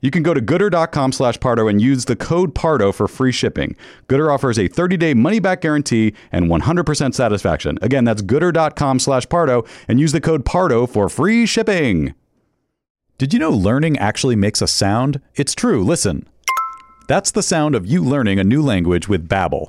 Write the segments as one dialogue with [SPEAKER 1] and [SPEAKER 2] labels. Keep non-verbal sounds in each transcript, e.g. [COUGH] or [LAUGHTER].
[SPEAKER 1] You can go to gooder.com slash Pardo and use the code Pardo for free shipping. Gooder offers a 30-day money-back guarantee and 100% satisfaction. Again, that's gooder.com slash Pardo and use the code Pardo for free shipping. Did you know learning actually makes a sound? It's true. Listen. That's the sound of you learning a new language with Babbel.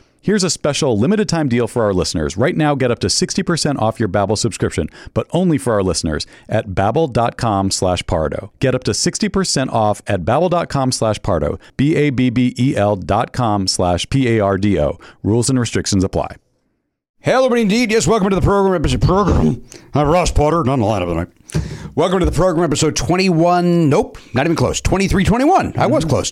[SPEAKER 1] Here's a special limited time deal for our listeners. Right now, get up to 60% off your Babbel subscription, but only for our listeners at babbel.com slash pardo. Get up to 60% off at babbel.com slash pardo, B-A-B-B-E-L E dot com slash P-A-R-D-O. Rules and restrictions apply.
[SPEAKER 2] Hello, everybody, indeed. Yes, welcome to the program. Episode program. I'm Ross Potter, not a lot of it. Welcome to the program, episode 21. Nope, not even close. 2321. I was close.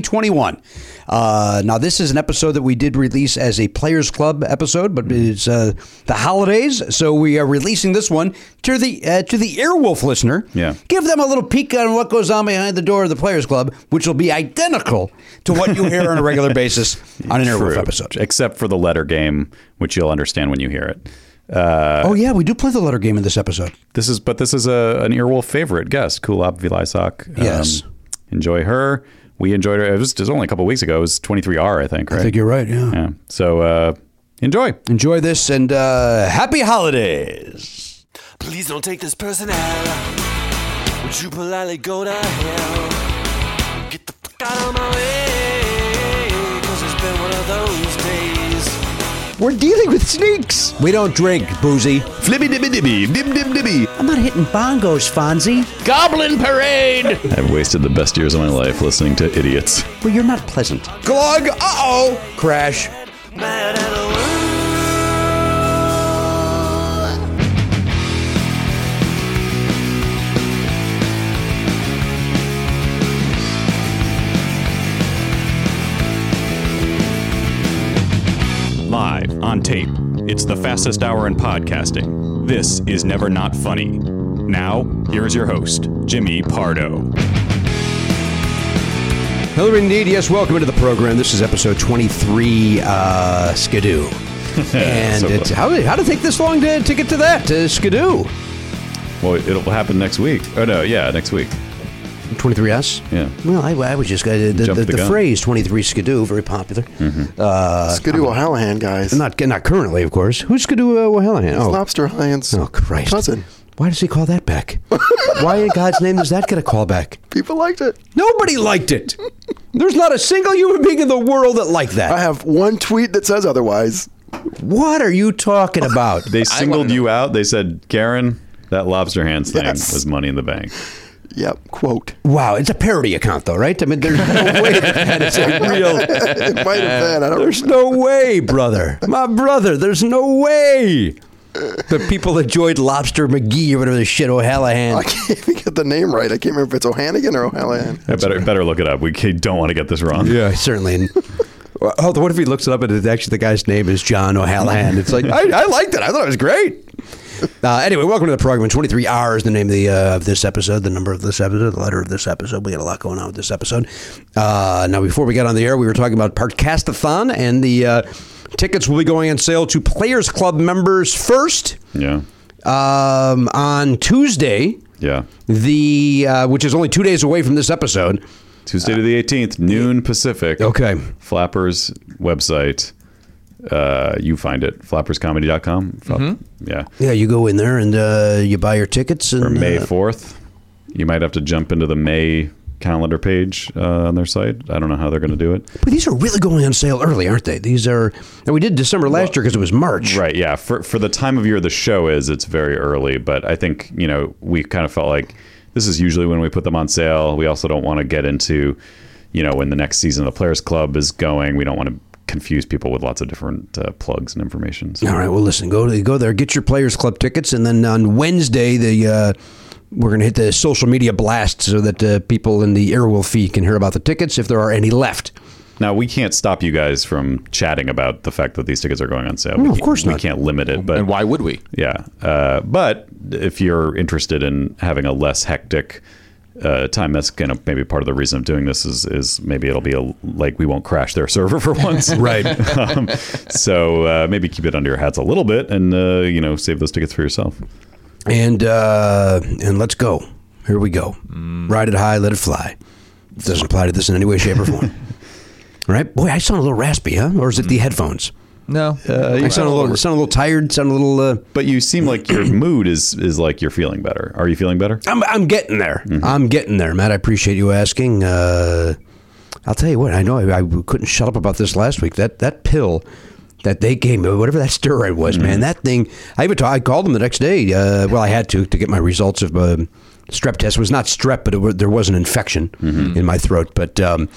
[SPEAKER 2] 2321. Uh, now, this is an episode that we did release as a Players Club episode, but it's uh, the holidays, so we are releasing this one to the uh, to the Earwolf listener.
[SPEAKER 1] Yeah.
[SPEAKER 2] Give them a little peek on what goes on behind the door of the Players Club, which will be identical to what you hear on a
[SPEAKER 1] [LAUGHS]
[SPEAKER 2] regular basis on an Earwolf
[SPEAKER 1] True.
[SPEAKER 2] episode.
[SPEAKER 1] Except for the letter game, which you'll understand when you hear it. Uh,
[SPEAKER 2] Oh, yeah, we do play the letter game in this episode.
[SPEAKER 1] This is, but this is a an earwolf favorite guest, Kulab Vilaysack. Um,
[SPEAKER 2] Yes.
[SPEAKER 1] enjoy her. We enjoyed her. It was, it was only a couple weeks ago. It was 23R, I think. Right.
[SPEAKER 2] I think you're right, yeah.
[SPEAKER 1] yeah. So uh, enjoy.
[SPEAKER 2] Enjoy this and uh, happy holidays.
[SPEAKER 3] Please don't take this person out. Would you politely go to hell? Get the fuck out of my way. Cause it's been one of those days.
[SPEAKER 2] We're dealing with snakes.
[SPEAKER 4] We don't drink, boozy.
[SPEAKER 1] Flibby dibby dibby, dim dim dibby.
[SPEAKER 4] I'm not hitting bongos, Fonzie.
[SPEAKER 5] Goblin Parade!
[SPEAKER 1] I've wasted the best years of my life listening to idiots.
[SPEAKER 4] Well, you're not pleasant.
[SPEAKER 2] Glug. Uh oh.
[SPEAKER 4] Crash.
[SPEAKER 3] Mad at the world.
[SPEAKER 1] Live on tape. It's the fastest hour in podcasting. This is never not funny. Now, here is your host, Jimmy Pardo.
[SPEAKER 2] Hello, indeed. Yes, welcome into the program. This is episode 23, uh, Skidoo. and
[SPEAKER 1] So
[SPEAKER 2] it's,
[SPEAKER 1] close.
[SPEAKER 2] how, did- how did it take this long to, to get to that, to Skidoo?
[SPEAKER 1] Well, it'll happen next week. Oh no, yeah, next week.
[SPEAKER 4] 23S?
[SPEAKER 1] Yeah.
[SPEAKER 4] Well, I, I was just
[SPEAKER 2] uh,
[SPEAKER 4] going to. The,
[SPEAKER 1] Jumped
[SPEAKER 4] the,
[SPEAKER 1] the
[SPEAKER 4] the
[SPEAKER 1] gun.
[SPEAKER 4] phrase 23 Skidoo, very popular.
[SPEAKER 6] Skidoo O'Hallahan, guys.
[SPEAKER 2] Not not currently, of course. Who's Skidoo uh, O'Hallahan? Oh,
[SPEAKER 6] Lobster Hyan's
[SPEAKER 2] oh, Christ.
[SPEAKER 6] cousin.
[SPEAKER 2] Why does he call that back?
[SPEAKER 6] [LAUGHS]
[SPEAKER 2] Why in God's name does that get a call back?
[SPEAKER 6] People liked it.
[SPEAKER 2] Nobody liked it. There's not a single human being in the world that liked
[SPEAKER 6] I
[SPEAKER 2] that.
[SPEAKER 6] have one tweet that says otherwise.
[SPEAKER 2] What are you talking about?
[SPEAKER 1] They singled you out. They said, Karen, that lobster hands thing
[SPEAKER 6] Yes.
[SPEAKER 1] was money in the bank.
[SPEAKER 6] Yep, quote.
[SPEAKER 2] Wow, it's a parody account, though, right? I mean, there's no way.
[SPEAKER 6] [LAUGHS]
[SPEAKER 2] that it's a real.
[SPEAKER 6] it might have been. I don't
[SPEAKER 2] There's no way, brother. My brother, there's no way. The people enjoyed Lobster McGee or whatever the shit
[SPEAKER 6] [LAUGHS]
[SPEAKER 2] oh,
[SPEAKER 6] I
[SPEAKER 2] O'Hallahan.
[SPEAKER 6] can't even get the name right. I can't remember if it's O'Hannigan or O'Hallahan.
[SPEAKER 1] I better better look it up. We don't want to get this wrong.
[SPEAKER 2] Yeah, [LAUGHS] certainly. Oh, what if he looks it up and it's actually the guy's name is John O'Hallahan? It's like I, I liked it. I thought it was great. Uh, anyway, welcome to the program. Twenty three R is the name of the uh, of this episode, the number of this episode, the letter of this episode. We got a lot going on with this episode. Uh, now, before we got on the air, we were talking about Podcastathon, and the uh, tickets will be going on sale to Players Club members first
[SPEAKER 1] Yeah.
[SPEAKER 2] um, on Tuesday.
[SPEAKER 1] Yeah.
[SPEAKER 2] The uh, which is only two days away from this episode.
[SPEAKER 1] Tuesday to the 18th, noon Pacific.
[SPEAKER 2] Uh, Okay.
[SPEAKER 1] Flappers website. Uh, you find it. Flapperscomedy.com. Flap- Yeah.
[SPEAKER 2] Yeah, you go in there and uh, you buy your tickets. And,
[SPEAKER 1] Or May
[SPEAKER 2] uh,
[SPEAKER 1] 4th. You might have to jump into the May calendar page uh, on their site. I don't know how they're going to do it.
[SPEAKER 2] But these are really going on sale early, aren't they? These are. And we did December last year because it was March.
[SPEAKER 1] Right. Yeah. For for the time of year the show is, it's very early. But I think you know we kind of felt like this is usually when we put them on sale. We also don't want to get into you know when the next season of the Players Club is going. We don't want to confuse people with lots of different uh, plugs and information. So
[SPEAKER 2] All right. Well, listen. Go to, go there. Get your Players Club tickets, and then on Wednesday the. Uh, we're going to hit the social media blast so that uh, people in the Airwolf feed can hear about the tickets if there are any left.
[SPEAKER 1] now we can't stop you guys from chatting about the fact that these tickets are going on sale. we
[SPEAKER 2] of
[SPEAKER 1] can't-
[SPEAKER 2] course
[SPEAKER 1] we
[SPEAKER 2] not.
[SPEAKER 1] can't limit it. But
[SPEAKER 5] and why would we?
[SPEAKER 1] Yeah. Uh, but if you're interested in having a less hectic uh, time, that's kind of maybe part of the reason of doing this is is maybe it'll be a, like we won't crash their [LAUGHS] server
[SPEAKER 2] [LAUGHS]
[SPEAKER 1] for once. right. [LAUGHS] um, so uh, maybe keep it under your hats a little bit and, uh, you know, save those tickets for yourself.
[SPEAKER 2] And uh, and let's go. Here we go.
[SPEAKER 1] Mm.
[SPEAKER 2] Ride it high, let it fly. It doesn't apply to this in any way, shape, or
[SPEAKER 1] [LAUGHS]
[SPEAKER 2] form. All right, boy, I sound a little raspy, huh? Or is it the
[SPEAKER 1] Mm.
[SPEAKER 2] headphones?
[SPEAKER 5] No.
[SPEAKER 2] I sound a little, sound a little tired. Sound a little. Uh,
[SPEAKER 1] But you seem like
[SPEAKER 5] [CLEARS THROAT]
[SPEAKER 1] your mood is is like you're feeling better. Are you feeling better?
[SPEAKER 2] I'm, I'm getting there. I'm getting there, Matt. I appreciate you asking. Uh, I'll tell you what. I know I, I couldn't shut up about this last week. That that pill that they gave me, whatever that [LAUGHS] steroid was, man. That thing. I even ta- I called them the next day. Uh, well, I had to to get my results of um strep test. It was not strep, but it wa- there was an infection in my throat. But um,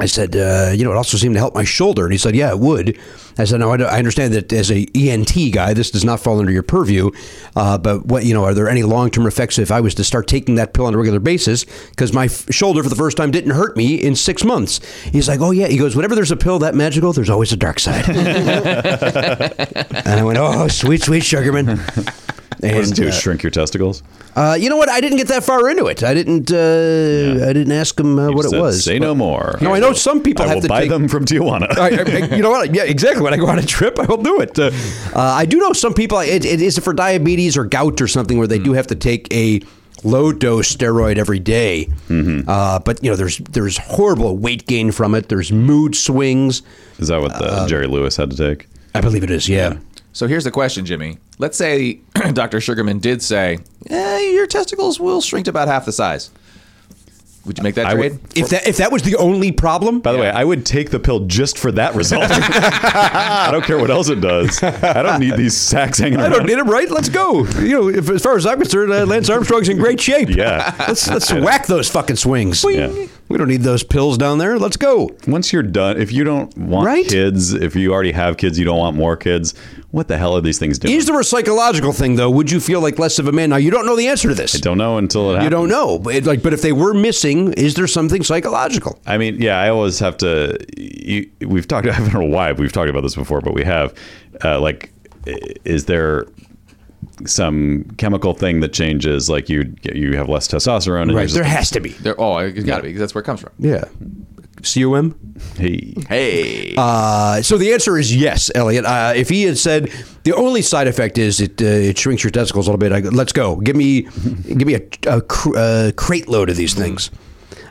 [SPEAKER 2] I said, uh, you know, it also seemed to help my shoulder. And he said, yeah, it would. I said, no, I, don't- I understand that as a ENT guy, this does not fall under your purview. Uh, but what, you know, are there any long term effects if I was to start taking that pill on a regular basis? Because my f- shoulder for the first time didn't hurt me in six months. He's like, oh yeah. He goes, whenever there's a pill that magical, there's always a dark side. and I went, oh, sweet, sweet Sugarman.
[SPEAKER 1] What does it
[SPEAKER 2] And,
[SPEAKER 1] do?
[SPEAKER 2] uh,
[SPEAKER 1] Shrink your testicles?
[SPEAKER 2] uh, you know what? I didn't get that far into it. I didn't. Uh, I didn't ask him uh,
[SPEAKER 1] You
[SPEAKER 2] what it
[SPEAKER 1] said,
[SPEAKER 2] was.
[SPEAKER 1] Say no more.
[SPEAKER 2] No, I know some people
[SPEAKER 1] I
[SPEAKER 2] have
[SPEAKER 1] will
[SPEAKER 2] to
[SPEAKER 1] buy
[SPEAKER 2] take-
[SPEAKER 1] them from Tijuana.
[SPEAKER 2] I, I- you know what? Yeah, exactly. When I go on a trip, I will do it. Uh, I do know some people. It, it is for diabetes or gout or something where
[SPEAKER 1] Mm.
[SPEAKER 2] they do have to take a low dose steroid every day.
[SPEAKER 1] Mm-hmm.
[SPEAKER 2] Uh, but you know, there's there's horrible weight gain from it. There's mood swings.
[SPEAKER 1] [LAUGHS] Is that what the
[SPEAKER 2] Um,
[SPEAKER 1] Jerry Lewis had to take?
[SPEAKER 2] I believe it is. Yeah.
[SPEAKER 5] So here's the question, Jimmy. Let's say [CLEARS THROAT] Dr. Sugarman did say, eh, your testicles will shrink to about half the size. Would you make that
[SPEAKER 1] I
[SPEAKER 5] trade?
[SPEAKER 1] would-
[SPEAKER 2] If that if that was the only problem,
[SPEAKER 1] By the way, I would take the pill just for that result. [LAUGHS] I don't care what else it does. I don't need these sacks hanging
[SPEAKER 2] I
[SPEAKER 1] around.
[SPEAKER 2] don't need him, right? Let's go. You know, if, as far as I'm concerned, uh, Lance Armstrong's in great shape.
[SPEAKER 1] Yeah.
[SPEAKER 2] Let's
[SPEAKER 1] [LAUGHS]
[SPEAKER 2] let's whack those fucking swings.
[SPEAKER 1] Yeah.
[SPEAKER 2] We don't need those pills down there. Let's go.
[SPEAKER 1] Once you're done, if you don't want
[SPEAKER 2] Right?
[SPEAKER 1] kids, if you already have kids, you don't want more kids. What the hell are these things doing?
[SPEAKER 2] Is there a psychological thing though? Would you feel like less of a man? Now you don't know the answer to this.
[SPEAKER 1] don't know until it happens.
[SPEAKER 2] You don't know. But it, like, but if they were missing, is there something psychological?
[SPEAKER 1] I mean, yeah, I always have to. You, we've talked. [LAUGHS] I don't know why we've talked about this before, but we have. Uh, like, i- is there some chemical thing that changes? Like you, you have less testosterone. And you're
[SPEAKER 2] There
[SPEAKER 1] just-
[SPEAKER 2] has to be.
[SPEAKER 5] There- oh, it's got to be because that's where it comes from.
[SPEAKER 2] Yeah. CUM.
[SPEAKER 1] hey,
[SPEAKER 5] Hey,
[SPEAKER 2] Uh, so the answer is yes, Elliot. Uh, if he had said the only side effect is it uh, it shrinks your testicles a little bit, I go, let's go. Give [LAUGHS] me give me a, a, cr- a crate load of these things.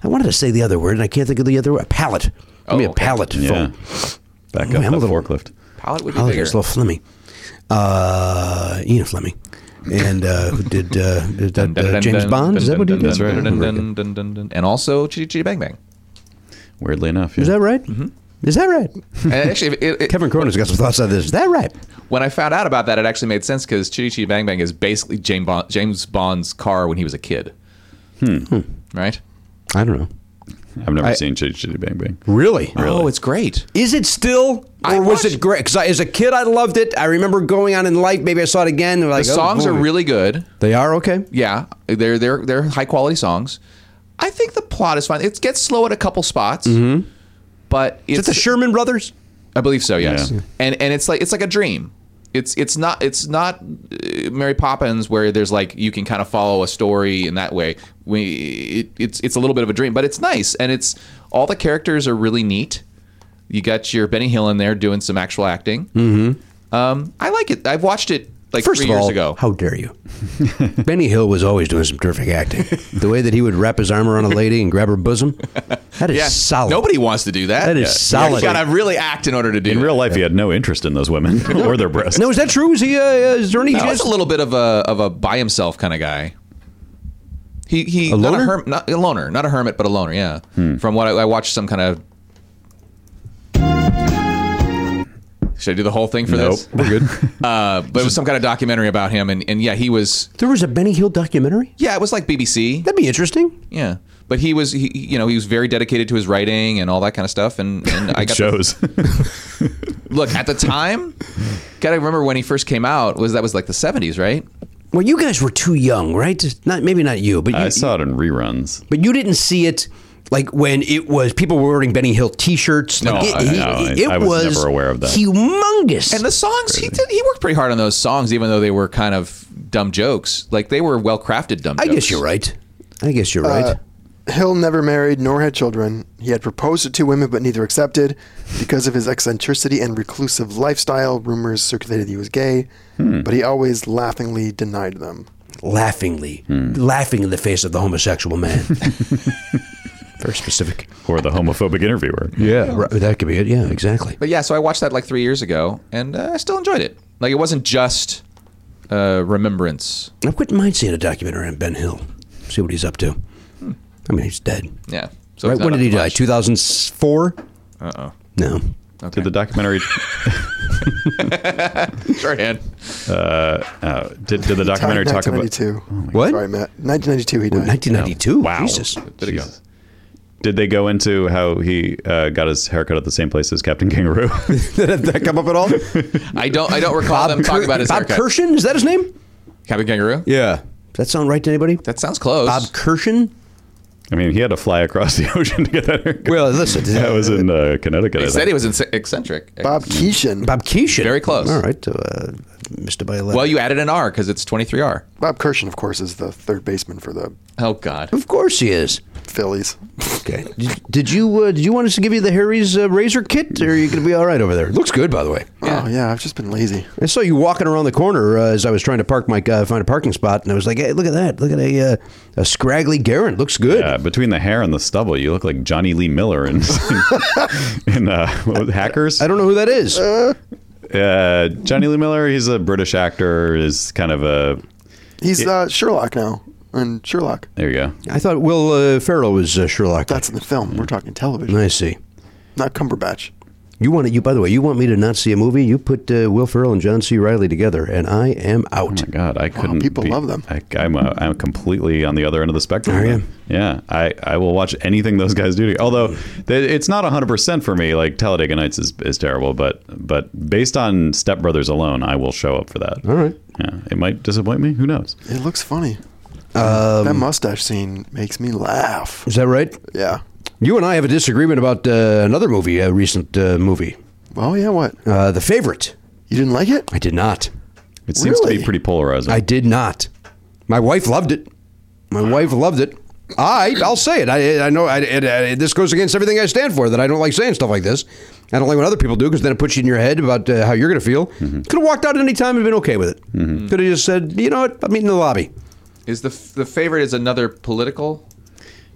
[SPEAKER 2] I wanted to say the other word, and I can't think of the other word. A pallet. Give me a
[SPEAKER 5] okay.
[SPEAKER 2] pallet
[SPEAKER 1] yeah,
[SPEAKER 2] full.
[SPEAKER 1] back
[SPEAKER 2] Man,
[SPEAKER 1] up
[SPEAKER 2] I'm a
[SPEAKER 1] that
[SPEAKER 2] little-
[SPEAKER 1] forklift.
[SPEAKER 5] pallet would be
[SPEAKER 2] Oh,
[SPEAKER 5] bigger.
[SPEAKER 2] there's little Flemmy. Uh, Ian Flemmy. And uh, who did, uh, did that,
[SPEAKER 5] Dun, dun,
[SPEAKER 2] uh,
[SPEAKER 5] dun,
[SPEAKER 2] James
[SPEAKER 5] dun,
[SPEAKER 2] Bond? Is
[SPEAKER 5] dun,
[SPEAKER 2] that what he
[SPEAKER 5] dun,
[SPEAKER 2] did?
[SPEAKER 5] dun, dun,
[SPEAKER 1] That's right.
[SPEAKER 5] dun, dun, dun, dun, dun. And also Chitty Chitty
[SPEAKER 2] [LAUGHS]
[SPEAKER 5] Bang Bang.
[SPEAKER 1] Weirdly enough, yeah.
[SPEAKER 2] Is that right?
[SPEAKER 5] Mm-hmm.
[SPEAKER 2] Is that right?
[SPEAKER 5] And actually, it, it,
[SPEAKER 2] Kevin Cronin's got some thoughts on this. Is that right?
[SPEAKER 5] when I found out about that, it actually made sense because Chitty Chitty Bang Bang is basically James, Bond, James Bond's car when he was a kid. Hmm. Right?
[SPEAKER 2] I don't know.
[SPEAKER 1] I've never
[SPEAKER 2] I-
[SPEAKER 1] seen Chitty Chitty Bang Bang.
[SPEAKER 2] Really?
[SPEAKER 5] Oh, it's great.
[SPEAKER 2] Is it still, or
[SPEAKER 5] I
[SPEAKER 2] was
[SPEAKER 5] watched-
[SPEAKER 2] it great? Because as a kid, I loved it. I remember going on in life. Maybe I saw it again. and
[SPEAKER 5] The
[SPEAKER 2] Like, oh,
[SPEAKER 5] songs are
[SPEAKER 2] boy.
[SPEAKER 5] really good.
[SPEAKER 2] They are okay.
[SPEAKER 5] Yeah, they're they're they're high quality songs. I think the plot is fine. It gets slow at a couple spots,
[SPEAKER 2] Mm-hmm.
[SPEAKER 5] but
[SPEAKER 2] Is
[SPEAKER 5] it's
[SPEAKER 2] it the Sherman Brothers?
[SPEAKER 5] I believe so. Yes,
[SPEAKER 1] Yeah.
[SPEAKER 5] and and it's like it's like a dream. It's it's not it's not uh, Mary Poppins where there's like you can kind of follow a story in that way. We it, it's it's a little bit of a dream, but it's nice and it's all the characters are really neat. You got your Benny Hill in there doing some actual acting. Mm-hmm. Um, I like it. I've watched it like
[SPEAKER 2] First
[SPEAKER 5] three
[SPEAKER 2] of all,
[SPEAKER 5] years ago.
[SPEAKER 2] how dare you? [LAUGHS] Benny Hill was always doing some terrific acting. the way that he would wrap his arm around a lady and grab her bosom, that is
[SPEAKER 5] [LAUGHS] Yeah,
[SPEAKER 2] solid.
[SPEAKER 5] Nobody wants to do that.
[SPEAKER 2] That is solid.
[SPEAKER 5] You got to really act in order to do
[SPEAKER 1] In
[SPEAKER 5] it.
[SPEAKER 1] real life, he had no interest in those women or their
[SPEAKER 2] [LAUGHS]
[SPEAKER 1] breasts.
[SPEAKER 2] No, is that true? Is he? Uh, is there any?
[SPEAKER 5] He was a little bit of a of a by himself kind of guy. He he
[SPEAKER 2] A
[SPEAKER 5] not
[SPEAKER 2] loner? Hmm.
[SPEAKER 5] a herm, not a loner, not a hermit, but a loner. Yeah. From what I, I watched, some kind of. Should I do the whole thing for
[SPEAKER 1] nope,
[SPEAKER 5] this?
[SPEAKER 1] [LAUGHS] we're good.
[SPEAKER 5] Uh, but it was some kind of documentary about him, and, and yeah, he was
[SPEAKER 2] there was a Benny Hill documentary.
[SPEAKER 5] yeah, it was like BBC.
[SPEAKER 2] That'd be interesting.
[SPEAKER 5] Yeah, but he was he he- you know he was very dedicated to his writing and all that kind of stuff, and and I
[SPEAKER 1] It
[SPEAKER 5] got
[SPEAKER 2] [LAUGHS]
[SPEAKER 5] the
[SPEAKER 1] shows.
[SPEAKER 5] look at the time gotta remember when he first came out was that was like the 70s right
[SPEAKER 2] Well, you guys were too young, right? Not maybe not you, but you,
[SPEAKER 1] I saw it in reruns.
[SPEAKER 2] but you didn't see it like when it was people were wearing Benny Hill T-shirts.
[SPEAKER 5] No,
[SPEAKER 2] like, it,
[SPEAKER 5] I-
[SPEAKER 2] he-
[SPEAKER 1] no, I- I was never aware of that.
[SPEAKER 2] Humongous.
[SPEAKER 5] and the songs he did he worked pretty hard on those songs even though they were kind of dumb jokes like they were well crafted dumb
[SPEAKER 2] I
[SPEAKER 5] jokes
[SPEAKER 2] guess you're right. I guess you're
[SPEAKER 5] Uh,
[SPEAKER 2] right.
[SPEAKER 6] Hill never married nor had children. He had proposed to two women, but neither accepted. Because of his eccentricity and reclusive lifestyle, rumors circulated he was gay, but he always laughingly denied them.
[SPEAKER 2] Laughingly,
[SPEAKER 1] Hmm.
[SPEAKER 2] laughing in the face of the homosexual
[SPEAKER 1] [LAUGHS]
[SPEAKER 2] man. Very specific.
[SPEAKER 1] Or the homophobic interviewer.
[SPEAKER 2] Yeah, right, that could be it. Yeah, exactly.
[SPEAKER 5] but yeah so i watched that like three years ago and uh, i still enjoyed it like it wasn't just uh, remembrance
[SPEAKER 2] I wouldn't mind seeing a documentary on Ben Hill. See what he's up to. I mean, he's dead.
[SPEAKER 5] yeah so
[SPEAKER 2] Right?
[SPEAKER 5] it's not
[SPEAKER 2] When
[SPEAKER 5] up
[SPEAKER 2] did he
[SPEAKER 5] to
[SPEAKER 2] die?
[SPEAKER 5] [LAUGHS] much.
[SPEAKER 2] Two thousand four. Uh
[SPEAKER 5] Uh-oh.
[SPEAKER 2] No.
[SPEAKER 1] Did the documentary?
[SPEAKER 5] sure Ed.
[SPEAKER 1] Uh, did, did the documentary
[SPEAKER 6] Died
[SPEAKER 1] talk about?
[SPEAKER 6] 1992.
[SPEAKER 2] What?
[SPEAKER 6] Sorry, Matt. 1992 he died.
[SPEAKER 2] 1992.
[SPEAKER 1] Wow.
[SPEAKER 2] [LAUGHS] Jesus.
[SPEAKER 5] Did it go?
[SPEAKER 1] Jesus. Did they go into how he uh, got his haircut at the same place as Captain Kangaroo? [LAUGHS]
[SPEAKER 2] Did that come up at all?
[SPEAKER 5] i don't i don't recall them talking about his
[SPEAKER 2] Bob
[SPEAKER 5] haircut
[SPEAKER 2] Kirshen? Is that his name?
[SPEAKER 5] Captain kangaroo
[SPEAKER 2] Yeah. Does that sound right to anybody?
[SPEAKER 5] that sounds close
[SPEAKER 2] Bob Kirshen?
[SPEAKER 1] I mean, he had to fly across the [LAUGHS] ocean to get that haircut.
[SPEAKER 2] Well, [LAUGHS] listen.
[SPEAKER 1] that was in uh, Connecticut.
[SPEAKER 5] they
[SPEAKER 1] I
[SPEAKER 5] said
[SPEAKER 1] think.
[SPEAKER 5] he was inc- eccentric
[SPEAKER 6] Bob Keeshan. Bob,
[SPEAKER 2] Bob Keeshan.
[SPEAKER 5] Very close.
[SPEAKER 2] All right. Uh, Mr. By 11.
[SPEAKER 5] well you added an r because it's 23r
[SPEAKER 6] Kershen, of course, is the third baseman for the
[SPEAKER 5] oh god
[SPEAKER 2] of course he is.
[SPEAKER 6] Phillies.
[SPEAKER 2] Okay. Did, did you uh, did you want us to give you the Harry's uh, razor kit, or are you going to be all right over there? It looks good, by the way.
[SPEAKER 6] Oh, yeah, I've just been lazy.
[SPEAKER 2] I saw you walking around the corner uh, as I was trying to park my uh, find a parking spot, and I was like, "Hey, look at that! Look at a uh, a scraggly Garand. Looks good."
[SPEAKER 1] Yeah, Uh, between the hair and the stubble, you look like Johnny Lee Miller in, [LAUGHS] in uh, what was it, Hackers.
[SPEAKER 2] I don't know who that is.
[SPEAKER 1] Uh, Johnny Lee Miller, he's a British actor, is kind of a
[SPEAKER 6] He's uh, Sherlock now. and Sherlock.
[SPEAKER 1] There you go.
[SPEAKER 2] I thought Will uh, Ferrell was uh, Sherlock.
[SPEAKER 6] That's in the film. We're talking television,
[SPEAKER 2] I see.
[SPEAKER 6] not Cumberbatch.
[SPEAKER 2] You want to, you by the way, you want me to not see a movie? You put uh, Will Ferrell and John C. Riley together, and I am out.
[SPEAKER 1] Oh my God, I couldn't.
[SPEAKER 6] people
[SPEAKER 1] be-
[SPEAKER 6] love them.
[SPEAKER 1] I, I'm a, I'm completely on the other end of the spectrum.
[SPEAKER 2] Are you?
[SPEAKER 1] Yeah, I, I will watch anything those guys do. To, although they, it's not 100 percent for me. Like Talladega Nights is, is terrible, but but based on Step Brothers alone, I will show up for that.
[SPEAKER 2] All right.
[SPEAKER 1] Yeah, it might disappoint me. Who knows?
[SPEAKER 6] It looks funny.
[SPEAKER 1] Um,
[SPEAKER 6] that mustache scene makes me laugh.
[SPEAKER 2] Is that right?
[SPEAKER 6] Yeah.
[SPEAKER 2] You and I have a disagreement about uh, another movie, a recent uh, movie,
[SPEAKER 6] Oh yeah. What?
[SPEAKER 2] uh, The Favorite.
[SPEAKER 6] You didn't like it?
[SPEAKER 2] I did not.
[SPEAKER 1] It seems to be
[SPEAKER 6] Really?
[SPEAKER 1] pretty polarizing.
[SPEAKER 2] I did not. My wife loved it. My wife loved it. I, I'll say it. I, I know I, it, I, this goes against everything I stand for. That I don't like saying stuff like this. I don't like when other people do because then it puts you in your head about uh, how you're going to feel. Could have walked out at any time and been okay with it. Could have just said, you know what, I'm meeting in the lobby.
[SPEAKER 5] Is the f- the favorite is another political?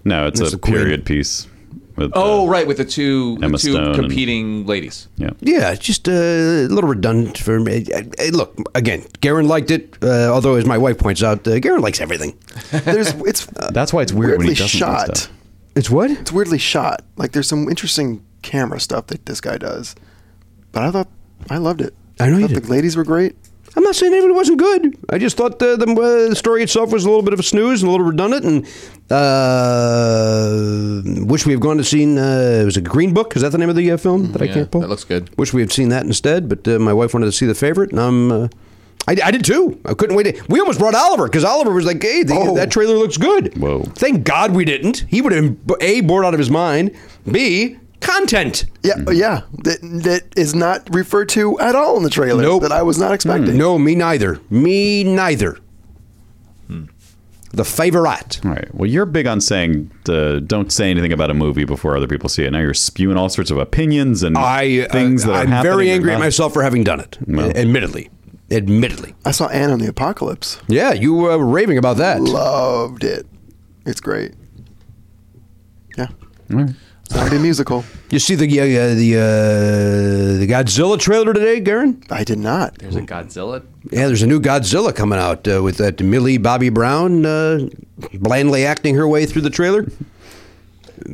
[SPEAKER 1] no, it's
[SPEAKER 2] It's
[SPEAKER 1] a
[SPEAKER 2] the Queen.
[SPEAKER 1] period piece. With,
[SPEAKER 5] Oh,
[SPEAKER 1] uh,
[SPEAKER 5] right, with the two the
[SPEAKER 1] Emma
[SPEAKER 5] two
[SPEAKER 1] Stone and-
[SPEAKER 5] competing ladies.
[SPEAKER 1] Yeah.
[SPEAKER 2] Yeah, it's just uh, a little redundant for me. Uh, uh, Look, again, Garen liked it. Uh, although, as my wife points out, uh, Garen likes everything.
[SPEAKER 6] There's it's
[SPEAKER 1] That's why it's weird when
[SPEAKER 6] weirdly
[SPEAKER 1] he doesn't do
[SPEAKER 6] shot.
[SPEAKER 1] stuff.
[SPEAKER 2] It's what?
[SPEAKER 6] It's weirdly shot. Like there's some interesting camera stuff that this guy does, but I thought I loved it.
[SPEAKER 2] I know you
[SPEAKER 6] thought
[SPEAKER 2] did.
[SPEAKER 6] the ladies were great.
[SPEAKER 2] I'm not saying it wasn't good. I just thought the, the, uh, the story itself was a little bit of a snooze and a little redundant, and uh, wish we had gone to seen. Uh, it was a Green Book. Is that the name of the uh, film that I
[SPEAKER 5] yeah,
[SPEAKER 2] can't pull?
[SPEAKER 5] that looks good.
[SPEAKER 2] Wish we had seen that instead, but uh, my wife wanted to see the favorite, and I'm. Uh, I, I did too. I couldn't wait. To, we almost brought Oliver because Oliver was like, "Hey, the, that trailer looks good."
[SPEAKER 1] Whoa.
[SPEAKER 2] Thank God we didn't. He would have been a bored out of his mind. B content.
[SPEAKER 6] Yeah, yeah. That that is not referred to at all in the trailer.
[SPEAKER 2] Nope.
[SPEAKER 6] That I was not expecting.
[SPEAKER 2] No, me neither. Me neither. Hmm. The favorite.
[SPEAKER 1] All right. Well, you're big on saying uh, don't say anything about a movie before other people see it. Now you're spewing all sorts of opinions and
[SPEAKER 2] I uh,
[SPEAKER 1] things that are
[SPEAKER 2] I'm
[SPEAKER 1] happening
[SPEAKER 2] very
[SPEAKER 1] or
[SPEAKER 2] angry at
[SPEAKER 1] not.
[SPEAKER 2] myself for having done it. Admittedly, admittedly.
[SPEAKER 6] I saw Anne on the Apocalypse.
[SPEAKER 2] Yeah, you uh, were raving about that.
[SPEAKER 6] Loved it. It's great. Yeah. It's not a musical.
[SPEAKER 2] You see the uh, uh, the uh, the Godzilla trailer today, Garen?
[SPEAKER 6] I did not.
[SPEAKER 5] There's a Godzilla.
[SPEAKER 2] Yeah, there's a new Godzilla coming out uh, with that Millie Bobby Brown uh, blandly acting her way through the trailer.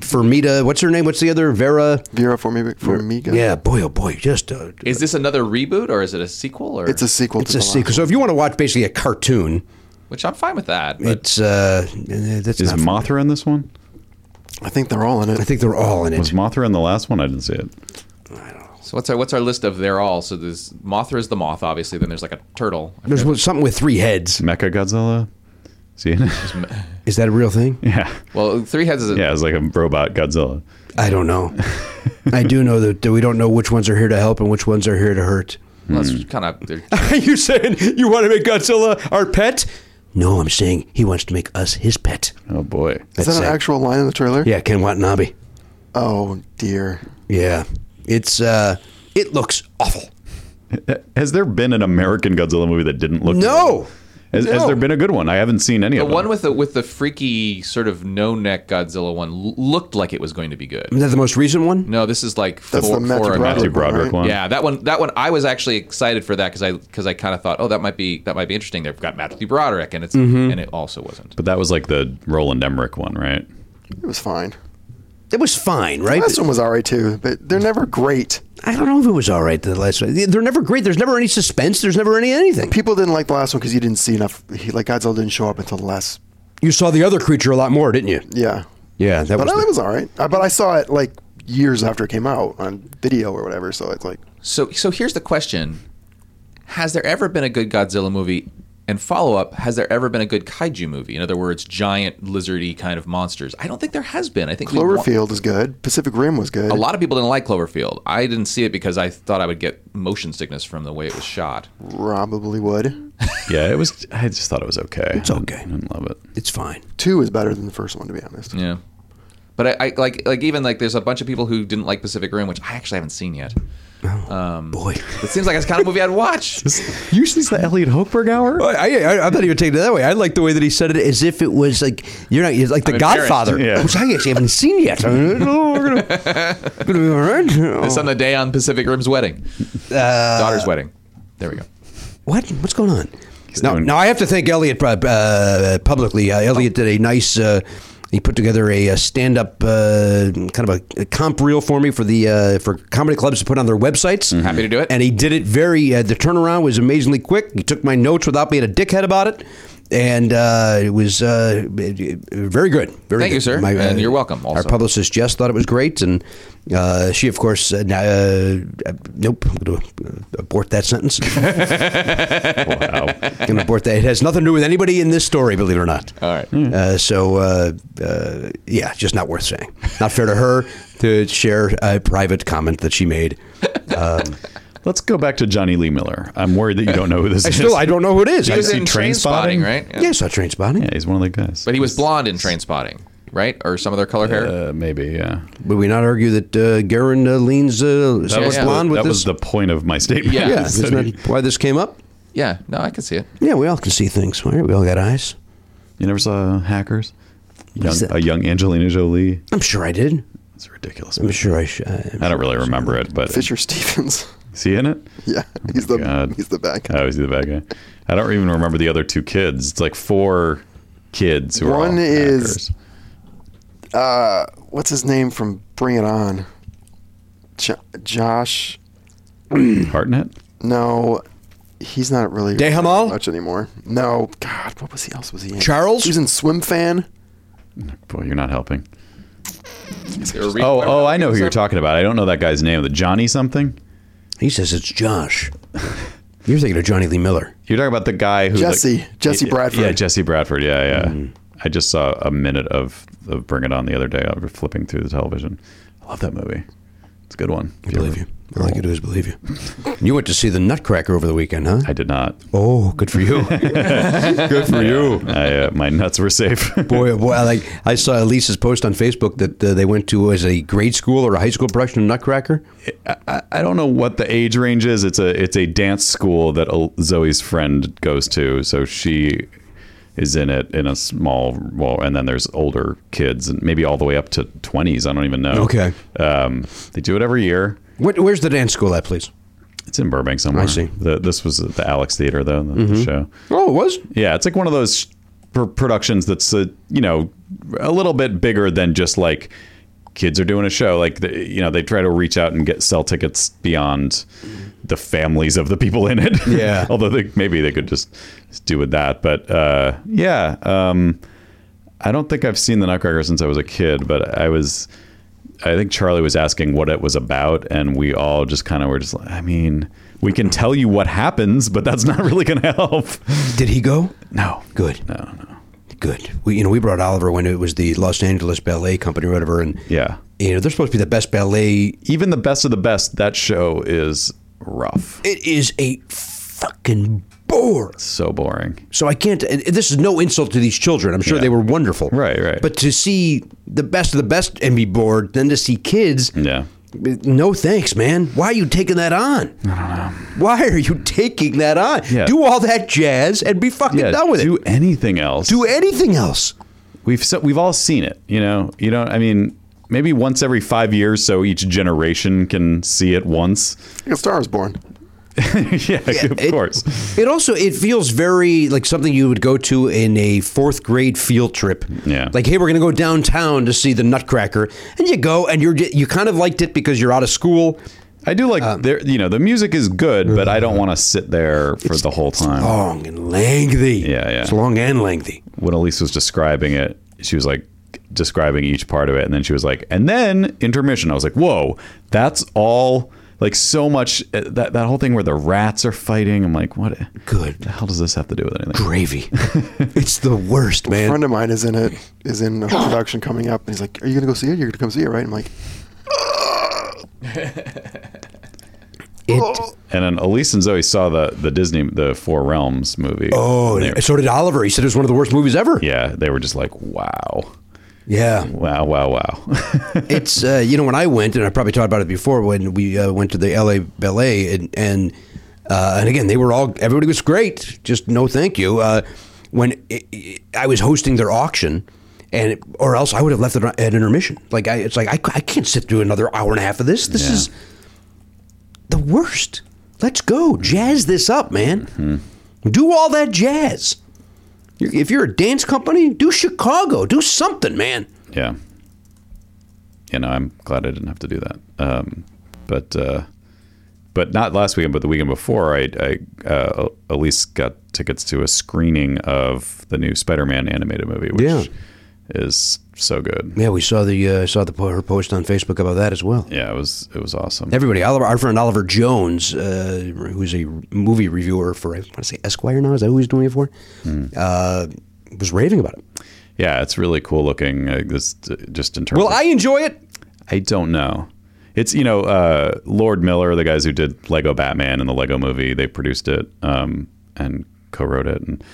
[SPEAKER 2] For me to what's her name? What's the other Vera?
[SPEAKER 6] Vera Formiga. Formiga.
[SPEAKER 2] Yeah, boy, oh boy, just uh,
[SPEAKER 5] Is this another reboot or is it a sequel? Or
[SPEAKER 6] It's a sequel
[SPEAKER 2] it's
[SPEAKER 6] to
[SPEAKER 2] a
[SPEAKER 6] the
[SPEAKER 2] sequel. So if you want to watch basically a cartoon,
[SPEAKER 5] which I'm fine with that. But
[SPEAKER 2] it's uh, that's
[SPEAKER 1] Is
[SPEAKER 2] not for-
[SPEAKER 1] Mothra in this one?
[SPEAKER 6] last- I think they're all in it.
[SPEAKER 2] I think they're all in
[SPEAKER 1] Was
[SPEAKER 2] it.
[SPEAKER 1] Mothra in the last one? I didn't see it.
[SPEAKER 5] so what's our what's our list of they're all? So there's Mothra is the moth, obviously. Then there's like a turtle.
[SPEAKER 2] There's one- something with three heads.
[SPEAKER 1] Mecha Godzilla. See [LAUGHS] it?
[SPEAKER 2] Is that a real thing?
[SPEAKER 1] yeah.
[SPEAKER 5] Well, three heads is a,
[SPEAKER 1] Yeah, it's like a robot Godzilla.
[SPEAKER 2] I don't [LAUGHS] know. I do know that, that we don't know which ones are here to help and which ones are here to hurt.
[SPEAKER 5] well, that's
[SPEAKER 1] hmm. [LAUGHS]
[SPEAKER 5] kind of they're-
[SPEAKER 2] Are [LAUGHS] you saying you want to make Godzilla our pet? No, I'm saying he wants to make us his pet.
[SPEAKER 1] Oh boy.
[SPEAKER 6] Is that an
[SPEAKER 2] sad.
[SPEAKER 6] actual line in the trailer?
[SPEAKER 2] Yeah, Ken Watanabe.
[SPEAKER 6] Oh dear.
[SPEAKER 2] Yeah, it's uh, it looks awful.
[SPEAKER 1] Has there been an American Godzilla movie that didn't look?
[SPEAKER 2] No.
[SPEAKER 1] good? Has, has
[SPEAKER 2] No.
[SPEAKER 1] there been a good one? I haven't seen any
[SPEAKER 5] the
[SPEAKER 1] of them.
[SPEAKER 5] one with the with the freaky sort of no neck Godzilla one l- looked like it was going to be good.
[SPEAKER 2] Is that the most recent one?
[SPEAKER 5] No, this is like
[SPEAKER 6] That's
[SPEAKER 5] four,
[SPEAKER 6] the Matthew
[SPEAKER 5] four and-
[SPEAKER 6] Broderick
[SPEAKER 1] Matthew Broderick
[SPEAKER 6] Right.
[SPEAKER 1] one.
[SPEAKER 5] Yeah, that one. That one. I was actually excited for that because I because I kind of thought, oh, that might be that might be interesting. They've got Matthew Broderick, and it's and it also wasn't.
[SPEAKER 1] But that was like the Roland Emmerich one, right?
[SPEAKER 6] It was fine.
[SPEAKER 2] It was fine, right?
[SPEAKER 6] Last one was alright too, but they're never great.
[SPEAKER 2] I don't know if it was all right. The last one. They're never great. There's never any suspense. There's never any anything.
[SPEAKER 6] People didn't like the last one because you didn't see enough. He, like Godzilla didn't show up until the last.
[SPEAKER 2] You saw the other creature a lot more, didn't you?
[SPEAKER 6] Yeah.
[SPEAKER 2] Yeah, that
[SPEAKER 6] But
[SPEAKER 2] was.
[SPEAKER 6] I
[SPEAKER 2] the-
[SPEAKER 6] thought it was alright. Uh, But I saw it like years after it came out on video or whatever. So it's like
[SPEAKER 5] So so here's the question: Has there ever been a good Godzilla movie? And follow up: Has there ever been a good kaiju movie? In other words, giant lizardy kind of monsters. I don't think there has been. I think we want-
[SPEAKER 6] Cloverfield is good. Pacific Rim was good.
[SPEAKER 5] A lot of people didn't like Cloverfield. I didn't see it because I thought I would get motion sickness from the way it was shot.
[SPEAKER 6] Probably would.
[SPEAKER 1] Yeah, it was. I just thought it was okay. It's
[SPEAKER 2] okay.
[SPEAKER 1] I didn't love it.
[SPEAKER 2] it's fine.
[SPEAKER 6] Two is better than the first one, to be honest.
[SPEAKER 5] Yeah. But I, I like like even like there's a bunch of people who didn't like Pacific Rim, which I actually haven't seen yet.
[SPEAKER 2] Boy.
[SPEAKER 5] It seems like it's the kind of movie I'd [LAUGHS] watch.
[SPEAKER 1] Usually it's the Elliot Hochberg hour.
[SPEAKER 2] Oh, I, I, I'm not even taking it that way. I like the way that he said it as if it was like you're not you're like the
[SPEAKER 5] embarrassed.
[SPEAKER 2] Godfather,
[SPEAKER 1] Yeah.
[SPEAKER 2] which I actually haven't seen yet. I mean, oh, we're gonna, gonna be all right.
[SPEAKER 5] It's on the day Uh, on Pacific Rim's wedding, daughter's wedding. There we go.
[SPEAKER 2] What? What's going on?
[SPEAKER 1] He's It's
[SPEAKER 2] Now,
[SPEAKER 1] doing-
[SPEAKER 2] now I have to thank Elliot uh, uh, publicly. Uh, Elliot did a nice. Uh, he put together a, uh stand-up uh, kind of a, a comp reel for me for the uh, for comedy clubs to put on their websites.
[SPEAKER 5] Mm, Happy to do it.
[SPEAKER 2] And he did it very. Uh, the turnaround was amazingly quick. He took my notes without being a dickhead about it, and uh, it was uh, very good. Very
[SPEAKER 5] Thank you,
[SPEAKER 2] good. uh,
[SPEAKER 5] sir. And you're welcome,
[SPEAKER 2] Our
[SPEAKER 5] also.
[SPEAKER 2] publicist Jess thought it was great, and uh, she, of course, uh, now, uh, uh, nope, I'm going to abort that sentence. [LAUGHS]
[SPEAKER 1] wow.
[SPEAKER 2] Gonna abort that. It has nothing to do with anybody in this story, believe it or not.
[SPEAKER 5] All right.
[SPEAKER 2] Uh, so, uh, uh, yeah, just not worth saying. Not fair to her to share a private comment that she
[SPEAKER 5] [LAUGHS]
[SPEAKER 2] made. Um,
[SPEAKER 1] [LAUGHS] Let's go back to Johnny Lee Miller. I'm worried that you don't know who this
[SPEAKER 2] I
[SPEAKER 1] is.
[SPEAKER 2] still, I don't know who it is.
[SPEAKER 5] He
[SPEAKER 2] I,
[SPEAKER 5] was
[SPEAKER 1] see
[SPEAKER 5] in train
[SPEAKER 1] Trainspotting?
[SPEAKER 5] spotting, right? Yeah.
[SPEAKER 2] yeah, I saw train spotting,
[SPEAKER 1] Yeah, he's one of the guys.
[SPEAKER 5] But he was blonde in train spotting, right? Or some other color hair.
[SPEAKER 1] uh, maybe, yeah.
[SPEAKER 2] but we not argue that uh, Garen uh, leans uh, somewhat
[SPEAKER 5] was-
[SPEAKER 2] blonde with
[SPEAKER 1] that
[SPEAKER 2] this.
[SPEAKER 1] was the point of my statement.
[SPEAKER 2] [LAUGHS]
[SPEAKER 5] Yeah.
[SPEAKER 2] yeah,
[SPEAKER 5] that
[SPEAKER 2] isn't that why this came up?
[SPEAKER 5] yeah, no, I can see it.
[SPEAKER 2] Yeah, we all can see things. All right, we all got eyes.
[SPEAKER 1] You never saw Hackers? Young,
[SPEAKER 2] is that?
[SPEAKER 1] a young Angelina Jolie.
[SPEAKER 2] I'm sure I did.
[SPEAKER 1] It's a ridiculous.
[SPEAKER 2] I'm
[SPEAKER 1] Movie.
[SPEAKER 2] sure I. Sh- uh, I
[SPEAKER 1] I don't really remember it, but
[SPEAKER 6] Fisher Stevens. [LAUGHS]
[SPEAKER 1] see in it.
[SPEAKER 6] yeah, he's the
[SPEAKER 1] God.
[SPEAKER 6] he's the bad guy.
[SPEAKER 1] Oh, is he the bad guy? I don't even remember the other two kids. It's like four kids who are
[SPEAKER 6] One
[SPEAKER 1] all
[SPEAKER 6] is-
[SPEAKER 1] hackers.
[SPEAKER 6] Uh, what's his name from Bring It On? Jo- Josh.
[SPEAKER 1] Hartnett.
[SPEAKER 6] No, he's not really
[SPEAKER 2] Dehamal?
[SPEAKER 6] much anymore. No, God, what was he else was he in?
[SPEAKER 2] Charles?
[SPEAKER 6] He was in Swim Fan.
[SPEAKER 1] Boy, you're not helping.
[SPEAKER 5] They were re-
[SPEAKER 1] Oh, oh, I know who you're talking about. I don't know that guy's name. The Johnny something.
[SPEAKER 2] he says it's [LAUGHS] Josh. You're thinking of Johnny Lee Miller.
[SPEAKER 1] You're talking about the guy who like-
[SPEAKER 6] Jesse. Jesse
[SPEAKER 1] Yeah,
[SPEAKER 6] Bradford. Mm-hmm.
[SPEAKER 1] Yeah, Jesse Bradford. Yeah, yeah. I just saw a minute of, of Bring It On the other day. I was flipping through the television. I love that movie. It's a good one. If
[SPEAKER 2] believe
[SPEAKER 1] ever-
[SPEAKER 2] you. All I can do is believe you. [LAUGHS] You went to see the Nutcracker over the weekend, huh?
[SPEAKER 1] I did not.
[SPEAKER 2] Oh, good for you. good for you.
[SPEAKER 1] I, uh, my nuts were
[SPEAKER 2] [LAUGHS]
[SPEAKER 1] safe. [LAUGHS]
[SPEAKER 2] Boy, oh boy, I like I saw Elisa's post on Facebook that uh, they went to as a grade school or a high school production of Nutcracker.
[SPEAKER 1] I, I don't know what the age range is. It's a it's a dance school that El- Zoe's friend goes to, so she is in it in a small well, and then there's older kids and maybe all the way up to twenties. I don't even know.
[SPEAKER 2] Okay.
[SPEAKER 1] um, they do it every year.
[SPEAKER 2] What, where's the dance school at, please?
[SPEAKER 1] It's in Burbank somewhere.
[SPEAKER 2] I see.
[SPEAKER 1] The, this was at the Alex Theater though. The, the show.
[SPEAKER 2] Oh, it was.
[SPEAKER 1] Yeah, it's like one of those pr- productions that's uh, you know a little bit bigger than just like kids are doing a show. Like the, you know they try to reach out and get sell tickets beyond the families of the people in it.
[SPEAKER 2] Yeah.
[SPEAKER 1] [LAUGHS] although they, maybe they could just do with that. But uh, yeah, um, I don't think I've seen the Nutcracker since I was a kid, but I was. I think Charlie was asking what it was about, and we all just kind of were just like, I mean, we can tell you what happens, but that's not really going to [LAUGHS] help.
[SPEAKER 2] Did he go?
[SPEAKER 1] No.
[SPEAKER 2] Good.
[SPEAKER 1] No, no.
[SPEAKER 2] Good. We, you know, we brought Oliver when it was the Los Angeles Ballet Company or whatever, and
[SPEAKER 1] Yeah.
[SPEAKER 2] you know, they're supposed to be the best ballet.
[SPEAKER 1] Even the best of the best, that show is rough.
[SPEAKER 2] It is a fucking bore.
[SPEAKER 1] So boring.
[SPEAKER 2] So I can't. And this is no insult to these children. I'm sure
[SPEAKER 1] Yeah.
[SPEAKER 2] they were wonderful.
[SPEAKER 1] Right, right.
[SPEAKER 2] But to see the best of the best and be bored, then to see kids.
[SPEAKER 1] Yeah.
[SPEAKER 2] No thanks, man. Why are you taking that on? I don't know. Why are you taking that on?
[SPEAKER 1] Yeah.
[SPEAKER 2] Do all that jazz and be fucking
[SPEAKER 1] Yeah.
[SPEAKER 2] done with
[SPEAKER 1] do
[SPEAKER 2] it.
[SPEAKER 1] anything else.
[SPEAKER 2] Do anything else.
[SPEAKER 1] We've so, we've all seen it. You know. You know. I mean, maybe once every five years, so each generation can see it once. [LAUGHS]
[SPEAKER 6] Like a Star is Born.
[SPEAKER 1] yeah, Of
[SPEAKER 2] It-
[SPEAKER 1] course.
[SPEAKER 2] It also it feels very like something you would go to in a fourth grade field trip.
[SPEAKER 1] Yeah.
[SPEAKER 2] Like, hey, we're gonna go downtown to see the Nutcracker, and you go, and you're you kind of liked it because you're out of school.
[SPEAKER 1] I do like
[SPEAKER 2] Um,
[SPEAKER 1] there. You know, the music is good, but I don't want to sit there for the whole time.
[SPEAKER 2] Long and lengthy.
[SPEAKER 1] Yeah, yeah.
[SPEAKER 2] It's long and lengthy.
[SPEAKER 1] when Elise was describing it, she was like describing each part of it, and then she was like, and then intermission. I was like, whoa, that's all. Like so much eh, that that whole thing where the rats are fighting. I'm like, what?
[SPEAKER 2] Good.
[SPEAKER 1] The hell does this have to do with anything? [LAUGHS]
[SPEAKER 2] Gravy. it's the worst,
[SPEAKER 6] A
[SPEAKER 2] man.
[SPEAKER 6] friend of mine is in it. Is in
[SPEAKER 2] [COUGHS]
[SPEAKER 6] a production coming up, and he's like, "Are you gonna go see it? You're gonna come see it, right?" I'm like,
[SPEAKER 2] It,
[SPEAKER 1] And then Elise and Zoe saw the the Disney the Four Realms movie.
[SPEAKER 2] oh,
[SPEAKER 1] And they-
[SPEAKER 2] so did Oliver. He said it was one of the worst movies ever.
[SPEAKER 1] yeah, they were just like, wow,
[SPEAKER 2] Yeah.
[SPEAKER 1] wow, wow, [LAUGHS] wow.
[SPEAKER 2] it's uh, you know when I went, and I probably talked about it before when we uh, went to the L.A. Ballet, and and, uh, and again they were all everybody was great. Just no thank you. Uh, when i i I was hosting their auction, and it- or else I would have left it at intermission. Like I, it's like I, c- I can't sit through another hour and a half of this. This
[SPEAKER 1] Yeah.
[SPEAKER 2] is the worst. Let's go jazz this up, man. Do all that jazz. You're- If you're a dance company, do Chicago. Do something, man.
[SPEAKER 1] Yeah. You know, I'm glad I didn't have to do that. Um, but uh, but not last weekend, but the weekend before, I, I uh, Elise got tickets to a screening of the new Spider-Man animated movie, which
[SPEAKER 2] Yeah.
[SPEAKER 1] is so good.
[SPEAKER 2] Yeah, we saw the uh, saw the po- her post on Facebook about that as well.
[SPEAKER 1] Yeah, it was it was awesome.
[SPEAKER 2] Everybody, Oliver, our friend Oliver Jones, uh, who's a movie reviewer for I want to say Esquire now. Is that who he's doing it for?
[SPEAKER 1] Hmm.
[SPEAKER 2] Uh, was raving about it.
[SPEAKER 1] Yeah, it's really cool looking. Uh, this just in terms.
[SPEAKER 2] Will
[SPEAKER 1] of-
[SPEAKER 2] I enjoy it?
[SPEAKER 1] I don't know. It's you know uh, Lord Miller, the guys who did Lego Batman and the Lego Movie, they produced it um, and co-wrote it, and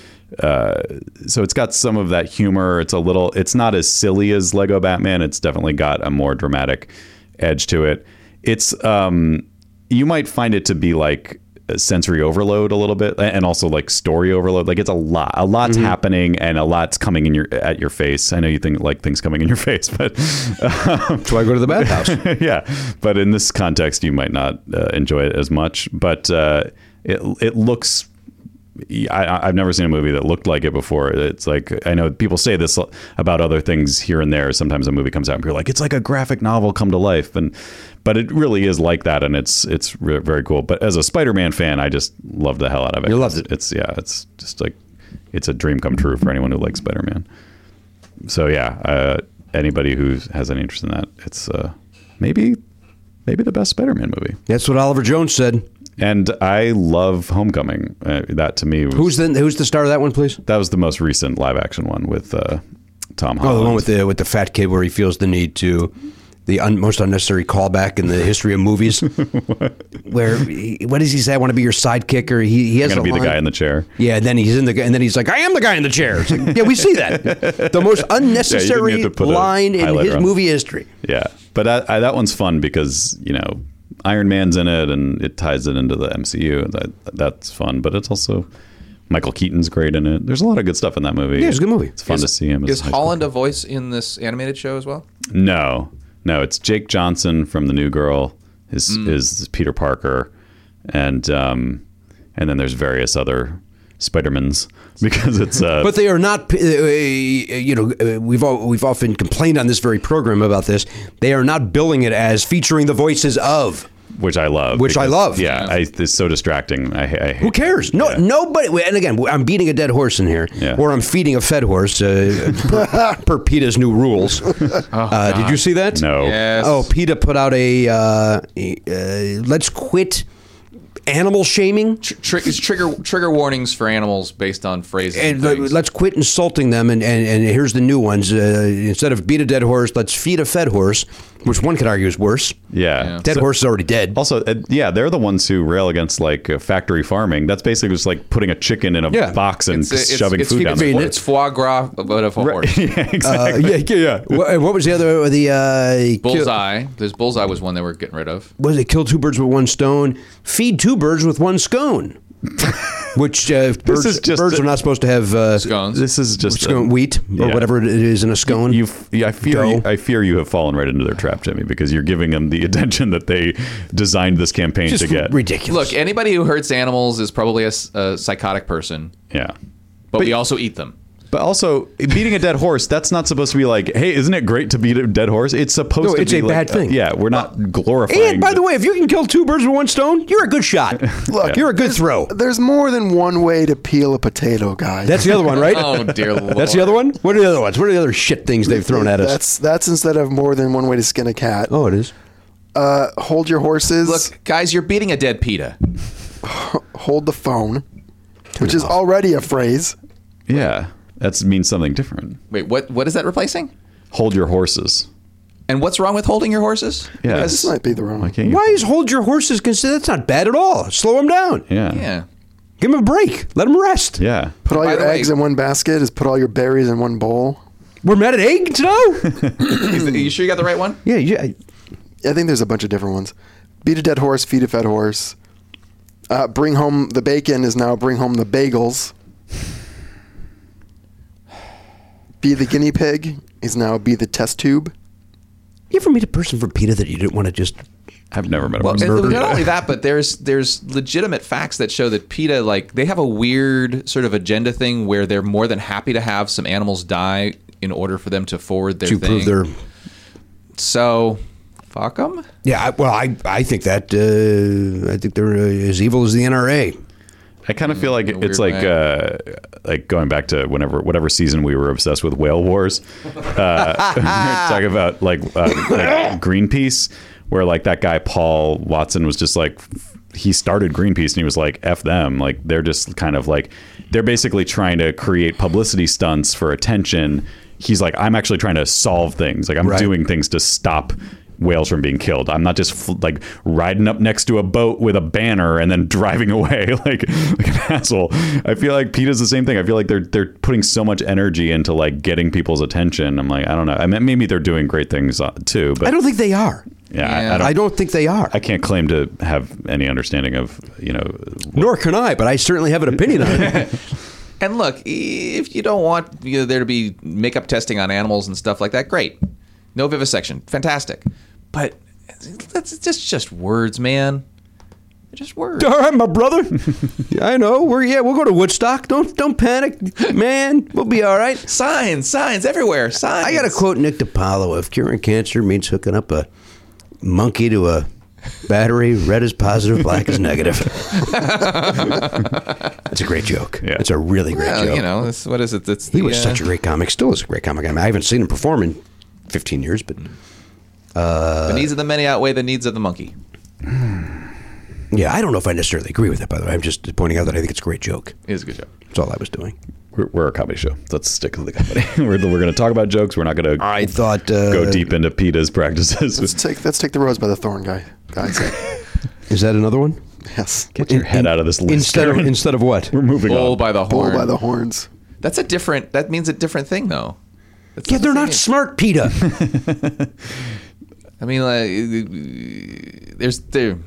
[SPEAKER 1] uh, so it's got some of that humor. It's a little, it's not as silly as Lego Batman. It's definitely got a more dramatic edge to it. It's um, you might find it to be like sensory overload a little bit and also like story overload like it's a lot a lot's
[SPEAKER 2] Mm-hmm.
[SPEAKER 1] happening and a lot's coming in your at your face i know you think like things coming in your [LAUGHS] face but um,
[SPEAKER 2] That's why I go to the bathhouse.
[SPEAKER 1] [LAUGHS] yeah, but in this context, you might not uh, enjoy it as much. But uh, it it looks. I- I, I've never seen a movie that looked like it before. It's like I know people say this about other things here and there. Sometimes a movie comes out and people are like, "It's like a graphic novel come to life," and but it really is like that, and it's it's re- very cool. But as a Spider-Man fan, I just love the hell out of it.
[SPEAKER 2] You loved it.
[SPEAKER 1] It's yeah, it's just like it's a dream come true for anyone who likes Spider-Man so yeah, uh, anybody who has any interest in that, it's uh, maybe maybe the best Spider-Man movie.
[SPEAKER 2] That's what Oliver Jones said.
[SPEAKER 1] And I love Homecoming. Uh, that to me was
[SPEAKER 2] Who's the Who's the star of that one, please?
[SPEAKER 1] that was the most recent live action one with uh, Tom Holland.
[SPEAKER 2] Oh, the one with the with the fat kid where he feels the need to the un, most unnecessary callback in the history of
[SPEAKER 1] [LAUGHS]
[SPEAKER 2] movies. where he, what does he say? I want to be your sidekick, or he, he has
[SPEAKER 1] gonna
[SPEAKER 2] a
[SPEAKER 1] be the
[SPEAKER 2] line-
[SPEAKER 1] guy in the chair.
[SPEAKER 2] Yeah, and then he's in the and then he's like, I am the guy in the chair. It's like, yeah, we see
[SPEAKER 1] [LAUGHS]
[SPEAKER 2] that. The most unnecessary
[SPEAKER 1] to put a
[SPEAKER 2] line in
[SPEAKER 1] highlighter
[SPEAKER 2] his
[SPEAKER 1] on.
[SPEAKER 2] movie history.
[SPEAKER 1] Yeah, but I, I, that one's fun because you know Iron Man's in it, and it ties it into the MCU. That that's fun, but it's also Michael Keaton's great in it. There's a lot of good stuff in that movie.
[SPEAKER 2] Yeah, it's a good movie.
[SPEAKER 1] It's fun to see him. as
[SPEAKER 5] Is
[SPEAKER 1] a high school
[SPEAKER 5] Holland a voice in this animated show as well?
[SPEAKER 1] No, no, it's Jake Johnson from The New Girl. Is is Peter Parker, and um, and then there's various other Spidermans [LAUGHS] because it's uh,
[SPEAKER 2] But they are not, uh, you know, uh, we've all, we've often complained on this very program about this. They are not billing it as featuring the voices of.
[SPEAKER 1] which I love.
[SPEAKER 2] Which I love.
[SPEAKER 1] Yeah, I, it's so distracting. I, I
[SPEAKER 2] Who cares? No, nobody. And again, I'm beating a dead horse in here,
[SPEAKER 1] Yeah.
[SPEAKER 2] or I'm feeding a fed horse [LAUGHS] uh, per, per PETA's new rules. uh, did you see that?
[SPEAKER 1] No.
[SPEAKER 5] Yes.
[SPEAKER 2] Oh, PETA put out a uh, a, uh, let's quit animal shaming
[SPEAKER 5] Tri- it's trigger trigger warnings for animals based on phrases.
[SPEAKER 2] and
[SPEAKER 5] And
[SPEAKER 2] le-
[SPEAKER 5] things.
[SPEAKER 2] let's quit insulting them. And, and, and here's the new ones. Uh, instead of beat a dead horse, let's feed a fed horse, which one could argue is worse.
[SPEAKER 1] Yeah.
[SPEAKER 5] Yeah.
[SPEAKER 2] Dead horse is already dead.
[SPEAKER 1] Also, uh, yeah, they're the ones who rail against like uh, factory farming. That's basically just like putting a chicken in a
[SPEAKER 2] Yeah.
[SPEAKER 1] box and
[SPEAKER 5] It's- uh, it's-
[SPEAKER 1] shoving
[SPEAKER 5] it's-
[SPEAKER 1] food
[SPEAKER 5] it's,
[SPEAKER 1] down their
[SPEAKER 5] It's foie gras, but of a [LAUGHS]
[SPEAKER 1] [LAUGHS]
[SPEAKER 5] horse.
[SPEAKER 1] yeah,
[SPEAKER 2] Uh,
[SPEAKER 1] exactly.
[SPEAKER 2] yeah, yeah, yeah. What, what was the other? The uh,
[SPEAKER 5] Bullseye. This bullseye was one they were getting rid of.
[SPEAKER 2] was it kill two birds with one stone? Feed two birds with one
[SPEAKER 1] [LAUGHS]
[SPEAKER 2] scone. Which uh, birds,
[SPEAKER 1] is just
[SPEAKER 2] birds
[SPEAKER 1] a-
[SPEAKER 2] are not supposed to have uh,
[SPEAKER 5] Scones.
[SPEAKER 1] This is just a-
[SPEAKER 2] scone wheat or
[SPEAKER 1] Yeah.
[SPEAKER 2] whatever it is in a scone.
[SPEAKER 1] You, f- yeah, I fear,
[SPEAKER 2] Dough.
[SPEAKER 1] you, I fear you have fallen right into their trap, Jimmy, because you're giving them the [LAUGHS] attention that they designed this campaign
[SPEAKER 2] just
[SPEAKER 1] to get.
[SPEAKER 2] ridiculous.
[SPEAKER 5] Look, anybody who hurts animals is probably a, s- a psychotic person,
[SPEAKER 1] Yeah,
[SPEAKER 5] but we also eat them.
[SPEAKER 1] but also beating a dead horse—that's not supposed to be like, hey, isn't it great to beat a dead horse? It's supposed
[SPEAKER 2] No,
[SPEAKER 1] to
[SPEAKER 2] it's
[SPEAKER 1] be
[SPEAKER 2] a
[SPEAKER 1] like, uh,
[SPEAKER 2] bad thing. Uh,
[SPEAKER 1] yeah, we're not glorifying.
[SPEAKER 2] and by the way, if you can kill two birds with one stone, you're a good
[SPEAKER 1] [LAUGHS]
[SPEAKER 2] shot. Look, you're a good throw.
[SPEAKER 6] There's more than one way to peel a potato, guys.
[SPEAKER 2] That's the other one, right?
[SPEAKER 5] [LAUGHS] Oh dear
[SPEAKER 2] [LAUGHS]
[SPEAKER 5] lord.
[SPEAKER 2] That's the other one. What are the other ones? What are the other shit things they've thrown at us?
[SPEAKER 6] That's that's instead of more than one way to skin a cat.
[SPEAKER 2] oh, it is.
[SPEAKER 6] Uh, hold your horses.
[SPEAKER 5] Look, guys, you're beating a dead PETA.
[SPEAKER 6] Hold the phone, which is already a phrase.
[SPEAKER 1] yeah, that means something different.
[SPEAKER 5] Wait, what? What is that replacing?
[SPEAKER 1] Hold your horses.
[SPEAKER 5] And what's wrong with holding your horses?
[SPEAKER 1] Yeah,
[SPEAKER 6] This might be the wrong.
[SPEAKER 1] Why
[SPEAKER 6] one.
[SPEAKER 1] can't you-
[SPEAKER 2] Why is hold your horses considered? That's not bad at all. Slow them down.
[SPEAKER 1] Yeah,
[SPEAKER 5] Yeah.
[SPEAKER 2] Give them a break. Let them rest.
[SPEAKER 1] yeah.
[SPEAKER 6] Put all
[SPEAKER 5] By
[SPEAKER 6] your
[SPEAKER 5] the way-
[SPEAKER 6] eggs in one basket is put all your berries in one bowl.
[SPEAKER 2] We're mad at eggs
[SPEAKER 1] [LAUGHS]
[SPEAKER 2] now.
[SPEAKER 5] Is it- you sure you got the right one?
[SPEAKER 2] yeah, yeah.
[SPEAKER 6] I think there's a bunch of different ones. Beat a dead horse, feed a fed horse. Uh, bring home the bacon is now bring home the bagels. Be the guinea pig is now be the test tube.
[SPEAKER 2] You ever meet a person from PETA that you didn't want to just
[SPEAKER 1] I've never met a
[SPEAKER 5] Well,
[SPEAKER 1] person.
[SPEAKER 5] and not only that, but there's there's legitimate facts that show that PETA like they have a weird sort of agenda thing where they're more than happy to have some animals die in order for them to forward their
[SPEAKER 2] to
[SPEAKER 5] thing.
[SPEAKER 2] prove their.
[SPEAKER 5] so fuck them.
[SPEAKER 2] Yeah, I, well, I I think that uh, I think they're uh, as evil as the NRA.
[SPEAKER 1] I kind of feel like
[SPEAKER 5] a
[SPEAKER 1] it's
[SPEAKER 5] weird
[SPEAKER 1] like uh, like going back to whenever whatever season we were obsessed with whale
[SPEAKER 5] [LAUGHS]
[SPEAKER 1] wars. Uh, [LAUGHS] we were talking about like, uh, like Greenpeace, where like that guy Paul Watson was just like he started Greenpeace and he was like f them, like they're just kind of like they're basically trying to create publicity stunts for attention. He's like I'm actually trying to solve things, like I'm
[SPEAKER 2] Right.
[SPEAKER 1] doing things to stop whales from being killed. I'm not just fl- like riding up next to a boat with a banner and then [LAUGHS] driving away like like an asshole. I feel like PETA's the same thing. I feel like they're they're putting so much energy into like getting people's attention. I'm like, I don't know. I mean, maybe they're doing great things uh, too, but
[SPEAKER 2] I don't think they are.
[SPEAKER 1] yeah, I-
[SPEAKER 5] Yeah.
[SPEAKER 1] I, don't,
[SPEAKER 2] I
[SPEAKER 1] I
[SPEAKER 2] don't think they are.
[SPEAKER 1] can't claim to have any understanding of you know.
[SPEAKER 2] Nor can I, but I certainly have an opinion on it.
[SPEAKER 5] [LAUGHS] And look, if you don't want you know, there to be makeup testing on animals and stuff like that, great. No vivisection, fantastic. But that's just just words, man. They're just words.
[SPEAKER 2] All right, my brother. I know. We're yeah, we'll go to Woodstock. Don't don't panic, man. We'll be all right.
[SPEAKER 5] Signs, signs everywhere. Signs.
[SPEAKER 2] I got to quote Nick DiPaolo. If curing cancer means hooking up a monkey to a battery, red is positive, black is
[SPEAKER 5] [LAUGHS]
[SPEAKER 2] negative. That's a great joke.
[SPEAKER 1] Yeah.
[SPEAKER 2] It's a really great
[SPEAKER 5] Well,
[SPEAKER 2] joke.
[SPEAKER 5] you know, it's, what is it? It's
[SPEAKER 2] he
[SPEAKER 5] the,
[SPEAKER 2] was
[SPEAKER 5] uh,
[SPEAKER 2] such a great comic. Still is a great comic. I, mean, I haven't seen him perform in 15 years, but
[SPEAKER 1] Mm.
[SPEAKER 5] the needs of the many outweigh the needs of the monkey.
[SPEAKER 2] yeah, I don't know if I necessarily agree with it. By the way, I'm just pointing out that I think it's a great joke.
[SPEAKER 5] It is a good job.
[SPEAKER 2] That's all I was doing.
[SPEAKER 1] [LAUGHS] We're, we're a comedy show. Let's stick to the comedy. [LAUGHS] we're we're going to talk about jokes. We're not going to
[SPEAKER 2] I thought uh,
[SPEAKER 1] go deep into PETA's practices.
[SPEAKER 6] Let's take let's take the rose by the thorn, guy.
[SPEAKER 1] [LAUGHS]
[SPEAKER 6] Guys,
[SPEAKER 2] Is that another one?
[SPEAKER 6] yes.
[SPEAKER 1] Get your head out of this list.
[SPEAKER 2] Instead of
[SPEAKER 1] Karen.
[SPEAKER 2] instead of what?
[SPEAKER 1] [LAUGHS] we're moving
[SPEAKER 5] Bull
[SPEAKER 1] on.
[SPEAKER 5] by the
[SPEAKER 6] Bull
[SPEAKER 5] horn.
[SPEAKER 6] by the horns.
[SPEAKER 5] That's a different. That means a different thing, though. That's
[SPEAKER 2] Yeah,
[SPEAKER 5] the
[SPEAKER 2] they're
[SPEAKER 5] same
[SPEAKER 2] not
[SPEAKER 1] [LAUGHS]
[SPEAKER 5] thing.
[SPEAKER 2] smart, PETA.
[SPEAKER 5] I mean, like, there's there.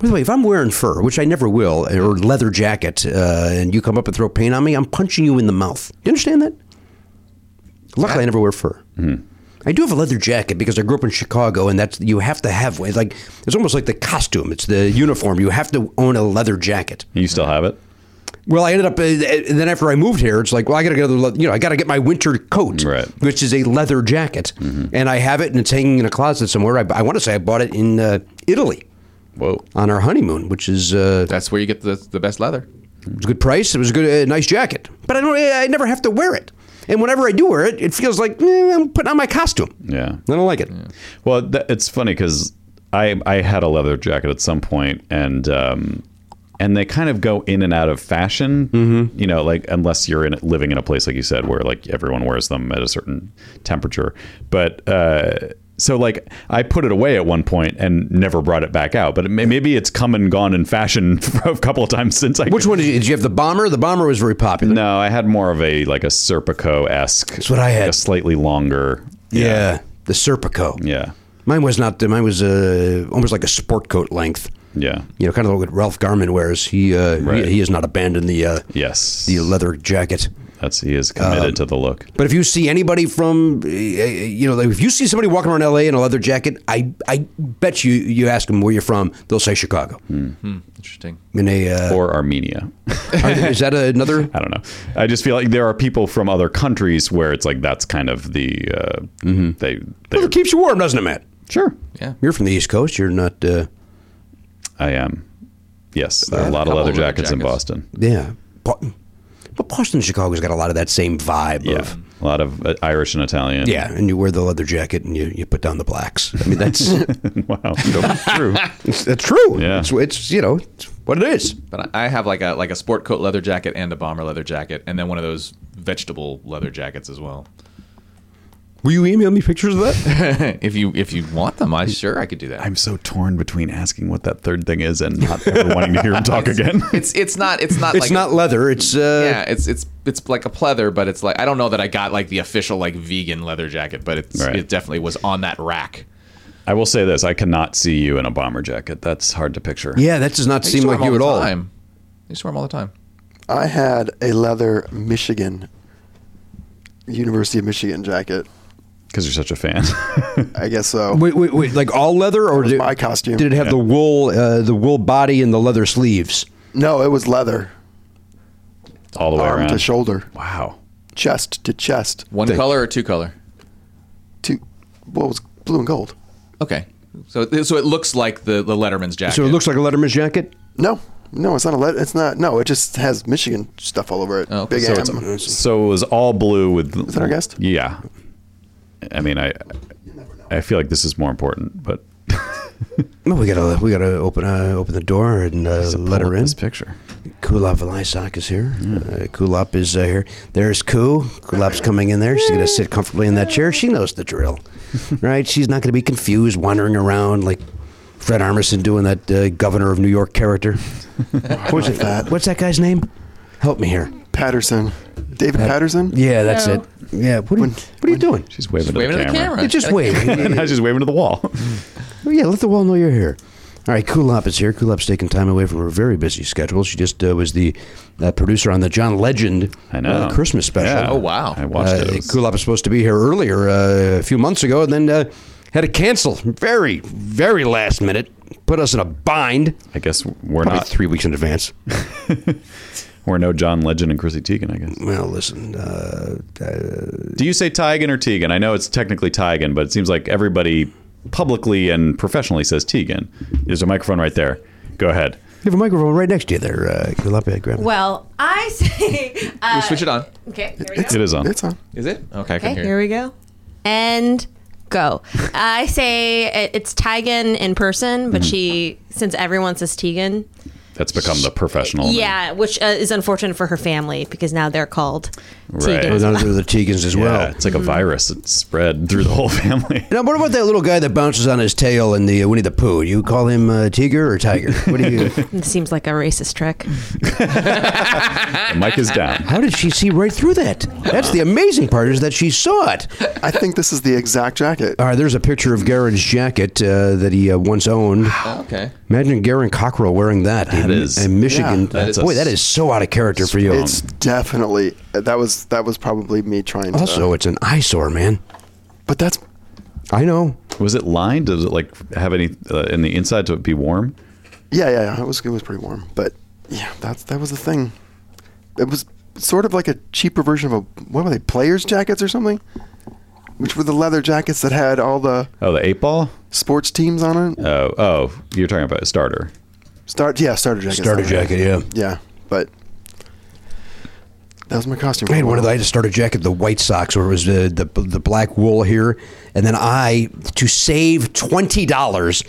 [SPEAKER 2] By the way, if I'm wearing fur, which I never will, or leather jacket, uh, and you come up and throw paint on me, I'm punching you in the mouth. You understand that? Luckily, I never wear fur. I do have a leather jacket because I grew up in Chicago, and that's you have to have. It's like it's almost like the costume. It's the uniform. You have to own a leather jacket.
[SPEAKER 1] You still have it?
[SPEAKER 2] Well, I ended up, uh, and then after I moved here, it's like, well, I got to get another, le- you know, I got to get my winter coat,
[SPEAKER 1] Right.
[SPEAKER 2] which is a leather jacket, and I have it, and it's hanging in a closet somewhere. I, I want to say I bought it in uh, Italy
[SPEAKER 1] Whoa.
[SPEAKER 2] on our honeymoon, which is uh,
[SPEAKER 5] That's where you get the the best leather.
[SPEAKER 2] it was a good price. It was a good, uh, nice jacket, but I don't, I never have to wear it, and whenever I do wear it, it feels like eh, I'm putting on my costume.
[SPEAKER 1] Yeah.
[SPEAKER 2] I don't like it.
[SPEAKER 1] Well, that, it's funny because I I had a leather jacket at some point, and um, and they kind of go in and out of fashion. Mm-hmm. You know, like unless you're in living in a place like you said where like everyone wears them at a certain temperature. But uh, so like I put it away at one point and never brought it back out. But it may, maybe it's come and gone in fashion [LAUGHS] a couple of times since I.
[SPEAKER 2] Which one did you, did you have? The bomber. The bomber was very popular.
[SPEAKER 1] No, I had more of a like a Serpico esque. That's
[SPEAKER 2] what I had.
[SPEAKER 1] a slightly longer.
[SPEAKER 2] Yeah. the Serpico.
[SPEAKER 1] Yeah.
[SPEAKER 2] mine was not. Mine was uh, almost like a sport coat length.
[SPEAKER 1] Yeah.
[SPEAKER 2] you know, kind of like what Ralph Garman wears. He uh,
[SPEAKER 1] Right.
[SPEAKER 2] he, he has not abandoned the uh,
[SPEAKER 1] Yes.
[SPEAKER 2] the leather jacket.
[SPEAKER 1] That's he is committed to the look.
[SPEAKER 2] But if you see anybody from, uh, you know, like if you see somebody walking around L.A. in a leather jacket, I I bet you you ask them where you're from, they'll say Chicago.
[SPEAKER 5] Interesting.
[SPEAKER 2] In a uh,
[SPEAKER 1] Or Armenia. [LAUGHS]
[SPEAKER 2] are there- [LAUGHS] is that another?
[SPEAKER 1] I don't know. I just feel like there are people from other countries where it's like that's kind of the uh, they
[SPEAKER 2] Well,
[SPEAKER 1] they
[SPEAKER 2] it keeps you warm, doesn't it, Matt?
[SPEAKER 1] sure.
[SPEAKER 5] Yeah.
[SPEAKER 2] You're from the East Coast. You're not. Uh,
[SPEAKER 1] I am. Yes, there are a lot
[SPEAKER 5] couple
[SPEAKER 1] of leather
[SPEAKER 5] of leather
[SPEAKER 1] jackets, in
[SPEAKER 5] jackets.
[SPEAKER 1] Boston.
[SPEAKER 2] yeah, but, but Boston, Chicago's got a lot of that same vibe
[SPEAKER 1] Yeah,
[SPEAKER 2] of.
[SPEAKER 1] a lot of uh, Irish and Italian.
[SPEAKER 2] Yeah, and you wear the leather jacket and you, you put down the blacks. I mean, [LAUGHS] that's
[SPEAKER 1] [LAUGHS] wow, true.
[SPEAKER 2] that's true.
[SPEAKER 1] Yeah.
[SPEAKER 2] It's, it's, you know, it's what it is.
[SPEAKER 5] But I I have like a like a sport coat leather jacket and a bomber leather jacket, and then one of those vegetable leather jackets as well. [LAUGHS]
[SPEAKER 2] Will you email me pictures of [LAUGHS] that?
[SPEAKER 5] if you if you want them, I sure I could do that.
[SPEAKER 1] [LAUGHS] I'm so torn between asking what that third thing is and not ever wanting to hear him talk again.
[SPEAKER 5] it's it's not it's not
[SPEAKER 2] it's
[SPEAKER 5] like
[SPEAKER 2] not leather. It's uh,
[SPEAKER 5] yeah it's it's it's like a pleather, but it's like I don't know that I got like the official like vegan leather jacket, but it's
[SPEAKER 1] Right.
[SPEAKER 5] it definitely was on that rack.
[SPEAKER 1] [LAUGHS] I will say this: I cannot see you in a bomber jacket. That's hard to picture.
[SPEAKER 2] yeah. That does not
[SPEAKER 5] I
[SPEAKER 2] seem
[SPEAKER 5] used to wear
[SPEAKER 2] like
[SPEAKER 5] them
[SPEAKER 2] you at
[SPEAKER 5] the
[SPEAKER 2] all.
[SPEAKER 5] Time. I used to wear them all the time.
[SPEAKER 6] I had a leather Michigan University of Michigan jacket
[SPEAKER 1] because you're such a fan. [LAUGHS]
[SPEAKER 6] I guess so.
[SPEAKER 2] Wait, wait, wait, like all leather, or did,
[SPEAKER 6] my costume.
[SPEAKER 2] Did it have the wool, uh, the wool body, and the leather sleeves?
[SPEAKER 6] No, it was leather,
[SPEAKER 1] All the way
[SPEAKER 6] arm
[SPEAKER 1] around.
[SPEAKER 6] to shoulder,
[SPEAKER 1] Wow.
[SPEAKER 6] chest to chest.
[SPEAKER 5] One color or two color?
[SPEAKER 6] Two, well, it was blue and gold.
[SPEAKER 5] Okay. So so it looks like the, the Letterman's jacket.
[SPEAKER 2] So it looks like a Letterman's jacket.
[SPEAKER 6] No, no, it's not a let. It's not. No, it just has Michigan stuff all over it.
[SPEAKER 5] okay.
[SPEAKER 6] Big
[SPEAKER 5] So
[SPEAKER 6] M.
[SPEAKER 1] So it was all blue with. Is
[SPEAKER 6] that our guest?
[SPEAKER 1] Yeah. I mean, I I feel like this is more important, but
[SPEAKER 2] Well, we gotta we gotta open uh, open the door and uh,
[SPEAKER 1] [LAUGHS]
[SPEAKER 2] let her in.
[SPEAKER 1] this picture.
[SPEAKER 2] Kulop Velisak is here. Uh, Kulop is uh, here. There's Ku. Kulop's coming in there. She's going to sit comfortably in that chair. She knows the drill, [LAUGHS] right? She's not going to be confused wandering around like Fred Armisen doing that uh, governor of New York [LAUGHS] character. what's, it, what's that guy's name? Help me here.
[SPEAKER 6] Patterson, David Patterson.
[SPEAKER 2] Yeah, that's
[SPEAKER 7] No.
[SPEAKER 2] it. Yeah, what are, you, what are you doing?
[SPEAKER 1] She's waving,
[SPEAKER 5] waving
[SPEAKER 1] to the camera. [LAUGHS]
[SPEAKER 2] You're just [LAUGHS] waving.
[SPEAKER 1] now she's waving to the wall. [LAUGHS]
[SPEAKER 2] Well, Oh, yeah, let the world know you're here. All right, Kulop is here. Kulop's taking time away from her very busy schedule. She just uh, was the uh, producer on the John Legend
[SPEAKER 1] I know.
[SPEAKER 2] Uh, Christmas special.
[SPEAKER 1] Yeah.
[SPEAKER 5] Oh, wow.
[SPEAKER 1] I watched it.
[SPEAKER 2] Uh,
[SPEAKER 1] it. was-
[SPEAKER 2] Kulop was supposed to be here earlier uh, a few months ago, and then uh, had to cancel very, very last minute. Put us in a bind.
[SPEAKER 1] I guess we're
[SPEAKER 2] Probably
[SPEAKER 1] not.
[SPEAKER 2] three weeks in advance.
[SPEAKER 1] We're no John Legend and Chrissy Teigen, I guess.
[SPEAKER 2] well, listen, uh,
[SPEAKER 1] Do you say Teigen or Teigen? I know it's technically Teigen, but it seems like everybody publicly and professionally says Teigen. There's a microphone right there. Go ahead.
[SPEAKER 2] you have a microphone right next to you there, uh, Kulop. Yeah, grab it.
[SPEAKER 7] Well, I [LAUGHS] say. Uh,
[SPEAKER 5] We switch it on.
[SPEAKER 7] Okay, here we go.
[SPEAKER 6] It's-
[SPEAKER 1] It is on.
[SPEAKER 6] It's on.
[SPEAKER 5] Is it? Okay, I can
[SPEAKER 7] Okay,
[SPEAKER 5] hear.
[SPEAKER 7] here we go. And go. I say it, it's Tigan in person, but she, since everyone says Tegan,
[SPEAKER 1] That's become the professional. name.
[SPEAKER 7] yeah, which uh, is unfortunate for her family because now they're called
[SPEAKER 1] Right.
[SPEAKER 7] Tegan.
[SPEAKER 2] And those are the Tegans as
[SPEAKER 1] Yeah,
[SPEAKER 2] well. mm-hmm.
[SPEAKER 1] it's like a virus. It's spread through the whole [LAUGHS] family.
[SPEAKER 2] Now, what about that little guy that bounces on his tail in the uh, Winnie the Pooh? You call him uh, Tiger or Tiger? What do you?
[SPEAKER 7] It seems like a racist trick.
[SPEAKER 1] The mic
[SPEAKER 2] [LAUGHS]
[SPEAKER 1] is down.
[SPEAKER 2] How did she see right through that? That's the amazing part is that she saw it.
[SPEAKER 6] I think this is the exact jacket.
[SPEAKER 2] All right, there's a picture of Garen's jacket uh, that he uh, once owned.
[SPEAKER 5] Oh, okay.
[SPEAKER 2] Imagine Garen Cockrell wearing that. That
[SPEAKER 1] is-
[SPEAKER 2] in Michigan.
[SPEAKER 6] Yeah,
[SPEAKER 1] that is a
[SPEAKER 2] boy, that is so out of character for you.
[SPEAKER 6] It's definitely that was that was probably me trying to.
[SPEAKER 2] also, it's an eyesore, man.
[SPEAKER 6] but that's
[SPEAKER 2] I know.
[SPEAKER 1] Was it lined? Does it like have any uh, in the inside to be warm?
[SPEAKER 6] yeah, yeah, yeah. It was it was pretty warm, but yeah, that's that was the thing. It was sort of like a cheaper version of a what were they players jackets or something, which were the leather jackets that had all the
[SPEAKER 1] Oh, the eight ball.
[SPEAKER 6] sports teams on it.
[SPEAKER 1] Oh, oh, you're talking about a starter.
[SPEAKER 6] Start yeah, starter jacket.
[SPEAKER 2] Starter jacket, yeah.
[SPEAKER 6] Yeah, but that was my costume.
[SPEAKER 2] I had one of the, I had to start a jacket, the White Sox, where it was the, the the black wool here, and then I, to save twenty dollars,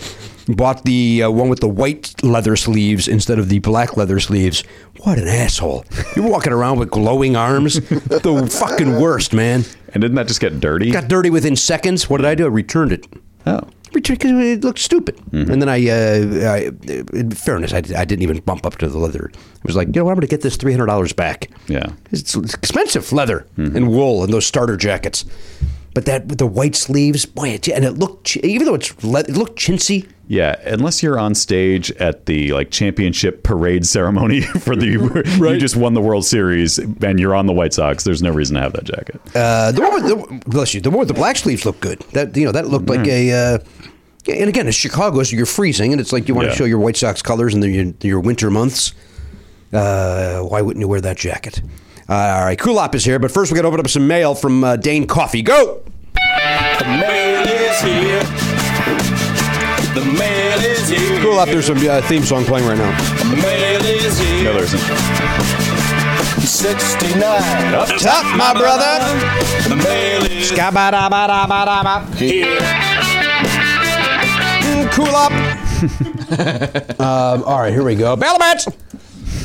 [SPEAKER 2] bought the uh, one with the white leather sleeves instead of the black leather sleeves. What an asshole! You're walking around with glowing arms, [LAUGHS] the fucking worst, man.
[SPEAKER 1] And didn't that just get dirty?
[SPEAKER 2] Got dirty within seconds. What did I do? I returned it.
[SPEAKER 1] oh,
[SPEAKER 2] Returned because it looked stupid. And then I, uh, I, in fairness, I, I didn't even bump up to the leather. I was like, you know what? I'm going to get this three hundred dollars back.
[SPEAKER 1] yeah.
[SPEAKER 2] It's it's expensive leather and wool and those starter jackets. But that with the white sleeves, boy, it, and it looked chi- even though it's le- it looked chintzy.
[SPEAKER 1] Yeah, unless you're on stage at the like championship parade ceremony [LAUGHS] for
[SPEAKER 2] [LAUGHS]
[SPEAKER 1] the you just won the World Series and you're on the White Sox, there's no reason to have that jacket.
[SPEAKER 2] Uh, the one with the, bless you, the one with the black sleeves looked good. That you know that looked like a. Uh, yeah, and again, it's Chicago, so you're freezing, and it's like you want
[SPEAKER 1] Yeah.
[SPEAKER 2] to show your White Sox colors in the, your, your winter months. Uh, why wouldn't you wear that jacket? Uh, all right, Kulop is here, but first we got to open up some mail from uh, Dane Coffee. Go.
[SPEAKER 3] The mail is here. The mail is here.
[SPEAKER 2] Kulop, there's some uh, theme song playing right now.
[SPEAKER 3] The mail is here.
[SPEAKER 1] No, there isn't.
[SPEAKER 3] 69.
[SPEAKER 1] Up
[SPEAKER 2] top, my brother.
[SPEAKER 3] The mail is here.
[SPEAKER 2] Cool up. [LAUGHS] um, all right, here we go. Battle match.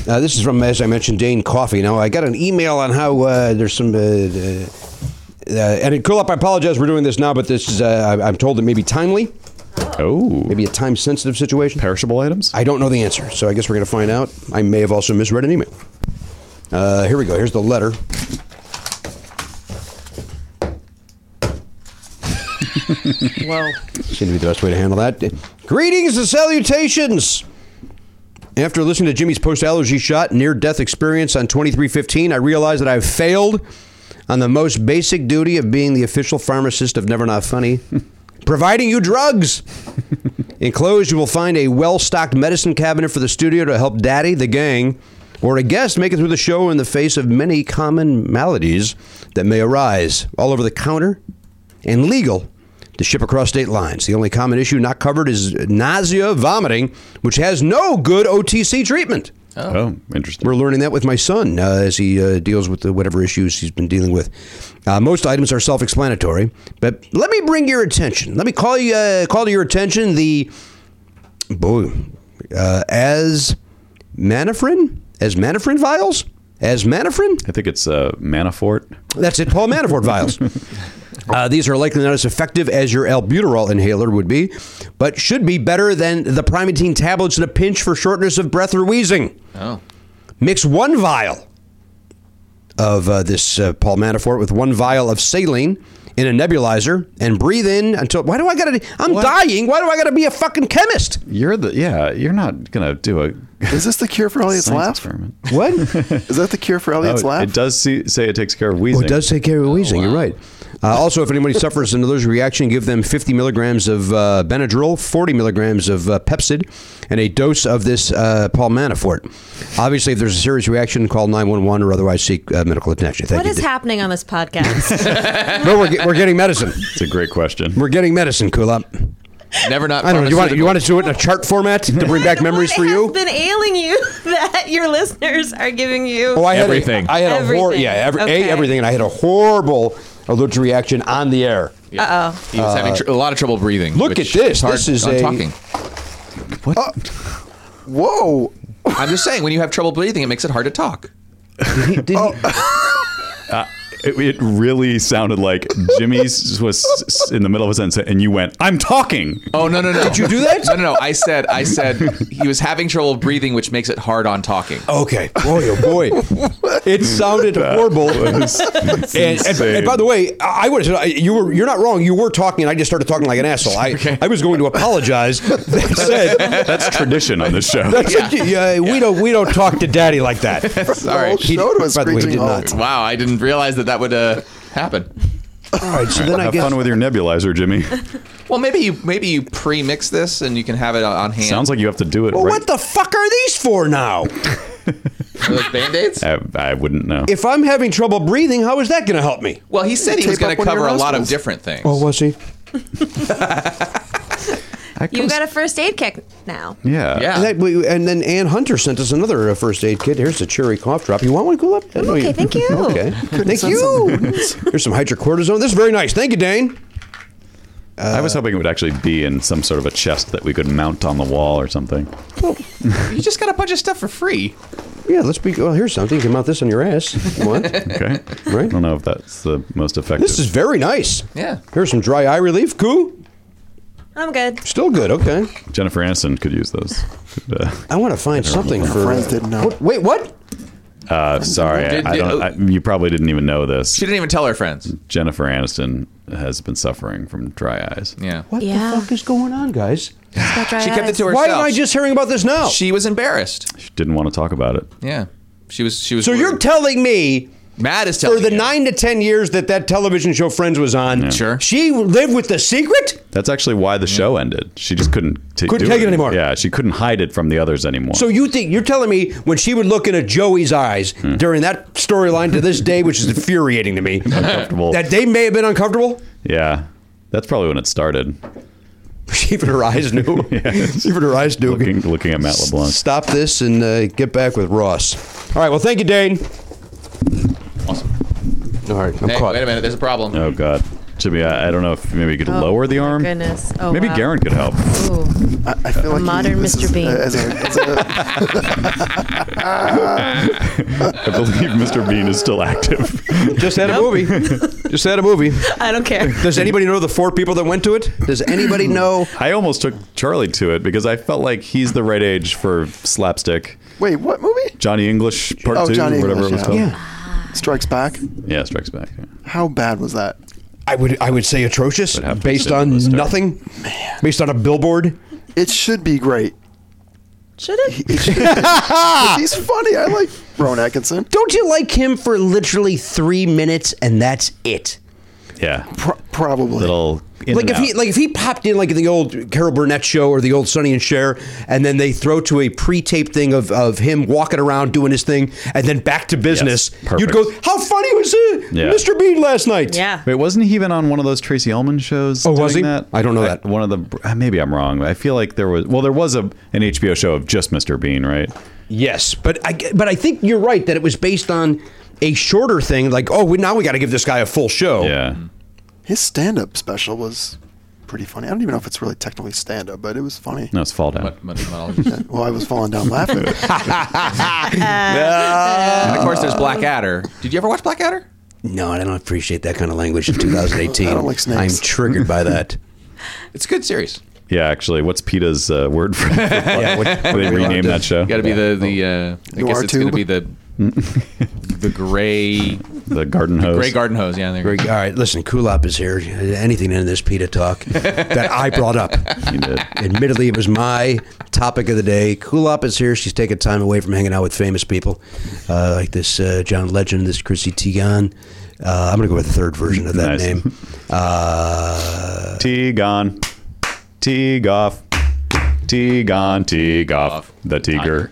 [SPEAKER 2] Uh, this is from, as I mentioned, Dane Coffee. Now, I got an email on how uh, there's some. Uh, uh, uh, and cool up. I apologize. We're doing this now, but this is. Uh, I- I'm told it may be timely,
[SPEAKER 1] Oh,
[SPEAKER 2] maybe a time-sensitive situation.
[SPEAKER 1] perishable items.
[SPEAKER 2] I don't know the answer, so I guess we're going to find out. I may have also misread an email. Uh, here we go. Here's the letter.
[SPEAKER 7] Whoa.
[SPEAKER 2] Seems to be the best way to handle that. Greetings and salutations. After listening to Jimmy's post allergy shot near death experience on 2315, I realized that I've failed. on the most basic duty of being the official pharmacist of Never Not Funny. Providing you drugs. Enclosed, you will find a well stocked medicine cabinet for the studio to help Daddy, the gang, or a guest make it through the show in the face of many common maladies that may arise all over the counter and legal to ship across state lines. The only common issue not covered is nausea, vomiting, which has no good OTC treatment.
[SPEAKER 1] Oh, interesting.
[SPEAKER 2] We're learning that with my son uh, as he uh, deals with the whatever issues he's been dealing with. Uh, most items are self-explanatory, but let me bring your attention. Let me call you uh, call to your attention the boy uh, as Manafrin as Manafrin vials as Manafrin.
[SPEAKER 1] I think it's uh, Manafort.
[SPEAKER 2] That's it, Paul Manafort vials. Uh, these are likely not as effective as your albuterol inhaler would be, but should be better than the primatine tablets in a pinch for shortness of breath or wheezing.
[SPEAKER 5] Oh.
[SPEAKER 2] Mix one vial of uh, this uh, Paul Manafort with one vial of saline in a nebulizer and breathe in until. Why do I gotta? I'm dying. Why do I gotta be a fucking chemist?
[SPEAKER 1] You're the yeah. You're not gonna do a
[SPEAKER 6] Is this the cure for Elliot's
[SPEAKER 1] science
[SPEAKER 6] laugh?
[SPEAKER 1] experiment.
[SPEAKER 2] What? [LAUGHS]
[SPEAKER 6] Is that the cure for Elliot's
[SPEAKER 1] Oh,
[SPEAKER 6] laugh?
[SPEAKER 1] it does see, say it takes care of
[SPEAKER 2] Oh,
[SPEAKER 1] wheezing.
[SPEAKER 2] it does take care of wheezing. You're right. Uh, also, if anybody [LAUGHS] suffers an allergic reaction, give them 50 milligrams of uh, Benadryl, 40 milligrams of uh, Pepsid, and a dose of this uh, Paul Manafort. Obviously, if there's a serious reaction, call 911 or otherwise seek uh, medical attention. Thank
[SPEAKER 7] What
[SPEAKER 2] you.
[SPEAKER 7] is happening on this podcast?
[SPEAKER 2] no, we're, ge- we're getting medicine.
[SPEAKER 1] It's a great question.
[SPEAKER 2] We're getting medicine, Kulop.
[SPEAKER 5] Never not.
[SPEAKER 2] I don't know. You want, you
[SPEAKER 5] pharmaceutical.
[SPEAKER 2] want to do it in a chart format to bring
[SPEAKER 7] [LAUGHS]
[SPEAKER 2] back memories for
[SPEAKER 7] What
[SPEAKER 2] you?
[SPEAKER 7] has been ailing you [LAUGHS] that your listeners are giving you?
[SPEAKER 2] Oh, I had
[SPEAKER 1] Everything.
[SPEAKER 2] A, I had a hor-
[SPEAKER 7] Everything.
[SPEAKER 2] yeah, every,
[SPEAKER 7] Okay.
[SPEAKER 2] a everything, and I had a horrible allergic reaction on the air.
[SPEAKER 5] He was having tr- a lot of trouble breathing.
[SPEAKER 2] look
[SPEAKER 5] which
[SPEAKER 2] at this.
[SPEAKER 5] is hard
[SPEAKER 2] This is
[SPEAKER 5] on
[SPEAKER 2] a-
[SPEAKER 5] talking.
[SPEAKER 6] Whoa.
[SPEAKER 5] I'm just saying, when you have trouble breathing, it makes it hard to talk.
[SPEAKER 1] It, it really sounded like Jimmy s- was s- in the middle of a sentence, and you went, "I'm talking."
[SPEAKER 5] Oh no no no! Did
[SPEAKER 2] you do that?
[SPEAKER 5] No no no! I said I said he was having trouble breathing, which makes it hard on talking.
[SPEAKER 2] Okay. Boy, oh
[SPEAKER 1] [LAUGHS]
[SPEAKER 2] boy. it sounded horrible.
[SPEAKER 1] and,
[SPEAKER 2] And, and- and by the way, I would have said you were you're not wrong. You were talking, and I just started talking like an asshole. I, I was going to
[SPEAKER 1] [LAUGHS]
[SPEAKER 2] apologize. That said,
[SPEAKER 1] that's tradition on this show.
[SPEAKER 2] that's yeah. we don't we don't talk to Daddy like
[SPEAKER 1] [LAUGHS]
[SPEAKER 2] that.
[SPEAKER 5] Sorry.
[SPEAKER 6] whole show to a
[SPEAKER 2] by the way, he did
[SPEAKER 6] screeching Oh, halt.
[SPEAKER 2] not.
[SPEAKER 5] Wow, I didn't realize that that would uh, happen.
[SPEAKER 2] All right. So then I
[SPEAKER 1] Have
[SPEAKER 2] guess
[SPEAKER 1] fun with your nebulizer, Jimmy.
[SPEAKER 5] Well, maybe you maybe you pre-mix this and you can have it on- on hand.
[SPEAKER 1] Sounds like you have to do it.
[SPEAKER 2] Well,
[SPEAKER 1] right.
[SPEAKER 2] what the fuck are these for now?
[SPEAKER 5] like band-aids.
[SPEAKER 1] I, I wouldn't know.
[SPEAKER 2] If I'm having trouble breathing, how is that going to help me?
[SPEAKER 5] Well, he said he was
[SPEAKER 6] Tape up
[SPEAKER 5] going
[SPEAKER 6] one
[SPEAKER 5] to
[SPEAKER 6] of your
[SPEAKER 5] cover a lot of
[SPEAKER 6] nostrils.
[SPEAKER 5] different things.
[SPEAKER 2] Oh, was he?
[SPEAKER 7] you got a first aid kit now.
[SPEAKER 1] yeah.
[SPEAKER 5] Yeah.
[SPEAKER 2] And, that, we- and then Ann Hunter sent us another uh, first aid kit. Here's the cherry cough drop. You want one, Cool Up?
[SPEAKER 7] Okay, thank you.
[SPEAKER 2] [LAUGHS] Okay. thank
[SPEAKER 6] send
[SPEAKER 2] you. [LAUGHS] Here's some hydrocortisone. This is very nice. Thank you, Dane.
[SPEAKER 1] I was hoping it would actually be in some sort of a chest that we could mount on the wall or
[SPEAKER 2] [LAUGHS]
[SPEAKER 1] something.
[SPEAKER 5] You just got a bunch of stuff for free.
[SPEAKER 2] Yeah, let's be. Well, here's something. You can mount this on your ass. if you
[SPEAKER 1] [LAUGHS]
[SPEAKER 2] want.
[SPEAKER 1] Okay. I
[SPEAKER 2] Right.
[SPEAKER 1] don't know if that's the most effective.
[SPEAKER 2] This is very nice.
[SPEAKER 5] Yeah.
[SPEAKER 2] Here's some dry eye relief. Cool.
[SPEAKER 7] I'm good.
[SPEAKER 2] Still good. Okay.
[SPEAKER 1] Jennifer Aniston could use those. Could, uh,
[SPEAKER 2] I want to find something for.
[SPEAKER 6] Friends didn't know.
[SPEAKER 2] What- Wait, what?
[SPEAKER 1] uh, sorry, I-
[SPEAKER 5] Did-
[SPEAKER 1] I
[SPEAKER 5] did-
[SPEAKER 1] don't. I, you probably didn't even know this.
[SPEAKER 5] She didn't even tell her friends.
[SPEAKER 1] Jennifer Aniston has been suffering from dry eyes.
[SPEAKER 5] Yeah.
[SPEAKER 2] What
[SPEAKER 7] Yeah.
[SPEAKER 2] the fuck is going on, guys?
[SPEAKER 5] She kept it to herself.
[SPEAKER 2] Why am I just hearing about this now?
[SPEAKER 5] She was embarrassed.
[SPEAKER 1] She didn't want to talk about it.
[SPEAKER 5] Yeah. She was. She was.
[SPEAKER 2] so you're
[SPEAKER 5] worried.
[SPEAKER 2] telling me
[SPEAKER 5] Matt is
[SPEAKER 2] for
[SPEAKER 5] telling
[SPEAKER 2] the
[SPEAKER 5] you.
[SPEAKER 2] nine to ten years that that television show Friends was on,
[SPEAKER 5] Sure.
[SPEAKER 2] she lived with the secret.
[SPEAKER 1] That's actually why the show ended. She just couldn't t-
[SPEAKER 2] Couldn't
[SPEAKER 1] do
[SPEAKER 2] take it anymore.
[SPEAKER 1] Yeah, she couldn't hide it from the others anymore.
[SPEAKER 2] So you think you're telling me when she would look into Joey's eyes
[SPEAKER 1] Hmm.
[SPEAKER 2] during that storyline to this day, which is infuriating to me,
[SPEAKER 1] [LAUGHS] uncomfortable.
[SPEAKER 2] that they may have been uncomfortable? [LAUGHS]
[SPEAKER 1] yeah, that's probably when it started.
[SPEAKER 2] Even her eyes
[SPEAKER 1] [LAUGHS]
[SPEAKER 2] knew. [LAUGHS] Even her eyes knew.
[SPEAKER 1] Looking, looking at Matt LeBlanc.
[SPEAKER 2] Stop this and uh, get back with Ross. All right. Well, thank you, Dane. All right. I'm
[SPEAKER 5] Hey,
[SPEAKER 2] caught.
[SPEAKER 5] wait a minute. There's a problem.
[SPEAKER 1] Oh God, Jimmy, I, I don't know if maybe you could lower the
[SPEAKER 7] Oh, my
[SPEAKER 1] arm.
[SPEAKER 7] goodness. Oh,
[SPEAKER 1] maybe
[SPEAKER 7] wow.
[SPEAKER 1] Garen could help.
[SPEAKER 7] Ooh.
[SPEAKER 6] I, I feel like
[SPEAKER 7] Modern
[SPEAKER 6] this
[SPEAKER 7] Mr.
[SPEAKER 6] is-
[SPEAKER 7] Bean.
[SPEAKER 6] uh, as a- as a-
[SPEAKER 1] I believe Mr. Bean is still active. [LAUGHS]
[SPEAKER 2] Just had a movie. Just had a movie.
[SPEAKER 7] I don't care.
[SPEAKER 2] Does anybody know the four people that went to it? Does
[SPEAKER 1] [LAUGHS]
[SPEAKER 2] anybody know?
[SPEAKER 1] I almost took Charlie to it because I felt like he's the right age for slapstick.
[SPEAKER 6] wait, what movie?
[SPEAKER 1] Johnny English Part
[SPEAKER 6] Oh,
[SPEAKER 1] Two,
[SPEAKER 6] Johnny
[SPEAKER 1] or whatever
[SPEAKER 6] English,
[SPEAKER 1] it was
[SPEAKER 6] yeah.
[SPEAKER 1] called.
[SPEAKER 6] Strikes Back.
[SPEAKER 1] Yeah, Strikes Back. yeah.
[SPEAKER 6] How bad was that?
[SPEAKER 2] I would I would say atrocious
[SPEAKER 1] have to
[SPEAKER 2] based
[SPEAKER 1] sit in
[SPEAKER 2] on
[SPEAKER 1] the start.
[SPEAKER 2] nothing, based on a billboard.
[SPEAKER 6] It should be great.
[SPEAKER 7] Should it?
[SPEAKER 6] He's funny. I like Rowan Atkinson.
[SPEAKER 8] Don't you like him for literally three minutes and that's it?
[SPEAKER 1] Yeah.
[SPEAKER 6] Pro- probably.
[SPEAKER 1] Little in
[SPEAKER 2] like
[SPEAKER 1] and
[SPEAKER 2] if he
[SPEAKER 1] out.
[SPEAKER 2] like if he popped in like in the old Carol Burnett show or the old Sonny and Cher, and then they throw to a pre-taped thing of, of him walking around doing his thing, and then back to business. you'd
[SPEAKER 1] perfect.
[SPEAKER 2] go, how funny was uh,
[SPEAKER 1] Yeah.
[SPEAKER 2] Mr. Bean last night?
[SPEAKER 7] Yeah.
[SPEAKER 1] Wait, wasn't he even on one of those Tracy Ullman shows?
[SPEAKER 2] Oh, was
[SPEAKER 1] doing
[SPEAKER 2] he?
[SPEAKER 1] That?
[SPEAKER 2] I don't know that.
[SPEAKER 1] One of the uh, maybe I'm wrong. I feel like there was well, there was a an HBO show of just Mr. Bean, right?
[SPEAKER 2] Yes, but I but I think you're right that it was based on a shorter thing. Like, oh, we, now we got to give this guy a full show.
[SPEAKER 1] Yeah.
[SPEAKER 6] His stand up special was pretty funny. I don't even know if it's really technically stand up, but it was funny.
[SPEAKER 1] No, it's fall down.
[SPEAKER 5] Mon- mon- monologues.
[SPEAKER 6] Well, I was falling
[SPEAKER 2] [LAUGHS]
[SPEAKER 6] down laughing.
[SPEAKER 5] and of course, there's Blackadder. Did you ever watch Blackadder?
[SPEAKER 8] No, I don't appreciate that kind of language in 2018.
[SPEAKER 6] [LAUGHS] I don't like snakes.
[SPEAKER 8] I'm triggered by that.
[SPEAKER 5] It's a good series.
[SPEAKER 1] Yeah, actually, what's PETA's uh, word
[SPEAKER 2] [LAUGHS]
[SPEAKER 1] for? yeah, they rename that show.
[SPEAKER 5] You got to be the the. Uh, I
[SPEAKER 6] Noir
[SPEAKER 5] guess it's going
[SPEAKER 6] tube.
[SPEAKER 5] to
[SPEAKER 1] [LAUGHS]
[SPEAKER 5] be the the gray
[SPEAKER 1] The garden hose.
[SPEAKER 5] gray garden hose. Yeah, there you go.
[SPEAKER 8] All right, listen, Kulop is here. Anything in this PETA talk that I brought up.
[SPEAKER 1] You did.
[SPEAKER 8] Admittedly, it was my topic of the day. Kulop is here. She's taking time away from hanging out with famous people uh, like this uh, John Legend, this Chrissy Teigen. Uh, I'm going to go with the third version of that
[SPEAKER 1] Nice.
[SPEAKER 8] name. Uh,
[SPEAKER 1] Tea gone. Tea off. Tea gone. Tea off. The Tiger.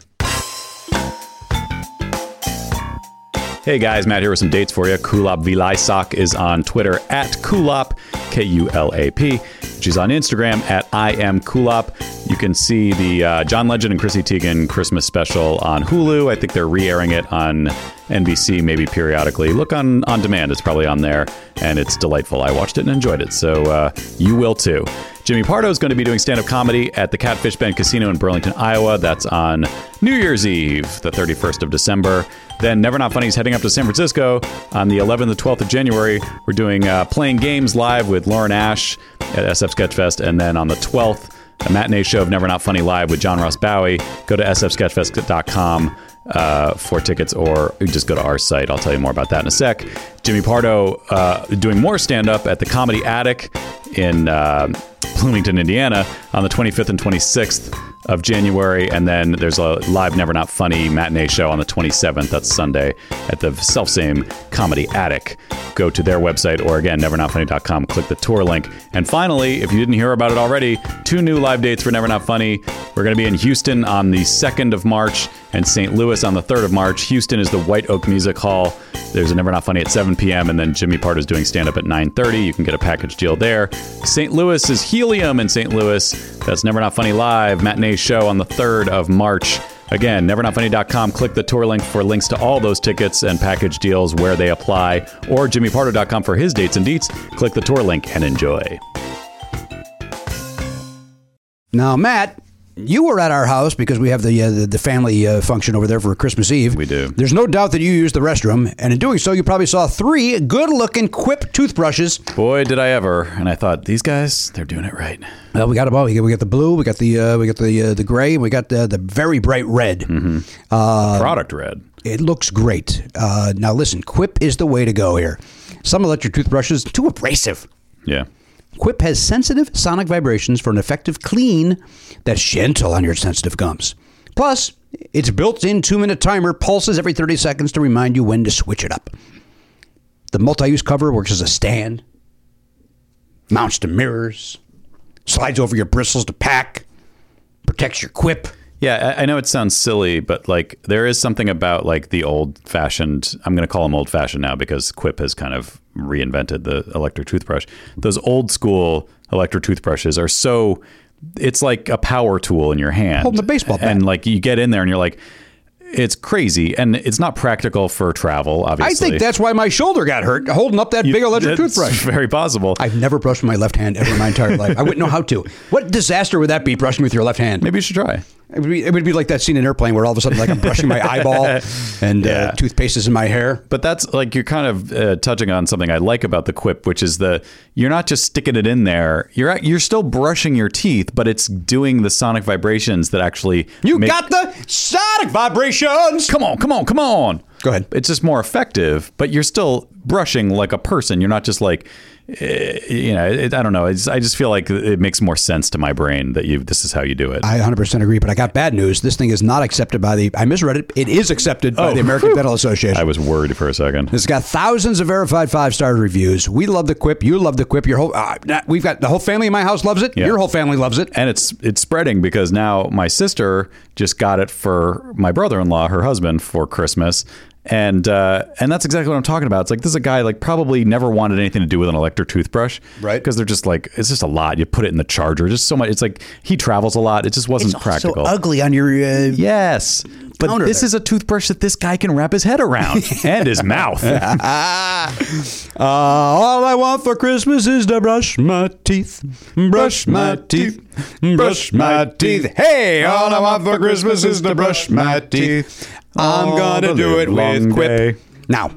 [SPEAKER 1] Hey guys, Matt here with some dates for you. Kulap Vilaysak is on Twitter at Kulap, K U L A P. She's on Instagram at I am Kulap. You can see the uh, John Legend and Chrissy Teigen Christmas special on Hulu. I think they're re airing it on NBC maybe periodically. Look on, on demand, it's probably on there, and it's delightful. I watched it and enjoyed it, so uh, you will too. Jimmy Pardo is going to be doing stand up comedy at the Catfish Bend Casino in Burlington, Iowa. That's on New Year's Eve, the 31st of December. Then Never Not Funny is heading up to San Francisco on the 11th and 12th of January. We're doing uh, Playing Games live with Lauren Ash at SF Sketchfest. And then on the 12th, a matinee show of Never Not Funny Live with John Ross Bowie. Go to sfsketchfest.com uh, for tickets or just go to our site. I'll tell you more about that in a sec. Jimmy Pardo uh, doing more stand up at the Comedy Attic in uh, Bloomington, Indiana on the 25th and 26th of January. And then there's a live Never Not Funny matinee show on the 27th. That's Sunday at the selfsame Comedy Attic. Go to their website or again, nevernotfunny.com, click the tour link. And finally, if you didn't hear about it already, two new live dates for Never Not Funny. We're going to be in Houston on the 2nd of March and St. Louis on the 3rd of March. Houston is the White Oak Music Hall. There's a Never Not Funny at 7 p.m. and then Jimmy Pardo's doing stand up at 9:30. You can get a package deal there. St. Louis is Helium in St. Louis. That's Never Not Funny live matinee show on the 3rd of March. Again, nevernotfunny.com. Click the tour link for links to all those tickets and package deals where they apply, or jimmypardo.com for his dates and deets. Click the tour link and enjoy.
[SPEAKER 2] Now, Matt, you were at our house because we have the uh, the, the family uh, function over there for Christmas Eve.
[SPEAKER 1] We do.
[SPEAKER 2] There's no doubt that you used the restroom, and in doing so, you probably saw three good-looking Quip toothbrushes.
[SPEAKER 1] Boy, did I ever! And I thought these guys, they're doing it right.
[SPEAKER 2] Uh, we got about we got, we got the blue, we got the uh, we got the uh, the gray, we got the the very bright red.
[SPEAKER 1] Mm-hmm. Product red.
[SPEAKER 2] It looks great. Uh, now, listen, Quip is the way to go here. Some electric toothbrushes too abrasive.
[SPEAKER 1] Yeah.
[SPEAKER 2] Quip has sensitive sonic vibrations for an effective clean that's gentle on your sensitive gums. Plus, its built in two minute timer pulses every 30 seconds to remind you when to switch it up. The multi use cover works as a stand, mounts to mirrors, slides over your bristles to pack, protects your quip.
[SPEAKER 1] Yeah, I I know it sounds silly, but like there is something about like the old fashioned, I'm going to call them old fashioned now because Quip has kind of reinvented the electric toothbrush. Those old school electric toothbrushes are so, it's like a power tool in your hand.
[SPEAKER 2] Holding a baseball bat.
[SPEAKER 1] And like you get in there and you're like, it's crazy. And it's not practical for travel,
[SPEAKER 2] I
[SPEAKER 1] obviously.
[SPEAKER 2] think that's why my shoulder got hurt holding up that big electric
[SPEAKER 1] It's
[SPEAKER 2] toothbrush.
[SPEAKER 1] [LAUGHS] very possible.
[SPEAKER 2] I've never brushed with my left hand ever in my entire life. I wouldn't know how to. What disaster would that be, brushing with your left hand?
[SPEAKER 1] Maybe you should try.
[SPEAKER 2] It would, be, it would be like that scene in Airplane where all of a sudden, like, I'm brushing
[SPEAKER 1] [LAUGHS]
[SPEAKER 2] my eyeball and
[SPEAKER 1] Yeah.
[SPEAKER 2] uh, toothpaste is in my hair.
[SPEAKER 1] But that's like you're kind of uh, touching on something I like about the quip, which is the you're not just sticking it in there. You're at, you're still brushing your teeth, but it's doing the sonic vibrations that actually
[SPEAKER 2] You
[SPEAKER 1] make-
[SPEAKER 2] got the sonic vibrations.
[SPEAKER 1] Come on, come on, come on.
[SPEAKER 9] Go ahead.
[SPEAKER 1] It's just more effective, but you're still brushing like a person. You're not just like, eh, you know, it, I don't know. It's, I just feel like it makes more sense to my brain that you this is how you do it.
[SPEAKER 9] I 100% agree, but I got bad news. This thing is not accepted by the. I misread it. It is accepted by
[SPEAKER 1] Oh,
[SPEAKER 9] the American
[SPEAKER 1] phew.
[SPEAKER 9] Dental Association.
[SPEAKER 1] I was worried for a second.
[SPEAKER 9] It's got thousands of verified five star reviews. We love the quip. You love the quip. Your whole uh, nah, we've got the whole family in my house loves it.
[SPEAKER 1] Yeah.
[SPEAKER 9] Your whole family loves it.
[SPEAKER 1] and it's it's spreading because now my sister just got it for my brother-in-law, her husband, for Christmas, and uh, and that's exactly what I'm talking about. It's like this is a guy like probably never wanted anything to do with an electric toothbrush, right? Because they're just like it's just a lot. You put it in the charger, just so much. It's like he travels a lot. It just wasn't practical.
[SPEAKER 9] So ugly on your. Uh,
[SPEAKER 1] Yes, but
[SPEAKER 9] Counter
[SPEAKER 1] this
[SPEAKER 9] there.
[SPEAKER 1] is a toothbrush that this guy can wrap his
[SPEAKER 9] [LAUGHS]
[SPEAKER 1] head around and his mouth.
[SPEAKER 9] uh, all I want for Christmas is to brush my teeth, brush my teeth, brush my teeth. Hey, all I want for Christmas is to brush my teeth. I'm gonna do it with quip. Now,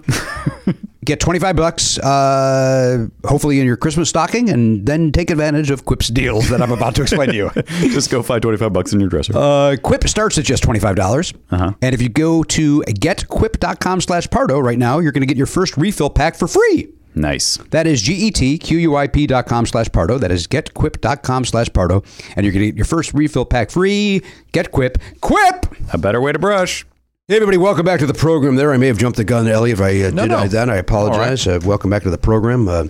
[SPEAKER 9] [LAUGHS] get 25 bucks, uh, hopefully in your Christmas stocking, and then take advantage of Quip's deals that I'm about to explain to you.
[SPEAKER 1] just go find 25 bucks in your dresser.
[SPEAKER 9] Uh, Quip starts at just $25. Uh-huh. And if you go to getquip.com slash Pardo right now, you're going to get your first refill pack for free.
[SPEAKER 1] nice.
[SPEAKER 9] That is E G-E-T-Q-U-I-P dot com slash Pardo. That is getquip.com slash Pardo. And you're going to get your first refill pack free. Get Quip. Quip!
[SPEAKER 1] A better way to brush.
[SPEAKER 2] Hey, everybody, welcome back to the program there. I may have jumped the gun, Ellie. If I uh, did
[SPEAKER 5] no.
[SPEAKER 2] I, that, I apologize. Uh, welcome back to the program. Uh,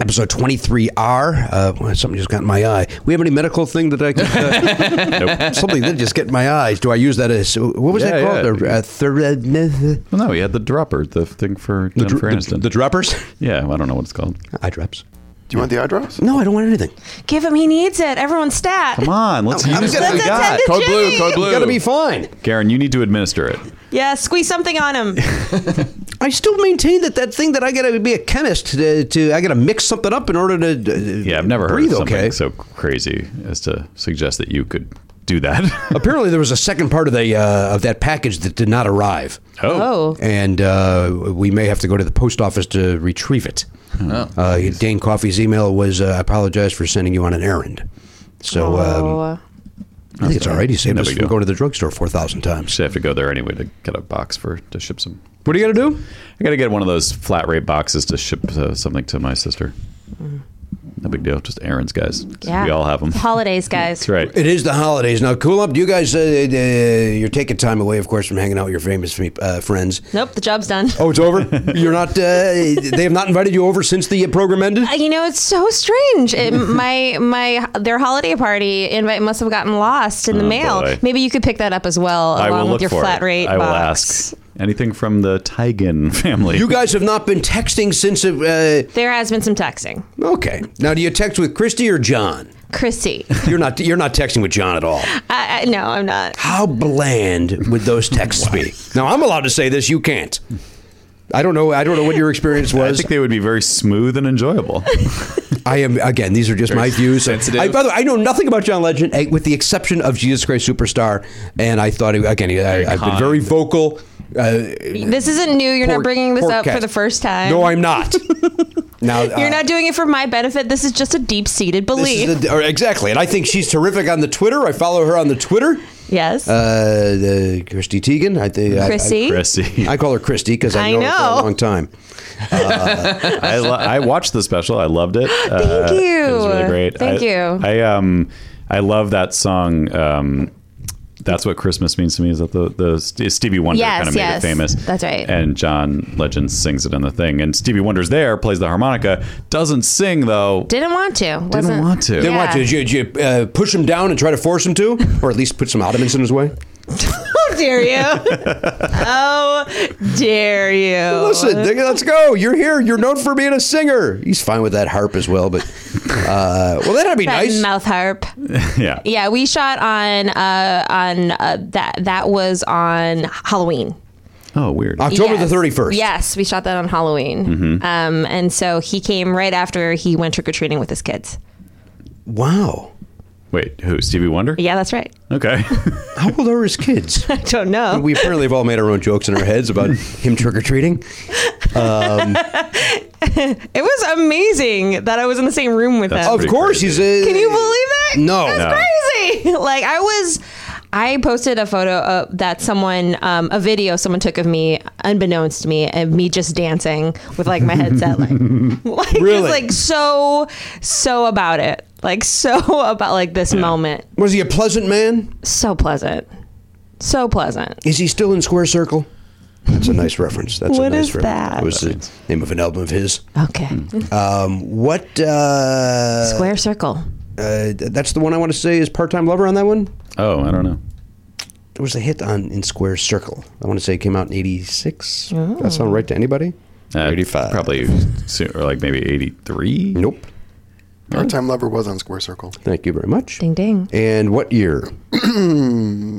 [SPEAKER 9] Episode 23R.
[SPEAKER 2] uh, well, something just got in my eye. We have any medical thing that I can. Uh,
[SPEAKER 1] [LAUGHS]
[SPEAKER 2] Something that just get in my eyes. Do I use that as. What was
[SPEAKER 1] Yeah,
[SPEAKER 2] that called?
[SPEAKER 1] yeah.
[SPEAKER 2] The, uh, third.
[SPEAKER 1] Well, no, he had the dropper, the thing for Jennifer Aniston.
[SPEAKER 2] droppers?
[SPEAKER 1] yeah, well, I don't know what it's called.
[SPEAKER 2] Eye drops.
[SPEAKER 6] Do you want the eye drops?
[SPEAKER 2] No, I don't want anything.
[SPEAKER 7] Give him. He needs it. Everyone's stat.
[SPEAKER 1] Come on, let's use what
[SPEAKER 7] gonna-
[SPEAKER 1] we
[SPEAKER 7] Let's
[SPEAKER 1] got.
[SPEAKER 7] attend
[SPEAKER 5] Code blue,
[SPEAKER 7] Jimmy!
[SPEAKER 5] code blue.
[SPEAKER 2] Gotta be fine.
[SPEAKER 1] Garen, you need to administer it.
[SPEAKER 7] Yeah, squeeze something on him.
[SPEAKER 1] [LAUGHS]
[SPEAKER 2] I still maintain that that thing that I gotta be a chemist to, to I gotta mix something up in order to. Uh,
[SPEAKER 1] Yeah, I've never heard
[SPEAKER 2] breathe
[SPEAKER 1] of something
[SPEAKER 2] okay.
[SPEAKER 1] so crazy as to suggest that you could do that.
[SPEAKER 2] Apparently, there was a second part of the uh, of that package that did not arrive.
[SPEAKER 1] [LAUGHS]
[SPEAKER 7] Oh.
[SPEAKER 2] and uh, we may have to go to the post office to retrieve it.
[SPEAKER 1] Oh.
[SPEAKER 2] Uh, Dane Coffey's email was, uh, "I apologize for sending you on an errand." So um,
[SPEAKER 7] Oh.
[SPEAKER 2] I think it's all right. He saved
[SPEAKER 1] No
[SPEAKER 2] us
[SPEAKER 1] big
[SPEAKER 2] from
[SPEAKER 1] deal.
[SPEAKER 2] going to the drugstore four thousand times.
[SPEAKER 1] Should have to go there anyway to get a box for to ship some.
[SPEAKER 2] What are you gonna do?
[SPEAKER 1] I got to get one of those flat rate boxes to ship uh, something to my sister. No big deal. Just errands, guys.
[SPEAKER 7] Mm. yeah.
[SPEAKER 1] We all have them.
[SPEAKER 7] Holidays, guys.
[SPEAKER 1] That's right.
[SPEAKER 2] It is the holidays now. Cool up, do you guys? Uh, uh, you're taking time away, of course, from hanging out with your famous fe- uh, friends.
[SPEAKER 7] Nope, the job's done.
[SPEAKER 2] Oh, it's
[SPEAKER 1] [LAUGHS]
[SPEAKER 2] over. You're not. Uh, they have not invited you over since the program ended.
[SPEAKER 7] Uh, You know, it's so
[SPEAKER 1] [LAUGHS]
[SPEAKER 7] strange. It, my my their holiday party invite must have gotten lost in the
[SPEAKER 1] Oh,
[SPEAKER 7] mail.
[SPEAKER 1] boy.
[SPEAKER 7] Maybe you could pick that up as well,
[SPEAKER 1] I will
[SPEAKER 7] along
[SPEAKER 1] look
[SPEAKER 7] with your
[SPEAKER 1] for
[SPEAKER 7] flat
[SPEAKER 1] it.
[SPEAKER 7] rate
[SPEAKER 1] I will
[SPEAKER 7] box.
[SPEAKER 1] ask anything from the Tigan family.
[SPEAKER 2] You guys have not been texting since. Uh,
[SPEAKER 7] There has been some texting.
[SPEAKER 2] okay. Now, do you text with Christy or John?
[SPEAKER 1] [LAUGHS]
[SPEAKER 7] Chrissy,
[SPEAKER 2] You're not. You're not texting with John at all.
[SPEAKER 7] I, I, no, I'm not.
[SPEAKER 2] How bland would those texts be? Now, I'm allowed to say this. You can't. I don't know. I don't know what your experience
[SPEAKER 1] I
[SPEAKER 2] was.
[SPEAKER 1] think they would be very smooth and
[SPEAKER 7] [LAUGHS]
[SPEAKER 1] enjoyable.
[SPEAKER 2] I am again. These are just my views. Sensitive. I, by the way, I know nothing about John Legend, eh, with the exception of Jesus Christ Superstar. And I thought he- again, he- I, I've been very vocal. Uh,
[SPEAKER 7] This isn't new. You're
[SPEAKER 2] poor-
[SPEAKER 7] not bringing this
[SPEAKER 2] poor
[SPEAKER 7] up for
[SPEAKER 2] cat.
[SPEAKER 7] the first time.
[SPEAKER 2] No, I'm
[SPEAKER 7] [LAUGHS]
[SPEAKER 2] not. now uh,
[SPEAKER 7] You're not doing it for my benefit. This is just a deep seated
[SPEAKER 2] This
[SPEAKER 7] belief.
[SPEAKER 2] is a- or exactly, and I think she's terrific on the Twitter. I follow her on the Twitter.
[SPEAKER 7] yes.
[SPEAKER 2] Uh, the Christy Teigen, I think. I-
[SPEAKER 7] Chrissy.
[SPEAKER 1] Chrissy.
[SPEAKER 2] I, I call her Christy because I,
[SPEAKER 7] I
[SPEAKER 2] know, her for
[SPEAKER 7] know.
[SPEAKER 2] a long time.
[SPEAKER 1] I, lo- I watched the special. I loved
[SPEAKER 7] [GASPS]
[SPEAKER 1] it. Thank It was
[SPEAKER 7] you.
[SPEAKER 1] really great.
[SPEAKER 7] Thank
[SPEAKER 1] I,
[SPEAKER 7] you.
[SPEAKER 1] I um, I love that song. Um, that's what Christmas means to me. Is that the the St- Stevie Wonder
[SPEAKER 7] Yes,
[SPEAKER 1] kind of made
[SPEAKER 7] yes.
[SPEAKER 1] it famous?
[SPEAKER 7] That's right.
[SPEAKER 1] And John Legend sings it in the thing. And Stevie Wonder's there, plays the harmonica, doesn't sing though.
[SPEAKER 7] didn't want to. Didn't
[SPEAKER 1] Didn't want to.
[SPEAKER 2] Then what? Did you, did you uh, push him down and try to force him to, or at least put some ottomans in his way?
[SPEAKER 7] [LAUGHS] How dare you? oh, dare
[SPEAKER 2] [LAUGHS]
[SPEAKER 7] you?
[SPEAKER 2] Listen, dig- let's go. You're here. You're known for being a singer. He's fine with that harp as well, but uh, well, that'd be
[SPEAKER 7] That
[SPEAKER 2] nice. [LAUGHS]
[SPEAKER 7] mouth harp.
[SPEAKER 1] [LAUGHS] Yeah.
[SPEAKER 7] Yeah, we shot on uh, on uh, that. That was on Halloween.
[SPEAKER 1] Oh, weird.
[SPEAKER 2] October
[SPEAKER 7] Yes.
[SPEAKER 2] the Mm-hmm. thirty first.
[SPEAKER 7] Yes, we shot that on Halloween. Um, and so he came right after he went trick or treating with his kids.
[SPEAKER 2] Wow.
[SPEAKER 1] Wait, who? Stevie Wonder?
[SPEAKER 7] Yeah, that's right. [LAUGHS]
[SPEAKER 1] Okay. [LAUGHS]
[SPEAKER 2] How old are his kids?
[SPEAKER 7] I don't know.
[SPEAKER 2] we apparently have all made our own jokes in our heads about him trick or treating.
[SPEAKER 7] it was amazing that I was in the same room with
[SPEAKER 1] That's
[SPEAKER 7] him.
[SPEAKER 2] Of
[SPEAKER 1] pretty
[SPEAKER 2] course,
[SPEAKER 1] crazy.
[SPEAKER 2] he's a.
[SPEAKER 7] Can you believe that? [LAUGHS]
[SPEAKER 2] No.
[SPEAKER 7] That's
[SPEAKER 1] No.
[SPEAKER 7] crazy. Like I was I posted a photo of that someone, um, a video someone took of me, unbeknownst to me, of me just dancing with like my
[SPEAKER 1] [LAUGHS]
[SPEAKER 7] headset, like, like just like so, so about it, like so [LAUGHS] about like this moment,
[SPEAKER 10] Was he a pleasant man?
[SPEAKER 7] so pleasant, so pleasant.
[SPEAKER 10] Is he still in Square Circle?
[SPEAKER 2] That's a nice reference. That's a
[SPEAKER 7] What
[SPEAKER 2] nice
[SPEAKER 7] is
[SPEAKER 2] reference.
[SPEAKER 7] that?
[SPEAKER 2] It was the name of an album of his.
[SPEAKER 7] Okay,
[SPEAKER 1] Hmm.
[SPEAKER 2] What? Uh,
[SPEAKER 7] square circle.
[SPEAKER 2] uh, that's the one I want to say is part time lover on that one.
[SPEAKER 1] Oh, I don't know.
[SPEAKER 2] There was a hit on in Square Circle. I want to say it came out in '86. That sound right to anybody?
[SPEAKER 1] Uh,
[SPEAKER 2] 85.
[SPEAKER 1] Probably soon, or like maybe 83.
[SPEAKER 2] Nope.
[SPEAKER 6] Part time lover was on Square Circle.
[SPEAKER 2] Thank you very much.
[SPEAKER 7] Ding ding.
[SPEAKER 2] And what year?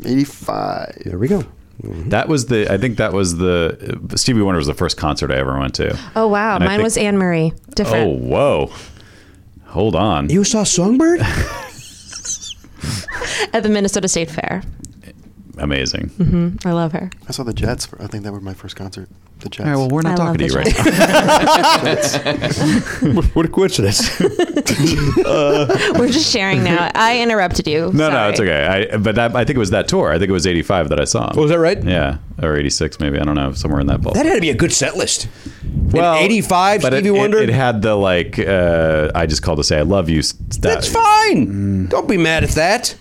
[SPEAKER 6] 85.
[SPEAKER 2] There we go.
[SPEAKER 1] That was the, I think that was the, Stevie Wonder was the first concert I ever went to.
[SPEAKER 7] Oh wow,
[SPEAKER 1] And I
[SPEAKER 7] mine
[SPEAKER 1] think-
[SPEAKER 7] was Anne Marie.
[SPEAKER 1] Oh,
[SPEAKER 7] Different.
[SPEAKER 1] whoa. Hold on.
[SPEAKER 2] You saw
[SPEAKER 1] [LAUGHS]
[SPEAKER 2] Songbird?
[SPEAKER 1] Oh.
[SPEAKER 7] At the Minnesota State Fair.
[SPEAKER 1] [LAUGHS] Amazing.
[SPEAKER 7] I love her.
[SPEAKER 6] I saw the Jets. For, I think that was my first concert. The Jets.
[SPEAKER 1] All right, well, we're not
[SPEAKER 7] I
[SPEAKER 1] talking to
[SPEAKER 7] love
[SPEAKER 1] you
[SPEAKER 7] the
[SPEAKER 1] right now.
[SPEAKER 2] what a coincidence.
[SPEAKER 7] We're just
[SPEAKER 1] [LAUGHS]
[SPEAKER 7] sharing now. I interrupted you.
[SPEAKER 1] [LAUGHS] No, no, it's okay. I, but that, I think it was that tour. I think it was 85 that I saw.
[SPEAKER 2] Oh,
[SPEAKER 10] Was that right?
[SPEAKER 1] Yeah, or 86 maybe. I don't know, somewhere in that
[SPEAKER 2] [LAUGHS]
[SPEAKER 1] ballpark.
[SPEAKER 2] That had to be a good set list.
[SPEAKER 1] well,
[SPEAKER 10] 85
[SPEAKER 1] but it-
[SPEAKER 10] Stevie
[SPEAKER 1] it,
[SPEAKER 10] Wonder?
[SPEAKER 1] It, had the like, uh, I just called to say I love you. St-
[SPEAKER 2] That's fine.
[SPEAKER 1] Mm.
[SPEAKER 2] Don't be mad at that.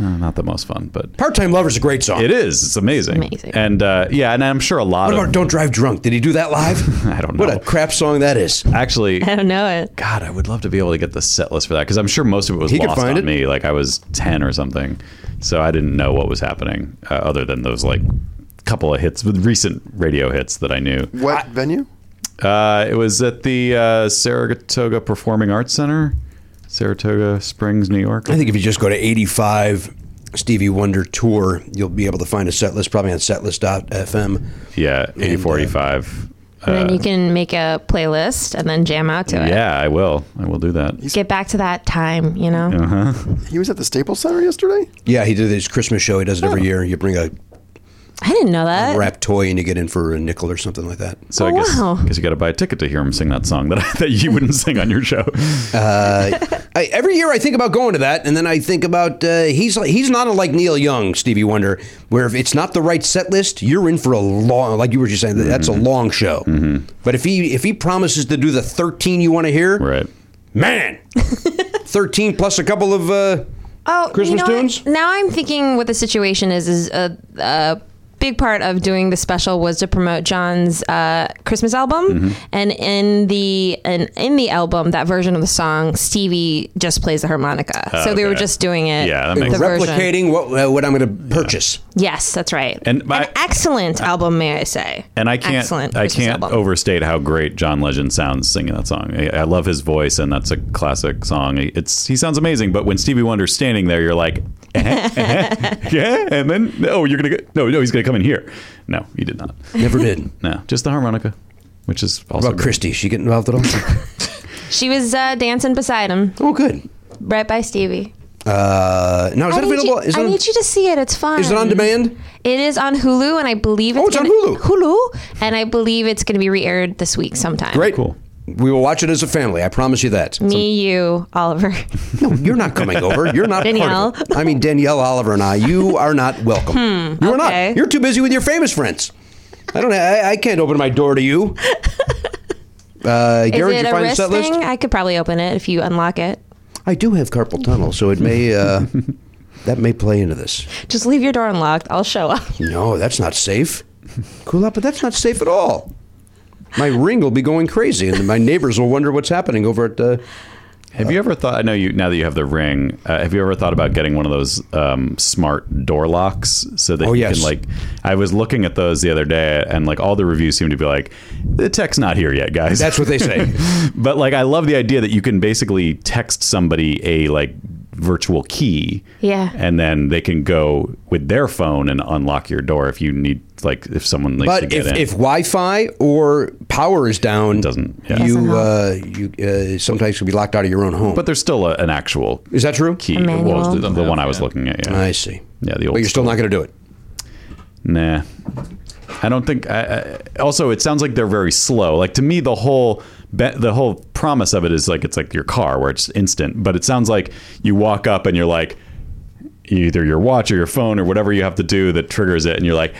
[SPEAKER 1] Uh, not the most fun, but
[SPEAKER 2] Part time lover's a great song.
[SPEAKER 1] it is. It's amazing.
[SPEAKER 7] amazing.
[SPEAKER 1] And uh, yeah, and I'm sure a lot
[SPEAKER 2] What
[SPEAKER 1] of
[SPEAKER 2] about Don't Drive Drunk? Did he do that
[SPEAKER 1] [LAUGHS]
[SPEAKER 2] live?
[SPEAKER 1] I don't know.
[SPEAKER 2] What a crap song that is.
[SPEAKER 1] Actually,
[SPEAKER 7] [LAUGHS] I don't know it.
[SPEAKER 1] God, I would love to be able to get the set list for that because I'm sure most of it was
[SPEAKER 10] He could
[SPEAKER 1] lost
[SPEAKER 10] find it.
[SPEAKER 1] on me. Like I was 10 or something, so I didn't know what was happening uh, other than those like couple of hits with recent radio hits that I knew.
[SPEAKER 6] what venue?
[SPEAKER 1] Uh, it was at the uh, Saratoga Performing Arts Center, Saratoga Springs, New York.
[SPEAKER 2] I think if you just go to 85 Stevie Wonder Tour, you'll be able to find a set list, probably on setlist.fm.
[SPEAKER 1] Yeah, eighty forty
[SPEAKER 2] And,
[SPEAKER 1] five.
[SPEAKER 7] And then you can make a playlist and then jam out to it.
[SPEAKER 1] Yeah, I will. I will do that.
[SPEAKER 7] Get back to that time, you know?
[SPEAKER 6] He was at the Staples Center yesterday.
[SPEAKER 2] Yeah, he did his Christmas show. He does it every year. You bring a
[SPEAKER 7] I didn't know that.
[SPEAKER 2] wrapped toy and you get in for a nickel or something like that.
[SPEAKER 1] So I
[SPEAKER 7] Oh,
[SPEAKER 1] guess
[SPEAKER 7] wow.
[SPEAKER 1] guess you got to buy a ticket to hear him sing that song that [LAUGHS] that you wouldn't sing on your show.
[SPEAKER 2] I, every year I think about going to that, and then I think about uh, he's like- he's not like Neil Young, Stevie Wonder, where if it's not the right set list, you're in for a long. Like you were just saying, that's a long show. But if he if he promises to do the 13 you want to hear,
[SPEAKER 1] right.
[SPEAKER 2] man, 13 plus a couple of uh,
[SPEAKER 7] Oh,
[SPEAKER 2] Christmas
[SPEAKER 7] you know
[SPEAKER 2] tunes?
[SPEAKER 7] What? Now I'm thinking what the situation is is a, a big part of doing the special was to promote John's uh, Christmas album,
[SPEAKER 1] Mm-hmm.
[SPEAKER 7] and in the and in the album that version of the song Stevie just plays the harmonica, so they were
[SPEAKER 1] Oh, okay.
[SPEAKER 7] just doing it.
[SPEAKER 1] Yeah, that
[SPEAKER 7] the
[SPEAKER 1] makes sense.
[SPEAKER 7] version.
[SPEAKER 2] replicating what uh, what I'm going to purchase.
[SPEAKER 7] Yes, that's right.
[SPEAKER 1] And my-
[SPEAKER 7] An excellent album, may I say?
[SPEAKER 1] And I can't
[SPEAKER 7] Excellent
[SPEAKER 1] I
[SPEAKER 7] Christmas
[SPEAKER 1] can't
[SPEAKER 7] album.
[SPEAKER 1] overstate how great John Legend sounds singing that song. I, I love his voice, and that's a classic song. It's he sounds amazing. But when Stevie Wonder's standing there, you're like, eh, eh, yeah, and then oh, you're gonna go, no, no, he's gonna come in here. No, he did not.
[SPEAKER 2] Never
[SPEAKER 7] [LAUGHS]
[SPEAKER 2] did.
[SPEAKER 1] No, just the harmonica, which is also
[SPEAKER 2] What about
[SPEAKER 1] great.
[SPEAKER 2] Christy? She get involved at all?
[SPEAKER 7] [LAUGHS] She was uh, dancing beside him,
[SPEAKER 2] oh, good.
[SPEAKER 7] right by Stevie.
[SPEAKER 2] Uh, now is
[SPEAKER 7] I
[SPEAKER 2] that
[SPEAKER 7] need
[SPEAKER 2] available?
[SPEAKER 7] You,
[SPEAKER 2] is,
[SPEAKER 7] I
[SPEAKER 2] it on,
[SPEAKER 7] need you to see it. It's fun.
[SPEAKER 2] is it on demand?
[SPEAKER 7] It is on Hulu, and I believe it's,
[SPEAKER 2] Oh, it's on
[SPEAKER 7] gonna-
[SPEAKER 2] Hulu.
[SPEAKER 7] Hulu, and I believe it's going to be re-aired this week sometime.
[SPEAKER 2] Great.
[SPEAKER 1] Cool.
[SPEAKER 2] We will watch it as a family. I promise you that.
[SPEAKER 7] Me, you, Oliver.
[SPEAKER 2] No, you're not coming over. You're not
[SPEAKER 7] Danielle.
[SPEAKER 2] Part of it. I mean Danielle Oliver and I. You are not welcome. you are
[SPEAKER 7] Hmm, okay.
[SPEAKER 2] not. You're too busy with your famous friends. I don't. I, I can't open my door to
[SPEAKER 7] [LAUGHS]
[SPEAKER 2] you. Uh,
[SPEAKER 7] Is
[SPEAKER 2] Gary, did you
[SPEAKER 7] it a
[SPEAKER 2] find the
[SPEAKER 7] wrist
[SPEAKER 2] set
[SPEAKER 7] thing?
[SPEAKER 2] list?
[SPEAKER 7] I could probably open it if you unlock it.
[SPEAKER 2] I do have carpal tunnel, so it may
[SPEAKER 7] [LAUGHS]
[SPEAKER 2] uh, that may play into this.
[SPEAKER 7] Just leave your door unlocked. I'll show
[SPEAKER 2] [LAUGHS]
[SPEAKER 7] up.
[SPEAKER 2] No, that's not safe. Cool up, but that's not safe at all. My ring will be going crazy, and my neighbors will wonder what's happening over at. Uh,
[SPEAKER 1] Have you ever thought? I know you now that you have the ring. Uh, have you ever thought about getting one of those um, smart door locks so that
[SPEAKER 2] Oh,
[SPEAKER 1] you
[SPEAKER 2] yes.
[SPEAKER 1] can like? I was looking at those the other day, and like all the reviews seem to be like, the tech's not here yet, guys.
[SPEAKER 2] that's what they say.
[SPEAKER 1] but like, I love the idea that you can basically text somebody a like virtual key.
[SPEAKER 7] Yeah.
[SPEAKER 1] And then they can go with their phone and unlock your door if you need like if someone needs to
[SPEAKER 2] [LAUGHS] But if,
[SPEAKER 1] get in.
[SPEAKER 2] if Wi-Fi or power is down,
[SPEAKER 1] doesn't, yeah.
[SPEAKER 2] you
[SPEAKER 7] Doesn't
[SPEAKER 2] uh, you uh, sometimes can be locked out of your own home.
[SPEAKER 1] but there's still a, an actual
[SPEAKER 2] is that true?
[SPEAKER 1] key.
[SPEAKER 7] A manual.
[SPEAKER 1] Well, the, the one I was
[SPEAKER 5] Yeah.
[SPEAKER 1] looking at. Yeah.
[SPEAKER 2] I see.
[SPEAKER 1] Yeah, the old
[SPEAKER 2] But you're still not going to do it.
[SPEAKER 1] Nah. I don't think. I, I, also, it sounds like they're very slow. Like to me, the whole be, the whole promise of it is like it's like your car where it's instant. But it sounds like you walk up and you're like, either your watch or your phone or whatever you have to do that triggers it, and you're like,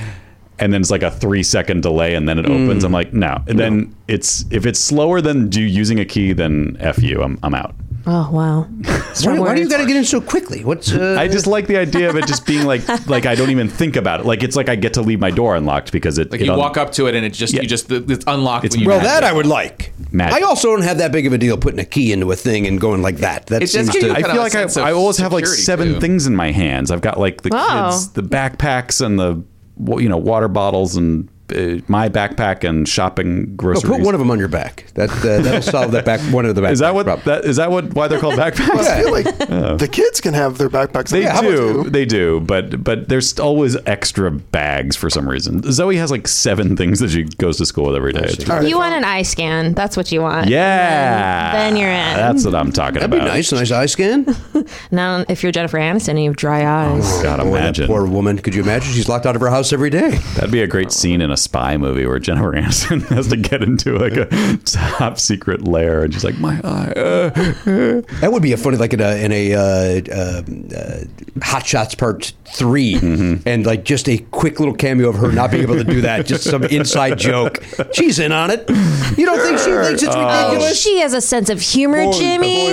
[SPEAKER 1] and then it's like a three second delay, and then it opens.
[SPEAKER 5] Mm.
[SPEAKER 1] I'm like, no. And then it's if it's slower than do using a key, then f you. I'm I'm out.
[SPEAKER 7] Oh wow.
[SPEAKER 2] Why,
[SPEAKER 7] Strong
[SPEAKER 2] why do you
[SPEAKER 7] words.
[SPEAKER 2] got to get in so quickly? What's uh,
[SPEAKER 1] I just like the idea of it just being
[SPEAKER 5] [LAUGHS]
[SPEAKER 1] like like I don't even think about it. Like it's like I get to leave my door unlocked because it
[SPEAKER 5] Like
[SPEAKER 1] it
[SPEAKER 5] you
[SPEAKER 1] un-
[SPEAKER 5] walk up to it and it just
[SPEAKER 1] Yeah.
[SPEAKER 5] you just it's unlocked
[SPEAKER 1] It's
[SPEAKER 5] when you
[SPEAKER 1] well,
[SPEAKER 5] do
[SPEAKER 1] that
[SPEAKER 2] I would like.
[SPEAKER 1] Magic.
[SPEAKER 2] I also don't have that big of a deal putting a key into a thing and going like that. That
[SPEAKER 5] It's
[SPEAKER 2] seems
[SPEAKER 5] just-
[SPEAKER 2] to.
[SPEAKER 5] Kind
[SPEAKER 1] I
[SPEAKER 5] of
[SPEAKER 1] feel
[SPEAKER 5] a
[SPEAKER 1] like I,
[SPEAKER 5] sense of
[SPEAKER 1] I always have like
[SPEAKER 5] security,
[SPEAKER 1] seven
[SPEAKER 5] too.
[SPEAKER 1] things in my hands. I've got like the
[SPEAKER 7] Wow.
[SPEAKER 1] kids, the backpacks, and the wa- you know water bottles, and uh, my backpack and shopping
[SPEAKER 2] Oh,
[SPEAKER 1] groceries.
[SPEAKER 2] put one of them on your back. That uh, that'll solve that back. One of the back.
[SPEAKER 1] is that what
[SPEAKER 2] problem.
[SPEAKER 1] that is that what why they're called backpacks?
[SPEAKER 6] I feel like the kids can have their backpacks.
[SPEAKER 1] They
[SPEAKER 6] Yeah, how about
[SPEAKER 1] do,
[SPEAKER 6] you?
[SPEAKER 1] they do, but but there's always extra bags for some reason. Zoe has like seven things that she goes to school with every day. It's-
[SPEAKER 7] You want an eye scan. That's what you want.
[SPEAKER 1] Yeah,
[SPEAKER 7] Then, then you're in.
[SPEAKER 1] That's what I'm talking
[SPEAKER 2] That'd be
[SPEAKER 1] about.
[SPEAKER 2] nice. Nice eye scan.
[SPEAKER 7] now, if you're Jennifer Aniston and you have dry eyes.
[SPEAKER 1] God,
[SPEAKER 2] Boy, that
[SPEAKER 1] imagine
[SPEAKER 2] Poor woman. Could you imagine? She's locked out of her house every day.
[SPEAKER 1] That'd be a great scene in a spy movie where Jennifer [LAUGHS] Aniston has to get into like a top secret lair and she's like, my eye. Uh.
[SPEAKER 2] That would be a funny, like in a in a uh, um, uh, Hot Shots Part 3 and like just a quick little cameo of her not being able to do that, just some inside joke. She's in on it. You don't think she thinks it's
[SPEAKER 7] Oh,
[SPEAKER 2] ridiculous?
[SPEAKER 7] she has a sense of humor,
[SPEAKER 2] Uh, Boy,
[SPEAKER 7] Jimmy.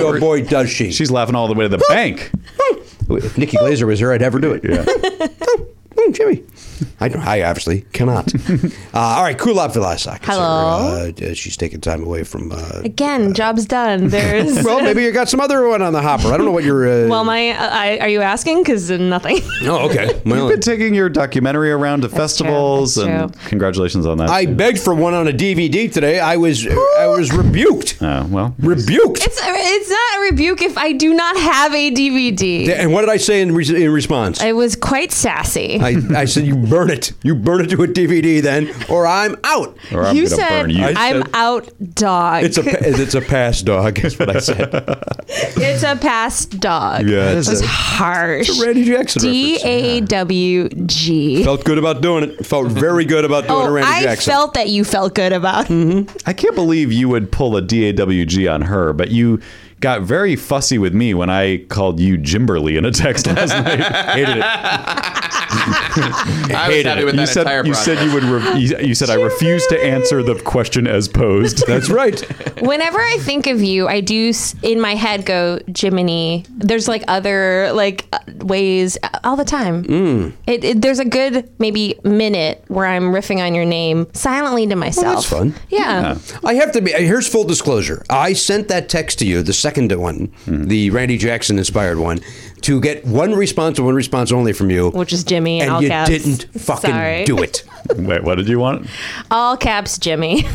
[SPEAKER 2] Boy, oh boy, does she!
[SPEAKER 1] She's laughing all the way to the bank.
[SPEAKER 2] if Nikki Glazer was here, I'd have her do it.
[SPEAKER 1] Yeah.
[SPEAKER 2] [LAUGHS] Oh, Jimmy. I, don't- I obviously
[SPEAKER 1] [LAUGHS]
[SPEAKER 2] cannot. uh, all right, Kulop Vilasakis.
[SPEAKER 7] Hello.
[SPEAKER 2] Uh, she's taking time away from. Uh,
[SPEAKER 7] Again, job's
[SPEAKER 2] [LAUGHS]
[SPEAKER 7] done. There's.
[SPEAKER 2] well, maybe you got some other one on the hopper. I don't know what you're. Uh,
[SPEAKER 7] Well, my, I, are you asking? Because nothing. [LAUGHS]
[SPEAKER 2] Oh,
[SPEAKER 1] [LAUGHS]
[SPEAKER 2] okay.
[SPEAKER 1] You've
[SPEAKER 2] Well,
[SPEAKER 1] been taking your documentary around to festivals
[SPEAKER 7] true, that's
[SPEAKER 1] and congratulations on that.
[SPEAKER 2] I begged for one on a DVD today. I was I was rebuked.
[SPEAKER 1] Oh, well,
[SPEAKER 2] Rebuked.
[SPEAKER 7] it's, uh, it's not a rebuke if I do not have a DVD.
[SPEAKER 2] And what did I say in, re- in response?
[SPEAKER 7] It was quite sassy.
[SPEAKER 2] I, I said, "You burn it. You burn it to a DVD, then, or I'm out."
[SPEAKER 1] or I'm
[SPEAKER 7] you
[SPEAKER 1] gonna
[SPEAKER 7] said,
[SPEAKER 1] burn you.
[SPEAKER 7] I'm out, dog.
[SPEAKER 2] It's a pa- it's a pass, dog. Is what I said.
[SPEAKER 7] [LAUGHS] It's a past dog.
[SPEAKER 2] Yeah,
[SPEAKER 7] It
[SPEAKER 2] it's
[SPEAKER 7] was
[SPEAKER 2] a-
[SPEAKER 7] harsh.
[SPEAKER 2] It's a Randy Jackson
[SPEAKER 7] D
[SPEAKER 2] reference.
[SPEAKER 7] A W G.
[SPEAKER 2] Felt good about doing it. Felt very good about doing a
[SPEAKER 7] Oh,
[SPEAKER 2] Randy
[SPEAKER 7] I
[SPEAKER 2] Jackson. Mm.
[SPEAKER 7] felt that you felt good about.
[SPEAKER 1] I can't believe you would pull a DAWG on her, but you got very fussy with me when I called you Jimberly in a text last night. Hated it.
[SPEAKER 5] I was happy with
[SPEAKER 1] you
[SPEAKER 5] that
[SPEAKER 1] said,
[SPEAKER 5] entire
[SPEAKER 1] you
[SPEAKER 5] process.
[SPEAKER 1] said you would. Re- you, you said I refuse to answer the question as posed.
[SPEAKER 2] That's right.
[SPEAKER 7] Whenever I think of you, I do s- in my head go Jiminy. There's like other like uh, ways uh, all the time.
[SPEAKER 2] Mm.
[SPEAKER 7] It, it, there's a good maybe minute where I'm riffing on your name silently to
[SPEAKER 2] that's
[SPEAKER 7] myself.
[SPEAKER 2] fun.
[SPEAKER 7] Yeah.
[SPEAKER 2] I have to be. Here's full disclosure. I sent that text to you, the second one, the Randy Jackson inspired one, to get one response and one response only from you.
[SPEAKER 7] Which is Jimmy in
[SPEAKER 2] and
[SPEAKER 7] all
[SPEAKER 2] you
[SPEAKER 7] caps.
[SPEAKER 2] didn't fucking
[SPEAKER 7] Sorry.
[SPEAKER 2] do [LAUGHS] it.
[SPEAKER 1] Wait, what did you want?
[SPEAKER 7] All caps, Jimmy. [LAUGHS]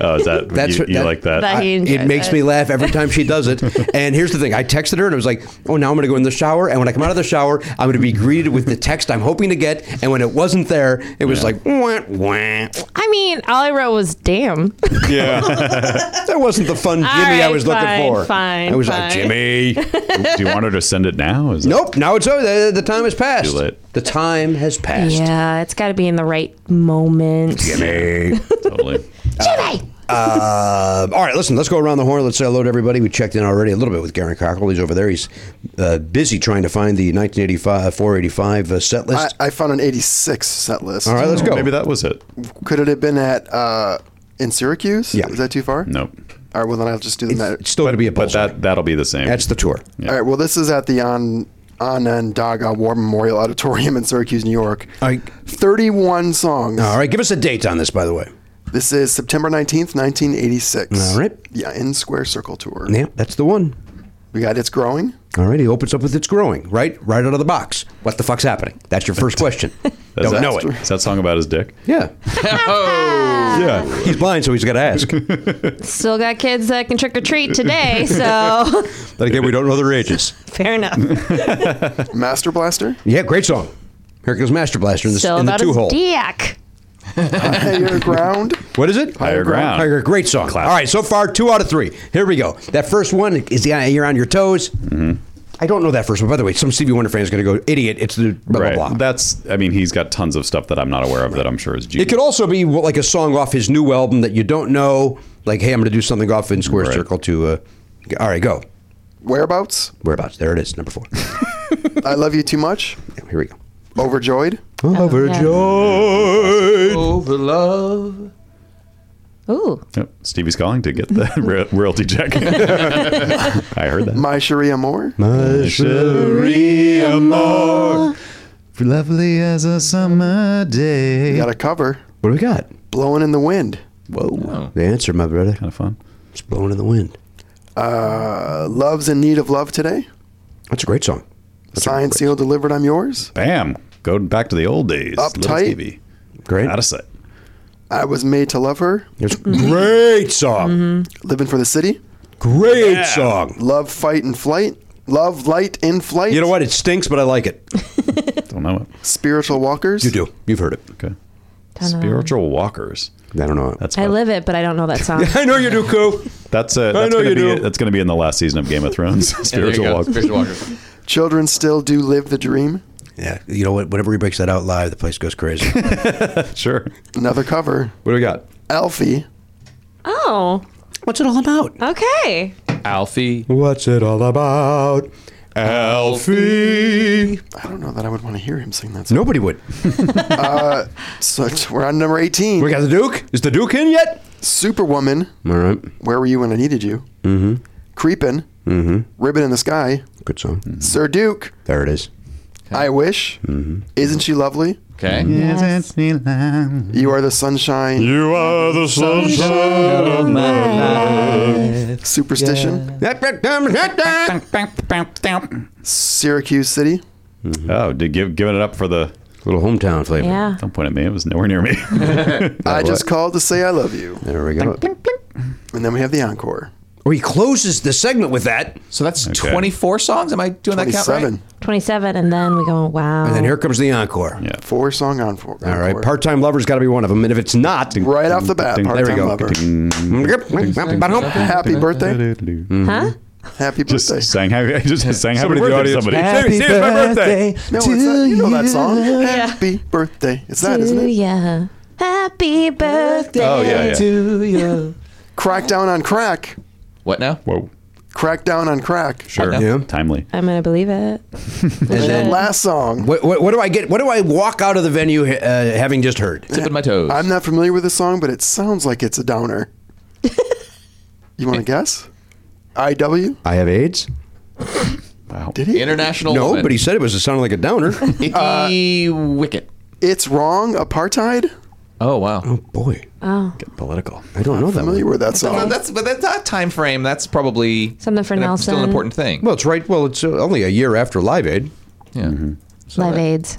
[SPEAKER 1] Oh, is that
[SPEAKER 2] That's
[SPEAKER 1] you,
[SPEAKER 2] what-
[SPEAKER 1] you
[SPEAKER 2] that-
[SPEAKER 1] like that?
[SPEAKER 7] That-
[SPEAKER 2] I-
[SPEAKER 7] he enjoys
[SPEAKER 2] it makes
[SPEAKER 7] it.
[SPEAKER 2] me laugh every time she does
[SPEAKER 7] [LAUGHS]
[SPEAKER 2] it. and here's the thing: I texted her and I was like, "Oh, now I'm going to go in the shower." And when I come out of the shower, I'm going to be greeted with the text I'm hoping to get. And when it wasn't there, it was like, wah, wah.
[SPEAKER 7] I mean, all I wrote was damn.
[SPEAKER 2] "That wasn't the fun Jimmy
[SPEAKER 7] All
[SPEAKER 2] I
[SPEAKER 7] right,
[SPEAKER 2] was
[SPEAKER 7] fine,
[SPEAKER 2] looking for."
[SPEAKER 7] fine,
[SPEAKER 2] I was
[SPEAKER 7] fine.
[SPEAKER 2] like, "Jimmy."
[SPEAKER 1] Do you want her to send it now? Is that-
[SPEAKER 2] Nope. Now it's over. The, the time has passed.
[SPEAKER 1] Too late.
[SPEAKER 2] The time has passed.
[SPEAKER 7] Yeah, it's got to be in the right moment.
[SPEAKER 2] Jimmy.
[SPEAKER 1] [LAUGHS] totally.
[SPEAKER 7] Jimmy!
[SPEAKER 2] Uh, all right, listen, let's go around the horn. Let's say hello to everybody. We checked in already a little bit with Garen Cockrell. He's over there. He's uh, busy trying to find the 1985 485 uh, set
[SPEAKER 6] I,
[SPEAKER 2] list.
[SPEAKER 6] I found an 86 set list.
[SPEAKER 2] all right, let's go.
[SPEAKER 1] Maybe that was it.
[SPEAKER 6] Could it have been at uh, in Syracuse?
[SPEAKER 2] Yeah.
[SPEAKER 6] Is that too far?
[SPEAKER 1] Nope.
[SPEAKER 6] All right, well, then I'll just do the that.
[SPEAKER 2] It's still going to be a
[SPEAKER 1] But
[SPEAKER 2] pulse.
[SPEAKER 1] that that'll be the same.
[SPEAKER 2] That's the tour.
[SPEAKER 6] All right, well, this is at the On Onondaga War Memorial Auditorium in Syracuse, New York.
[SPEAKER 2] All right.
[SPEAKER 6] 31 songs.
[SPEAKER 2] All right, give us a date on this, by the way.
[SPEAKER 6] This is September 19th, 1986.
[SPEAKER 2] All right.
[SPEAKER 6] Yeah, in Square Circle Tour.
[SPEAKER 2] Yeah, that's the one.
[SPEAKER 6] We got It's Growing.
[SPEAKER 2] All right, he opens up with It's Growing, right? Right out of the box. What the fuck's happening? That's your
[SPEAKER 1] [LAUGHS]
[SPEAKER 2] first question.
[SPEAKER 1] That's
[SPEAKER 2] Don't
[SPEAKER 1] that,
[SPEAKER 2] know it.
[SPEAKER 1] Is that song about his dick?
[SPEAKER 2] Yeah.
[SPEAKER 5] [LAUGHS]
[SPEAKER 2] yeah. He's blind, so he's got to
[SPEAKER 1] [LAUGHS]
[SPEAKER 2] ask.
[SPEAKER 7] Still got kids that can trick or treat
[SPEAKER 2] [LAUGHS]
[SPEAKER 7] today, so [LAUGHS]
[SPEAKER 2] But again, we don't know their ages.
[SPEAKER 7] fair enough.
[SPEAKER 6] Master
[SPEAKER 2] [LAUGHS]
[SPEAKER 6] Blaster.
[SPEAKER 2] Yeah, great song. Here goes Master Blaster in the,
[SPEAKER 7] Still
[SPEAKER 2] in the
[SPEAKER 7] about
[SPEAKER 2] two
[SPEAKER 7] his
[SPEAKER 2] hole.
[SPEAKER 7] dick.
[SPEAKER 6] [LAUGHS] Higher Ground.
[SPEAKER 2] What is it?
[SPEAKER 1] Higher Ground.
[SPEAKER 2] Higher Great song.
[SPEAKER 1] Classic.
[SPEAKER 2] All right, so far two out of three. Here we go. That first one is the you're on your toes.
[SPEAKER 1] Mm-hmm.
[SPEAKER 2] I don't know that first one. By the way, some Stevie Wonder fan is going to go idiot. It's the blah
[SPEAKER 1] right.
[SPEAKER 2] blah blah.
[SPEAKER 1] That's. I mean, he's got tons of stuff that I'm not aware of that I'm sure is
[SPEAKER 2] it
[SPEAKER 1] genius.
[SPEAKER 2] could also be well, like a song off his new album that you don't know. Like, hey, I'm going to do something off in Square
[SPEAKER 1] Right.
[SPEAKER 2] Circle to. Uh, g- all right, go.
[SPEAKER 6] Whereabouts?
[SPEAKER 1] [LAUGHS]
[SPEAKER 2] Whereabouts? There it is, number four.
[SPEAKER 6] I love you too much.
[SPEAKER 2] Here we go.
[SPEAKER 6] Overjoyed.
[SPEAKER 1] [LAUGHS]
[SPEAKER 5] Over Oh, love.
[SPEAKER 7] Ooh.
[SPEAKER 1] Yep. Stevie's calling to
[SPEAKER 2] [LAUGHS]
[SPEAKER 1] get the ro- royalty check. [LAUGHS] I heard that.
[SPEAKER 6] My Sharia Moore.
[SPEAKER 1] Sharia more lovely as a summer day.
[SPEAKER 6] Got a cover.
[SPEAKER 2] What do we got?
[SPEAKER 6] Blowing in the wind.
[SPEAKER 2] Whoa. The answer, my brother.
[SPEAKER 1] Kind of fun.
[SPEAKER 2] It's blowing in the wind.
[SPEAKER 6] Uh, love's in need of love today.
[SPEAKER 2] That's a great song.
[SPEAKER 6] Signed, sealed, delivered. I'm yours.
[SPEAKER 1] Bam. Go back to the old days. Little
[SPEAKER 6] Uptight.
[SPEAKER 1] Stevie.
[SPEAKER 2] Great.
[SPEAKER 1] Out of sight.
[SPEAKER 6] I was made to love her.
[SPEAKER 2] It's great song.
[SPEAKER 6] Living for the city.
[SPEAKER 2] Great song.
[SPEAKER 6] Love, fight, and flight. Love, light, in flight.
[SPEAKER 2] You know what? It stinks, but I like it.
[SPEAKER 1] Don't know it.
[SPEAKER 6] Spiritual walkers.
[SPEAKER 2] You do. You've heard it.
[SPEAKER 1] Okay.
[SPEAKER 7] know.
[SPEAKER 1] Spiritual walkers.
[SPEAKER 2] I don't know. it.
[SPEAKER 1] That's
[SPEAKER 7] I live it, but I don't know that
[SPEAKER 1] [LAUGHS]
[SPEAKER 7] song.
[SPEAKER 2] I know you do, Coo.
[SPEAKER 1] that's uh, that's
[SPEAKER 2] know
[SPEAKER 1] gonna
[SPEAKER 2] you
[SPEAKER 1] be
[SPEAKER 2] do.
[SPEAKER 1] that's gonna be in the last season of Game of Thrones. [LAUGHS]
[SPEAKER 5] Yeah, there you
[SPEAKER 1] Spiritual
[SPEAKER 5] go.
[SPEAKER 1] walkers.
[SPEAKER 5] Spiritual walkers.
[SPEAKER 6] Children still do live the dream.
[SPEAKER 2] Yeah. You know what? Whenever he breaks that out live, the place goes crazy. what
[SPEAKER 1] Sure.
[SPEAKER 6] Another cover.
[SPEAKER 2] do we got?
[SPEAKER 6] Alfie.
[SPEAKER 7] Oh,
[SPEAKER 2] [LAUGHS] What's it all about?
[SPEAKER 7] okay.
[SPEAKER 5] Alfie.
[SPEAKER 2] What's it all about? Alfie.
[SPEAKER 6] I don't know that I would want to hear him sing that. Song.
[SPEAKER 2] Nobody would.
[SPEAKER 6] So we're on number 18.
[SPEAKER 2] We got the Duke. Is the Duke in yet?
[SPEAKER 6] Superwoman.
[SPEAKER 2] All right.
[SPEAKER 6] Where were you when I needed you? Mm-hmm. Creepin'. Mm-hmm. Ribbon in the sky.
[SPEAKER 2] Good song.
[SPEAKER 6] Sir Duke.
[SPEAKER 2] There it is.
[SPEAKER 6] I wish. Isn't she lovely?
[SPEAKER 5] Okay.
[SPEAKER 1] Mm-hmm.
[SPEAKER 7] Yes.
[SPEAKER 5] Mm-hmm.
[SPEAKER 6] You are the sunshine.
[SPEAKER 1] You are the sunshine of
[SPEAKER 6] Superstition. Syracuse City.
[SPEAKER 1] Oh, did give giving it up for the
[SPEAKER 2] Little hometown flavor.
[SPEAKER 7] Yeah.
[SPEAKER 1] don't point at me. It was nowhere near me. [LAUGHS]
[SPEAKER 6] I just called to say I love you.
[SPEAKER 2] There we go.
[SPEAKER 6] And then we have the encore.
[SPEAKER 2] Or he closes the segment with that.
[SPEAKER 5] So that's
[SPEAKER 1] Okay.
[SPEAKER 5] 24 songs. Am I doing that count right?
[SPEAKER 6] 27.
[SPEAKER 7] 27, and then we go, wow.
[SPEAKER 2] And then here comes the encore.
[SPEAKER 1] Yeah.
[SPEAKER 6] Four song encore.
[SPEAKER 2] All right. Part time lover's got to be one of them. And if it's not,
[SPEAKER 6] Right off the bat,
[SPEAKER 1] Ding, ding,
[SPEAKER 6] part
[SPEAKER 2] there
[SPEAKER 6] time
[SPEAKER 2] we
[SPEAKER 6] lover.
[SPEAKER 2] go.
[SPEAKER 6] Happy birthday.
[SPEAKER 7] huh?
[SPEAKER 6] Happy
[SPEAKER 1] Just
[SPEAKER 6] birthday.
[SPEAKER 1] sang happy. [LAUGHS] Just sang happy
[SPEAKER 2] Somebody in the
[SPEAKER 1] birthday to
[SPEAKER 2] audience.
[SPEAKER 1] somebody.
[SPEAKER 2] Happy
[SPEAKER 1] Say, "Say it's my birthday."
[SPEAKER 6] No, it's not. You know that song. Happy birthday. It's that, isn't
[SPEAKER 7] To
[SPEAKER 6] it?
[SPEAKER 7] ya. Happy birthday.
[SPEAKER 1] Oh yeah. yeah.
[SPEAKER 6] Crack down on crack.
[SPEAKER 5] What now?
[SPEAKER 1] Whoa.
[SPEAKER 6] Crack down on crack.
[SPEAKER 1] Sure.
[SPEAKER 2] Yeah.
[SPEAKER 1] Timely.
[SPEAKER 7] I'm going to believe it.
[SPEAKER 6] And then last song.
[SPEAKER 2] [LAUGHS] What, what, what do I get? What do I walk out of the venue uh, having just heard?
[SPEAKER 5] Tipping my toes.
[SPEAKER 6] I'm not familiar with this song, but it sounds like it's a downer. you want to guess? IW?
[SPEAKER 2] I have AIDS.
[SPEAKER 1] Wow.
[SPEAKER 5] International.
[SPEAKER 2] No,
[SPEAKER 5] woman.
[SPEAKER 2] but he said it was it sounded like a [LAUGHS] downer.
[SPEAKER 5] Icky
[SPEAKER 6] uh,
[SPEAKER 5] wicket.
[SPEAKER 6] It's wrong. Apartheid?
[SPEAKER 5] Oh wow.
[SPEAKER 2] Boy,
[SPEAKER 7] Oh,
[SPEAKER 2] get political. I don't know Uh, that
[SPEAKER 6] Familiar
[SPEAKER 2] one.
[SPEAKER 6] with that
[SPEAKER 5] Well,
[SPEAKER 6] song.
[SPEAKER 5] that's but that's not time frame. That's probably
[SPEAKER 7] Something for
[SPEAKER 5] an- Still an
[SPEAKER 7] Nelson.
[SPEAKER 5] important thing.
[SPEAKER 2] Well, it's right. Well, it's uh, only a year after Live Aid.
[SPEAKER 5] yeah.
[SPEAKER 7] Live AIDS.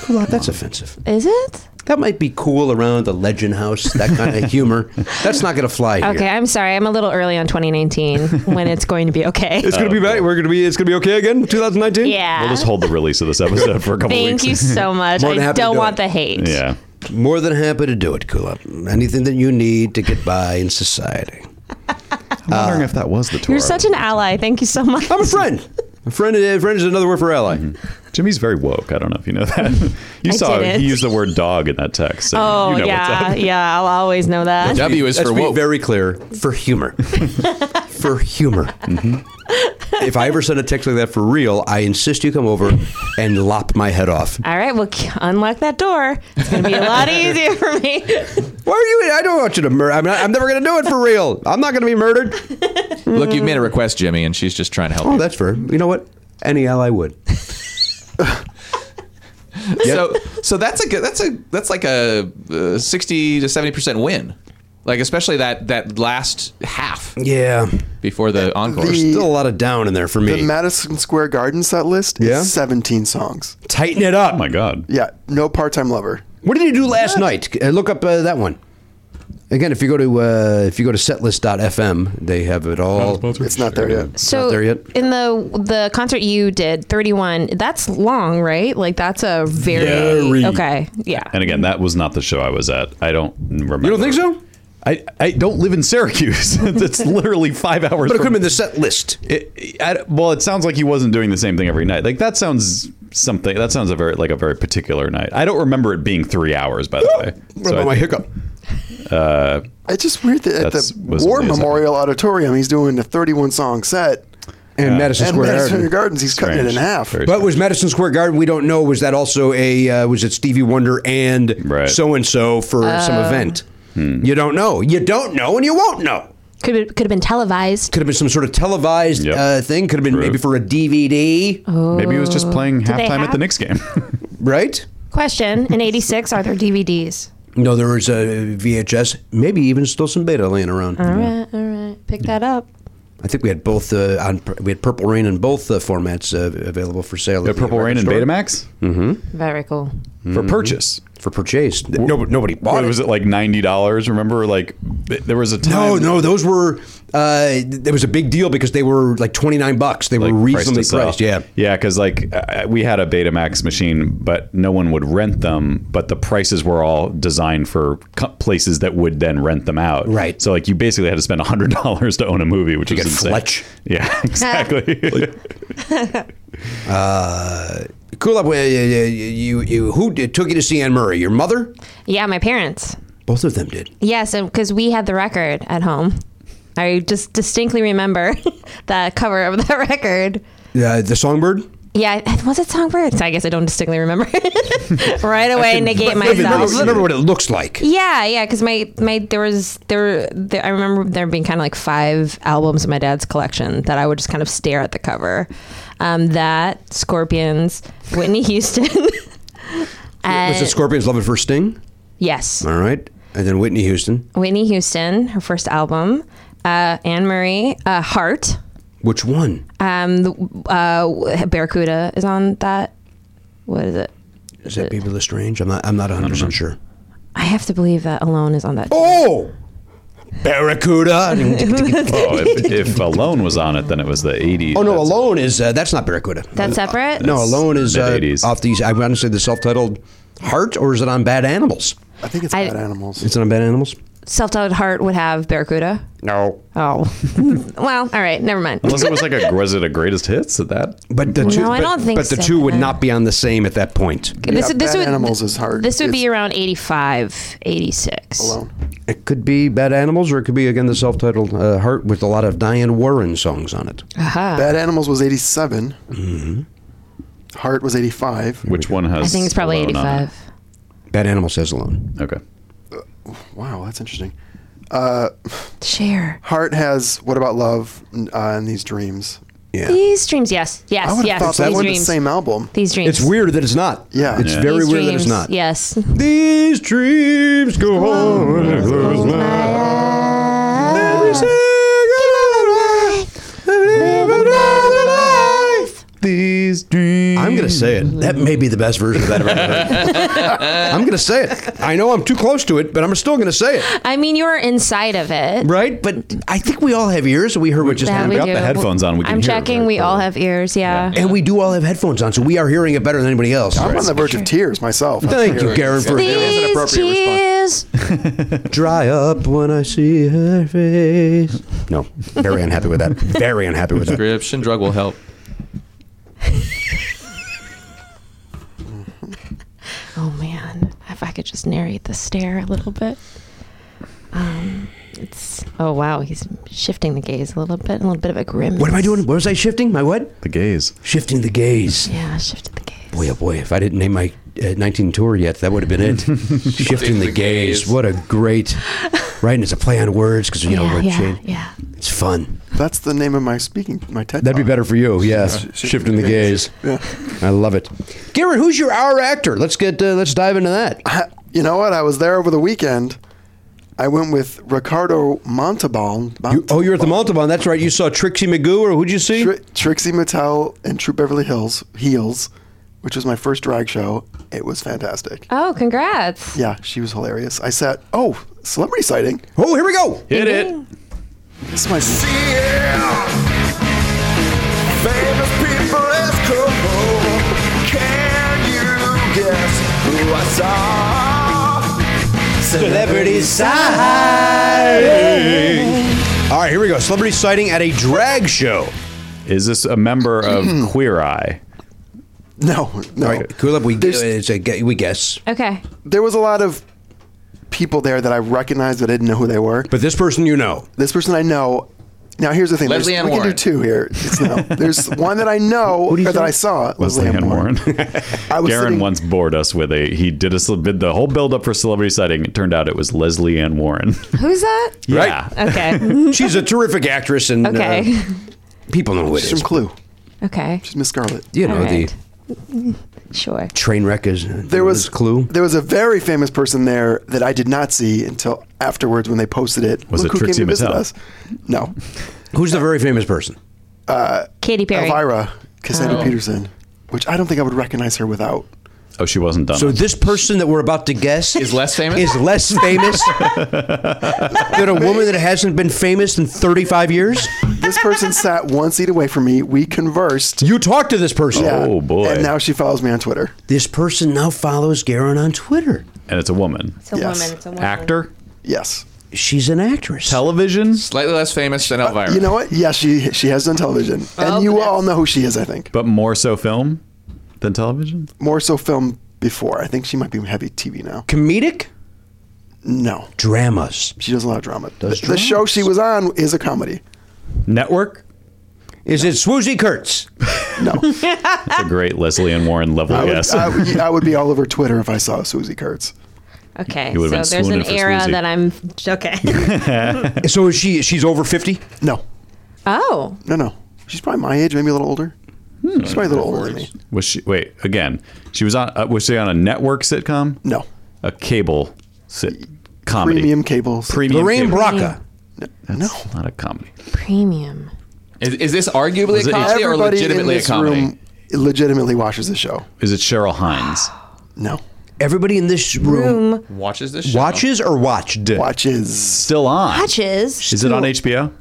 [SPEAKER 2] Kulak, that's offensive.
[SPEAKER 7] Is it?
[SPEAKER 2] That might be cool around the Legend House, that kind [LAUGHS] of humor. That's not going to fly here.
[SPEAKER 7] Okay, I'm sorry. I'm a little early
[SPEAKER 1] [LAUGHS]
[SPEAKER 7] on 2019 when it's going to be okay.
[SPEAKER 2] It's going to be back. We're going to be. It's going to be okay again. 2019.
[SPEAKER 7] yeah.
[SPEAKER 1] We'll just hold the release of this episode for a couple
[SPEAKER 7] Thank
[SPEAKER 1] weeks.
[SPEAKER 7] you so much.
[SPEAKER 2] More than
[SPEAKER 7] I
[SPEAKER 2] happy to
[SPEAKER 7] don't
[SPEAKER 2] do
[SPEAKER 7] want
[SPEAKER 2] it.
[SPEAKER 7] the
[SPEAKER 1] [LAUGHS]
[SPEAKER 7] hate.
[SPEAKER 1] Yeah.
[SPEAKER 2] More than happy to do it, Kulak. Anything that you need to get by in society.
[SPEAKER 1] I'm wondering if that was the tour.
[SPEAKER 7] You're such an ally. Thank you so much.
[SPEAKER 2] I'm a friend. Mm-hmm. A friend. A friend is another word for ally.
[SPEAKER 1] Jimmy's very woke. I don't know if you know that.
[SPEAKER 7] [LAUGHS]
[SPEAKER 1] [LAUGHS] you
[SPEAKER 7] I
[SPEAKER 1] saw
[SPEAKER 7] didn't.
[SPEAKER 1] he used the word dog in that text. So
[SPEAKER 7] Oh,
[SPEAKER 1] you know
[SPEAKER 7] yeah.
[SPEAKER 1] what's up.
[SPEAKER 7] Yeah, I'll always know that.
[SPEAKER 5] W is
[SPEAKER 2] Let's
[SPEAKER 5] for
[SPEAKER 2] be
[SPEAKER 5] woke.
[SPEAKER 2] very clear for [LAUGHS] humor. for humor. Mm-hmm. If I ever send a text like that for real, I insist you come over and lop my head off.
[SPEAKER 7] All right, well, [LAUGHS] k- unlock that door. It's going to be a lot easier for me.
[SPEAKER 2] Why are you? I don't want you to murder. I'm, not, I'm never going to do it for real. I'm not going to be murdered.
[SPEAKER 5] Look, you've made a request, Jimmy, and she's just trying to help.
[SPEAKER 2] Oh,
[SPEAKER 5] you.
[SPEAKER 2] that's fair. You know what? Any ally would.
[SPEAKER 5] So so that's a good, that's a that's like a uh, 60 to 70 percent win. Like especially that that last half
[SPEAKER 2] Yeah.
[SPEAKER 5] before the encore.
[SPEAKER 6] the-
[SPEAKER 2] Still a lot of down in there for
[SPEAKER 6] The
[SPEAKER 2] me.
[SPEAKER 6] Madison Square Garden set list
[SPEAKER 2] Yeah?
[SPEAKER 6] is 17 songs.
[SPEAKER 2] Tighten it up.
[SPEAKER 1] Oh my god.
[SPEAKER 6] Yeah, no part time lover.
[SPEAKER 2] What did you do last night? Uh, look up uh, that one. Again, if you go to uh, if you go to setlist.fm, they have it all.
[SPEAKER 6] It's not there yet.
[SPEAKER 7] So
[SPEAKER 2] Not there yet.
[SPEAKER 7] in the the concert you did, 31, that's long, right? Like that's a very Okay. Yeah.
[SPEAKER 1] And again, that was not the show I was at. I don't remember.
[SPEAKER 2] You don't think so?
[SPEAKER 1] I, I don't live in Syracuse. [LAUGHS] it's
[SPEAKER 7] [LAUGHS]
[SPEAKER 1] literally five hours.
[SPEAKER 2] But it could
[SPEAKER 1] from-
[SPEAKER 2] have been the set list.
[SPEAKER 1] It, I, well, it sounds like he wasn't doing the same thing every night. Like that sounds something. That sounds a very like a very particular night. I don't remember it being three hours. By the way,
[SPEAKER 2] What
[SPEAKER 1] So
[SPEAKER 2] about
[SPEAKER 1] I-
[SPEAKER 2] my hiccup?
[SPEAKER 6] It's just weird that at
[SPEAKER 1] That's-
[SPEAKER 6] the
[SPEAKER 1] was
[SPEAKER 6] War
[SPEAKER 1] amazing.
[SPEAKER 6] Memorial Auditorium, he's doing a 31 song set.
[SPEAKER 2] and Madison
[SPEAKER 6] And
[SPEAKER 2] Square Garden.
[SPEAKER 6] Madison Gardens, he's cutting it in
[SPEAKER 1] Strange.
[SPEAKER 6] half.
[SPEAKER 1] Very
[SPEAKER 2] But was Madison Square Garden? We don't know. Was that also a uh, was it Stevie Wonder and
[SPEAKER 1] Right.
[SPEAKER 2] so and so for some event? You don't know. You don't know, and you won't know.
[SPEAKER 7] Could have, could have been televised.
[SPEAKER 2] Could have been some sort of televised
[SPEAKER 1] Yep.
[SPEAKER 2] uh, thing. Could have been
[SPEAKER 1] True.
[SPEAKER 2] maybe for a DVD,
[SPEAKER 1] Maybe he was just playing
[SPEAKER 7] Did they
[SPEAKER 1] halftime at
[SPEAKER 7] have-
[SPEAKER 1] the Knicks game.
[SPEAKER 2] right?
[SPEAKER 7] Question: In '86, are there DVDs?
[SPEAKER 2] No, there was a VHS. Maybe even still some beta laying around.
[SPEAKER 7] All right, all right. Pick that up.
[SPEAKER 2] I think we had both uh, on. We had Purple Rain in both uh, formats uh, available for sale.
[SPEAKER 1] the [LAUGHS] Purple Rain and Betamax
[SPEAKER 7] Very cool.
[SPEAKER 1] for
[SPEAKER 2] Mm-hmm.
[SPEAKER 1] purchase.
[SPEAKER 2] for purchase. Nobody, nobody bought
[SPEAKER 1] What was it like ninety dollars? Remember, like th- there was a
[SPEAKER 2] No,
[SPEAKER 1] time.
[SPEAKER 2] no, those were uh, th- there was a big deal because they were like twenty nine bucks. They were
[SPEAKER 1] like
[SPEAKER 2] reasonably
[SPEAKER 1] price to sell.
[SPEAKER 2] priced. Yeah,
[SPEAKER 1] yeah, because like uh, we had a Betamax machine, but no one would rent them. But the prices were all designed for co- places that would then rent them out.
[SPEAKER 2] Right.
[SPEAKER 1] So like you basically had to spend hundred [LAUGHS] dollars to own a movie, which is
[SPEAKER 2] get
[SPEAKER 1] insane.
[SPEAKER 2] Fletch.
[SPEAKER 1] Yeah, [LAUGHS]
[SPEAKER 2] [LAUGHS]
[SPEAKER 1] exactly.
[SPEAKER 2] cool. Up, uh, you, you, who did, took you to see Anne Murray? Your mother?
[SPEAKER 7] Yeah, my parents.
[SPEAKER 2] Both of them did.
[SPEAKER 7] Yes, because we had the record at home. I just distinctly remember [LAUGHS] the [LAUGHS] cover of that record.
[SPEAKER 2] Uh, the Songbird.
[SPEAKER 7] Yeah, I- was it Songbirds? I guess I don't distinctly remember. [LAUGHS] right away, negate
[SPEAKER 2] Remember,
[SPEAKER 7] myself.
[SPEAKER 2] remember what it looks like.
[SPEAKER 7] Yeah, yeah, because my my there was there, were- there I remember there being kind of like five albums in my dad's collection that I would just kind of stare at the cover. Um, that Scorpions,
[SPEAKER 2] [LAUGHS]
[SPEAKER 7] Whitney Houston. [LAUGHS]
[SPEAKER 2] Was it
[SPEAKER 7] and,
[SPEAKER 2] Scorpions Love at First Sting?
[SPEAKER 7] yes,
[SPEAKER 2] All right, and then Whitney Houston.
[SPEAKER 7] Whitney Houston, her first album. Uh, Anne Marie, uh, Heart.
[SPEAKER 2] Which one?
[SPEAKER 7] Um, the, uh, Barracuda is on that. What is it?
[SPEAKER 2] Is that Baby Lestrange? I'm not. I'm not 100 percent sure.
[SPEAKER 7] I have to believe that Alone is on that.
[SPEAKER 2] Oh,
[SPEAKER 7] [LAUGHS]
[SPEAKER 2] Barracuda. [LAUGHS]
[SPEAKER 1] oh, if, if Alone was on it, then it was the eighties.
[SPEAKER 2] oh no, Alone is uh, that's not Barracuda. Uh,
[SPEAKER 7] That's separate.
[SPEAKER 2] No, Alone is uh,
[SPEAKER 1] mid-eighties.
[SPEAKER 2] off these. I want to say the self-titled Heart, or is it on Bad Animals?
[SPEAKER 6] I think it's
[SPEAKER 7] I-
[SPEAKER 6] bad animals.
[SPEAKER 2] Is it on Bad Animals?
[SPEAKER 7] Self-Doubt Heart would have Barracuda.
[SPEAKER 2] No.
[SPEAKER 7] Oh, [LAUGHS] well, all right, never mind.
[SPEAKER 1] Unless it was like a was it a greatest hits at that?
[SPEAKER 2] But the two, but,
[SPEAKER 7] I don't think
[SPEAKER 2] but the
[SPEAKER 7] so.
[SPEAKER 2] two would not be on the same at that point.
[SPEAKER 7] [LAUGHS] This,
[SPEAKER 6] Yeah, Bad Animals is hard.
[SPEAKER 7] This would be
[SPEAKER 6] It's-
[SPEAKER 7] around 85, 86.
[SPEAKER 6] Alone.
[SPEAKER 2] It could be Bad Animals, or it could be again the self-titled uh, Heart with a lot of Diane Warren songs on it.
[SPEAKER 6] Bad Animals was 87.
[SPEAKER 2] Mm-hmm.
[SPEAKER 6] Heart was 85.
[SPEAKER 2] [LAUGHS]
[SPEAKER 1] Which one has?
[SPEAKER 7] I think it's probably
[SPEAKER 1] Alone on it?
[SPEAKER 7] 85.
[SPEAKER 2] Bad Animals says alone.
[SPEAKER 1] Okay.
[SPEAKER 6] Wow, that's interesting.
[SPEAKER 7] Share.
[SPEAKER 6] Heart has What About Love uh, and These Dreams.
[SPEAKER 2] Yeah.
[SPEAKER 7] These dreams, yes. Yes,
[SPEAKER 6] I would have
[SPEAKER 7] yes.
[SPEAKER 6] thought
[SPEAKER 7] these
[SPEAKER 6] that was the
[SPEAKER 7] dreams.
[SPEAKER 6] same album.
[SPEAKER 7] These dreams.
[SPEAKER 2] It's weird that it's not.
[SPEAKER 6] Yeah.
[SPEAKER 2] It's
[SPEAKER 6] Yeah.
[SPEAKER 2] very
[SPEAKER 7] These
[SPEAKER 2] weird that it's
[SPEAKER 7] dreams,
[SPEAKER 2] not.
[SPEAKER 7] Yes. [LAUGHS]
[SPEAKER 2] These dreams go on and close my eyes. Every single night.
[SPEAKER 1] These dreams.
[SPEAKER 2] I'm gonna say it. That may be the best version of that I've ever heard. [LAUGHS] I'm gonna say it. I know I'm too close to it, but I'm still gonna say it.
[SPEAKER 7] I mean, you were inside of it.
[SPEAKER 2] Right? But I think we all have ears, and we heard what just
[SPEAKER 7] That
[SPEAKER 2] happened.
[SPEAKER 7] we
[SPEAKER 1] got
[SPEAKER 7] do.
[SPEAKER 1] the headphones on, we can
[SPEAKER 7] I'm
[SPEAKER 1] hear it
[SPEAKER 7] checking.
[SPEAKER 1] very
[SPEAKER 7] we all
[SPEAKER 1] clearly.
[SPEAKER 7] have ears. Yeah.
[SPEAKER 2] And we do all have headphones on, so we are hearing it better than anybody else.
[SPEAKER 6] I'm on the verge of tears myself.
[SPEAKER 2] Thank you, Garen, for
[SPEAKER 7] These tears.
[SPEAKER 2] dry up when I see her face. No, very unhappy with that. Very unhappy with that.
[SPEAKER 5] Prescription drug will help.
[SPEAKER 7] Oh man, if I could just narrate the stare a little bit. Um, it's oh wow, he's shifting the gaze a little bit, a little bit of a grim.
[SPEAKER 2] What am I doing? What was I shifting? My what?
[SPEAKER 1] the gaze.
[SPEAKER 2] Shifting the gaze.
[SPEAKER 7] Yeah, shifted the gaze.
[SPEAKER 2] Boy, oh boy, if I didn't name my uh, 19 tour yet, that would have been [LAUGHS] it. Shifting the
[SPEAKER 5] the
[SPEAKER 2] gaze.
[SPEAKER 5] gaze.
[SPEAKER 2] What a great. Right? And it's a play on words because, you know,
[SPEAKER 7] yeah,
[SPEAKER 2] we're
[SPEAKER 7] yeah,
[SPEAKER 2] chain-
[SPEAKER 7] yeah.
[SPEAKER 2] It's fun.
[SPEAKER 6] That's the name of my speaking, my TED
[SPEAKER 2] That'd be
[SPEAKER 6] Talk.
[SPEAKER 2] better for you, yes.
[SPEAKER 6] shifting
[SPEAKER 2] Shifting
[SPEAKER 6] the
[SPEAKER 2] the gaze. I love it. Garrett, who's your hour actor? Let's get uh, let's dive into that.
[SPEAKER 6] I- [LAUGHS] you know what? I was there over the weekend. I went with Ricardo Montalban.
[SPEAKER 2] You, oh, you're at the Montalban. That's right. You saw Trixie Magoo, or who'd you see?
[SPEAKER 6] Tri- Trixie Mattel and True Beverly Hills Heels, which was my first drag show. It was fantastic.
[SPEAKER 7] Oh, congrats!
[SPEAKER 6] Yeah, she was hilarious. I sat. Oh, celebrity sighting.
[SPEAKER 2] oh, here we go.
[SPEAKER 1] Hit it.
[SPEAKER 6] This is my.
[SPEAKER 11] Famous people is cool. Can you guess who I saw?
[SPEAKER 2] Celebrity sighting. All right, here we go. Celebrity sighting at a drag show.
[SPEAKER 1] Is this a member of
[SPEAKER 6] [CLEARS THROAT]
[SPEAKER 1] Queer Eye?
[SPEAKER 6] No, no.
[SPEAKER 2] Cool up. We
[SPEAKER 6] Oh. There's-
[SPEAKER 2] it's a gu- we guess,
[SPEAKER 7] Okay,
[SPEAKER 6] There was a lot of people there that I recognized, but I didn't know who they were.
[SPEAKER 2] but this person you know.
[SPEAKER 6] This person I know, Now here's the thing. There's-
[SPEAKER 5] Leslie Ann
[SPEAKER 6] we
[SPEAKER 5] Warren.
[SPEAKER 6] can do two here. It's no.
[SPEAKER 1] [LAUGHS]
[SPEAKER 6] There's one that I know or that I saw.
[SPEAKER 1] Leslie Ann Warren.
[SPEAKER 6] [LAUGHS] I
[SPEAKER 1] Garen
[SPEAKER 6] was sitting-
[SPEAKER 1] once bored us with a. He did us did the whole build up for celebrity sighting. It turned out it was Leslie Ann Warren. [LAUGHS]
[SPEAKER 7] Who's that?
[SPEAKER 1] Yeah.
[SPEAKER 2] [LAUGHS]
[SPEAKER 7] Okay.
[SPEAKER 2] She's a terrific actress, and uh,
[SPEAKER 7] okay.
[SPEAKER 2] people know who it
[SPEAKER 6] She's from
[SPEAKER 2] is.
[SPEAKER 6] Clue.
[SPEAKER 7] okay.
[SPEAKER 6] She's Miss Scarlet.
[SPEAKER 2] You know
[SPEAKER 7] All
[SPEAKER 2] the
[SPEAKER 7] right. Sure.
[SPEAKER 2] train wreck is
[SPEAKER 6] There was
[SPEAKER 2] clue.
[SPEAKER 6] There was a very famous person there that I did not see until afterwards when they posted it.
[SPEAKER 1] Was
[SPEAKER 6] Look
[SPEAKER 1] it
[SPEAKER 6] who
[SPEAKER 1] Trixie
[SPEAKER 6] came to visit
[SPEAKER 1] Mattel?
[SPEAKER 6] us? No,
[SPEAKER 2] Who's the very famous person?
[SPEAKER 7] Katy Perry.
[SPEAKER 6] Elvira Cassandra Peterson, which I don't think I would recognize her without.
[SPEAKER 1] Oh, she wasn't done.
[SPEAKER 2] So this person that we're about to guess
[SPEAKER 5] Is less famous?
[SPEAKER 2] Is less famous than a woman that hasn't been famous in 35 years.
[SPEAKER 6] This person sat one seat away from me. We conversed.
[SPEAKER 2] You talk to this person.
[SPEAKER 1] Oh, boy.
[SPEAKER 6] And now she follows me on Twitter.
[SPEAKER 2] This person now follows Garon on Twitter.
[SPEAKER 1] and it's a woman.
[SPEAKER 7] It's a
[SPEAKER 6] Yes.
[SPEAKER 7] woman. It's a woman.
[SPEAKER 1] Actor,
[SPEAKER 6] Yes.
[SPEAKER 2] She's an actress.
[SPEAKER 1] television,
[SPEAKER 5] Slightly less famous than Elvira.
[SPEAKER 6] You know what? Yeah, she she has done television,
[SPEAKER 7] Well,
[SPEAKER 6] and you
[SPEAKER 7] that's-
[SPEAKER 6] all know who she is. I think
[SPEAKER 1] but more so film than television.
[SPEAKER 6] more so film before. I think she might be heavy TV now.
[SPEAKER 2] Comedic
[SPEAKER 6] No,
[SPEAKER 2] dramas.
[SPEAKER 6] she does a lot of drama.
[SPEAKER 2] Does
[SPEAKER 6] the, the show she was on is a comedy.
[SPEAKER 1] Network.
[SPEAKER 2] Is it Swoozy Kurtz?
[SPEAKER 6] No,
[SPEAKER 1] [LAUGHS] It's a great Leslie Ann Warren level
[SPEAKER 6] Ah. I, would,
[SPEAKER 1] guess.
[SPEAKER 6] I, would, I would be all over Twitter if I saw Susie Kurtz.
[SPEAKER 7] Okay.
[SPEAKER 1] You
[SPEAKER 7] So
[SPEAKER 1] would've been
[SPEAKER 7] there's an
[SPEAKER 1] swooning for
[SPEAKER 7] era
[SPEAKER 1] Swoozie.
[SPEAKER 7] that I'm okay.
[SPEAKER 2] So is she? She's over 50.
[SPEAKER 6] No,
[SPEAKER 7] [LAUGHS] oh.
[SPEAKER 6] no, no. She's probably my age, maybe a little older. She's probably a little older than me.
[SPEAKER 1] was she? Wait, again. She was on. Uh, was she on a network sitcom?
[SPEAKER 6] No,
[SPEAKER 1] A cable sit comedy.
[SPEAKER 6] premium cables.
[SPEAKER 1] Premium
[SPEAKER 2] Lorraine
[SPEAKER 1] cable.
[SPEAKER 2] Bracca.
[SPEAKER 6] no,
[SPEAKER 1] Not a comedy.
[SPEAKER 7] Premium.
[SPEAKER 5] Is, is this arguably
[SPEAKER 1] Was
[SPEAKER 5] a
[SPEAKER 1] it-
[SPEAKER 5] comedy or
[SPEAKER 6] everybody in
[SPEAKER 5] legitimately a
[SPEAKER 6] this
[SPEAKER 5] comedy?
[SPEAKER 6] room legitimately watches the show.
[SPEAKER 1] Is it Cheryl
[SPEAKER 6] [GASPS]
[SPEAKER 1] Hines?
[SPEAKER 6] No,
[SPEAKER 2] Everybody in this room
[SPEAKER 7] Boom.
[SPEAKER 5] Watches this show.
[SPEAKER 2] watches or watched.
[SPEAKER 6] watches.
[SPEAKER 1] Still on.
[SPEAKER 7] Patches.
[SPEAKER 1] Is it on HBO?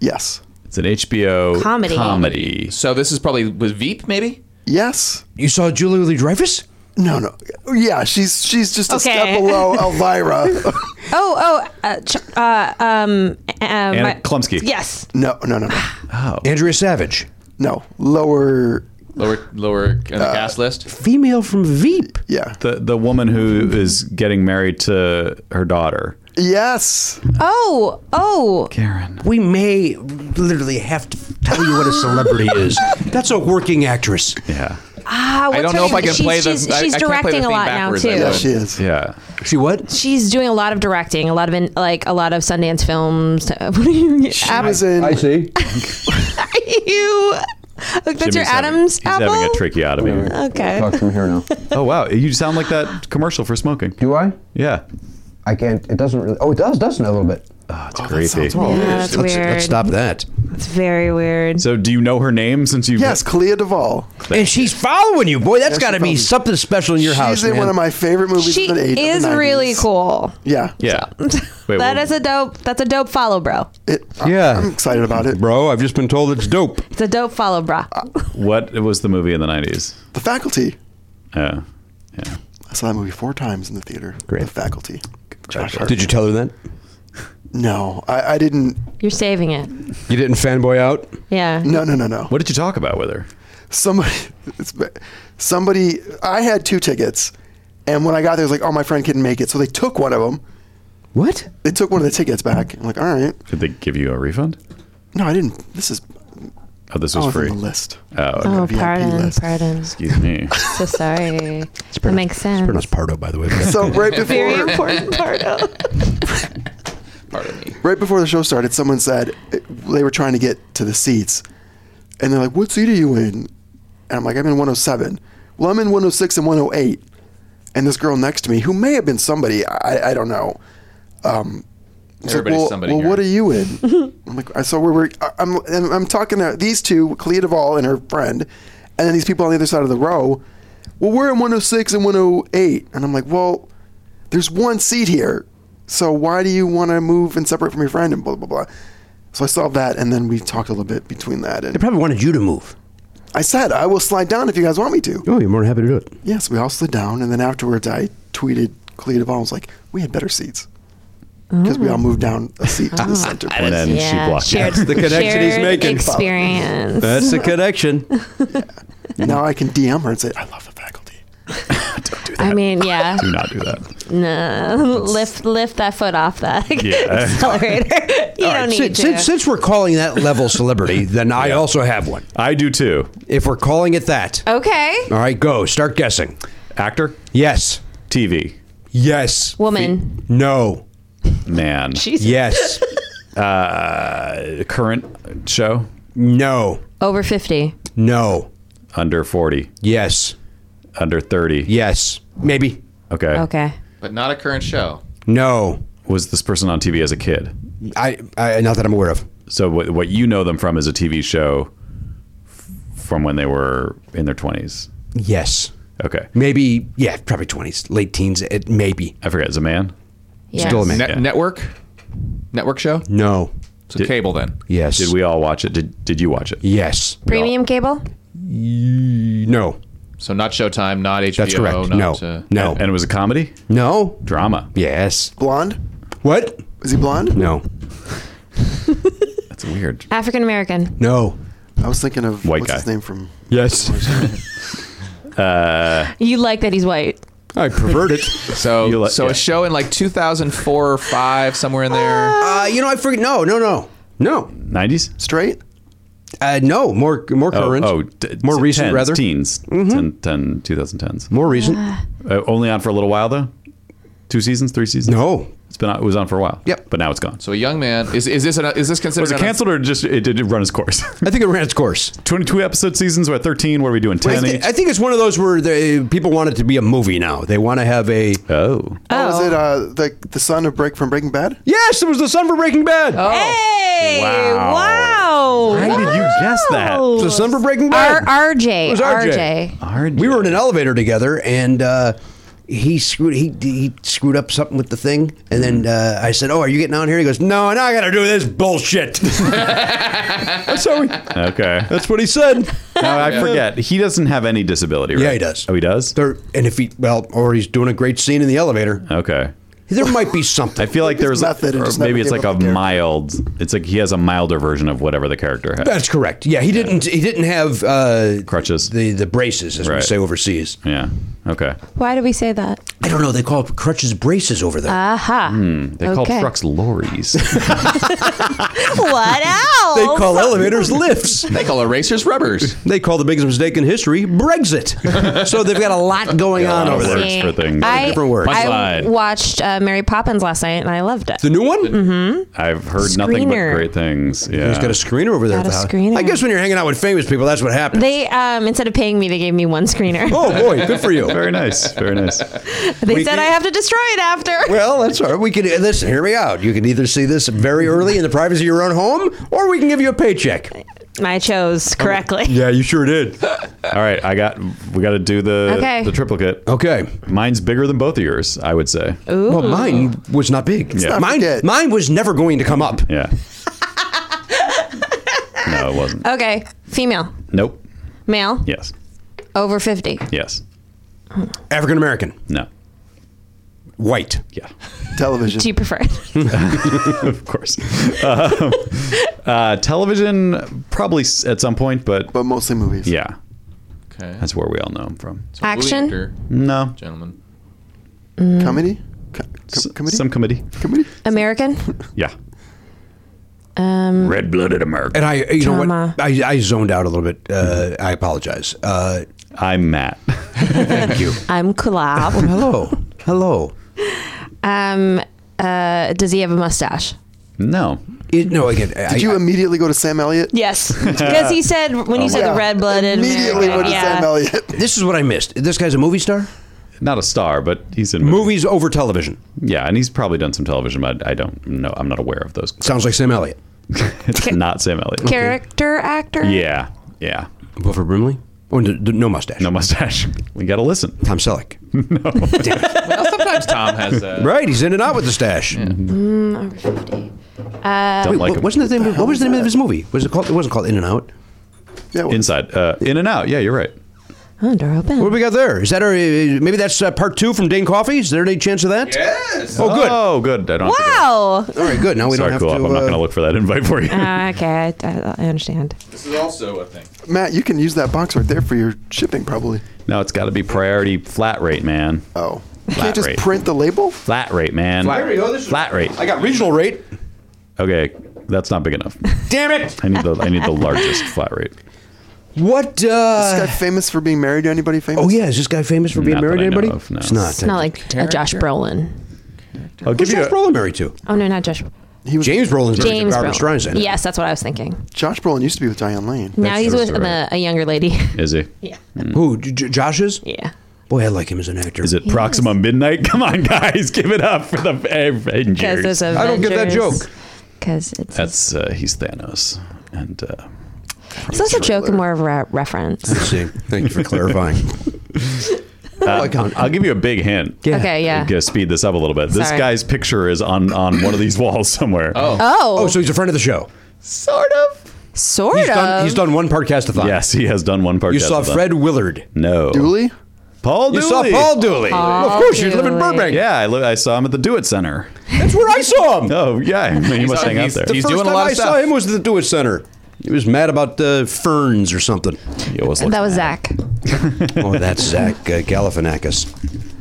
[SPEAKER 6] Yes,
[SPEAKER 1] It's an HBO
[SPEAKER 7] Comedy.
[SPEAKER 1] comedy.
[SPEAKER 5] So this is probably with Veep, maybe?
[SPEAKER 6] yes.
[SPEAKER 2] You saw Julia Louis Dreyfus.
[SPEAKER 6] No, no. Yeah, she's she's just a
[SPEAKER 7] Okay.
[SPEAKER 6] step below Elvira.
[SPEAKER 7] Oh, oh, uh, ch- uh, um, uh,
[SPEAKER 1] Anna
[SPEAKER 7] my-
[SPEAKER 1] Klumsky.
[SPEAKER 7] Yes.
[SPEAKER 6] no, no, no, no.
[SPEAKER 2] Andrea Savage,
[SPEAKER 6] No, lower.
[SPEAKER 5] Lower lower on the cast list.
[SPEAKER 2] female from Veep.
[SPEAKER 6] Yeah.
[SPEAKER 1] The the woman who is getting married to her daughter.
[SPEAKER 6] yes.
[SPEAKER 7] Oh, oh.
[SPEAKER 1] Karen.
[SPEAKER 2] We may literally have to tell you what a [LAUGHS] celebrity is. That's a working actress.
[SPEAKER 1] Yeah.
[SPEAKER 7] Ah, what's
[SPEAKER 5] I don't
[SPEAKER 7] her
[SPEAKER 5] know if
[SPEAKER 7] name?
[SPEAKER 5] I can
[SPEAKER 7] she's,
[SPEAKER 5] play the-
[SPEAKER 7] She's,
[SPEAKER 5] I-
[SPEAKER 7] she's
[SPEAKER 5] I can't play the
[SPEAKER 7] directing a
[SPEAKER 5] theme
[SPEAKER 7] lot now
[SPEAKER 5] backwards,
[SPEAKER 7] too.
[SPEAKER 5] I
[SPEAKER 6] Yeah,
[SPEAKER 5] would.
[SPEAKER 6] she is.
[SPEAKER 1] Yeah.
[SPEAKER 2] She what?
[SPEAKER 7] She's doing a lot of directing, a lot of in, like a lot of Sundance films. [LAUGHS] What do you?
[SPEAKER 6] She
[SPEAKER 7] Ab-
[SPEAKER 6] was in.
[SPEAKER 2] see.
[SPEAKER 7] [LAUGHS] you. Look, that's your
[SPEAKER 1] Jimmy's having-
[SPEAKER 7] Adams
[SPEAKER 1] He's
[SPEAKER 7] apple.
[SPEAKER 1] having a tracheotomy.
[SPEAKER 7] [LAUGHS] Okay.
[SPEAKER 12] from here now.
[SPEAKER 1] Oh wow, you sound like that commercial for smoking.
[SPEAKER 12] Do I?
[SPEAKER 1] Yeah.
[SPEAKER 12] I can't. It doesn't really. Oh, it does, doesn't it? A little bit.
[SPEAKER 1] Oh, it's creepy.
[SPEAKER 7] Yeah, that's weird.
[SPEAKER 2] Let's stop that.
[SPEAKER 7] It's very weird.
[SPEAKER 1] So do you know her name since you
[SPEAKER 6] Yes, Clea Duvall.
[SPEAKER 2] And she's following you, boy. That's
[SPEAKER 6] Yes,
[SPEAKER 2] got to
[SPEAKER 6] she
[SPEAKER 2] be
[SPEAKER 6] follows me.
[SPEAKER 2] something special in your
[SPEAKER 6] she's
[SPEAKER 2] house.
[SPEAKER 6] in
[SPEAKER 2] man.
[SPEAKER 6] one of my favorite movies
[SPEAKER 7] she
[SPEAKER 6] of the eight.
[SPEAKER 7] is
[SPEAKER 6] of the 90s.
[SPEAKER 7] really cool.
[SPEAKER 6] Yeah.
[SPEAKER 1] Yeah. Wait,
[SPEAKER 7] that
[SPEAKER 1] wait.
[SPEAKER 7] is a dope. That's a dope follow, bro.
[SPEAKER 6] It, I-
[SPEAKER 2] Yeah.
[SPEAKER 6] I'm excited about it.
[SPEAKER 2] Bro, I've just been told it's dope.
[SPEAKER 7] It's a dope follow, bro.
[SPEAKER 1] [LAUGHS]
[SPEAKER 6] Uh,
[SPEAKER 1] what was the movie in the 90s?
[SPEAKER 6] The Faculty.
[SPEAKER 1] Yeah. Yeah.
[SPEAKER 6] I saw that movie four times in the theater.
[SPEAKER 2] Great.
[SPEAKER 6] The Faculty. Josh Hartnett.
[SPEAKER 2] Did you tell her that?
[SPEAKER 6] No, I, I didn't.
[SPEAKER 7] You're saving it.
[SPEAKER 2] You didn't fanboy out?
[SPEAKER 7] Yeah.
[SPEAKER 6] No, no, no, no.
[SPEAKER 1] What did you talk about with her?
[SPEAKER 6] somebody [LAUGHS] it's, ba- somebody i had two tickets and when i got there it was like oh my friend couldn't make it so they took one of them
[SPEAKER 2] What?
[SPEAKER 6] they took one of the tickets back i'm like all right
[SPEAKER 1] Did they give you a refund?
[SPEAKER 6] no i didn't this is
[SPEAKER 1] Oh, this
[SPEAKER 6] oh,
[SPEAKER 1] was
[SPEAKER 6] it's on
[SPEAKER 1] free.
[SPEAKER 6] the list
[SPEAKER 1] Oh,
[SPEAKER 7] Oh,
[SPEAKER 6] VIP
[SPEAKER 7] pardon,
[SPEAKER 6] list.
[SPEAKER 7] pardon.
[SPEAKER 1] excuse
[SPEAKER 6] [LAUGHS]
[SPEAKER 1] me. [LAUGHS]
[SPEAKER 7] So sorry. That makes sense.
[SPEAKER 2] Pronounced Pardo, by the [LAUGHS] way.
[SPEAKER 6] so right
[SPEAKER 7] Very
[SPEAKER 6] [LAUGHS]
[SPEAKER 1] [LAUGHS]
[SPEAKER 6] before
[SPEAKER 7] important part of.
[SPEAKER 5] Pardon me.
[SPEAKER 6] right before the show started someone said they were trying to get to the seats and they're like what seat are you in and i'm like i'm in 107 well i'm in 106 and 108 and this girl next to me who may have been somebody i, I don't know It's like,
[SPEAKER 5] Everybody's
[SPEAKER 6] well,
[SPEAKER 5] somebody
[SPEAKER 6] well,
[SPEAKER 5] here.
[SPEAKER 6] what are you in? [LAUGHS] I'm like, I- so we're, we're I- I'm, and I'm talking to these two, Clea Duvall and her friend, and then these people on the other side of the row. Well, we're in 106 and 108, and I'm like, well, there's one seat here, so why do you want to move and separate from your friend and blah blah blah. So I solved that, and then we talked a little bit between that,
[SPEAKER 2] They
[SPEAKER 6] and
[SPEAKER 2] probably wanted you to move.
[SPEAKER 6] I said I will slide down if you guys want me to.
[SPEAKER 2] Oh, you're more than happy to do it.
[SPEAKER 6] Yes, we all slid down, and then afterwards I tweeted Clea Duvall. I was like, we had better seats because we all moved down a seat to the center. place.
[SPEAKER 1] And then she
[SPEAKER 7] Yeah,
[SPEAKER 1] blocked
[SPEAKER 7] shared,
[SPEAKER 1] it.
[SPEAKER 2] the connection he's
[SPEAKER 7] shared
[SPEAKER 2] making.
[SPEAKER 7] Experience.
[SPEAKER 2] That's the connection.
[SPEAKER 6] Now I can DM her and say, I love the faculty.
[SPEAKER 1] that.
[SPEAKER 7] I mean,
[SPEAKER 1] [LAUGHS]
[SPEAKER 7] yeah.
[SPEAKER 1] do not do that.
[SPEAKER 7] no, lift lift that foot off that [LAUGHS]
[SPEAKER 1] Yeah. [LAUGHS]
[SPEAKER 7] accelerator. [LAUGHS] you don't need
[SPEAKER 2] Since,
[SPEAKER 7] to.
[SPEAKER 2] since, since we're calling that level celebrity, then I also have one.
[SPEAKER 1] I do too.
[SPEAKER 2] If we're calling it that,
[SPEAKER 7] okay,
[SPEAKER 2] all right, go start guessing.
[SPEAKER 1] Actor,
[SPEAKER 2] Yes,
[SPEAKER 1] TV,
[SPEAKER 2] yes,
[SPEAKER 7] woman.
[SPEAKER 2] no,
[SPEAKER 1] man,
[SPEAKER 7] Jesus.
[SPEAKER 2] yes, [LAUGHS]
[SPEAKER 1] uh, current show,
[SPEAKER 2] no,
[SPEAKER 7] Over fifty.
[SPEAKER 2] no,
[SPEAKER 1] under forty,
[SPEAKER 2] yes,
[SPEAKER 1] under thirty.
[SPEAKER 2] yes, maybe,
[SPEAKER 1] Okay.
[SPEAKER 7] Okay.
[SPEAKER 5] but not a current show.
[SPEAKER 2] no.
[SPEAKER 1] Was this person on TV as a kid?
[SPEAKER 2] I, I not that I'm aware of.
[SPEAKER 1] So what what you know them from is a TV show f- from when they were in their twenties.
[SPEAKER 2] Yes,
[SPEAKER 1] Okay.
[SPEAKER 2] maybe, yeah, probably twenties, late teens, it maybe.
[SPEAKER 1] I forget. Is it a man?
[SPEAKER 7] Yes.
[SPEAKER 2] Still a man.
[SPEAKER 5] Ne-
[SPEAKER 1] Yeah.
[SPEAKER 5] Network, network show.
[SPEAKER 2] No,
[SPEAKER 5] So cable then.
[SPEAKER 2] yes,
[SPEAKER 1] Did we all watch it? Did Did you watch it?
[SPEAKER 2] Yes,
[SPEAKER 7] Premium cable.
[SPEAKER 2] no,
[SPEAKER 5] So not Showtime, not HBO.
[SPEAKER 2] that's correct.
[SPEAKER 5] Not,
[SPEAKER 2] no,
[SPEAKER 5] uh,
[SPEAKER 2] no,
[SPEAKER 1] And it was a comedy,
[SPEAKER 2] no.
[SPEAKER 1] drama.
[SPEAKER 2] Yes.
[SPEAKER 6] Blonde?
[SPEAKER 2] What?
[SPEAKER 6] Is he blonde?
[SPEAKER 2] No.
[SPEAKER 1] That's weird.
[SPEAKER 2] Uh,
[SPEAKER 7] African American.
[SPEAKER 2] No.
[SPEAKER 6] I was thinking of
[SPEAKER 1] White
[SPEAKER 6] what's
[SPEAKER 1] guy.
[SPEAKER 6] his name from.
[SPEAKER 2] Yes.
[SPEAKER 7] You like that he's white.
[SPEAKER 2] I pervert it.
[SPEAKER 5] So
[SPEAKER 1] You let-
[SPEAKER 5] so
[SPEAKER 1] yeah.
[SPEAKER 5] a show in like 2004 or five somewhere in there.
[SPEAKER 2] Uh, you know, I forget. No, no, no, no.
[SPEAKER 1] Nineties.
[SPEAKER 6] Straight?
[SPEAKER 2] Uh, no, more more current.
[SPEAKER 1] Oh, d-
[SPEAKER 2] more
[SPEAKER 1] t-
[SPEAKER 2] recent
[SPEAKER 1] tens,
[SPEAKER 2] rather.
[SPEAKER 1] Teens. 10, 10, 2010s.
[SPEAKER 2] Mm-hmm. More recent.
[SPEAKER 1] Uh, only on for a little while though. Two seasons, three seasons.
[SPEAKER 2] No.
[SPEAKER 1] it's been on, it was on for a while.
[SPEAKER 2] Yep.
[SPEAKER 1] but now it's gone. So
[SPEAKER 5] so a young man is is this an, is this considered
[SPEAKER 1] was it
[SPEAKER 5] an-
[SPEAKER 1] canceled or just it did it run its course? [LAUGHS]
[SPEAKER 2] I think it ran its course.
[SPEAKER 1] Twenty-two episode seasons. We're at thirteen. What are we doing?
[SPEAKER 2] I,
[SPEAKER 1] Ten
[SPEAKER 2] thi-
[SPEAKER 1] each.
[SPEAKER 2] I think it's one of those where they, people want it to be a movie now. They want to have a.
[SPEAKER 1] oh,
[SPEAKER 6] Oh, is it uh, the the son of Break from Breaking Bad?
[SPEAKER 2] Yes, it was the son for Breaking Bad.
[SPEAKER 5] Oh.
[SPEAKER 7] Hey! Wow!
[SPEAKER 1] How did you guess that?
[SPEAKER 7] Wow.
[SPEAKER 2] It was the son for Breaking
[SPEAKER 7] R-
[SPEAKER 2] Bad.
[SPEAKER 7] RJ.
[SPEAKER 2] was RJ.
[SPEAKER 7] RJ.
[SPEAKER 1] RJ.
[SPEAKER 2] we were in an elevator together, and uh, he screwed he he screwed up something with the thing, and
[SPEAKER 1] Mm.
[SPEAKER 2] then uh, I said, "Oh, are you getting out here?" He goes, "No, now I got to do this
[SPEAKER 1] [LAUGHS]
[SPEAKER 2] bullshit." That's how we.
[SPEAKER 1] Okay. [LAUGHS]
[SPEAKER 2] That's what he said.
[SPEAKER 1] Now I forget. He doesn't have any disability, right?
[SPEAKER 2] Yeah, he does.
[SPEAKER 1] Oh, he does?
[SPEAKER 2] There, and if he well, or he's doing a great scene in the elevator.
[SPEAKER 1] okay.
[SPEAKER 2] There might be
[SPEAKER 1] [LAUGHS]
[SPEAKER 2] something.
[SPEAKER 1] I feel like there's
[SPEAKER 6] method and
[SPEAKER 1] or
[SPEAKER 6] just never
[SPEAKER 1] maybe it's
[SPEAKER 6] gave
[SPEAKER 1] like a
[SPEAKER 6] up the character.
[SPEAKER 1] mild. It's like he has a milder version of whatever the character had.
[SPEAKER 2] That's correct. Yeah, he didn't. He didn't have uh,
[SPEAKER 1] Crutches.
[SPEAKER 2] The the braces, as we
[SPEAKER 1] Right.
[SPEAKER 2] say overseas.
[SPEAKER 1] yeah. Okay.
[SPEAKER 7] Why do we say that?
[SPEAKER 2] I don't know. They call crutches braces over there.
[SPEAKER 7] Aha.
[SPEAKER 2] Hmm.
[SPEAKER 1] They call
[SPEAKER 7] Okay.
[SPEAKER 1] trucks lorries.
[SPEAKER 7] [LAUGHS] What
[SPEAKER 2] [LAUGHS]
[SPEAKER 7] else?
[SPEAKER 2] they call elevators lifts.
[SPEAKER 5] [LAUGHS] They call erasers
[SPEAKER 1] [LAUGHS]
[SPEAKER 5] rubbers.
[SPEAKER 2] They call the biggest mistake in history Brexit. so they've got a lot going
[SPEAKER 1] Got a
[SPEAKER 2] on
[SPEAKER 1] lot of
[SPEAKER 2] over
[SPEAKER 1] words
[SPEAKER 2] there.
[SPEAKER 1] for things.
[SPEAKER 7] I,
[SPEAKER 2] Different words.
[SPEAKER 7] I
[SPEAKER 1] Punchline.
[SPEAKER 7] watched uh, Mary Poppins last night and I loved it.
[SPEAKER 2] The new one.
[SPEAKER 1] I've heard nothing but
[SPEAKER 7] Screener.
[SPEAKER 1] great things. Yeah.
[SPEAKER 2] He's got a screener over there.
[SPEAKER 7] Got a
[SPEAKER 2] pal.
[SPEAKER 7] screener.
[SPEAKER 2] I guess when you're hanging out with famous people, that's what happens.
[SPEAKER 7] They um, instead of paying me, they gave me one screener.
[SPEAKER 2] oh boy, good for you.
[SPEAKER 1] Very nice.
[SPEAKER 2] [LAUGHS]
[SPEAKER 1] Very nice.
[SPEAKER 7] [LAUGHS] they
[SPEAKER 2] we
[SPEAKER 7] said
[SPEAKER 2] did-
[SPEAKER 7] I have to destroy it after.
[SPEAKER 2] Well, that's all right. We can listen. Hear me out. You can either see this very early in the privacy of your own home, or we can give you a paycheck.
[SPEAKER 7] I chose correctly.
[SPEAKER 2] Oh, Yeah, you sure did.
[SPEAKER 1] All right. I got. We got to do the
[SPEAKER 7] Okay.
[SPEAKER 1] the triplicate.
[SPEAKER 2] Okay.
[SPEAKER 1] Mine's bigger than both of yours. I would say.
[SPEAKER 2] Well, mine was not big.
[SPEAKER 1] not
[SPEAKER 2] Mine,
[SPEAKER 6] forget.
[SPEAKER 2] mine was never going to come up.
[SPEAKER 1] Yeah. no, it wasn't.
[SPEAKER 7] Okay, female,
[SPEAKER 1] Nope.
[SPEAKER 7] male,
[SPEAKER 1] Yes.
[SPEAKER 7] over fifty.
[SPEAKER 1] Yes.
[SPEAKER 2] African American,
[SPEAKER 1] No.
[SPEAKER 2] white.
[SPEAKER 1] Yeah.
[SPEAKER 6] Television.
[SPEAKER 7] Do you prefer? it?
[SPEAKER 2] [LAUGHS]
[SPEAKER 1] of course. Um, uh, television, probably s- at some point, but
[SPEAKER 6] But mostly movies.
[SPEAKER 1] yeah,
[SPEAKER 5] Okay.
[SPEAKER 1] that's where we all know him from.
[SPEAKER 5] So movie
[SPEAKER 7] Action?
[SPEAKER 5] actor,
[SPEAKER 1] No,
[SPEAKER 5] gentleman.
[SPEAKER 6] Comedy? Co-
[SPEAKER 1] S-
[SPEAKER 6] co- comedy?
[SPEAKER 1] some comedy.
[SPEAKER 6] comedy?
[SPEAKER 7] American.
[SPEAKER 1] Yeah,
[SPEAKER 7] Um,
[SPEAKER 1] red blooded America.
[SPEAKER 2] And I, you know
[SPEAKER 7] Drama.
[SPEAKER 2] what? I, I zoned out a little bit. Uh, I apologize. Uh,
[SPEAKER 1] I'm Matt. [LAUGHS]
[SPEAKER 2] thank
[SPEAKER 6] [LAUGHS]
[SPEAKER 2] you.
[SPEAKER 7] I'm collab.
[SPEAKER 2] [LAUGHS] Hello. Hello.
[SPEAKER 7] um, uh, does he have a mustache?
[SPEAKER 1] no,
[SPEAKER 2] It- no, again. I,
[SPEAKER 6] Did you
[SPEAKER 2] I-
[SPEAKER 6] immediately go to Sam Elliott?
[SPEAKER 7] Yes,
[SPEAKER 2] [LAUGHS]
[SPEAKER 7] because he said when
[SPEAKER 2] Oh,
[SPEAKER 7] you said the red-blooded.
[SPEAKER 6] Immediately
[SPEAKER 7] American,
[SPEAKER 6] went to Sam Elliott. [LAUGHS]
[SPEAKER 2] this is what I missed. This guy's a movie star.
[SPEAKER 1] not a star, but he's in movies.
[SPEAKER 2] Movies over television.
[SPEAKER 1] Yeah, and he's probably done some television, but I don't know. I'm not aware of those. [LAUGHS]
[SPEAKER 2] Sounds like Sam Elliott.
[SPEAKER 1] it's not Sam Elliott.
[SPEAKER 7] Character actor.
[SPEAKER 1] Yeah, yeah.
[SPEAKER 2] Wilford Brimley. Oh, no, no mustache.
[SPEAKER 1] No mustache. [LAUGHS] We gotta listen.
[SPEAKER 2] Tom Selleck.
[SPEAKER 5] Well, sometimes Tom has a
[SPEAKER 2] Right, he's in and out with the stash.
[SPEAKER 7] Over 50.
[SPEAKER 1] Don't like
[SPEAKER 2] What,
[SPEAKER 1] him.
[SPEAKER 2] wasn't the name? What was the name of his movie? Was it called? It wasn't called In and Out.
[SPEAKER 6] Yeah, well,
[SPEAKER 1] Inside, uh, in and out. Yeah, you're right.
[SPEAKER 7] Oh, door open.
[SPEAKER 2] What do we got there? Is that our, uh, maybe that's uh, part two from Dane Coffee? Is there any chance of that?
[SPEAKER 5] Yes.
[SPEAKER 2] Oh, good.
[SPEAKER 1] Oh, good. I don't have to go.
[SPEAKER 7] wow.
[SPEAKER 2] All right, good. Now we
[SPEAKER 1] Sorry,
[SPEAKER 2] don't have
[SPEAKER 1] cool.
[SPEAKER 2] to.
[SPEAKER 1] I'm not
[SPEAKER 2] uh,
[SPEAKER 1] going to look for that [LAUGHS] invite for you.
[SPEAKER 7] Uh, okay, I, I, I understand.
[SPEAKER 5] This is also a thing.
[SPEAKER 6] Matt, you can use that box right there for your shipping, probably.
[SPEAKER 1] no, it's got to be priority flat rate, man.
[SPEAKER 6] Oh, you
[SPEAKER 1] Flat
[SPEAKER 6] can't just
[SPEAKER 1] rate.
[SPEAKER 6] print the label.
[SPEAKER 1] Flat rate, man.
[SPEAKER 5] Flat rate.
[SPEAKER 2] Oh,
[SPEAKER 1] Flat rate.
[SPEAKER 2] I got regional rate.
[SPEAKER 1] Okay, that's not big enough.
[SPEAKER 2] Damn it!
[SPEAKER 1] I need the I
[SPEAKER 7] [LAUGHS]
[SPEAKER 1] need the largest flat rate.
[SPEAKER 2] What?
[SPEAKER 6] This
[SPEAKER 2] Uh,
[SPEAKER 6] guy famous for being married to anybody famous?
[SPEAKER 2] oh yeah, is this guy famous for being
[SPEAKER 1] Not
[SPEAKER 2] married to
[SPEAKER 1] that I know
[SPEAKER 2] anybody?
[SPEAKER 1] of, no.
[SPEAKER 2] It's not.
[SPEAKER 7] It's not like a Josh Brolin.
[SPEAKER 1] I'll give
[SPEAKER 2] Who's
[SPEAKER 1] you.
[SPEAKER 2] Josh
[SPEAKER 1] A,
[SPEAKER 2] Brolin married to?
[SPEAKER 7] Oh no, not Josh.
[SPEAKER 6] He was
[SPEAKER 2] James Brolin's married
[SPEAKER 7] James
[SPEAKER 2] to Barbara
[SPEAKER 7] Brolin.
[SPEAKER 2] Streisand.
[SPEAKER 7] Yes, that's what I was thinking.
[SPEAKER 6] Josh Brolin used to be with Diane Lane.
[SPEAKER 7] now he's
[SPEAKER 1] true
[SPEAKER 7] with
[SPEAKER 1] story.
[SPEAKER 7] a, a
[SPEAKER 2] [LAUGHS]
[SPEAKER 7] younger lady.
[SPEAKER 1] is he?
[SPEAKER 7] yeah.
[SPEAKER 2] Who? J- J- Josh is?
[SPEAKER 7] Yeah.
[SPEAKER 2] Boy, I like him as an actor.
[SPEAKER 1] Is it Proxima Midnight? [LAUGHS] Come on, guys, give it up for the
[SPEAKER 7] Because
[SPEAKER 1] Avengers.
[SPEAKER 7] there's Avengers.
[SPEAKER 2] I don't get that joke.
[SPEAKER 7] Because it's
[SPEAKER 1] That's uh, he's Thanos, and uh,
[SPEAKER 7] it's less a joke and more of a re-
[SPEAKER 2] [LAUGHS]
[SPEAKER 7] reference.
[SPEAKER 2] See, thank you
[SPEAKER 1] [LAUGHS]
[SPEAKER 2] for clarifying. I can't-
[SPEAKER 1] Uh, I'll give you a big hint.
[SPEAKER 2] [LAUGHS] Yeah.
[SPEAKER 7] Okay, yeah.
[SPEAKER 1] I'm gonna speed this up a little bit. This
[SPEAKER 7] Sorry.
[SPEAKER 1] guy's picture is on on one of these walls somewhere. Oh,
[SPEAKER 7] Oh,
[SPEAKER 2] Oh, so he's a friend of the show.
[SPEAKER 1] sort of.
[SPEAKER 7] sort
[SPEAKER 2] He's
[SPEAKER 7] of.
[SPEAKER 2] done, he's done one podcastathon.
[SPEAKER 1] Yes, he has done one part.
[SPEAKER 2] You saw Fred Willard.
[SPEAKER 1] No.
[SPEAKER 6] Dooley?
[SPEAKER 1] Paul
[SPEAKER 2] You
[SPEAKER 1] Dooley.
[SPEAKER 2] saw Paul Dooley.
[SPEAKER 7] Paul
[SPEAKER 2] of course, you live in
[SPEAKER 7] Dooley.
[SPEAKER 2] Burbank.
[SPEAKER 1] Yeah, I, li- I saw him at the Do It Center.
[SPEAKER 2] That's where I saw him.
[SPEAKER 1] Oh, yeah. [LAUGHS] I mean, he must
[SPEAKER 5] on-
[SPEAKER 1] hang out
[SPEAKER 5] he's-
[SPEAKER 1] there.
[SPEAKER 5] he's
[SPEAKER 2] First
[SPEAKER 5] doing a
[SPEAKER 2] time
[SPEAKER 5] lot of
[SPEAKER 2] I saw
[SPEAKER 5] stuff.
[SPEAKER 2] him was at the Do It Center. He was mad about uh, ferns or something.
[SPEAKER 1] He always looks
[SPEAKER 7] that was
[SPEAKER 1] mad.
[SPEAKER 7] Zach.
[SPEAKER 2] Oh, that's Zach uh, Galifianakis.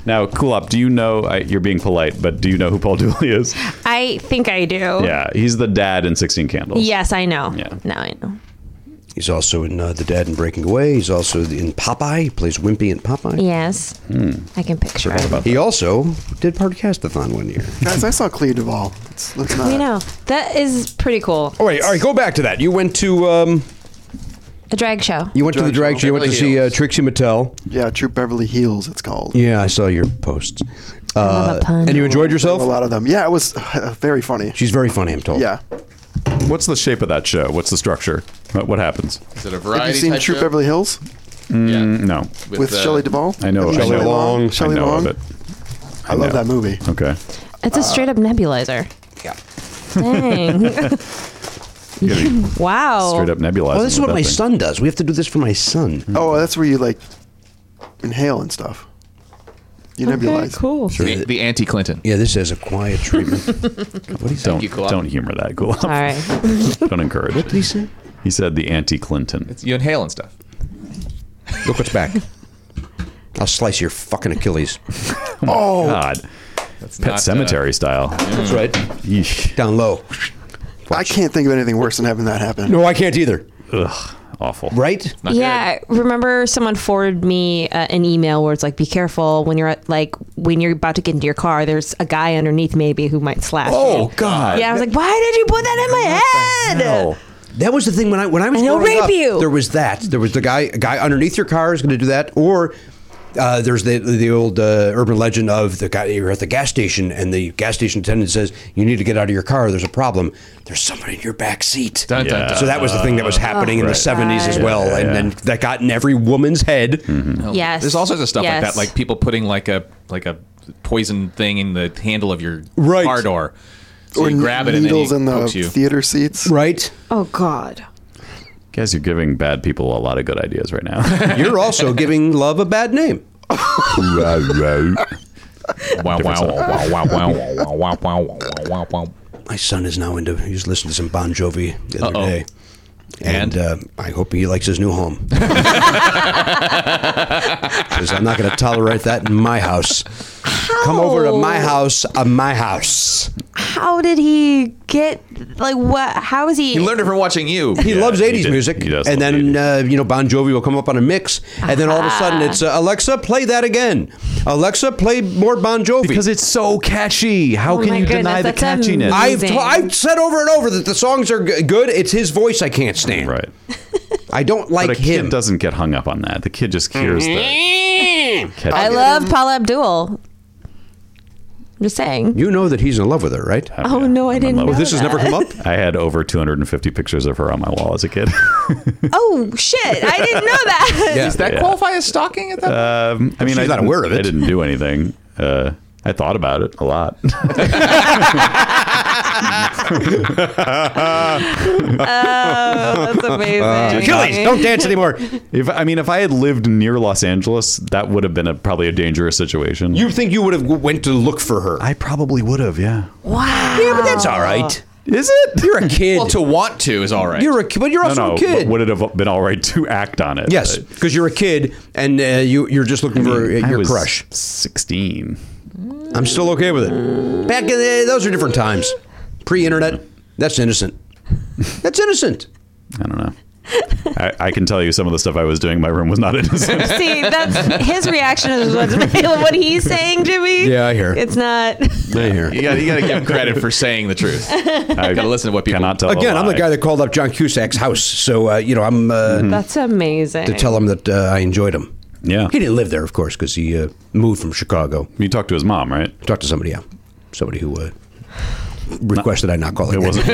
[SPEAKER 1] Now, cool up. Do you know? I, you're being polite, but do you know who Paul [LAUGHS] Dooley is?
[SPEAKER 7] I think I do.
[SPEAKER 1] Yeah, he's the dad in Sixteen Candles.
[SPEAKER 7] Yes, I know.
[SPEAKER 1] Yeah.
[SPEAKER 7] Now I know.
[SPEAKER 2] He's also in uh, The Dad and Breaking Away. He's also in Popeye. He plays Wimpy in Popeye.
[SPEAKER 7] Yes. I can picture it.
[SPEAKER 2] He also did Podcastathon one year.
[SPEAKER 6] Guys, I saw Clea Duvall. Let's, let's not.
[SPEAKER 7] We know. That is pretty cool.
[SPEAKER 2] Oh, wait. All right, go back to that. You went to um,
[SPEAKER 7] A drag show.
[SPEAKER 2] you went to the drag show. You went to see uh,
[SPEAKER 5] Hills.
[SPEAKER 2] Trixie Mattel.
[SPEAKER 6] Yeah, True Beverly Hills, it's called.
[SPEAKER 2] Yeah, I saw your posts.
[SPEAKER 7] love a
[SPEAKER 2] Uh,
[SPEAKER 7] pun.
[SPEAKER 2] and you enjoyed
[SPEAKER 6] There were A
[SPEAKER 2] yourself?
[SPEAKER 6] lot of them. Yeah, it was uh, very funny.
[SPEAKER 2] She's very funny, I'm told.
[SPEAKER 6] Yeah.
[SPEAKER 1] What's the shape of that show? What's the structure? What, what happens?
[SPEAKER 5] Is it a
[SPEAKER 6] Have you
[SPEAKER 5] variety
[SPEAKER 6] seen
[SPEAKER 5] type
[SPEAKER 6] True
[SPEAKER 5] show?
[SPEAKER 6] Beverly Hills
[SPEAKER 5] Yeah.
[SPEAKER 1] No,
[SPEAKER 6] with
[SPEAKER 5] uh,
[SPEAKER 6] Shelley Duvall?
[SPEAKER 1] I know.
[SPEAKER 6] Have you
[SPEAKER 1] I
[SPEAKER 6] seen
[SPEAKER 1] know.
[SPEAKER 6] Shelley Long.
[SPEAKER 1] I
[SPEAKER 6] Shelley
[SPEAKER 1] know
[SPEAKER 6] Long.
[SPEAKER 1] of it.
[SPEAKER 6] I love that movie.
[SPEAKER 2] [LAUGHS]
[SPEAKER 1] Okay.
[SPEAKER 7] It's a straight up nebulizer.
[SPEAKER 2] Yeah.
[SPEAKER 7] Dang. wow.
[SPEAKER 1] Straight up nebulizer.
[SPEAKER 2] Oh, this is what my son does. We have to do this for my son.
[SPEAKER 6] Oh, that's where you like inhale and stuff. You
[SPEAKER 7] Okay,
[SPEAKER 6] nebulize.
[SPEAKER 7] cool.
[SPEAKER 5] The, the anti Clinton.
[SPEAKER 2] Yeah, this has a quiet [LAUGHS] treatment. what
[SPEAKER 1] Don't
[SPEAKER 5] you, Kulop.
[SPEAKER 1] don't humor that, cool.
[SPEAKER 7] All right.
[SPEAKER 1] [LAUGHS] don't encourage
[SPEAKER 2] did he
[SPEAKER 1] it.
[SPEAKER 2] say?
[SPEAKER 1] He said the anti-Clinton.
[SPEAKER 5] You inhale and stuff.
[SPEAKER 2] Look what's back. I'll slice your fucking Achilles.
[SPEAKER 1] Oh God,
[SPEAKER 5] That's uh,
[SPEAKER 1] Pet Cemetery style.
[SPEAKER 2] That's right.
[SPEAKER 1] Yeesh.
[SPEAKER 2] Down low.
[SPEAKER 6] I can't think of anything worse than having that happen.
[SPEAKER 2] No, I can't either.
[SPEAKER 1] Ugh, awful.
[SPEAKER 2] Right?
[SPEAKER 7] yeah, I remember someone forwarded me uh, an email where it's like, "Be careful when you're at, like when you're about to get into your car. There's a guy underneath maybe who might slash."
[SPEAKER 1] Oh
[SPEAKER 7] you.
[SPEAKER 1] God.
[SPEAKER 7] Yeah, I was like, "Why did you put that in my head?"
[SPEAKER 1] Hell.
[SPEAKER 2] That was the thing when I when I was
[SPEAKER 7] And he'll
[SPEAKER 2] growing
[SPEAKER 7] rape
[SPEAKER 2] up,
[SPEAKER 7] you.
[SPEAKER 2] There was that. There was the guy a guy underneath your car is going to do that, or uh, there's the the old uh, urban legend of the guy you're at the gas station and the gas station attendant says you need to get out of your car. There's a problem. There's somebody in your back seat.
[SPEAKER 5] Dun, dun, dun.
[SPEAKER 2] So that was the thing that was happening in the
[SPEAKER 1] Uh, Right.
[SPEAKER 2] '70s as
[SPEAKER 7] Right.
[SPEAKER 2] well,
[SPEAKER 1] Yeah, Mm-hmm. yeah,
[SPEAKER 2] and then that got in every woman's head.
[SPEAKER 7] Yes,
[SPEAKER 5] There's all sorts of stuff
[SPEAKER 7] Yes.
[SPEAKER 5] like that, like people putting like a like a poison thing in the handle of your
[SPEAKER 2] Right.
[SPEAKER 5] car door. So
[SPEAKER 6] or
[SPEAKER 5] you grab it and then he
[SPEAKER 6] needles in the
[SPEAKER 5] pokes you.
[SPEAKER 6] theater seats.
[SPEAKER 2] Right.
[SPEAKER 7] oh God,
[SPEAKER 1] Guys, you're giving bad people a lot of good ideas right [LAUGHS] now.
[SPEAKER 2] You're also giving love a bad name.
[SPEAKER 5] wow, wow, wow, wow, wow, wow, wow, wow, wow, wow, wow, wow.
[SPEAKER 2] My son is now into. He was listening to some Bon Jovi the other
[SPEAKER 5] Uh-oh.
[SPEAKER 2] day, and,
[SPEAKER 5] And?
[SPEAKER 2] uh, I hope he likes his new
[SPEAKER 1] [LAUGHS]
[SPEAKER 2] home. Because I'm not going to tolerate that in my house. Come over to my house. On my house.
[SPEAKER 7] how did he get like what? How is he?
[SPEAKER 5] He learned it from watching you.
[SPEAKER 2] He loves
[SPEAKER 1] he
[SPEAKER 2] 80s
[SPEAKER 1] did-
[SPEAKER 2] music,
[SPEAKER 1] he does
[SPEAKER 2] and
[SPEAKER 1] love
[SPEAKER 2] then uh, you know Bon Jovi will come up on a mix, and then all of a sudden it's uh, Alexa, play that again. Alexa, play more Bon Jovi.
[SPEAKER 1] because it's so catchy. How
[SPEAKER 7] Oh
[SPEAKER 1] can
[SPEAKER 7] my
[SPEAKER 1] you
[SPEAKER 7] goodness,
[SPEAKER 1] deny the
[SPEAKER 7] that's amazing.
[SPEAKER 1] catchiness?
[SPEAKER 2] I've,
[SPEAKER 7] amazing.
[SPEAKER 2] I've said over and over that the songs are g- good. It's his voice I can't stand.
[SPEAKER 1] right.
[SPEAKER 2] I don't like
[SPEAKER 1] But a
[SPEAKER 2] him.
[SPEAKER 1] kid doesn't get hung up on that. The kid just hears
[SPEAKER 7] Mm-hmm.
[SPEAKER 1] the catchy.
[SPEAKER 7] I love Paula Abdul. I'm just saying.
[SPEAKER 2] You know that he's in love with her, right?
[SPEAKER 7] oh no,
[SPEAKER 1] I'm
[SPEAKER 7] I
[SPEAKER 1] in
[SPEAKER 7] didn't.
[SPEAKER 1] love
[SPEAKER 7] Know
[SPEAKER 1] with- This
[SPEAKER 2] This has
[SPEAKER 7] that.
[SPEAKER 2] never come up.
[SPEAKER 1] I had over 250 pictures of her on my wall as a kid. [LAUGHS]
[SPEAKER 7] Oh shit, I didn't know that. [LAUGHS]
[SPEAKER 2] Yeah.
[SPEAKER 5] Does that qualify as stalking at that point?
[SPEAKER 1] Um, I mean,
[SPEAKER 2] She's
[SPEAKER 1] I
[SPEAKER 2] not
[SPEAKER 1] didn't-
[SPEAKER 2] aware of
[SPEAKER 1] I
[SPEAKER 2] it.
[SPEAKER 1] didn't do anything. Uh, I thought about it a lot.
[SPEAKER 7] Oh, that's amazing.
[SPEAKER 2] Achilles, don't dance anymore.
[SPEAKER 1] [LAUGHS] If I mean, if I had lived near Los Angeles, that would have been a, probably a dangerous situation.
[SPEAKER 2] You think you would have went to look for her?
[SPEAKER 1] I probably would have. Yeah.
[SPEAKER 7] Wow.
[SPEAKER 2] Yeah, but that's all right.
[SPEAKER 1] Is it?
[SPEAKER 2] You're a kid.
[SPEAKER 5] Well, to want to is all right.
[SPEAKER 2] You're a kid, but you're
[SPEAKER 1] No,
[SPEAKER 2] also
[SPEAKER 1] no.
[SPEAKER 2] a
[SPEAKER 1] But
[SPEAKER 2] kid.
[SPEAKER 1] would it have been all right to act on it?
[SPEAKER 2] yes, because you're a kid and uh, you you're just looking for uh,
[SPEAKER 1] I
[SPEAKER 2] your
[SPEAKER 1] was
[SPEAKER 2] crush.
[SPEAKER 1] Sixteen.
[SPEAKER 2] I'm still okay with it. Back in the, those are different times. Pre-internet, that's innocent. That's innocent.
[SPEAKER 1] I don't know. I, I can tell you some of the stuff I was doing in my room was not
[SPEAKER 5] [LAUGHS]
[SPEAKER 1] innocent.
[SPEAKER 7] See, that's his reaction is what's [LAUGHS] what he's saying, Jimmy.
[SPEAKER 2] Yeah, I hear.
[SPEAKER 7] It's not.
[SPEAKER 2] I hear.
[SPEAKER 5] You got you got to give him credit for saying the
[SPEAKER 7] [LAUGHS]
[SPEAKER 5] truth.
[SPEAKER 1] I
[SPEAKER 5] Gotta listen to what people-
[SPEAKER 1] cannot tell. a
[SPEAKER 2] Again, I'm the
[SPEAKER 1] lie.
[SPEAKER 2] guy that called up John Cusack's house, so uh, you know I'm uh,
[SPEAKER 7] That's amazing.
[SPEAKER 2] to tell him that uh, I enjoyed him.
[SPEAKER 1] Mm-hmm. Yeah.
[SPEAKER 2] He didn't live there, of course, because he uh, moved from Chicago.
[SPEAKER 1] You talked to his mom, right?
[SPEAKER 2] Talked to somebody, yeah, somebody who uh, requested I not call it. [LAUGHS]
[SPEAKER 1] It wasn't.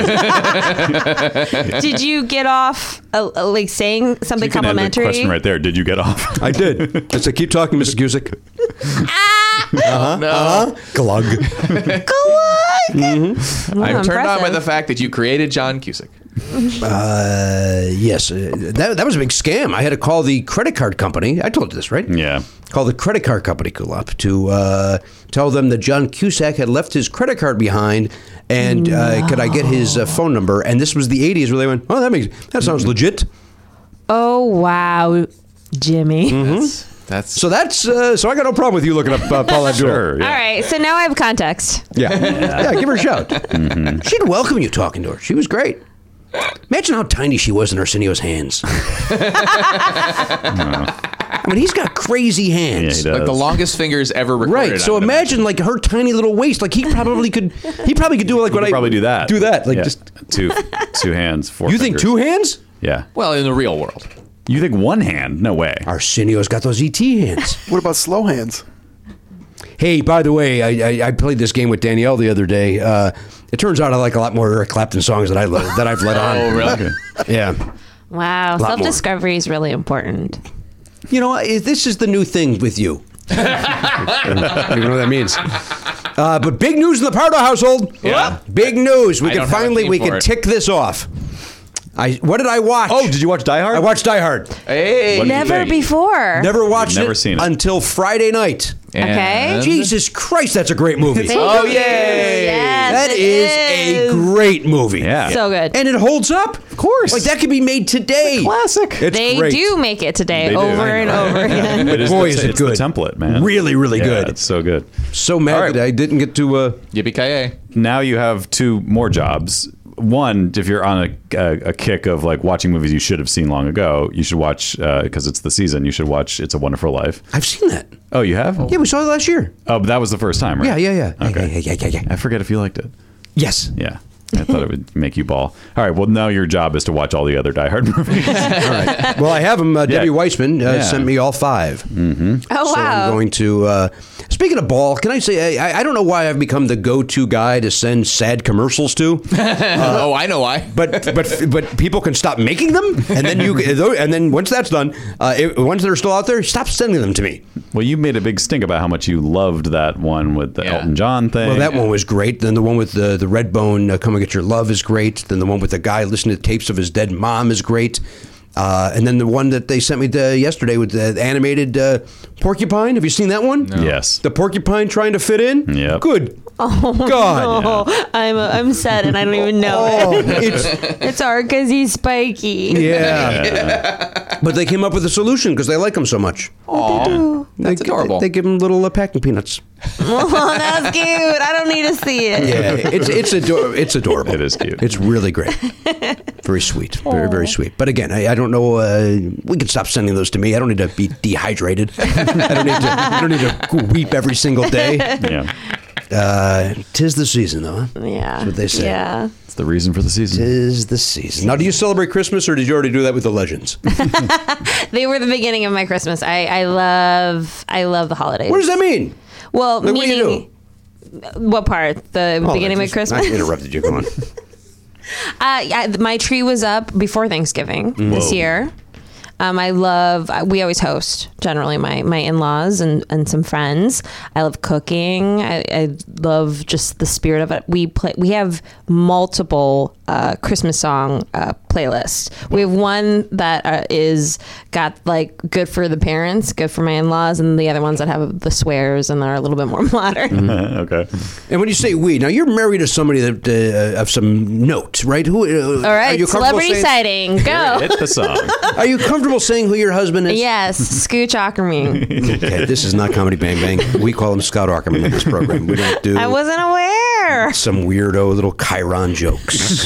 [SPEAKER 7] Did you get off uh, uh, like saying something
[SPEAKER 1] You can end the
[SPEAKER 7] complimentary?
[SPEAKER 1] question right there. Did you get off? [LAUGHS]
[SPEAKER 2] I did. I said, "Keep talking, Mr. Cusick."
[SPEAKER 7] Ah,
[SPEAKER 5] No,
[SPEAKER 2] Glug. Mm-hmm.
[SPEAKER 7] Wow,
[SPEAKER 5] I'm turned on by
[SPEAKER 7] impressive.
[SPEAKER 5] the fact that you created John Cusick.
[SPEAKER 2] Uh, yes, uh, that, that was a big scam. I had to call the credit card company. I told you this, right?
[SPEAKER 1] Yeah.
[SPEAKER 2] Call the credit card company, Kulop, to uh, tell them that John Cusack had left his credit card behind, and uh, could I get his uh, phone number? And this was the '80s where they went, "Oh, that makes that sounds legit."
[SPEAKER 7] Oh wow, Jimmy.
[SPEAKER 2] Mm-hmm.
[SPEAKER 5] That's
[SPEAKER 2] So that's uh, so I got no problem with you looking up uh, Paul Abdul.
[SPEAKER 1] Sure.
[SPEAKER 7] All
[SPEAKER 1] Yeah.
[SPEAKER 7] right, so now I have context.
[SPEAKER 2] Yeah. yeah, give her a shout.
[SPEAKER 1] Mm-hmm.
[SPEAKER 2] She'd welcome you talking to her. She was great. Imagine how tiny she was in Arsenio's
[SPEAKER 1] [LAUGHS]
[SPEAKER 2] hands. I mean, he's got crazy
[SPEAKER 1] Yeah,
[SPEAKER 2] hands.
[SPEAKER 1] he does.
[SPEAKER 5] like the longest fingers ever recorded.
[SPEAKER 2] Right,
[SPEAKER 5] I
[SPEAKER 2] so
[SPEAKER 5] would
[SPEAKER 2] imagine like her tiny little waist. Like he probably could, he probably could do like what
[SPEAKER 1] Could
[SPEAKER 2] I
[SPEAKER 1] probably do that.
[SPEAKER 2] Do that, like
[SPEAKER 1] Yeah.
[SPEAKER 2] just.
[SPEAKER 1] two, two hands, four.
[SPEAKER 2] [LAUGHS] You think
[SPEAKER 1] fingers.
[SPEAKER 2] two hands?
[SPEAKER 1] Yeah.
[SPEAKER 5] Well, in the real world,
[SPEAKER 1] You think one hand? No way.
[SPEAKER 2] Arsenio's got those ET hands.
[SPEAKER 6] What about slow hands?
[SPEAKER 2] Hey, by the way, I, I, I played this game with Danielle the other day. Uh, it turns out I like a lot more Eric Clapton songs than I lo- that I've let on.
[SPEAKER 5] Oh, really?
[SPEAKER 2] Yeah.
[SPEAKER 7] Wow,
[SPEAKER 2] more.
[SPEAKER 7] self discovery is really important.
[SPEAKER 2] You know, I- this is the new thing with you. I don't even know what that means. Uh, but big news in the Pardo household.
[SPEAKER 5] Yeah.
[SPEAKER 2] Big news. We
[SPEAKER 5] I
[SPEAKER 2] can
[SPEAKER 5] don't have a
[SPEAKER 2] finally
[SPEAKER 5] theme
[SPEAKER 2] we
[SPEAKER 5] for
[SPEAKER 2] can
[SPEAKER 5] it.
[SPEAKER 2] tick this off. I what did I watch?
[SPEAKER 1] Oh, did you watch Die Hard?
[SPEAKER 2] I watched Die Hard.
[SPEAKER 5] hey,
[SPEAKER 1] What do you
[SPEAKER 7] Never
[SPEAKER 1] think?
[SPEAKER 7] before.
[SPEAKER 2] Never watched
[SPEAKER 1] never
[SPEAKER 2] it,
[SPEAKER 1] seen it.
[SPEAKER 2] until Friday night.
[SPEAKER 5] And-
[SPEAKER 2] Jesus Christ, that's a great movie.
[SPEAKER 7] Thank
[SPEAKER 5] Oh,
[SPEAKER 7] you.
[SPEAKER 5] yay.
[SPEAKER 7] Yes,
[SPEAKER 2] that
[SPEAKER 7] it
[SPEAKER 2] is,
[SPEAKER 7] is.
[SPEAKER 2] a great movie.
[SPEAKER 1] Yeah.
[SPEAKER 7] So good.
[SPEAKER 2] And it holds up. Of
[SPEAKER 1] course.
[SPEAKER 2] Like that could be made today.
[SPEAKER 1] classic.
[SPEAKER 2] It's
[SPEAKER 7] they
[SPEAKER 2] great.
[SPEAKER 7] do make it today
[SPEAKER 1] They do.
[SPEAKER 7] over
[SPEAKER 1] I
[SPEAKER 7] and
[SPEAKER 1] know.
[SPEAKER 7] over
[SPEAKER 2] [LAUGHS]
[SPEAKER 7] again.
[SPEAKER 1] It is
[SPEAKER 2] Boy,
[SPEAKER 1] the,
[SPEAKER 2] is it
[SPEAKER 1] it's the
[SPEAKER 2] good.
[SPEAKER 1] template, man.
[SPEAKER 2] Really, really
[SPEAKER 1] Yeah,
[SPEAKER 2] good.
[SPEAKER 1] It's so good.
[SPEAKER 2] So mad
[SPEAKER 1] All right.
[SPEAKER 2] that I didn't get to uh,
[SPEAKER 5] Yippee-ki-yay.
[SPEAKER 1] Now you have two more jobs. One, if you're on a, a, a kick of like watching movies you should have seen long ago, you should watch because it's the season. You should watch It's a Wonderful Life.
[SPEAKER 2] I've seen that.
[SPEAKER 1] Oh, you have?
[SPEAKER 2] Yeah, we saw it last year.
[SPEAKER 1] Oh, but that was the first time, right?
[SPEAKER 2] Yeah, yeah, yeah. Yeah,
[SPEAKER 1] Okay.
[SPEAKER 2] Yeah, yeah, yeah, yeah, yeah.
[SPEAKER 1] I forget if you liked it.
[SPEAKER 2] Yes.
[SPEAKER 1] Yeah. I
[SPEAKER 2] [LAUGHS]
[SPEAKER 1] thought it would make you ball. All right. Well, now your job is to watch all the other Die Hard [LAUGHS] movies.
[SPEAKER 2] [LAUGHS] All right. Well, I have them. Uh, Debbie Weissman uh,
[SPEAKER 1] Yeah. Mm-hmm.
[SPEAKER 2] sent me all 5
[SPEAKER 7] oh
[SPEAKER 2] So
[SPEAKER 7] wow.
[SPEAKER 2] I'm going to. Uh, speaking of ball, can I say I, I don't know why I've become the go-to guy to send sad commercials to,
[SPEAKER 5] [LAUGHS] oh, I know why.
[SPEAKER 2] Uh, but
[SPEAKER 7] [LAUGHS]
[SPEAKER 2] but but people can stop making them, and then you and then once that's done, uh, it, once they're still out there, stop sending them to me.
[SPEAKER 1] well, you made a big stink about how much you loved that one with the
[SPEAKER 5] Yeah.
[SPEAKER 1] Elton John thing.
[SPEAKER 2] Well, that one was great. Then the one with the the red bone uh, coming at your love is great. Then the one with the guy listening to tapes of his dead mom is great. Uh, and then the one that they sent me the, yesterday with the animated uh, porcupine. Have you seen that one?
[SPEAKER 1] Yes.
[SPEAKER 2] The porcupine trying to fit in.
[SPEAKER 1] Yep.
[SPEAKER 2] Good. God.
[SPEAKER 7] oh, I'm I'm sad and I don't even know. [LAUGHS]
[SPEAKER 2] Oh,
[SPEAKER 7] it.
[SPEAKER 2] it's
[SPEAKER 7] It's hard because he's spiky.
[SPEAKER 2] [LAUGHS]
[SPEAKER 7] [LAUGHS]
[SPEAKER 2] yeah.
[SPEAKER 1] Yeah.
[SPEAKER 2] [LAUGHS]
[SPEAKER 1] Oh,
[SPEAKER 2] But they came up with a solution because they like him so much.
[SPEAKER 5] Aw, that's
[SPEAKER 2] they,
[SPEAKER 5] adorable.
[SPEAKER 2] They, give him little uh, packing peanuts.
[SPEAKER 7] Oh, that's cute. I don't need to see it.
[SPEAKER 2] Yeah, [LAUGHS] it's it's ador- it's adorable.
[SPEAKER 1] It is cute.
[SPEAKER 2] [LAUGHS] It's really great. Very sweet. Very very sweet. But again, I, I don't know. Uh, we can stop sending those to me. I don't need to be dehydrated. I don't need to. I don't need to weep every single day.
[SPEAKER 1] yeah.
[SPEAKER 2] Uh, tis the season, though. huh?
[SPEAKER 7] Yeah.
[SPEAKER 2] That's what they say.
[SPEAKER 7] Yeah.
[SPEAKER 1] It's the reason for the season.
[SPEAKER 2] Tis the season. Now, do you celebrate Christmas, or did you already do that with the legends? what
[SPEAKER 7] They were the beginning of my Christmas. I, I love I love the holidays.
[SPEAKER 2] does that mean?
[SPEAKER 7] Well,
[SPEAKER 2] Like, what do you
[SPEAKER 7] meaning what part? The
[SPEAKER 2] Oh,
[SPEAKER 7] beginning
[SPEAKER 2] I
[SPEAKER 7] of
[SPEAKER 2] just-
[SPEAKER 7] Christmas. [LAUGHS]
[SPEAKER 2] I interrupted you. Come on.
[SPEAKER 7] Uh, yeah, my tree was up before Thanksgiving this year. Um, I love. uh, We always host generally my my in laws and and some friends. I love cooking. I, I love just the spirit of it. We play. We have multiple uh, Christmas song uh, playlists. We have one that uh, is got like good for the parents, good for my in laws, and the other ones that have the swears and are a little bit more [LAUGHS] modern.
[SPEAKER 2] Mm-hmm.
[SPEAKER 1] [LAUGHS] okay.
[SPEAKER 2] [LAUGHS] And when you say we, now you're married to somebody that uh, of some note, right? Who? Uh,
[SPEAKER 7] All right,
[SPEAKER 2] Are you comfortable
[SPEAKER 7] celebrity
[SPEAKER 2] saying-
[SPEAKER 7] sighting, go.
[SPEAKER 1] Hit the song.
[SPEAKER 2] Are you comfortable saying who your husband is?
[SPEAKER 7] Yes,
[SPEAKER 2] [LAUGHS]
[SPEAKER 7] Scooch Ackerman.
[SPEAKER 2] Okay, this is not comedy bang bang. We call him Scott Ackerman in this program. We don't do
[SPEAKER 7] I wasn't
[SPEAKER 2] [LAUGHS]
[SPEAKER 7] aware.
[SPEAKER 2] some weirdo little Chiron
[SPEAKER 7] [LAUGHS]
[SPEAKER 2] jokes.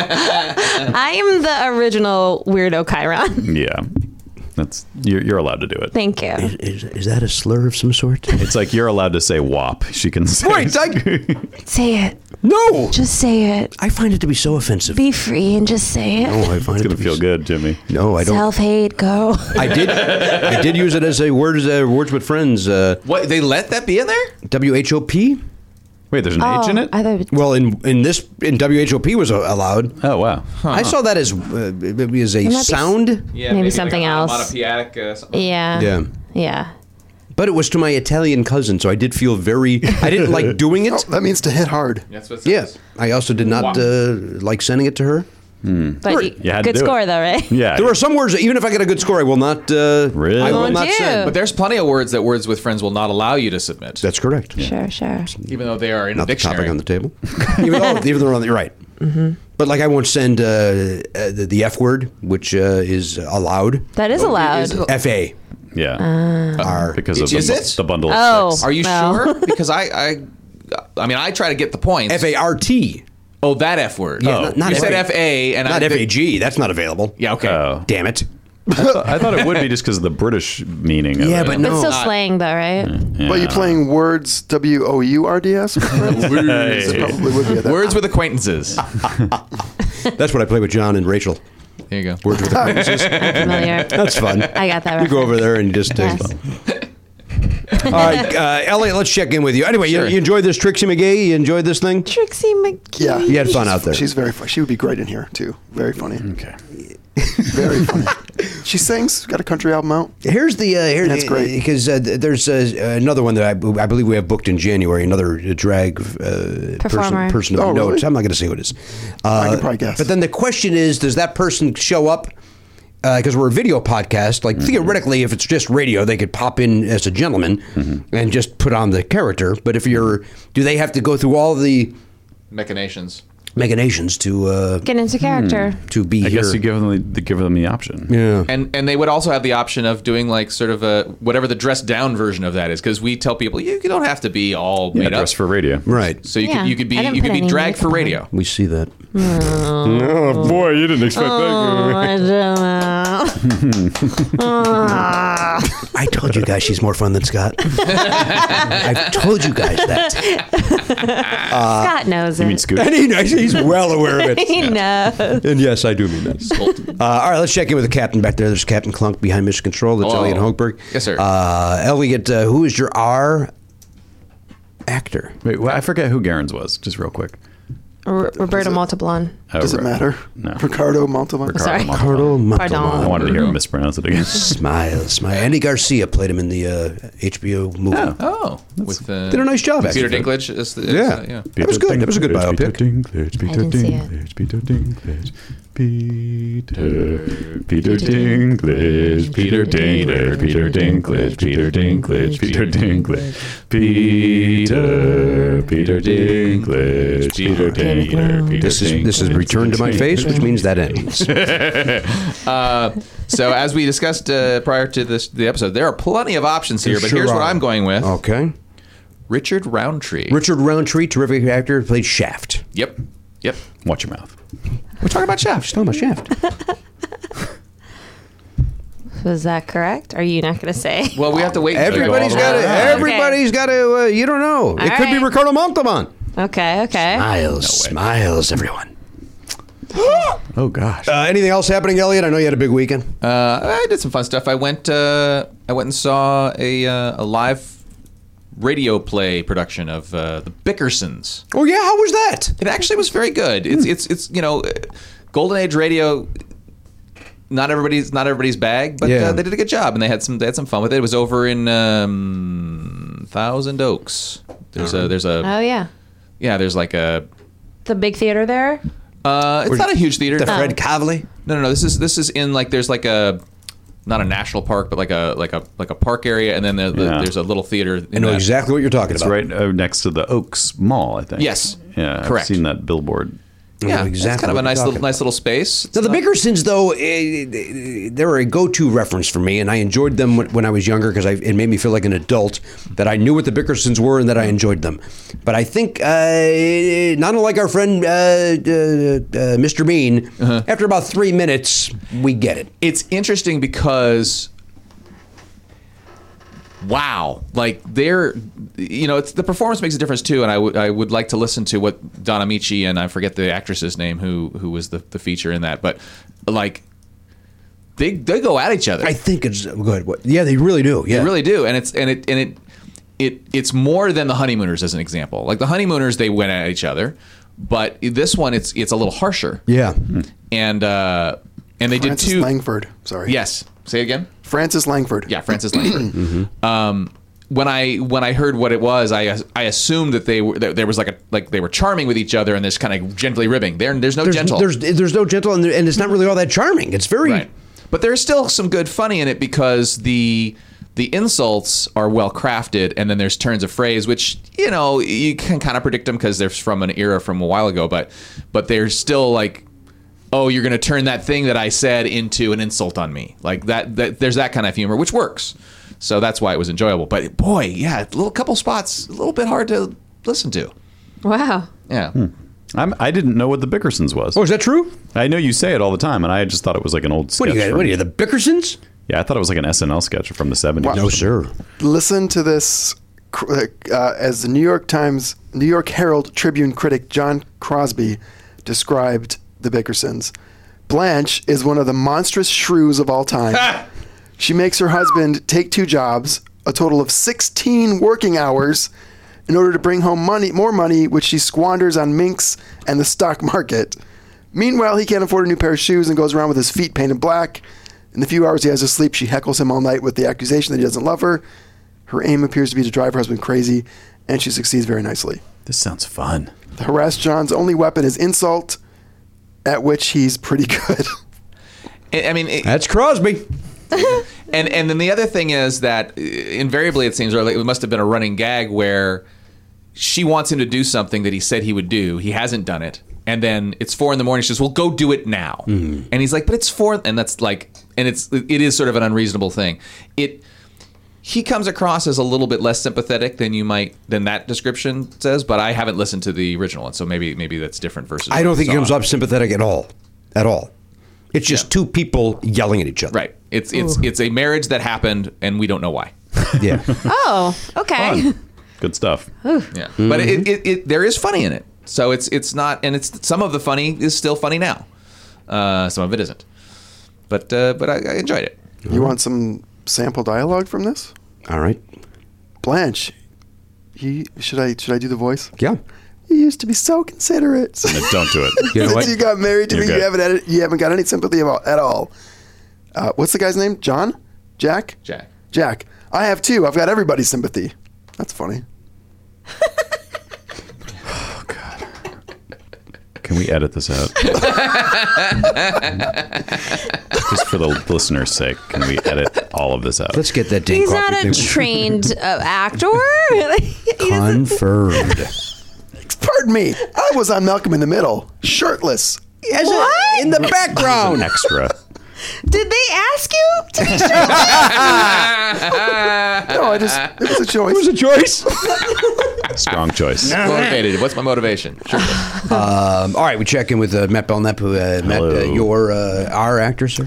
[SPEAKER 7] I am the original weirdo Chiron. [LAUGHS]
[SPEAKER 1] Yeah. That's you're, you're allowed to do it.
[SPEAKER 7] Thank you.
[SPEAKER 2] is, is that a slur of some sort?
[SPEAKER 1] It's like you're allowed to say "wop." She can say.
[SPEAKER 2] Right, I,
[SPEAKER 7] Say it.
[SPEAKER 2] no,
[SPEAKER 7] Just say it.
[SPEAKER 2] I find it to be so offensive.
[SPEAKER 7] Be free and just say it.
[SPEAKER 2] Oh, I find it
[SPEAKER 1] it's [LAUGHS] gonna
[SPEAKER 2] to be
[SPEAKER 1] feel
[SPEAKER 2] so-
[SPEAKER 1] good, Jimmy.
[SPEAKER 2] No, I don't.
[SPEAKER 7] Self hate, go.
[SPEAKER 2] I did. I did use it as a words uh, words with friends. Uh,
[SPEAKER 5] What they let that be in there?
[SPEAKER 2] W H O P.
[SPEAKER 1] Wait, there's an H in it.
[SPEAKER 7] Oh, I thought
[SPEAKER 2] Well, in in this in W H O P was uh, allowed.
[SPEAKER 1] oh wow.
[SPEAKER 2] I saw that as uh, maybe as a
[SPEAKER 7] might be s-
[SPEAKER 2] sound.
[SPEAKER 5] Uh-huh. Yeah,
[SPEAKER 7] Maybe maybe like something a- else. onomatopoeic,
[SPEAKER 5] uh,
[SPEAKER 7] yeah.
[SPEAKER 2] Yeah.
[SPEAKER 7] Yeah.
[SPEAKER 2] But it was to my Italian cousin, so I did feel very. I didn't
[SPEAKER 5] [LAUGHS]
[SPEAKER 2] like doing
[SPEAKER 6] Oh,
[SPEAKER 2] it.
[SPEAKER 6] that means to hit hard.
[SPEAKER 5] That's what it
[SPEAKER 2] Yeah.
[SPEAKER 5] says.
[SPEAKER 2] I also did not
[SPEAKER 5] Oh. Wow.
[SPEAKER 2] uh, like sending it to her.
[SPEAKER 7] But you,
[SPEAKER 1] You had to
[SPEAKER 7] good
[SPEAKER 1] do it.
[SPEAKER 7] score though, right?
[SPEAKER 1] [LAUGHS] Yeah.
[SPEAKER 2] There are some words that even if I get a good score, I will not. Uh,
[SPEAKER 1] Really?
[SPEAKER 2] I will
[SPEAKER 1] Won't
[SPEAKER 2] not
[SPEAKER 7] do.
[SPEAKER 2] send.
[SPEAKER 5] But there's plenty of words that Words with Friends will not allow you to submit,
[SPEAKER 2] That's correct.
[SPEAKER 7] [LAUGHS] Sure, sure.
[SPEAKER 5] even though they are in
[SPEAKER 2] Not the
[SPEAKER 5] the dictionary.
[SPEAKER 2] topic on the
[SPEAKER 5] [LAUGHS]
[SPEAKER 2] table. even, oh, even though you're right.
[SPEAKER 7] Mm-hmm.
[SPEAKER 2] But like I won't send uh, uh, the, the F word, which uh, is allowed.
[SPEAKER 7] That is allowed.
[SPEAKER 2] F A.
[SPEAKER 1] yeah.
[SPEAKER 5] Uh-huh.
[SPEAKER 2] R.
[SPEAKER 1] because of
[SPEAKER 5] Is
[SPEAKER 1] the, bu-
[SPEAKER 5] it?
[SPEAKER 1] the bundle. Of
[SPEAKER 7] Uh, Oh.
[SPEAKER 1] six.
[SPEAKER 5] Are you
[SPEAKER 7] Well. [LAUGHS]
[SPEAKER 5] sure? Because I, I, I mean, I try to get the points.
[SPEAKER 2] F A R T.
[SPEAKER 5] Oh, that F word.
[SPEAKER 2] Yeah,
[SPEAKER 5] oh,
[SPEAKER 2] not- not
[SPEAKER 5] you said
[SPEAKER 2] F
[SPEAKER 5] F A, and
[SPEAKER 2] Not
[SPEAKER 5] I
[SPEAKER 2] F
[SPEAKER 5] think-
[SPEAKER 2] A G. That's not available.
[SPEAKER 5] Yeah, okay.
[SPEAKER 1] Oh.
[SPEAKER 7] [LAUGHS]
[SPEAKER 2] Damn it.
[SPEAKER 1] I, thought, I thought it would be just because of the British meaning. Of
[SPEAKER 2] Yeah,
[SPEAKER 1] it.
[SPEAKER 2] but
[SPEAKER 7] But
[SPEAKER 2] no.
[SPEAKER 7] still slang though, right?
[SPEAKER 1] Mm,
[SPEAKER 6] But you're playing words W O U R
[SPEAKER 2] [LAUGHS]
[SPEAKER 6] D S.
[SPEAKER 1] Hey.
[SPEAKER 6] Probably would
[SPEAKER 5] [LAUGHS]
[SPEAKER 6] be at that.
[SPEAKER 5] Words with acquaintances.
[SPEAKER 2] That's what I play with John and Rachel.
[SPEAKER 5] there you go.
[SPEAKER 2] Words with acquaintances.
[SPEAKER 1] [LAUGHS]
[SPEAKER 7] Familiar.
[SPEAKER 2] That's fun.
[SPEAKER 7] I got that
[SPEAKER 2] You go
[SPEAKER 7] reference.
[SPEAKER 2] over there and you just. uh,
[SPEAKER 7] Yes.
[SPEAKER 2] All right, uh, Elliot, let's check in with you. Anyway, you, you enjoyed this Trixie McGee? You enjoyed this thing?
[SPEAKER 7] Trixie McGee.
[SPEAKER 6] Yeah.
[SPEAKER 2] You had fun out there.
[SPEAKER 6] She's very funny. She would be great in here too. Very funny. Okay. Very funny.
[SPEAKER 2] [LAUGHS]
[SPEAKER 6] she sings. Got a country album out.
[SPEAKER 2] Here's the uh, here,
[SPEAKER 6] That's great.
[SPEAKER 2] because uh, th- there's uh, another one that I, I believe we have booked in January. Another drag uh, person,
[SPEAKER 7] Performer.
[SPEAKER 2] person of
[SPEAKER 6] Oh,
[SPEAKER 2] note.
[SPEAKER 6] really?
[SPEAKER 2] I'm not going to say who it is. Uh,
[SPEAKER 6] I could probably guess.
[SPEAKER 2] But then the question is, does that person show up? Because we're a video podcast, like
[SPEAKER 6] Mm-hmm.
[SPEAKER 2] theoretically, if it's just radio, they could pop in as a gentleman
[SPEAKER 6] Mm-hmm.
[SPEAKER 2] and just put on the character. But if you're, do they have to go through all the
[SPEAKER 5] Machinations.
[SPEAKER 2] machinations to uh,
[SPEAKER 7] Get
[SPEAKER 1] Hmm.
[SPEAKER 7] into character.
[SPEAKER 2] to be
[SPEAKER 1] I
[SPEAKER 2] here?
[SPEAKER 1] guess you give them the, the give them the option.
[SPEAKER 2] yeah.
[SPEAKER 5] And and they would also have the option of doing like sort of a whatever the dressed down version of that is because we tell people you, you don't have to be all
[SPEAKER 1] Yeah,
[SPEAKER 5] made up.
[SPEAKER 1] dress for radio.
[SPEAKER 2] Right.
[SPEAKER 5] so you
[SPEAKER 7] Yeah.
[SPEAKER 5] could you could be
[SPEAKER 7] I didn't
[SPEAKER 5] you
[SPEAKER 7] put
[SPEAKER 5] could be
[SPEAKER 7] any
[SPEAKER 5] dragged for
[SPEAKER 7] makeup on.
[SPEAKER 5] radio.
[SPEAKER 2] We see that.
[SPEAKER 1] Oh boy, you didn't expect
[SPEAKER 7] Oh, I don't know. Ah.
[SPEAKER 2] I told you guys she's more fun than
[SPEAKER 5] [LAUGHS]
[SPEAKER 2] Scott. I've told you guys that. Uh,
[SPEAKER 7] Scott knows it.
[SPEAKER 1] You mean Scoot?
[SPEAKER 2] And he knows, he's well aware of [LAUGHS]
[SPEAKER 7] [LAUGHS]
[SPEAKER 2] it.
[SPEAKER 7] he knows.
[SPEAKER 2] And [LAUGHS] yes, I do mean [LAUGHS] that. Uh, all right, let's check in with the captain back there. There's Captain Clunk behind Mission Control. That's
[SPEAKER 5] Hello.
[SPEAKER 2] Elliot Hochberg.
[SPEAKER 5] Yes, sir.
[SPEAKER 2] Uh, Elliot, uh, who is your R actor?
[SPEAKER 1] Wait, well, I forget who Garen's was. Just real quick.
[SPEAKER 7] R- Roberta Montalban.
[SPEAKER 1] Oh,
[SPEAKER 6] Does it
[SPEAKER 1] right.
[SPEAKER 6] matter?
[SPEAKER 1] No.
[SPEAKER 6] Ricardo Montalban.
[SPEAKER 1] Ricardo
[SPEAKER 7] Sorry.
[SPEAKER 1] Montalban.
[SPEAKER 2] Cardo
[SPEAKER 1] I
[SPEAKER 2] Montalban.
[SPEAKER 1] wanted to hear him mispronounce it
[SPEAKER 2] [LAUGHS]
[SPEAKER 1] again.
[SPEAKER 2] Smile, smile. Andy Garcia played him in the uh, HBO movie.
[SPEAKER 5] Oh, with uh,
[SPEAKER 2] Did a nice job,
[SPEAKER 5] Peter
[SPEAKER 2] actually.
[SPEAKER 5] Dinklage is the, is
[SPEAKER 2] Yeah.
[SPEAKER 5] the- yeah.
[SPEAKER 2] That was good. That was a good biopic.
[SPEAKER 7] I didn't see it.
[SPEAKER 1] Peter Dinklage, Peter, Peter Dinklage, Peter Dinklage, Peter Dinklage, Peter Dinklage, Peter Dinklage, Peter, Peter Dinklage, Peter Dinklage. Peter
[SPEAKER 2] This is this is
[SPEAKER 1] Dinklage,
[SPEAKER 2] return to my
[SPEAKER 1] Peter
[SPEAKER 2] face, which means that [LAUGHS] ends.
[SPEAKER 5] So as we discussed uh, prior to this the episode, there are plenty of options here, but
[SPEAKER 2] Sure
[SPEAKER 5] here's what
[SPEAKER 2] are. Oh.
[SPEAKER 5] I'm going with:
[SPEAKER 2] Okay.
[SPEAKER 5] Richard Roundtree.
[SPEAKER 2] Richard Roundtree, terrific actor, played Shaft.
[SPEAKER 5] Yep. Yep.
[SPEAKER 1] Dinklage. Watch your mouth.
[SPEAKER 5] We're talking about chefs.
[SPEAKER 2] She's talking about
[SPEAKER 7] [LAUGHS]
[SPEAKER 2] Shaft.
[SPEAKER 7] Was that correct? Are you not going to [LAUGHS] say?
[SPEAKER 5] Well, we have to wait. until we go all
[SPEAKER 2] Everybody's
[SPEAKER 5] the way
[SPEAKER 2] got to.
[SPEAKER 5] around.
[SPEAKER 7] Okay.
[SPEAKER 2] Everybody's got to. Uh, you don't know. it could be
[SPEAKER 7] right.
[SPEAKER 2] Ricardo Montalban.
[SPEAKER 7] Okay, okay.
[SPEAKER 2] Smiles, smiles, everyone.
[SPEAKER 1] Oh gosh.
[SPEAKER 2] Uh, anything else happening, Elliot? I know you had a big weekend.
[SPEAKER 5] Uh, I did some fun stuff. I went. Uh, I went and saw a uh, a live radio play production of uh, the Bickersons.
[SPEAKER 2] oh yeah, how was that?
[SPEAKER 5] It actually was very good. It's it's it's you know, uh, Golden Age radio not everybody's not everybody's bag, but
[SPEAKER 13] Yeah.
[SPEAKER 5] uh, they did a good job and they had some they had some fun with it. It was over in um, Thousand Oaks. There's a there's a
[SPEAKER 7] Oh yeah,
[SPEAKER 5] yeah there's like a
[SPEAKER 7] the big theater there.
[SPEAKER 5] uh, it's not a huge theater.
[SPEAKER 2] The Fred Kavli.
[SPEAKER 5] No, no, no. This is this is in like there's like a not a national park, but like a like a like a park area, and then there,
[SPEAKER 1] Yeah.
[SPEAKER 5] there's a little theater.
[SPEAKER 2] I
[SPEAKER 5] In
[SPEAKER 2] know
[SPEAKER 5] that.
[SPEAKER 2] exactly what you're talking
[SPEAKER 1] It's
[SPEAKER 2] about.
[SPEAKER 1] right uh, next to the Oaks Mall, I think.
[SPEAKER 5] Yes.
[SPEAKER 1] Yeah,
[SPEAKER 5] Correct.
[SPEAKER 1] I've seen that billboard.
[SPEAKER 2] I know
[SPEAKER 5] Yeah, It's
[SPEAKER 2] exactly
[SPEAKER 5] kind of
[SPEAKER 2] what
[SPEAKER 5] a nice
[SPEAKER 2] you're
[SPEAKER 5] little
[SPEAKER 2] talking
[SPEAKER 5] nice little space.
[SPEAKER 2] Now, the Bickersons, though, eh, they're a go-to reference for me, and I enjoyed them when when I was younger because it made me feel like an adult that I knew what the Bickersons were and that I enjoyed them. But I think, uh, not unlike our friend uh, uh, uh, Mr. Bean,
[SPEAKER 5] Uh-huh.
[SPEAKER 2] after about three minutes, we get it.
[SPEAKER 5] it's interesting because wow like they're you know it's the performance makes a difference too and i would i would like to listen to what donna michi and i forget the actress's name who who was the, the feature in that but like they they go at each other
[SPEAKER 2] I think it's good. What- Yeah, they really do. Yeah,
[SPEAKER 5] they really do, and it's and it and it it it's more than the honeymooners as an example. Like the honeymooners, they went at each other, but this one, it's it's a little harsher.
[SPEAKER 2] Yeah.
[SPEAKER 5] Hmm. and uh, and they
[SPEAKER 6] Francis
[SPEAKER 5] did two.
[SPEAKER 6] Langford. Sorry.
[SPEAKER 5] Yes, say it again.
[SPEAKER 6] Francis Langford.
[SPEAKER 5] Yeah, Francis Langford. um, when I when I heard what it was, I I assumed that they were that there was like a like they were charming with each other and there's kind of gently ribbing. There there's no
[SPEAKER 2] There's,
[SPEAKER 5] gentle.
[SPEAKER 2] there's there's no gentle, and, there- and it's not really all that charming. It's very
[SPEAKER 5] Right. But there's still some good funny in it because the the insults are well crafted, and then there's turns of phrase, which you know you can kind of predict them because they're from an era from a while ago. But but they're still like, oh, you're going to turn that thing that I said into an insult on me, like that. that there's that kind of humor, which works. So that's why it was enjoyable. But boy, yeah, a little couple spots, a little bit hard to listen to.
[SPEAKER 7] Wow.
[SPEAKER 5] Yeah.
[SPEAKER 1] I'm, I didn't know what the Bickersons was.
[SPEAKER 2] Oh, is that true?
[SPEAKER 1] I know you say it all the time, and I just thought it was like an old sketch.
[SPEAKER 2] What are you? guys-
[SPEAKER 1] from-
[SPEAKER 2] What are you? The Bickersons?
[SPEAKER 1] Yeah, I thought it was like an SNL sketch from the 70s.
[SPEAKER 2] No, sir.
[SPEAKER 6] Listen to this cr- uh, as the New York Times, New York Herald Tribune critic John Crosby described the Bickersons. Blanche is one of the monstrous shrews of all time. she makes her husband take two jobs, a total of 16 working hours, in order to bring home money, more money, which she squanders on minks and the stock market. Meanwhile, he can't afford a new pair of shoes and goes around with his feet painted black. In the few hours he has to sleep, she heckles him all night with the accusation that he doesn't love her. Her aim appears to be to drive her husband crazy, and she succeeds very nicely.
[SPEAKER 1] This sounds fun.
[SPEAKER 6] The harassed John's only weapon is insult, at which he's pretty [LAUGHS] good.
[SPEAKER 5] I I mean, it-
[SPEAKER 2] That's Crosby.
[SPEAKER 5] [LAUGHS] And and then the other thing is that uh, invariably it seems or like it must have been a running gag where she wants him to do something that he said he would do. He hasn't done it, and then it's four in the morning. She says, "Well, go do it now,"
[SPEAKER 2] Hmm.
[SPEAKER 5] and he's like, "But it's four, and that's like, and it's it is sort of an unreasonable thing. It he comes across as a little bit less sympathetic than you might than that description says, but I haven't listened to the original one, so maybe maybe that's different versus.
[SPEAKER 2] I
[SPEAKER 5] what
[SPEAKER 2] don't
[SPEAKER 5] we
[SPEAKER 2] think it
[SPEAKER 5] saw.
[SPEAKER 2] comes up sympathetic at all, at all. It's just two people yelling at each other.
[SPEAKER 5] right. It's it's it's a marriage that happened, and we don't know why.
[SPEAKER 2] Yeah.
[SPEAKER 7] Oh, okay.
[SPEAKER 1] Fun. Good stuff.
[SPEAKER 2] Oh.
[SPEAKER 5] Yeah, but
[SPEAKER 2] Mm-hmm.
[SPEAKER 5] it, it, it there is funny in it, so it's it's not, and it's some of the funny is still funny now, uh, some of it isn't, but uh, but I, I enjoyed it.
[SPEAKER 6] you want some sample dialogue from this?
[SPEAKER 2] all right.
[SPEAKER 6] Blanche, he should I should I do the voice?
[SPEAKER 2] Yeah.
[SPEAKER 6] You used to be so considerate.
[SPEAKER 1] No, don't do it.
[SPEAKER 2] [LAUGHS] You know
[SPEAKER 6] [LAUGHS] Since
[SPEAKER 2] what?
[SPEAKER 6] you got married to
[SPEAKER 1] You're
[SPEAKER 6] me,
[SPEAKER 1] good.
[SPEAKER 6] you haven't had it, you haven't got any sympathy about at all. Uh, what's the guy's name? John? Jack?
[SPEAKER 5] Jack.
[SPEAKER 6] Jack. I have two. I've got everybody's sympathy. That's funny.
[SPEAKER 1] Can we edit this
[SPEAKER 2] [LAUGHS]
[SPEAKER 1] out? Just for the listener's sake, can we edit all of this out?
[SPEAKER 2] Let's get that dang
[SPEAKER 7] [LAUGHS] He's
[SPEAKER 2] coffee
[SPEAKER 7] not a
[SPEAKER 2] thing
[SPEAKER 7] trained uh, actor. [LAUGHS] He doesn't-
[SPEAKER 2] confirmed.
[SPEAKER 6] Pardon me. I was on Malcolm in the Middle, shirtless.
[SPEAKER 2] As a-
[SPEAKER 7] What?
[SPEAKER 2] in the background.
[SPEAKER 1] an extra.
[SPEAKER 7] Did they ask you to be sure?
[SPEAKER 6] No, I just it was a choice.
[SPEAKER 2] It's a choice.
[SPEAKER 1] Strong choice.
[SPEAKER 5] Motivated. What's my motivation? Sure.
[SPEAKER 2] Um, [LAUGHS] all right, we check in with uh, Matt Belknap, who uh, Matt, uh,
[SPEAKER 1] Hello.
[SPEAKER 2] your uh, our actor, sir.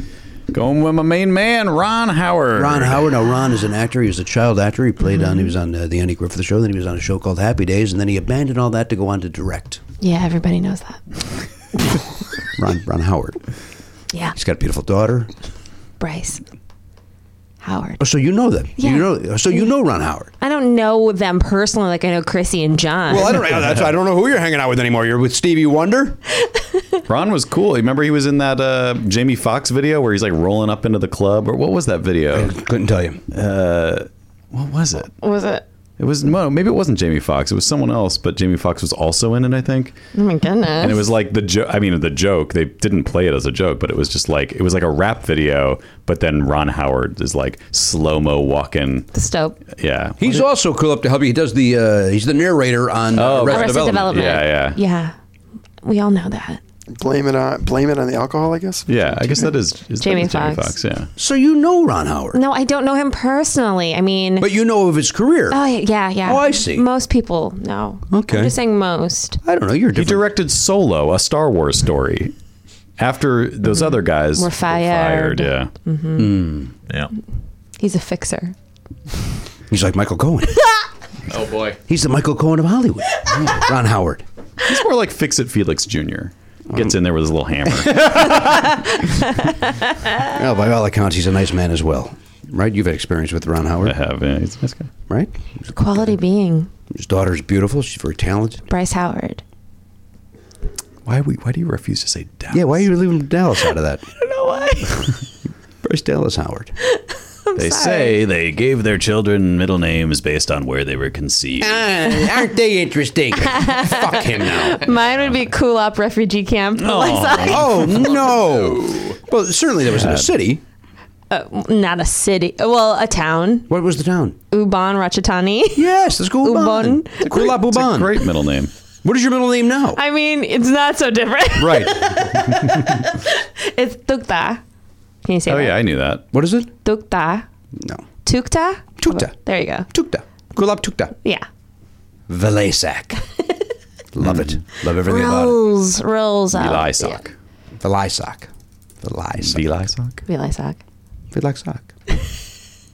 [SPEAKER 1] Going with my main man, Ron Howard.
[SPEAKER 2] Ron Howard. Now, Ron is an actor. He was a child actor. He played on. He was on uh, the Andy Griffith Show. Then he was on a show called Happy Days, and then he abandoned all that to go on to direct.
[SPEAKER 7] [LAUGHS] Yeah, everybody knows that.
[SPEAKER 2] Ron Ron Howard.
[SPEAKER 7] Yeah,
[SPEAKER 2] He's got a beautiful daughter.
[SPEAKER 7] Bryce. Howard.
[SPEAKER 2] Oh, So you know them.
[SPEAKER 7] Yeah.
[SPEAKER 2] You know. So you know Ron Howard.
[SPEAKER 7] I don't know them personally like I know Chrissy and John.
[SPEAKER 4] Well, I don't, that's, I don't know who you're hanging out with anymore. You're with Stevie Wonder?
[SPEAKER 1] Ron was cool. Remember he was in that uh, Jamie Foxx video where he's like rolling up into the club, or what was that video?
[SPEAKER 2] Couldn't tell you.
[SPEAKER 1] What was it?
[SPEAKER 7] was it?
[SPEAKER 1] It was no, maybe it wasn't Jamie Foxx. It was someone else, but Jamie Foxx was also in it, I think.
[SPEAKER 7] Oh my goodness.
[SPEAKER 1] And it was like the joke. I mean, the joke. They didn't play it as a joke, but it was just like it was like a rap video. But then Ron Howard is like slow mo walking.
[SPEAKER 7] the Stope.
[SPEAKER 1] Yeah,
[SPEAKER 2] He's also cool up to help you. He does the. Uh, he's the narrator on uh, Arrested
[SPEAKER 7] Arrested
[SPEAKER 2] Development.
[SPEAKER 1] Yeah, yeah.
[SPEAKER 7] Development. Yeah. We all know that.
[SPEAKER 6] Blame it on blame it on the alcohol, I guess.
[SPEAKER 1] yeah. I guess that is, is
[SPEAKER 7] Jamie
[SPEAKER 1] that is Jamie
[SPEAKER 7] Foxx.
[SPEAKER 1] Foxx. Yeah.
[SPEAKER 2] So you know Ron Howard,
[SPEAKER 7] No, I don't know him personally. I mean,
[SPEAKER 2] but you know of his career.
[SPEAKER 7] oh yeah, yeah.
[SPEAKER 2] Oh, I see.
[SPEAKER 7] Most people no.
[SPEAKER 2] Okay.
[SPEAKER 7] I'm just saying most.
[SPEAKER 2] I don't know. You're
[SPEAKER 1] He
[SPEAKER 2] different.
[SPEAKER 1] directed Solo, a Star Wars story. After those other guys
[SPEAKER 7] Mm-hmm. Were fired.
[SPEAKER 1] fired, yeah.
[SPEAKER 5] Yeah.
[SPEAKER 7] He's a fixer.
[SPEAKER 2] he's like Michael [LAUGHS] Cohen.
[SPEAKER 5] [LAUGHS] Oh boy.
[SPEAKER 2] he's the Michael Cohen of Hollywood. Yeah, Ron Howard.
[SPEAKER 1] He's more like Fix It Felix Jr. Gets in there with his little [LAUGHS] hammer.
[SPEAKER 2] Well, by all accounts, he's a nice man as well. Right? You've had experience with Ron
[SPEAKER 1] I
[SPEAKER 2] Howard,
[SPEAKER 1] have. Yeah, he's a nice guy.
[SPEAKER 2] right?
[SPEAKER 7] Quality being
[SPEAKER 2] His daughter's beautiful. She's very talented.
[SPEAKER 7] Bryce Howard.
[SPEAKER 1] Why we? Why do you refuse to say Dallas?
[SPEAKER 2] Yeah, why are you leaving Dallas out of that?
[SPEAKER 7] I don't know why.
[SPEAKER 2] [LAUGHS] Bryce Dallas Howard.
[SPEAKER 1] They say they gave their children middle names based on where they were conceived.
[SPEAKER 2] aren't they interesting? [LAUGHS] Fuck him
[SPEAKER 7] [LAUGHS]
[SPEAKER 2] now.
[SPEAKER 7] Mine would be cool up refugee camp. [LAUGHS] Alexa.
[SPEAKER 2] Oh no! Well, certainly there was in a city.
[SPEAKER 7] Not a city. Well, a town.
[SPEAKER 2] What was the town?
[SPEAKER 7] Ubon Ratchathani.
[SPEAKER 2] Yes, the school Ubon.
[SPEAKER 7] Ubon.
[SPEAKER 2] Kulap
[SPEAKER 1] It's a
[SPEAKER 2] Ubon.
[SPEAKER 1] great middle [LAUGHS] name.
[SPEAKER 2] What is your middle name now?
[SPEAKER 7] [LAUGHS] I mean, it's not so different.
[SPEAKER 2] right.
[SPEAKER 7] [LAUGHS] it's Tukta. Can you say
[SPEAKER 1] Oh
[SPEAKER 7] that?
[SPEAKER 1] yeah, I knew that.
[SPEAKER 2] What is it?
[SPEAKER 7] Tukta.
[SPEAKER 2] No.
[SPEAKER 7] Tukta?
[SPEAKER 2] Tukta.
[SPEAKER 7] There you go.
[SPEAKER 2] Tukta. Kulap Tukta.
[SPEAKER 7] Yeah.
[SPEAKER 2] [LAUGHS] Velasak. Love it. Love everything about
[SPEAKER 7] Rolls. Rolls
[SPEAKER 1] Ah,
[SPEAKER 7] out.
[SPEAKER 1] Elisak.
[SPEAKER 2] it. Velasak. Velasak.
[SPEAKER 1] Elisak.
[SPEAKER 7] Yeah. Velisak.
[SPEAKER 2] Velasak.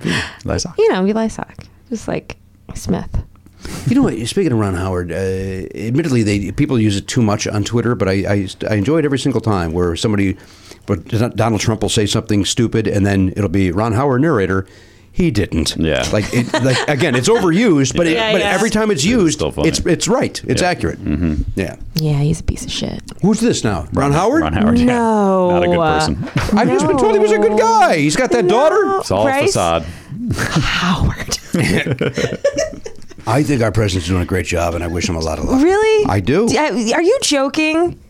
[SPEAKER 1] Elisak.
[SPEAKER 7] You know, Velisak. Just like Smith.
[SPEAKER 2] You know what? Speaking of Ron Howard, uh, admittedly, they people use it too much on Twitter, but I, I I enjoy it every single time where somebody, but Donald Trump will say something stupid, and then it'll be Ron Howard narrator. He didn't.
[SPEAKER 1] Yeah.
[SPEAKER 2] Like it, like again, it's overused, but it,
[SPEAKER 7] Yeah,
[SPEAKER 2] but
[SPEAKER 7] yeah.
[SPEAKER 2] every time it's
[SPEAKER 1] It's
[SPEAKER 2] used,
[SPEAKER 1] still funny.
[SPEAKER 2] it's it's right. It's
[SPEAKER 1] Yeah.
[SPEAKER 2] accurate. Mm-hmm. Yeah.
[SPEAKER 7] Yeah, he's a piece of shit.
[SPEAKER 2] Who's this now? Ron Howard.
[SPEAKER 1] Ron Howard. yeah.
[SPEAKER 7] No.
[SPEAKER 1] Not a good person.
[SPEAKER 2] I've just been told he was a good guy. He's got that daughter.
[SPEAKER 1] It's all a
[SPEAKER 7] Bryce
[SPEAKER 1] facade.
[SPEAKER 7] [LAUGHS] [LAUGHS] Howard.
[SPEAKER 2] I think our president's doing a great job, and I wish him a lot of luck.
[SPEAKER 7] Oh, really?
[SPEAKER 2] I do.
[SPEAKER 7] D- I- Are you joking?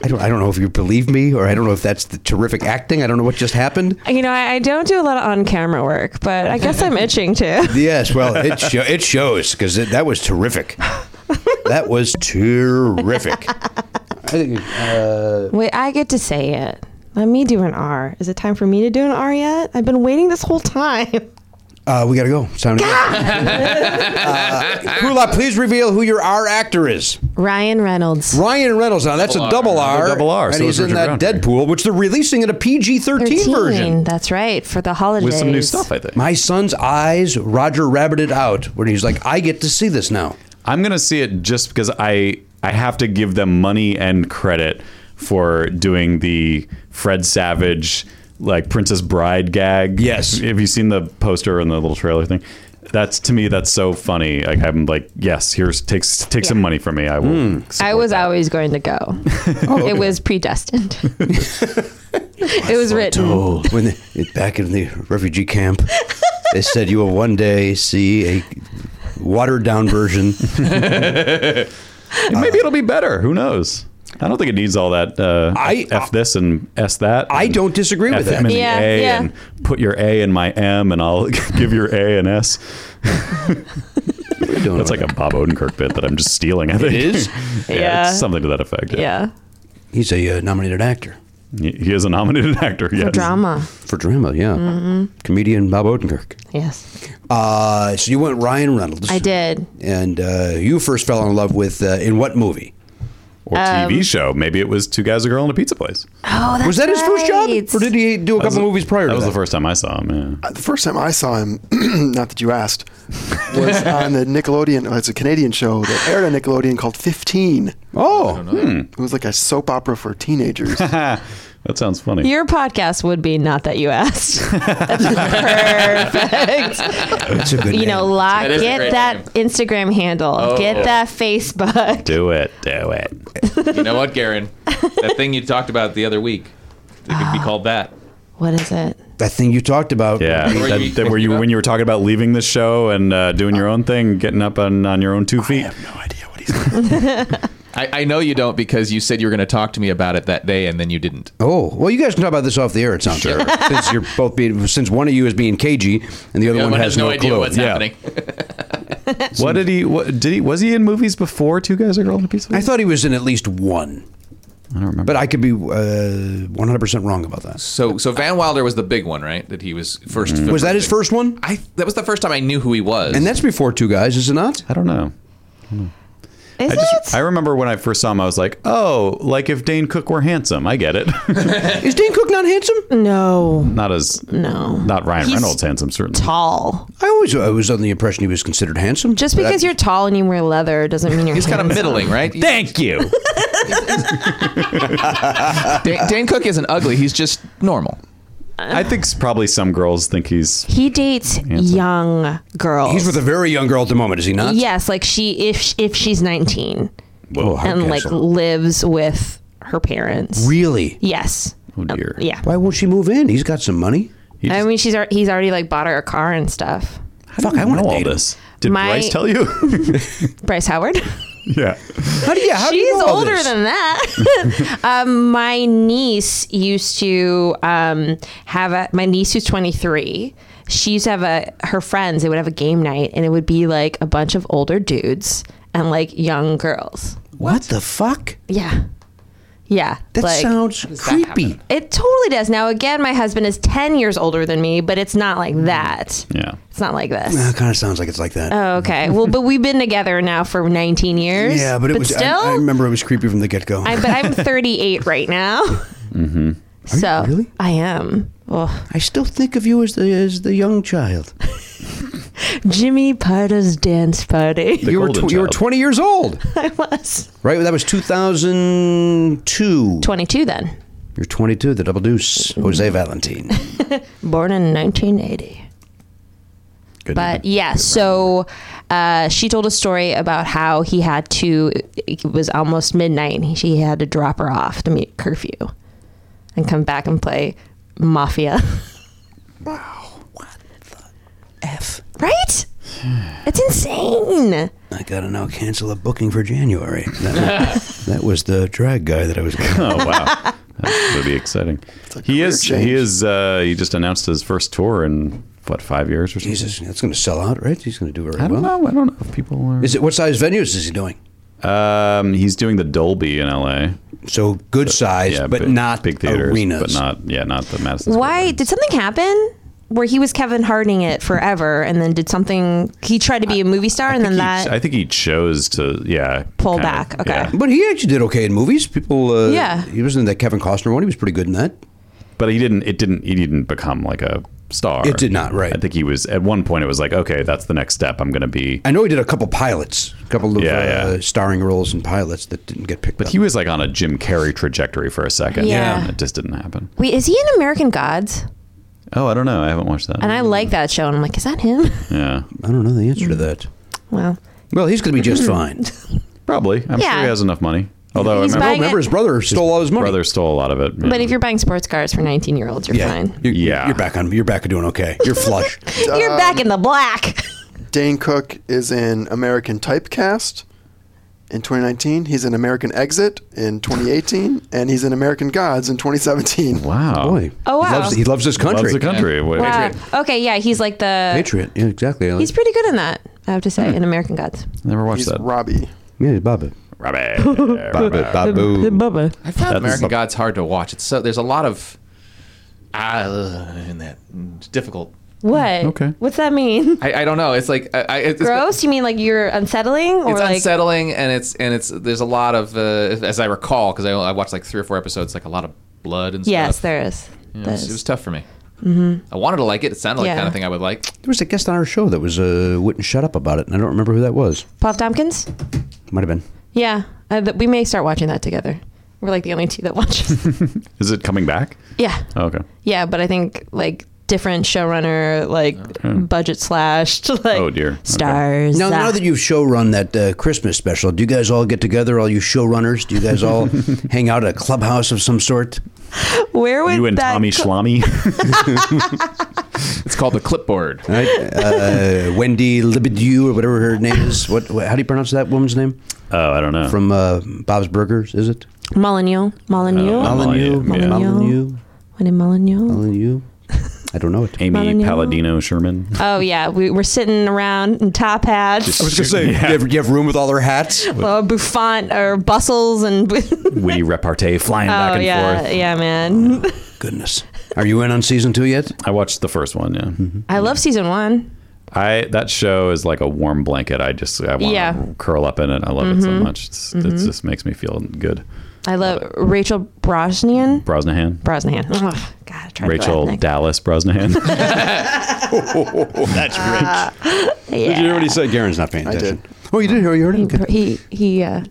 [SPEAKER 2] I don't. I don't know if you believe me, or I don't know if that's the terrific acting. I don't know what just happened.
[SPEAKER 7] You know, I, I don't do a lot of on camera work, but I guess I'm itching too.
[SPEAKER 1] [LAUGHS]
[SPEAKER 2] Yes, well, it sho- it shows because that was terrific. That was terrific.
[SPEAKER 7] Wait, I get to say it. Let me do an R. Is it time for me to do an R yet? I've been waiting this whole time. [LAUGHS]
[SPEAKER 2] Uh, we gotta go. It's time to
[SPEAKER 1] [LAUGHS]
[SPEAKER 2] go. Uh, Kula, please reveal who your R actor is.
[SPEAKER 7] Ryan Reynolds.
[SPEAKER 2] Ryan Reynolds. Now that's a double R.
[SPEAKER 1] double R,
[SPEAKER 2] And
[SPEAKER 1] so
[SPEAKER 2] he's
[SPEAKER 1] is
[SPEAKER 2] in that
[SPEAKER 1] Richard Roundtree.
[SPEAKER 2] Deadpool, which they're releasing in a PG 13 version.
[SPEAKER 7] That's right. For the holidays.
[SPEAKER 1] With some new stuff, I think.
[SPEAKER 2] My son's eyes, Roger rabbited out when he's like, "I get to see this now."
[SPEAKER 1] I'm gonna see it just because I I have to give them money and credit for doing the Fred Savage like Princess Bride gag.
[SPEAKER 2] Yes.
[SPEAKER 1] Have you seen the poster and the little trailer thing? That's to me. That's so funny. Like I'm like, yes. Here's takes take some money from me. I will.
[SPEAKER 7] I
[SPEAKER 2] Hmm.
[SPEAKER 1] support
[SPEAKER 7] was
[SPEAKER 1] that.
[SPEAKER 7] always going
[SPEAKER 1] [LAUGHS]
[SPEAKER 7] to go.
[SPEAKER 1] Oh,
[SPEAKER 7] It was predestined. it was written.
[SPEAKER 2] Oh, when the, back in the refugee camp, they said you will one day see a watered down version.
[SPEAKER 1] Maybe it'll be better. Who knows? I don't think it needs all that. Uh,
[SPEAKER 2] I-
[SPEAKER 1] f this and s that.
[SPEAKER 2] I
[SPEAKER 1] and
[SPEAKER 2] don't disagree with
[SPEAKER 1] F him
[SPEAKER 2] that.
[SPEAKER 1] in the
[SPEAKER 7] Yeah,
[SPEAKER 1] a
[SPEAKER 7] yeah.
[SPEAKER 1] and put your a in my m, and I'll [LAUGHS] give your a an s.
[SPEAKER 2] We're doing
[SPEAKER 1] That's like a Bob Odenkirk bit that I'm just stealing. I think it
[SPEAKER 2] is?
[SPEAKER 1] [LAUGHS] yeah,
[SPEAKER 7] Yeah.
[SPEAKER 1] It's something to that effect.
[SPEAKER 7] Yeah.
[SPEAKER 2] He's a uh, nominated actor
[SPEAKER 1] He, he is a nominated [LAUGHS] actor. Yes.
[SPEAKER 7] Drama.
[SPEAKER 2] for drama, yeah.
[SPEAKER 7] Mm-hmm.
[SPEAKER 2] Comedian Bob Odenkirk.
[SPEAKER 7] Yes.
[SPEAKER 2] Uh, so you went Ryan Reynolds.
[SPEAKER 7] I did.
[SPEAKER 2] And uh, you first fell in love with, uh, in what movie?
[SPEAKER 1] Or
[SPEAKER 7] Um,
[SPEAKER 1] TV show. Maybe it was two guys, a girl, in a pizza place.
[SPEAKER 7] Oh, that's
[SPEAKER 2] Was that his first job?
[SPEAKER 7] right.
[SPEAKER 2] Or did he do a
[SPEAKER 1] That was
[SPEAKER 2] couple
[SPEAKER 1] the-
[SPEAKER 2] movies prior
[SPEAKER 1] That
[SPEAKER 2] to
[SPEAKER 1] was the first time I saw him. Yeah.
[SPEAKER 6] The first time I saw him, [CLEARS THROAT] not that you asked, was on the Nickelodeon. oh, It's a Canadian show that aired on Nickelodeon called Fifteen.
[SPEAKER 2] Oh,
[SPEAKER 6] It was like a soap opera for teenagers.
[SPEAKER 1] That sounds funny.
[SPEAKER 7] Your podcast would be not that
[SPEAKER 2] [LAUGHS]
[SPEAKER 7] you asked. That's perfect.
[SPEAKER 2] That's a good
[SPEAKER 7] [LAUGHS] You
[SPEAKER 2] name.
[SPEAKER 7] know, lock,
[SPEAKER 5] That is a
[SPEAKER 7] get
[SPEAKER 5] great Oh.
[SPEAKER 7] that Instagram handle, get that Facebook.
[SPEAKER 1] Do it. Do it.
[SPEAKER 2] Hmm.
[SPEAKER 5] You know what, [LAUGHS] Garen? That thing you talked about the other week. It could
[SPEAKER 2] Ah.
[SPEAKER 5] be called that.
[SPEAKER 7] What is it?
[SPEAKER 2] that thing you talked about.
[SPEAKER 1] Yeah.
[SPEAKER 5] Were
[SPEAKER 1] That,
[SPEAKER 5] you-
[SPEAKER 1] that were you when you were talking about leaving the show and uh, doing your own thing, getting up on, on your own two feet?
[SPEAKER 5] I, I know you don't because you said you were going to talk to me about it that day and then you didn't.
[SPEAKER 2] Oh, well, you guys can talk about this off the air. It sounds sure. since you're both being since one of you is being cagey and the other
[SPEAKER 5] The other
[SPEAKER 2] one
[SPEAKER 5] one
[SPEAKER 2] has
[SPEAKER 5] has no,
[SPEAKER 2] no
[SPEAKER 5] idea
[SPEAKER 2] clue.
[SPEAKER 5] what's
[SPEAKER 1] Yeah.
[SPEAKER 5] happening.
[SPEAKER 1] [LAUGHS] What did he? What did he? Was he in movies before Two Guys a Girl and a Pizza?
[SPEAKER 2] I thought he was in at least one. I don't remember, but I could be uh, one hundred percent wrong about that.
[SPEAKER 5] So, so Van Wilder was the big one, right? That he was first.
[SPEAKER 2] Mm-hmm. Was that his first one?
[SPEAKER 5] I that was the first time I knew who he was.
[SPEAKER 2] And that's before two guys, is it not?
[SPEAKER 1] I don't know.
[SPEAKER 7] Is
[SPEAKER 1] I
[SPEAKER 7] it?
[SPEAKER 1] just I remember when I first saw him, I was like, oh, like if Dane Cook were handsome. I get it. [LAUGHS]
[SPEAKER 2] Is Dane Cook not handsome?
[SPEAKER 7] no.
[SPEAKER 1] not as
[SPEAKER 7] No.
[SPEAKER 1] not Ryan
[SPEAKER 7] He's
[SPEAKER 1] Reynolds handsome certainly.
[SPEAKER 7] Tall.
[SPEAKER 2] I always I was under the impression he was considered handsome.
[SPEAKER 7] Just because you're tall and you wear leather doesn't mean you're.
[SPEAKER 5] He's kind of middling, right?
[SPEAKER 1] Thank you.
[SPEAKER 5] Dan, Dan Cook isn't ugly. He's just normal.
[SPEAKER 1] I think s- probably some girls think he's
[SPEAKER 7] He dates young girls.
[SPEAKER 2] he's with a very young girl at the moment, is he not?
[SPEAKER 7] Yes, like she if if she's 19 and like lives with her parents.
[SPEAKER 2] really?
[SPEAKER 7] Yes.
[SPEAKER 1] oh dear.
[SPEAKER 7] Yeah.
[SPEAKER 2] Why won't she move in? He's got some money.
[SPEAKER 1] He
[SPEAKER 7] I
[SPEAKER 1] just-
[SPEAKER 7] mean, she's al- he's already like bought her a car and stuff.
[SPEAKER 1] How Fuck, I want all this. Did
[SPEAKER 7] My-
[SPEAKER 1] Bryce tell you? [LAUGHS]
[SPEAKER 7] Bryce Howard.
[SPEAKER 1] yeah.
[SPEAKER 2] How do you? How do
[SPEAKER 7] She's
[SPEAKER 2] you know all
[SPEAKER 7] older
[SPEAKER 2] this?
[SPEAKER 7] than
[SPEAKER 2] [LAUGHS]
[SPEAKER 7] that. um, my niece used to um, have a. My niece who's 23. She used to have a her friends. They would have a game night, and it would be like a bunch of older dudes and like young girls.
[SPEAKER 2] What the fuck?
[SPEAKER 7] Yeah, yeah.
[SPEAKER 2] That
[SPEAKER 7] like,
[SPEAKER 2] sounds creepy.
[SPEAKER 7] It totally does. Now, again, my husband is 10 years older than me, but it's not
[SPEAKER 2] Mm.
[SPEAKER 7] like that.
[SPEAKER 1] Yeah.
[SPEAKER 7] It's not like
[SPEAKER 2] That
[SPEAKER 7] this.
[SPEAKER 2] kind of sounds like it's like that.
[SPEAKER 7] Oh, okay. Well, but we've been together now for 19 years.
[SPEAKER 2] yeah, but it was. I-
[SPEAKER 7] still.
[SPEAKER 2] I, remember it was creepy from the get go.
[SPEAKER 7] [LAUGHS] I, but I'm 38
[SPEAKER 2] [LAUGHS]
[SPEAKER 7] right now. Mm-hmm. so
[SPEAKER 2] really?
[SPEAKER 7] I am. Oh,
[SPEAKER 2] I still think of you as the as the young child.
[SPEAKER 7] Jimmy Parda's dance party.
[SPEAKER 1] [LAUGHS] The
[SPEAKER 2] you were
[SPEAKER 1] golden
[SPEAKER 2] tw- you were
[SPEAKER 1] child.
[SPEAKER 2] 20 years old,
[SPEAKER 7] [LAUGHS] I was
[SPEAKER 2] right? That was 2002.
[SPEAKER 7] 22 then,
[SPEAKER 2] You're 22. The double deuce, Jose
[SPEAKER 7] [LAUGHS]
[SPEAKER 2] Valentine.
[SPEAKER 7] born in 1980.
[SPEAKER 1] Good
[SPEAKER 7] But yeah, so uh, she told a story about how he had to. It was almost midnight, and he, she had to drop her off to meet curfew, and come back and play mafia. [LAUGHS] Wow, what the f?
[SPEAKER 1] [SIGHS]
[SPEAKER 7] Right? It's insane.
[SPEAKER 2] I gotta now cancel a booking for January. That
[SPEAKER 7] [LAUGHS]
[SPEAKER 2] was, that was the drag guy that I was.
[SPEAKER 1] [LAUGHS]
[SPEAKER 2] Going
[SPEAKER 1] Oh wow. That would be exciting. He is he is uh he just announced his first tour in what, five years or something?
[SPEAKER 2] Jesus, that's gonna sell out, right? He's gonna do very
[SPEAKER 1] I don't
[SPEAKER 2] well.
[SPEAKER 1] know. I don't know if people are
[SPEAKER 2] Is it what size venues is he doing?
[SPEAKER 1] Um, he's doing the Dolby in LA.
[SPEAKER 2] So good size, but
[SPEAKER 1] Uh, big-
[SPEAKER 2] not
[SPEAKER 1] big theaters,
[SPEAKER 2] arenas.
[SPEAKER 1] but not yeah, not the Madison. Square
[SPEAKER 7] Why
[SPEAKER 1] Garden.
[SPEAKER 7] did something happen? Where he was Kevin Harding it forever, and then did something. He tried to be a movie star, and
[SPEAKER 1] I
[SPEAKER 7] then
[SPEAKER 1] think
[SPEAKER 7] that
[SPEAKER 1] he- I think he chose to yeah
[SPEAKER 7] Pull
[SPEAKER 1] kind
[SPEAKER 7] back, okay.
[SPEAKER 1] yeah.
[SPEAKER 2] But he actually did okay in movies. People, uh,
[SPEAKER 7] Yeah.
[SPEAKER 2] he was in that Kevin Costner one. He was pretty good in that.
[SPEAKER 1] But he didn't. It didn't. He didn't become like a star.
[SPEAKER 2] It did not, right.
[SPEAKER 1] I think he was at one point. It was like okay, that's the next step. I'm going to be.
[SPEAKER 2] I know he did a couple pilots, a couple of
[SPEAKER 1] Yeah,
[SPEAKER 2] uh,
[SPEAKER 1] yeah.
[SPEAKER 2] starring roles in pilots that didn't get picked
[SPEAKER 1] But
[SPEAKER 2] up.
[SPEAKER 1] he was like on a Jim Carrey trajectory for a second.
[SPEAKER 7] Yeah.
[SPEAKER 1] and it just didn't happen.
[SPEAKER 7] wait, is he in American Gods?
[SPEAKER 1] Oh, I don't know. I haven't watched that.
[SPEAKER 7] And I like that show, and I'm like, is that him? [LAUGHS]
[SPEAKER 1] yeah,
[SPEAKER 2] I don't know the answer to
[SPEAKER 7] Hmm.
[SPEAKER 2] that.
[SPEAKER 7] Well,
[SPEAKER 2] Well, he's going to be
[SPEAKER 7] [LAUGHS]
[SPEAKER 2] just fine.
[SPEAKER 1] probably. I'm
[SPEAKER 7] Yeah.
[SPEAKER 1] sure he has enough money. Although
[SPEAKER 7] He's
[SPEAKER 1] I
[SPEAKER 7] buying
[SPEAKER 2] Remember,
[SPEAKER 1] remember
[SPEAKER 2] his brother stole all his
[SPEAKER 1] my
[SPEAKER 2] money.
[SPEAKER 1] brother stole a lot of it. yeah.
[SPEAKER 7] But if you're buying sports cars for 19 year olds, you're
[SPEAKER 2] yeah,
[SPEAKER 7] fine.
[SPEAKER 2] You're,
[SPEAKER 1] Yeah.
[SPEAKER 2] you're back on. You're back doing okay. You're flush.
[SPEAKER 7] You're back in the black.
[SPEAKER 6] Dane Cook is in American Typecast in 2019. He's in American Exit in 2018, and he's in American Gods in 2017.
[SPEAKER 1] wow,
[SPEAKER 2] Boy,
[SPEAKER 7] [LAUGHS] Oh,
[SPEAKER 2] he
[SPEAKER 7] wow.
[SPEAKER 2] loves, he loves his country.
[SPEAKER 1] loves the country. Wait,
[SPEAKER 7] Wow. Okay, yeah, he's like the.
[SPEAKER 2] Patriot, yeah, exactly.
[SPEAKER 7] He's pretty good in that, I have to say, in American Gods.
[SPEAKER 1] Never watched
[SPEAKER 6] He's
[SPEAKER 1] that.
[SPEAKER 6] Robbie.
[SPEAKER 2] yeah, Baba.
[SPEAKER 1] Rabbit. Rabbit.
[SPEAKER 7] Bubba.
[SPEAKER 5] I found American
[SPEAKER 1] the-
[SPEAKER 5] Gods hard to watch. It's so there's a lot of ah ugh, in that it's difficult.
[SPEAKER 7] What?
[SPEAKER 1] Okay.
[SPEAKER 7] What's that mean?
[SPEAKER 5] I, I don't know. It's like I, I, [LAUGHS] it's,
[SPEAKER 7] Gross? You mean like you're unsettling? Or
[SPEAKER 5] It's
[SPEAKER 7] like.
[SPEAKER 5] unsettling, and it's and it's there's a lot of uh, as I recall because I, I watched like three or four episodes. Like a lot of blood and
[SPEAKER 7] Yes,
[SPEAKER 5] stuff.
[SPEAKER 7] there is.
[SPEAKER 5] Yeah, it,
[SPEAKER 7] There
[SPEAKER 5] was, it
[SPEAKER 7] is. Mm-hmm.
[SPEAKER 5] was tough for me. I wanted to like it. It sounded like
[SPEAKER 7] Yeah.
[SPEAKER 5] the kind of thing I would like.
[SPEAKER 2] There was a guest on our show that was uh, wouldn't shut up about it, and I don't remember who that was.
[SPEAKER 7] Paul Tompkins?
[SPEAKER 2] Might have been.
[SPEAKER 7] Yeah. Uh, th- we may start watching that together. We're like the only two that [LAUGHS] watch. it.
[SPEAKER 1] Is it coming back?
[SPEAKER 7] yeah.
[SPEAKER 1] Oh,
[SPEAKER 7] [LAUGHS]
[SPEAKER 1] okay.
[SPEAKER 7] Yeah, but I think like different showrunner, like budget slashed, [LAUGHS] like
[SPEAKER 1] Hmm. Oh, dear. Okay.
[SPEAKER 7] stars.
[SPEAKER 2] Now, now
[SPEAKER 7] ah.
[SPEAKER 2] that you've showrun that uh, Christmas special, do you guys all get together, all you showrunners? Do you guys all hang out at a clubhouse of some sort?
[SPEAKER 7] [LAUGHS] where would
[SPEAKER 1] You and
[SPEAKER 7] that
[SPEAKER 1] Tommy
[SPEAKER 7] go- [LAUGHS]
[SPEAKER 1] Schlamy.
[SPEAKER 5] It's called the clipboard.
[SPEAKER 2] Right? Uh, Wendy Libidieu or whatever her name is. What, what? How do you pronounce that woman's name?
[SPEAKER 1] [LAUGHS] oh, I don't know.
[SPEAKER 2] From uh, Bob's Burgers, is it?
[SPEAKER 7] Molyneux,
[SPEAKER 2] Oh,
[SPEAKER 7] Molyneux,
[SPEAKER 1] Uh, Molyneux,
[SPEAKER 7] Molyneux,
[SPEAKER 1] yeah.
[SPEAKER 7] Molyneux. When in Molyneux.
[SPEAKER 2] You? I don't know it.
[SPEAKER 1] Amy
[SPEAKER 7] Molyneux.
[SPEAKER 1] Palladino Sherman.
[SPEAKER 7] [LAUGHS] Oh yeah, we were sitting around in top hats,
[SPEAKER 2] was gonna say, you, have, you have room with all her hats.
[SPEAKER 7] uh, bouffant or bustles, and [LAUGHS] oh
[SPEAKER 1] Witty repartee flying back and
[SPEAKER 7] yeah,
[SPEAKER 1] forth. [LAUGHS]
[SPEAKER 7] yeah, man.
[SPEAKER 2] Goodness, are you in on season two yet?
[SPEAKER 1] I watched the first one. Yeah.
[SPEAKER 7] I love season one.
[SPEAKER 1] I that show is like a warm blanket. I just I want to
[SPEAKER 7] Yeah.
[SPEAKER 1] curl up in it. I love it so much. It's, It just makes me feel good.
[SPEAKER 7] I love Rachel Brosnan.
[SPEAKER 1] Brosnahan.
[SPEAKER 7] Brosnan. Ugh, God, I tried
[SPEAKER 1] Rachel
[SPEAKER 7] To go ethnic.
[SPEAKER 1] Dallas Brosnahan.
[SPEAKER 2] [LAUGHS]
[SPEAKER 1] [LAUGHS]
[SPEAKER 7] yeah.
[SPEAKER 14] You already said Garen's not paying
[SPEAKER 6] I
[SPEAKER 14] attention.
[SPEAKER 6] did.
[SPEAKER 2] Oh, you did hear? You heard
[SPEAKER 7] He he he, uh,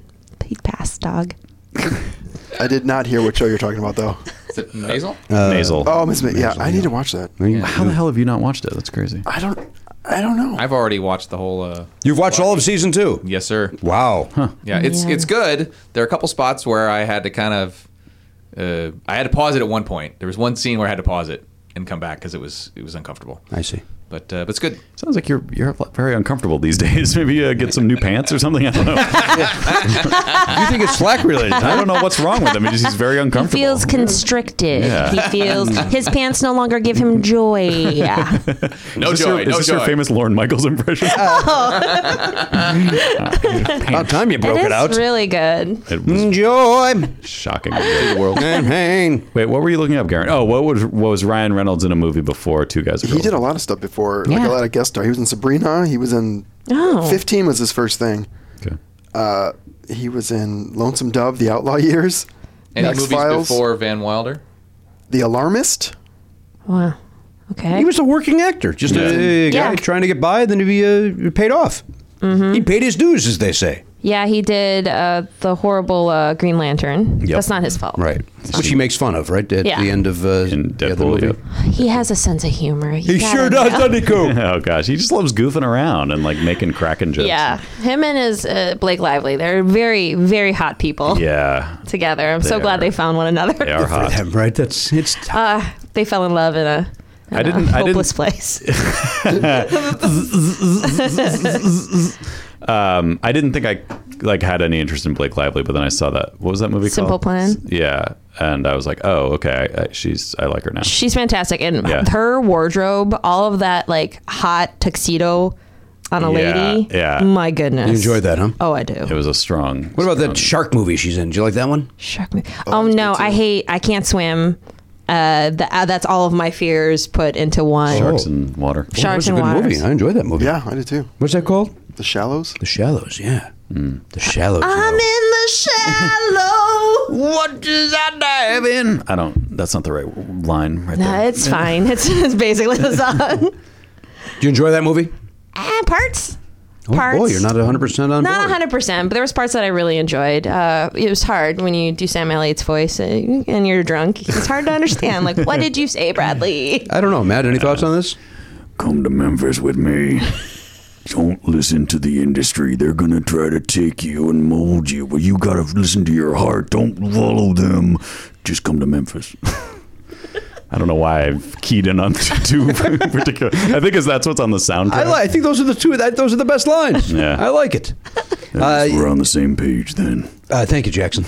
[SPEAKER 7] he passed dog.
[SPEAKER 6] I did not hear what show you're talking about though.
[SPEAKER 5] Is it nasal?
[SPEAKER 1] Nasal.
[SPEAKER 6] Oh, Miss Ma- yeah, I need to watch that.
[SPEAKER 1] How the hell have you not watched it? That's crazy.
[SPEAKER 6] I don't. I don't know.
[SPEAKER 5] I've already watched the whole. Uh,
[SPEAKER 14] You've watched all of season two.
[SPEAKER 5] yes, sir.
[SPEAKER 14] Wow.
[SPEAKER 5] Yeah, it's
[SPEAKER 7] Yeah.
[SPEAKER 5] it's good. There are a couple spots where I had to kind of, uh, I had to pause it at one point. There was one scene where I had to pause it and come back because it was it was uncomfortable.
[SPEAKER 2] I see.
[SPEAKER 5] But uh, but it's good.
[SPEAKER 1] Sounds like you're you're very uncomfortable these [LAUGHS] days. Maybe uh, get some new pants or something.
[SPEAKER 2] [LAUGHS]
[SPEAKER 1] I don't know.
[SPEAKER 14] You think it's slack related?
[SPEAKER 1] I don't know what's wrong with him. He's, just- he's very
[SPEAKER 7] He
[SPEAKER 1] uncomfortable.
[SPEAKER 7] feels constricted.
[SPEAKER 1] Yeah.
[SPEAKER 7] He
[SPEAKER 1] [LAUGHS]
[SPEAKER 7] feels his pants no longer give him joy. Yeah.
[SPEAKER 5] No
[SPEAKER 1] is this,
[SPEAKER 5] joy,
[SPEAKER 1] your, is
[SPEAKER 5] no
[SPEAKER 1] this
[SPEAKER 5] joy. Oh.
[SPEAKER 1] your famous Lauren Michaels
[SPEAKER 5] [LAUGHS]
[SPEAKER 1] impression? [LAUGHS]
[SPEAKER 2] About time you broke
[SPEAKER 7] it
[SPEAKER 2] it,
[SPEAKER 7] is
[SPEAKER 2] out.
[SPEAKER 7] really good.
[SPEAKER 1] it was
[SPEAKER 2] Enjoy.
[SPEAKER 1] shocking. world.
[SPEAKER 2] And hang.
[SPEAKER 1] Wait, what were you looking up, Garen? Oh, what was what was Ryan Reynolds in a movie before Two Guys? A
[SPEAKER 6] He
[SPEAKER 1] Girl?
[SPEAKER 6] did a lot of stuff before, like
[SPEAKER 7] Yeah.
[SPEAKER 6] a lot of guest star. He was in Sabrina. He was in.
[SPEAKER 7] Oh.
[SPEAKER 6] 15 was his first thing.
[SPEAKER 1] Okay. [LAUGHS]
[SPEAKER 6] Uh, he was in Lonesome Dove, The Outlaw Years,
[SPEAKER 5] Any movies
[SPEAKER 6] X-Files,
[SPEAKER 5] before Van Wilder?
[SPEAKER 6] The Alarmist.
[SPEAKER 7] Wow. Okay.
[SPEAKER 2] He was a working actor, just a, uh, guy
[SPEAKER 7] Yeah. Mm-hmm.
[SPEAKER 2] trying to get by. Then he uh, paid off. He paid his dues, as they say.
[SPEAKER 7] yeah, he did uh, the horrible uh, Green Lantern. That's not his fault.
[SPEAKER 2] Right, which he makes fun of, right at
[SPEAKER 7] Yeah.
[SPEAKER 2] the end of uh,
[SPEAKER 1] in
[SPEAKER 2] the other
[SPEAKER 1] Deadpool.
[SPEAKER 2] movie.
[SPEAKER 1] yeah.
[SPEAKER 7] He has a sense of humor. You
[SPEAKER 2] He
[SPEAKER 7] gotta
[SPEAKER 2] sure does,
[SPEAKER 7] know.
[SPEAKER 2] doesn't he, Coop?
[SPEAKER 1] [LAUGHS] Oh gosh, he just loves goofing around and like making cracking jokes.
[SPEAKER 7] Yeah, him and his uh, Blake Lively, they're very, very hot people
[SPEAKER 1] Yeah.
[SPEAKER 7] together. I'm so
[SPEAKER 1] They are.
[SPEAKER 7] glad they found one another.
[SPEAKER 1] They are hot.
[SPEAKER 2] Them, right? That's it's.
[SPEAKER 7] Uh, they fell in love in a, in
[SPEAKER 1] I didn't-
[SPEAKER 7] a
[SPEAKER 1] I didn't-
[SPEAKER 7] hopeless place.
[SPEAKER 1] Um, I didn't think I like had any interest in Blake Lively, but then I saw that. What was that movie
[SPEAKER 7] Simple
[SPEAKER 1] called?
[SPEAKER 7] Plan?
[SPEAKER 1] Yeah, and I was like, oh, okay, I, I, she's I like her now.
[SPEAKER 7] She's fantastic, and
[SPEAKER 1] Yeah.
[SPEAKER 7] her wardrobe, all of that like hot tuxedo on a
[SPEAKER 1] Yeah,
[SPEAKER 7] lady.
[SPEAKER 1] yeah.
[SPEAKER 7] my goodness,
[SPEAKER 2] You enjoyed that, huh?
[SPEAKER 7] Oh, I do.
[SPEAKER 1] It was a strong.
[SPEAKER 2] What about that shark movie she's in? Do you like that one?
[SPEAKER 7] Shark movie. Oh, no, I hate. I can't swim. Uh, the, uh, that's all of my fears put into one.
[SPEAKER 1] sharks
[SPEAKER 2] Oh.
[SPEAKER 1] and water?
[SPEAKER 7] Sharks
[SPEAKER 2] It's a
[SPEAKER 7] and
[SPEAKER 2] good
[SPEAKER 7] waters.
[SPEAKER 2] movie. I enjoyed that movie.
[SPEAKER 6] Yeah, I did too.
[SPEAKER 2] What's that called?
[SPEAKER 6] The Shallows.
[SPEAKER 2] The Shallows. Yeah. The Shallows. you
[SPEAKER 7] I'm in
[SPEAKER 2] know.
[SPEAKER 7] the shallow.
[SPEAKER 1] [LAUGHS] What does I dive in? I don't. That's not the right line, right
[SPEAKER 7] No,
[SPEAKER 1] there.
[SPEAKER 7] it's fine. It's, it's basically the
[SPEAKER 1] [LAUGHS]
[SPEAKER 7] song.
[SPEAKER 2] Do you enjoy that movie?
[SPEAKER 7] ah, parts.
[SPEAKER 2] Oh
[SPEAKER 7] Parts.
[SPEAKER 2] boy, you're not 100 percent on
[SPEAKER 7] Not
[SPEAKER 2] board.
[SPEAKER 7] 100%, but there was parts that I really enjoyed. Uh, it was hard when you do Sam Elliott's voice uh, and you're drunk. It's hard to understand. Like, what did you say, Bradley?
[SPEAKER 2] I don't know, Matt. Any thoughts on this?
[SPEAKER 15] Come to Memphis
[SPEAKER 2] [LAUGHS]
[SPEAKER 15] with me. Don't listen to the industry. They're gonna try to take you and mold you, but you gotta listen to your heart. Don't follow them. Just come
[SPEAKER 2] [LAUGHS]
[SPEAKER 15] to Memphis.
[SPEAKER 1] I don't know why I've keyed in on [LAUGHS] two particular. I think is that's what's on the soundtrack.
[SPEAKER 2] I, li- I think those are the two. That, those are the best lines.
[SPEAKER 1] Yeah.
[SPEAKER 2] I like it.
[SPEAKER 15] At least we're on the same page then.
[SPEAKER 2] Uh, thank you, Jackson.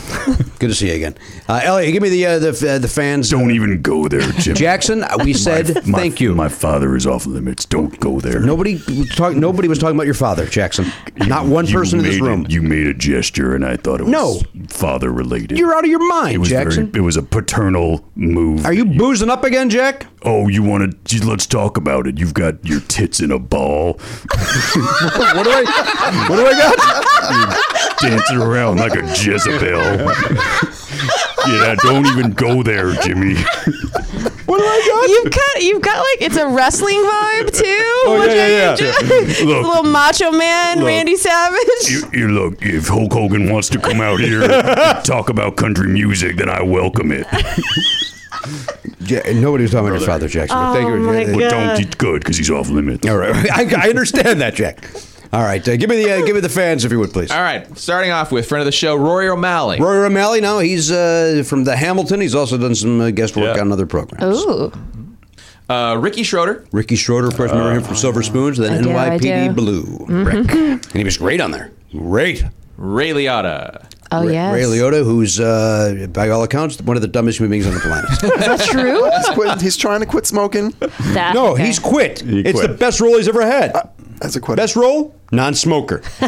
[SPEAKER 2] [LAUGHS] Good to see you again. Uh, Elliot, give me the uh, the, f- uh, the fans.
[SPEAKER 15] Don't even
[SPEAKER 2] [LAUGHS]
[SPEAKER 15] go there, Jim.
[SPEAKER 2] Jackson, uh, [LAUGHS] we said
[SPEAKER 15] My-
[SPEAKER 2] thank you.
[SPEAKER 15] My father is off limits. Don't go there.
[SPEAKER 2] Nobody was talk, Nobody was talking about your father, Jackson. Not one
[SPEAKER 15] You
[SPEAKER 2] person in this
[SPEAKER 15] made a-
[SPEAKER 2] room.
[SPEAKER 15] you made a gesture, and I thought it was
[SPEAKER 2] No.
[SPEAKER 15] father related.
[SPEAKER 2] You're out of your mind,
[SPEAKER 15] It was very-
[SPEAKER 2] Jackson.
[SPEAKER 15] it was a paternal move.
[SPEAKER 2] Are you boozing up again, Jack?
[SPEAKER 15] Oh, you want to? Let's talk about it. You've got your tits in a ball,
[SPEAKER 2] What do I? What do I got?
[SPEAKER 15] dancing around like a Jezebel. yeah, don't even go there, Jimmy.
[SPEAKER 7] You've got you've got like it's a wrestling vibe too. Oh,
[SPEAKER 1] yeah, yeah,
[SPEAKER 7] [LAUGHS]
[SPEAKER 1] yeah.
[SPEAKER 7] little, macho man,
[SPEAKER 15] Look.
[SPEAKER 7] Randy Savage.
[SPEAKER 15] You, you look, if Hulk Hogan wants to come out here and talk about country music, then I welcome it.
[SPEAKER 2] Ja- nobody was talking about your father, Jackson. but thank
[SPEAKER 7] Oh,
[SPEAKER 2] you.
[SPEAKER 7] my
[SPEAKER 15] But
[SPEAKER 7] God.
[SPEAKER 15] don't eat good because he's off limits.
[SPEAKER 2] All right, [LAUGHS] I, I understand that, Jack. All right, uh, give me the uh, give me the fans if you would please.
[SPEAKER 5] All right, starting off with friend of the show, Rory O'Malley.
[SPEAKER 2] Rory O'Malley, no, he's uh, from the Hamilton. He's also done some uh, guest work
[SPEAKER 1] Yeah.
[SPEAKER 2] on other programs.
[SPEAKER 7] Ooh,
[SPEAKER 5] Uh, Ricky Schroeder.
[SPEAKER 2] Ricky Schroeder, of course, remember him from Silver Spoons,
[SPEAKER 7] I
[SPEAKER 2] then
[SPEAKER 7] do, I
[SPEAKER 2] NYPD
[SPEAKER 7] do. Mm-hmm.
[SPEAKER 2] Blue. Rick. And he was great on there. Great.
[SPEAKER 5] Ray Liotta.
[SPEAKER 7] oh
[SPEAKER 2] Ray-
[SPEAKER 7] yes.
[SPEAKER 2] Ray Liotta, who's, uh, by all accounts, one of the dumbest human beings on the
[SPEAKER 7] [LAUGHS]
[SPEAKER 2] planet.
[SPEAKER 7] Is that
[SPEAKER 1] [LAUGHS]
[SPEAKER 7] true?
[SPEAKER 6] He's,
[SPEAKER 7] [LAUGHS]
[SPEAKER 6] quit, he's trying to quit smoking.
[SPEAKER 7] That-
[SPEAKER 2] no,
[SPEAKER 7] okay.
[SPEAKER 2] he's quit. Uh,
[SPEAKER 1] He
[SPEAKER 2] it's
[SPEAKER 1] quit.
[SPEAKER 2] the best role he's ever had.
[SPEAKER 6] That's a quit.
[SPEAKER 2] best role? Non [LAUGHS] smoker.
[SPEAKER 7] He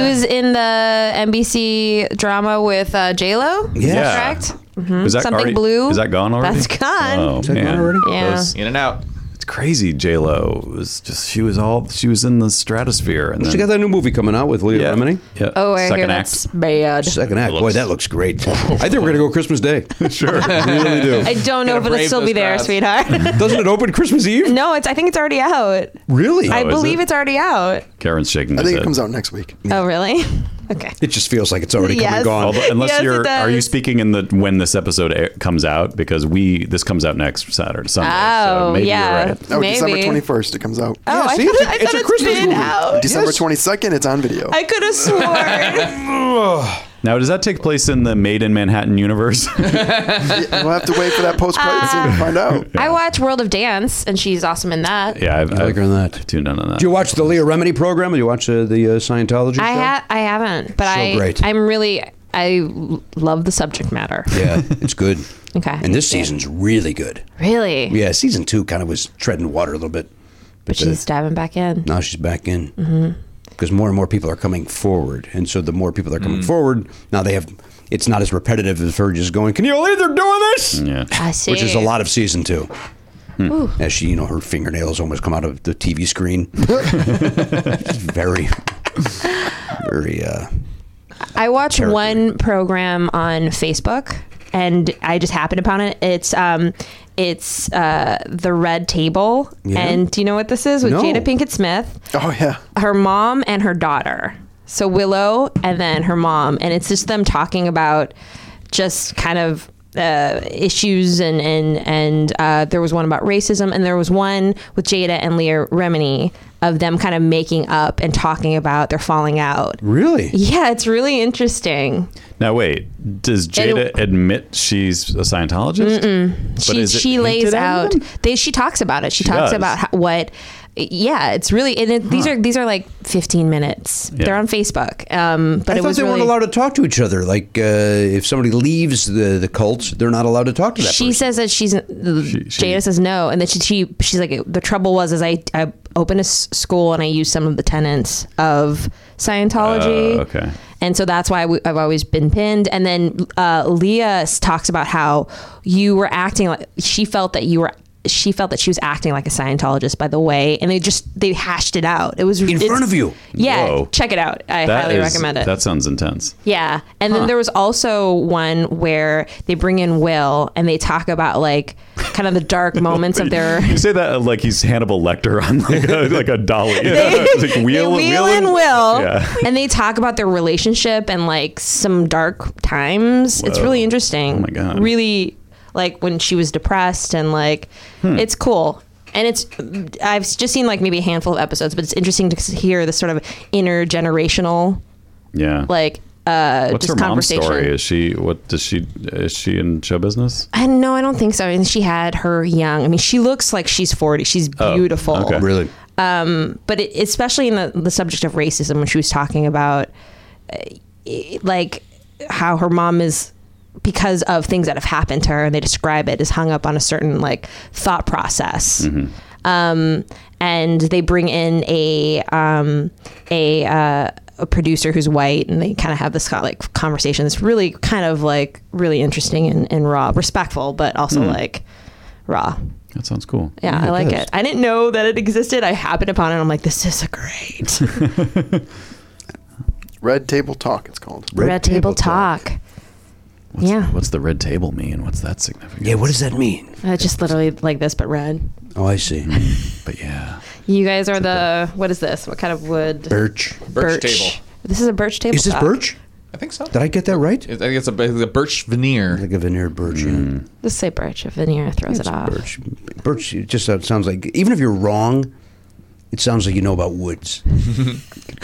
[SPEAKER 7] was in the NBC drama with uh, J Lo.
[SPEAKER 1] Yeah.
[SPEAKER 7] correct.
[SPEAKER 1] Is that
[SPEAKER 7] Mm-hmm. Something
[SPEAKER 1] already-
[SPEAKER 7] blue.
[SPEAKER 1] Is that gone already?
[SPEAKER 7] That's gone.
[SPEAKER 1] Oh,
[SPEAKER 2] that gone
[SPEAKER 1] man.
[SPEAKER 2] already?
[SPEAKER 7] Yeah.
[SPEAKER 1] Those-
[SPEAKER 5] In and out.
[SPEAKER 1] it's crazy. J Lo was just she was all she was in the stratosphere. And
[SPEAKER 2] She
[SPEAKER 1] then,
[SPEAKER 2] got that new movie coming out with Leo
[SPEAKER 1] yeah,
[SPEAKER 2] Remini.
[SPEAKER 1] yeah.
[SPEAKER 7] Oh, I hear
[SPEAKER 1] Second
[SPEAKER 7] that's
[SPEAKER 1] act.
[SPEAKER 7] bad.
[SPEAKER 2] Second act. Boy, that looks [LAUGHS] great. I think we're going to go Christmas [LAUGHS] Day.
[SPEAKER 1] Sure.
[SPEAKER 2] really do.
[SPEAKER 7] I don't
[SPEAKER 5] Gotta
[SPEAKER 7] know if it'll
[SPEAKER 5] brave
[SPEAKER 7] still
[SPEAKER 5] those
[SPEAKER 7] be there,
[SPEAKER 5] crowds.
[SPEAKER 1] [LAUGHS]
[SPEAKER 7] sweetheart.
[SPEAKER 2] Doesn't it open Christmas Eve?
[SPEAKER 7] no, it's. I think it's already out.
[SPEAKER 2] Really?
[SPEAKER 7] I
[SPEAKER 1] Oh, is
[SPEAKER 7] believe
[SPEAKER 1] it?
[SPEAKER 7] it's already out.
[SPEAKER 1] Karen's shaking.
[SPEAKER 6] I think it comes out next week.
[SPEAKER 7] Oh, really? [LAUGHS] Okay.
[SPEAKER 2] it just feels like it's already come
[SPEAKER 7] Yes.
[SPEAKER 2] and gone.
[SPEAKER 1] Although, unless
[SPEAKER 7] Yes, it
[SPEAKER 1] you're, are you
[SPEAKER 7] does.
[SPEAKER 1] speaking in the when this episode air, comes out? Because we this comes out next Saturday, Sunday. so
[SPEAKER 7] Oh,
[SPEAKER 1] maybe
[SPEAKER 7] yeah.
[SPEAKER 1] You're right.
[SPEAKER 6] Oh, December
[SPEAKER 7] Maybe.
[SPEAKER 6] 21st, it comes out.
[SPEAKER 7] Oh, I
[SPEAKER 2] see,
[SPEAKER 7] thought,
[SPEAKER 2] it's a-
[SPEAKER 7] I
[SPEAKER 2] it's
[SPEAKER 7] thought
[SPEAKER 2] a
[SPEAKER 7] it's
[SPEAKER 2] Christmas
[SPEAKER 7] been
[SPEAKER 2] movie.
[SPEAKER 7] out.
[SPEAKER 6] December 22nd, it's on video.
[SPEAKER 7] I could have sworn.
[SPEAKER 1] Now, does that take place in the Made in Manhattan universe? [LAUGHS]
[SPEAKER 6] we'll have to wait for
[SPEAKER 7] [LAUGHS]
[SPEAKER 6] that post credit scene
[SPEAKER 7] Ah.
[SPEAKER 6] to find out.
[SPEAKER 7] [LAUGHS] I watch World of Dance, and she's awesome in that.
[SPEAKER 1] yeah, I've,
[SPEAKER 2] like
[SPEAKER 1] I've
[SPEAKER 2] her in that.
[SPEAKER 1] tuned in on that.
[SPEAKER 2] Do you watch the Leah Remini program? Do you watch uh, the uh, Scientology
[SPEAKER 7] I
[SPEAKER 2] show?
[SPEAKER 7] ha- I haven't, but
[SPEAKER 2] So
[SPEAKER 7] I
[SPEAKER 2] great.
[SPEAKER 7] I'm really I l- love the subject matter.
[SPEAKER 2] Yeah, it's good.
[SPEAKER 7] [LAUGHS] Okay.
[SPEAKER 2] And this season's really good.
[SPEAKER 7] Really?
[SPEAKER 2] Yeah, season two kind of was treading water a little bit.
[SPEAKER 7] But she's diving back
[SPEAKER 2] [LAUGHS]
[SPEAKER 7] in.
[SPEAKER 2] Now she's back in.
[SPEAKER 7] Mm-hmm.
[SPEAKER 2] Because more and more people are coming forward. And so the more people are coming forward, now they have, it's not as repetitive as her just going, Can you believe they're doing this?
[SPEAKER 1] yeah.
[SPEAKER 7] I see.
[SPEAKER 2] Which is a lot of season two. As she, you know, her fingernails almost come out of the TV
[SPEAKER 7] [LAUGHS]
[SPEAKER 2] screen. [LAUGHS] very, very, uh,
[SPEAKER 7] I watch one program on Facebook, and I just happened upon it. It's um, it's uh, the Red Table, and do you know what this is with
[SPEAKER 2] No.
[SPEAKER 7] Jada Pinkett Smith?
[SPEAKER 6] Oh, yeah.
[SPEAKER 7] her mom and her daughter. So Willow and then her mom, and it's just them talking about just kind of uh, issues and and and uh, there was one about racism, and there was one with Jada and Leah Remini of them kind of making up and talking about their falling out.
[SPEAKER 2] really.
[SPEAKER 7] Yeah, it's really interesting.
[SPEAKER 1] Now wait, does Jada admit she's a Scientologist? But
[SPEAKER 7] she
[SPEAKER 1] is it
[SPEAKER 7] she lays
[SPEAKER 1] hinted at
[SPEAKER 7] out.
[SPEAKER 1] them?
[SPEAKER 7] They she talks about it. She, talks
[SPEAKER 1] does.
[SPEAKER 7] about how, what. Yeah, it's really and it, these are these are like 15 minutes. They're on Facebook. Um, but
[SPEAKER 2] I
[SPEAKER 7] it
[SPEAKER 2] thought
[SPEAKER 7] was
[SPEAKER 2] they
[SPEAKER 7] really,
[SPEAKER 2] weren't allowed to talk to each other. Like, uh, if somebody leaves the, the cult, they're not allowed to talk to that
[SPEAKER 7] she
[SPEAKER 2] person.
[SPEAKER 7] says that she's
[SPEAKER 1] she-
[SPEAKER 7] Jada says no, and then she, she she's like the trouble was is I I opened a s- school and I used some of the tenets of Scientology.
[SPEAKER 1] Oh, okay.
[SPEAKER 7] And so that's why we, I've always been pinned. And then uh, Leah s- talks about how you were acting like she felt that you were. She felt that she was acting like a Scientologist by the way, and they just they hashed it out. It was in
[SPEAKER 2] front of you.
[SPEAKER 7] Yeah,
[SPEAKER 1] Whoa.
[SPEAKER 7] check it out. I
[SPEAKER 1] That
[SPEAKER 7] highly
[SPEAKER 1] is-
[SPEAKER 7] recommend it.
[SPEAKER 1] That sounds intense.
[SPEAKER 7] Yeah. And then there was also one where they bring in Will and they talk about like kind of the dark moments of their
[SPEAKER 1] You say that uh, like he's Hannibal Lecter on like
[SPEAKER 7] [LAUGHS]
[SPEAKER 1] a, like a dolly. It's [LAUGHS] like wheel,
[SPEAKER 7] they wheel
[SPEAKER 1] wheeling.
[SPEAKER 7] and will
[SPEAKER 1] Yeah.
[SPEAKER 7] and they talk about their relationship and like some dark times. It's really interesting. Oh
[SPEAKER 1] my God.
[SPEAKER 7] Really like when she was depressed and like it's cool. And it's I've just seen like maybe a handful of episodes, but it's interesting to hear this sort of intergenerational
[SPEAKER 1] Yeah.
[SPEAKER 7] like uh
[SPEAKER 1] What's her
[SPEAKER 7] just
[SPEAKER 1] mom's
[SPEAKER 7] conversation.
[SPEAKER 1] story? Is she what does she is she in show business?
[SPEAKER 7] I no, I don't think so. I mean, she had her young. I mean, she looks like she's forty. She's beautiful.
[SPEAKER 1] okay.
[SPEAKER 2] Really?
[SPEAKER 7] But it, especially in the, the subject of racism, when she was talking about uh, i- like how her mom is because of things that have happened to her, and they describe it as hung up on a certain like thought process. Um, and they bring in a um, a uh, a producer who's white, and they kind of have this kind of, like conversation. It's really kind of like really interesting and, and raw, respectful, but also like raw.
[SPEAKER 1] That sounds cool.
[SPEAKER 7] Yeah, I like it. I didn't know that it existed. I happened upon it. I'm like, this is a great
[SPEAKER 2] [LAUGHS]
[SPEAKER 6] Red Table Talk, it's called.
[SPEAKER 7] Red Table Talk.
[SPEAKER 1] What's,
[SPEAKER 7] Yeah.
[SPEAKER 1] What's the red table mean? What's that significant?
[SPEAKER 2] Yeah, what does that mean?
[SPEAKER 7] Uh, just literally like this, but red.
[SPEAKER 2] Oh, I see.
[SPEAKER 1] But yeah.
[SPEAKER 7] You guys are the what is this? What kind of wood?
[SPEAKER 2] Birch.
[SPEAKER 5] Birch table.
[SPEAKER 7] This is a birch table.
[SPEAKER 2] Is this
[SPEAKER 7] top.
[SPEAKER 2] birch?
[SPEAKER 5] I think so.
[SPEAKER 2] Did I get that right?
[SPEAKER 5] I think it's a, it's a birch veneer.
[SPEAKER 2] Like a veneered birch. yeah.
[SPEAKER 7] Just say birch. If veneer throws it off.
[SPEAKER 2] Birch. Birch it just it sounds like, even if you're wrong, it sounds like you know about woods.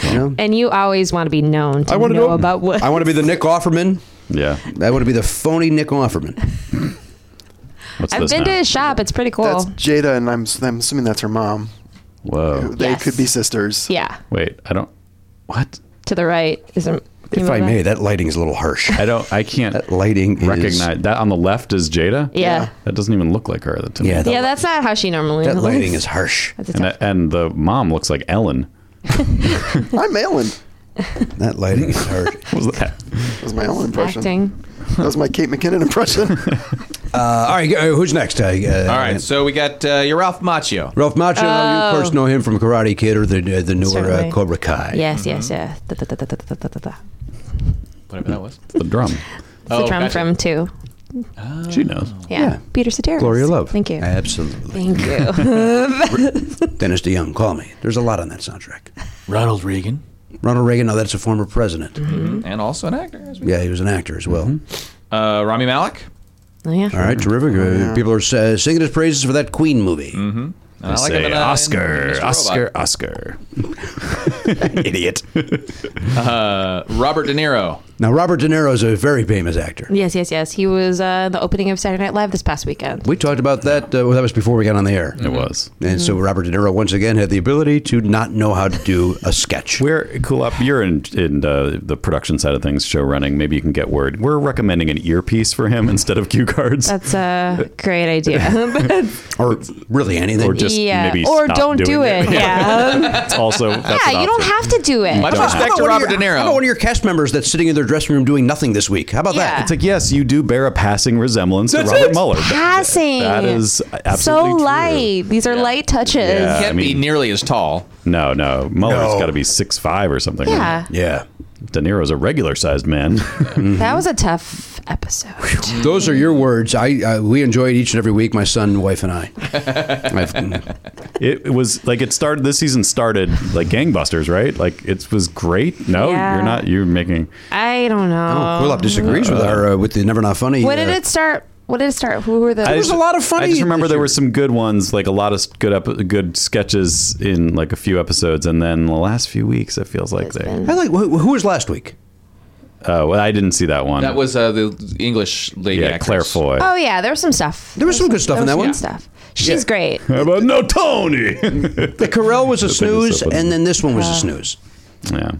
[SPEAKER 2] you know?
[SPEAKER 7] And you always want to be known to
[SPEAKER 16] I want to
[SPEAKER 7] know about wood.
[SPEAKER 16] I want to be the Nick Offerman.
[SPEAKER 1] Yeah.
[SPEAKER 2] I want to be the phony Nick Offerman.
[SPEAKER 1] What's
[SPEAKER 7] I've
[SPEAKER 1] this
[SPEAKER 7] been
[SPEAKER 1] now?
[SPEAKER 7] to his shop. It's pretty cool.
[SPEAKER 6] That's Jada, and I'm, s- I'm assuming that's her mom.
[SPEAKER 1] Whoa.
[SPEAKER 6] They
[SPEAKER 7] Yes.
[SPEAKER 6] could be sisters.
[SPEAKER 7] yeah.
[SPEAKER 1] Wait, I don't. What?
[SPEAKER 7] To the right is a. can you
[SPEAKER 2] if I
[SPEAKER 7] move
[SPEAKER 2] may,
[SPEAKER 7] that?
[SPEAKER 2] that lighting's a little harsh.
[SPEAKER 1] I don't. I can't
[SPEAKER 2] That lighting is-
[SPEAKER 1] recognize that on the left is Jada.
[SPEAKER 7] Yeah.
[SPEAKER 1] That doesn't even look like her. To me.
[SPEAKER 2] Yeah, that,
[SPEAKER 7] Yeah, that's not how she normally.
[SPEAKER 2] that
[SPEAKER 7] looks.
[SPEAKER 2] lighting
[SPEAKER 7] [LAUGHS]
[SPEAKER 2] is harsh.
[SPEAKER 7] That's a
[SPEAKER 1] And,
[SPEAKER 7] tough-
[SPEAKER 1] and the mom looks like Ellen.
[SPEAKER 6] I'm Ellen.
[SPEAKER 2] That lighting is harsh.
[SPEAKER 1] [LAUGHS] What was that?
[SPEAKER 6] That was my Ellen impression.
[SPEAKER 7] acting.
[SPEAKER 6] That was my Kate McKinnon impression.
[SPEAKER 7] [LAUGHS]
[SPEAKER 2] Uh, all right, uh, who's next? Uh, uh,
[SPEAKER 5] All right, so we got uh, your Ralph Macchio.
[SPEAKER 2] Ralph Macchio, you of course know him from Karate Kid or the uh, the newer uh,
[SPEAKER 7] Oh. Certainly.
[SPEAKER 2] Cobra Kai.
[SPEAKER 7] Yes, yes, yes.
[SPEAKER 1] Mm-hmm.
[SPEAKER 7] Da, da, da, da, da, da, da, da, da.
[SPEAKER 5] Whatever that was.
[SPEAKER 1] The drum.
[SPEAKER 7] It's
[SPEAKER 1] Oh,
[SPEAKER 7] the drum from two.
[SPEAKER 1] She knows.
[SPEAKER 7] Yeah. Peter Soteris.
[SPEAKER 2] Gloria Love.
[SPEAKER 7] Thank you.
[SPEAKER 2] Absolutely.
[SPEAKER 1] [LAUGHS]
[SPEAKER 7] Thank you.
[SPEAKER 2] Dennis DeYoung, call me. There's a lot on that soundtrack.
[SPEAKER 4] Ronald Reagan.
[SPEAKER 2] Ronald Reagan, now that's a former president.
[SPEAKER 7] Mm-hmm.
[SPEAKER 5] and also an actor. As well.
[SPEAKER 2] Yeah, he was an actor as well.
[SPEAKER 5] Uh, Rami Malek.
[SPEAKER 7] oh, yeah.
[SPEAKER 2] All right, terrific. Uh, People are uh, singing his praises for that Queen movie. Mm-hmm.
[SPEAKER 5] I like him
[SPEAKER 1] Say
[SPEAKER 5] in, uh, in Mr.
[SPEAKER 1] Oscar,
[SPEAKER 5] Robot.
[SPEAKER 1] Oscar, Oscar. Idiot.
[SPEAKER 5] Uh, Robert De Niro.
[SPEAKER 2] Now, Robert De Niro is a very famous actor.
[SPEAKER 7] Yes, yes, yes. He was uh, the opening of Saturday Night Live this past weekend.
[SPEAKER 2] We talked about that. Uh, well, that was before we got on the air.
[SPEAKER 1] It was.
[SPEAKER 2] And
[SPEAKER 7] Mm-hmm.
[SPEAKER 2] so Robert De Niro once again had the ability to not know how to do a sketch.
[SPEAKER 1] We're cool up. You're in, in uh, the production side of things, show running. Maybe you can get word. We're recommending an earpiece for him instead of cue cards, [LAUGHS]
[SPEAKER 7] That's a great idea.
[SPEAKER 2] or really anything.
[SPEAKER 1] or just
[SPEAKER 7] yeah.
[SPEAKER 1] maybe
[SPEAKER 7] Or
[SPEAKER 1] stop
[SPEAKER 7] don't
[SPEAKER 1] doing
[SPEAKER 7] do it.
[SPEAKER 1] [LAUGHS]
[SPEAKER 7] Yeah.
[SPEAKER 1] It's also that's an
[SPEAKER 7] yeah, you don't
[SPEAKER 1] option.
[SPEAKER 7] have to do it.
[SPEAKER 5] Much
[SPEAKER 1] don't
[SPEAKER 5] respect to
[SPEAKER 2] one of
[SPEAKER 5] Robert
[SPEAKER 2] your-
[SPEAKER 5] De Niro.
[SPEAKER 2] How about one of your cast members that's sitting in their dressing room doing nothing this week? How about
[SPEAKER 7] Yeah.
[SPEAKER 2] that?
[SPEAKER 1] It's like yes, you do bear a passing resemblance to Robert Mueller. That-
[SPEAKER 7] Passing.
[SPEAKER 1] That is
[SPEAKER 7] so
[SPEAKER 1] absolutely true.
[SPEAKER 7] light. These are light touches.
[SPEAKER 1] Yeah.
[SPEAKER 7] Yeah.
[SPEAKER 5] Can't
[SPEAKER 1] I mean-
[SPEAKER 5] be nearly as tall.
[SPEAKER 1] No, no, Mueller's
[SPEAKER 2] No.
[SPEAKER 1] got to be six five or something.
[SPEAKER 2] Yeah.
[SPEAKER 1] De Niro's a regular sized man.
[SPEAKER 2] [LAUGHS]
[SPEAKER 1] Mm-hmm.
[SPEAKER 7] That was a tough episode.
[SPEAKER 2] Those are your words. I uh, we enjoy it each and every week. My son, wife, and I. I've- mm,
[SPEAKER 1] it, it was like it started. This season started like gangbusters, right? Like it was great. No,
[SPEAKER 7] Yeah.
[SPEAKER 1] you're not. You're making.
[SPEAKER 7] I don't know.
[SPEAKER 2] Quillop disagrees with our uh, with the never not funny.
[SPEAKER 7] What did
[SPEAKER 2] uh,
[SPEAKER 7] it start? What did it start? Who were the?
[SPEAKER 1] I
[SPEAKER 2] was
[SPEAKER 1] just-
[SPEAKER 2] a lot of funny
[SPEAKER 1] I just remember
[SPEAKER 2] this
[SPEAKER 1] there
[SPEAKER 2] year.
[SPEAKER 1] were some good ones, like a lot of good up, good sketches in like a few episodes, and then the last few weeks it feels like
[SPEAKER 7] It's
[SPEAKER 1] they.
[SPEAKER 7] been-
[SPEAKER 2] I like who, who was last week?
[SPEAKER 1] Oh, well, I didn't see that one.
[SPEAKER 5] That was uh, the English lady.
[SPEAKER 1] yeah,
[SPEAKER 5] actress.
[SPEAKER 1] Claire Foy.
[SPEAKER 7] Oh yeah, there was some stuff.
[SPEAKER 2] There was some good stuff
[SPEAKER 7] there
[SPEAKER 2] in that
[SPEAKER 7] was
[SPEAKER 2] one.
[SPEAKER 7] some Good stuff.
[SPEAKER 2] [LAUGHS]
[SPEAKER 7] She's great.
[SPEAKER 1] How about no Tony?
[SPEAKER 2] The Carell was a
[SPEAKER 1] That thing is
[SPEAKER 2] snooze,
[SPEAKER 1] so funny.
[SPEAKER 2] and then this one was a snooze.
[SPEAKER 1] yeah.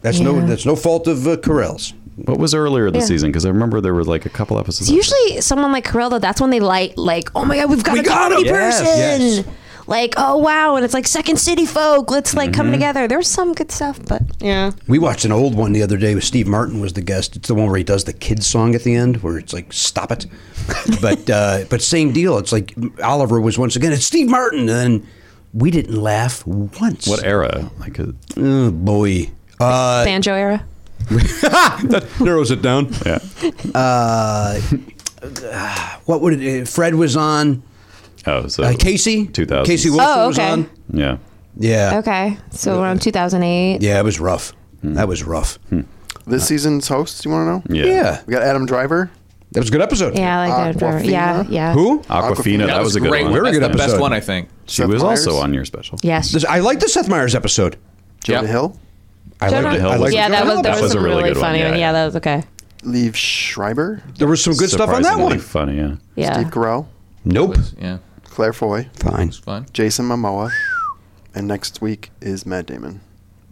[SPEAKER 2] That's
[SPEAKER 7] Uh, Yeah.
[SPEAKER 2] no that's no fault of uh, Carell's.
[SPEAKER 1] What was earlier this
[SPEAKER 7] Yeah.
[SPEAKER 1] season? Because I remember there were like a couple episodes.
[SPEAKER 7] It's usually someone like Carell though. That's when they like like oh my god we've got a comedy
[SPEAKER 2] Yes,
[SPEAKER 7] person.
[SPEAKER 2] yes. Mm-hmm.
[SPEAKER 7] Like oh wow, and it's like Second City folk. Let's like come together. There's some good stuff, but yeah.
[SPEAKER 2] We watched an old one the other day with Steve Martin was the guest. It's the one where he does the kids song at the end, where it's like "Stop
[SPEAKER 7] [LAUGHS]
[SPEAKER 2] it," but uh, but same deal. It's like Oliver was once again. It's Steve Martin, and then we didn't laugh once.
[SPEAKER 1] What era? Like uh, a,
[SPEAKER 2] Oh, boy. Uh,
[SPEAKER 7] Banjo era.
[SPEAKER 2] narrows it down.
[SPEAKER 1] yeah.
[SPEAKER 2] Uh, [SIGHS] What would it? uh, Fred was on.
[SPEAKER 1] Oh, so
[SPEAKER 2] Uh, Casey.
[SPEAKER 1] 2000s.
[SPEAKER 2] Casey Wilson
[SPEAKER 7] Oh,
[SPEAKER 2] was
[SPEAKER 7] okay.
[SPEAKER 2] on.
[SPEAKER 1] Yeah.
[SPEAKER 2] Yeah.
[SPEAKER 7] Okay, so around 2008.
[SPEAKER 2] Yeah, it was rough. That was rough.
[SPEAKER 6] this season's host, you want to know?
[SPEAKER 1] Yeah.
[SPEAKER 2] Yeah.
[SPEAKER 6] We got Adam Driver.
[SPEAKER 2] That was a good episode.
[SPEAKER 7] Yeah, I like that.
[SPEAKER 6] Aquafina?
[SPEAKER 7] driver. Yeah, yeah.
[SPEAKER 2] Uh, Who?
[SPEAKER 1] Aquafina. That, was a good
[SPEAKER 5] great
[SPEAKER 1] one.
[SPEAKER 2] Very
[SPEAKER 5] That's
[SPEAKER 2] good
[SPEAKER 5] the best
[SPEAKER 2] episode.
[SPEAKER 5] one I think.
[SPEAKER 1] She
[SPEAKER 6] Seth
[SPEAKER 1] was
[SPEAKER 6] Meyers?
[SPEAKER 1] also on your special.
[SPEAKER 7] Yes.
[SPEAKER 2] This- I liked the Seth Meyers episode.
[SPEAKER 6] Jonah
[SPEAKER 5] Yep.
[SPEAKER 6] Hill.
[SPEAKER 2] I
[SPEAKER 7] Jonah-
[SPEAKER 2] liked it.
[SPEAKER 1] Hill
[SPEAKER 2] I liked
[SPEAKER 7] yeah,
[SPEAKER 2] it.
[SPEAKER 7] that was
[SPEAKER 1] That
[SPEAKER 7] there was,
[SPEAKER 1] was a
[SPEAKER 7] some
[SPEAKER 1] really
[SPEAKER 7] really,
[SPEAKER 1] good one,
[SPEAKER 7] funny
[SPEAKER 1] yeah,
[SPEAKER 7] one. Yeah,
[SPEAKER 1] yeah.
[SPEAKER 7] that was okay.
[SPEAKER 6] Leave Schreiber.
[SPEAKER 2] There was some good stuff on that
[SPEAKER 1] Surprisingly
[SPEAKER 2] one.
[SPEAKER 1] Funny, yeah.
[SPEAKER 7] Yeah.
[SPEAKER 6] Steve Carell.
[SPEAKER 2] Nope.
[SPEAKER 5] Yeah,
[SPEAKER 6] Claire Foy.
[SPEAKER 2] Fine.
[SPEAKER 5] it's fun.
[SPEAKER 6] Jason Momoa. And next week is Matt Damon.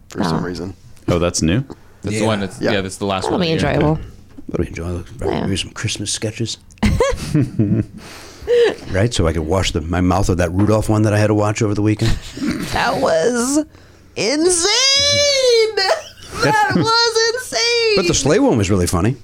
[SPEAKER 6] For some
[SPEAKER 7] Ah. [LAUGHS]
[SPEAKER 6] reason.
[SPEAKER 1] Oh, that's new.
[SPEAKER 5] That's
[SPEAKER 2] Yeah.
[SPEAKER 5] the one. That's,
[SPEAKER 6] Yeah.
[SPEAKER 5] yeah. that's the last
[SPEAKER 7] That'll
[SPEAKER 5] one.
[SPEAKER 7] be
[SPEAKER 5] of the year.
[SPEAKER 7] enjoyable.
[SPEAKER 2] But we enjoy the,
[SPEAKER 7] Yeah.
[SPEAKER 2] maybe some Christmas sketches. [LAUGHS] right, so I could wash the, my mouth of that Rudolph one that I had to watch over the weekend.
[SPEAKER 7] That was insane.
[SPEAKER 2] [LAUGHS]
[SPEAKER 7] [LAUGHS] that was insane.
[SPEAKER 2] But the sleigh one was really funny.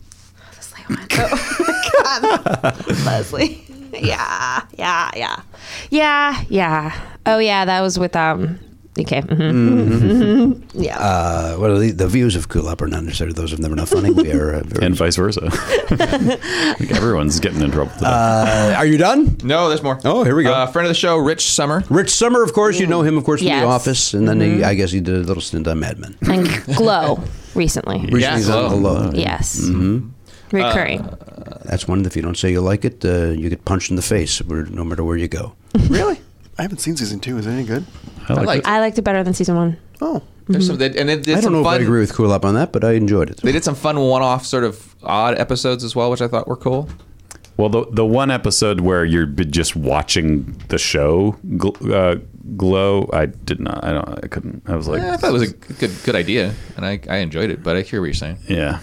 [SPEAKER 7] Leslie went, Oh my god. [LAUGHS] Leslie. Yeah, yeah, yeah. Yeah, yeah. Oh yeah, that was with um Okay. hmm Yeah.
[SPEAKER 2] Uh, what are the, the views of Cool Up are not necessarily those of Never Not Funny. We are [LAUGHS] uh, very.
[SPEAKER 1] and vice versa. I think everyone's getting in trouble. Today.
[SPEAKER 2] Uh, are you done?
[SPEAKER 5] No, there's more.
[SPEAKER 2] Oh, here we go.
[SPEAKER 5] Uh, friend of the show, Rich Summer.
[SPEAKER 2] Rich Summer, of course, you know him, of course, from
[SPEAKER 7] Yes.
[SPEAKER 2] The Office, and then he, I guess he did a little stint on Mad Men.
[SPEAKER 7] and Glow recently.
[SPEAKER 5] Yeah,
[SPEAKER 2] Recently done Glow.
[SPEAKER 5] Glow.
[SPEAKER 7] Yes. Mm-hmm. Recurring.
[SPEAKER 2] That's one that if you don't say you like it, uh, you get punched in the face where, no matter where you go.
[SPEAKER 5] Really?
[SPEAKER 6] I haven't seen season two. Is it any good?
[SPEAKER 1] I like,
[SPEAKER 5] like-
[SPEAKER 1] it.
[SPEAKER 7] I liked it better than season one.
[SPEAKER 6] Oh,
[SPEAKER 5] There's some, they, and it, did
[SPEAKER 2] I don't
[SPEAKER 5] some
[SPEAKER 2] know
[SPEAKER 5] fun,
[SPEAKER 2] if I agree with Cool Up on that, but I enjoyed it.
[SPEAKER 5] They did some fun one-off sort of odd episodes as well, which I thought were cool.
[SPEAKER 1] Well, the the one episode where you're b- just watching the show gl- uh, glow, I did not. I don't. I couldn't. I was like,
[SPEAKER 5] Yeah, I thought it was a good good idea, and I, I enjoyed it. But I hear what you're saying.
[SPEAKER 1] yeah.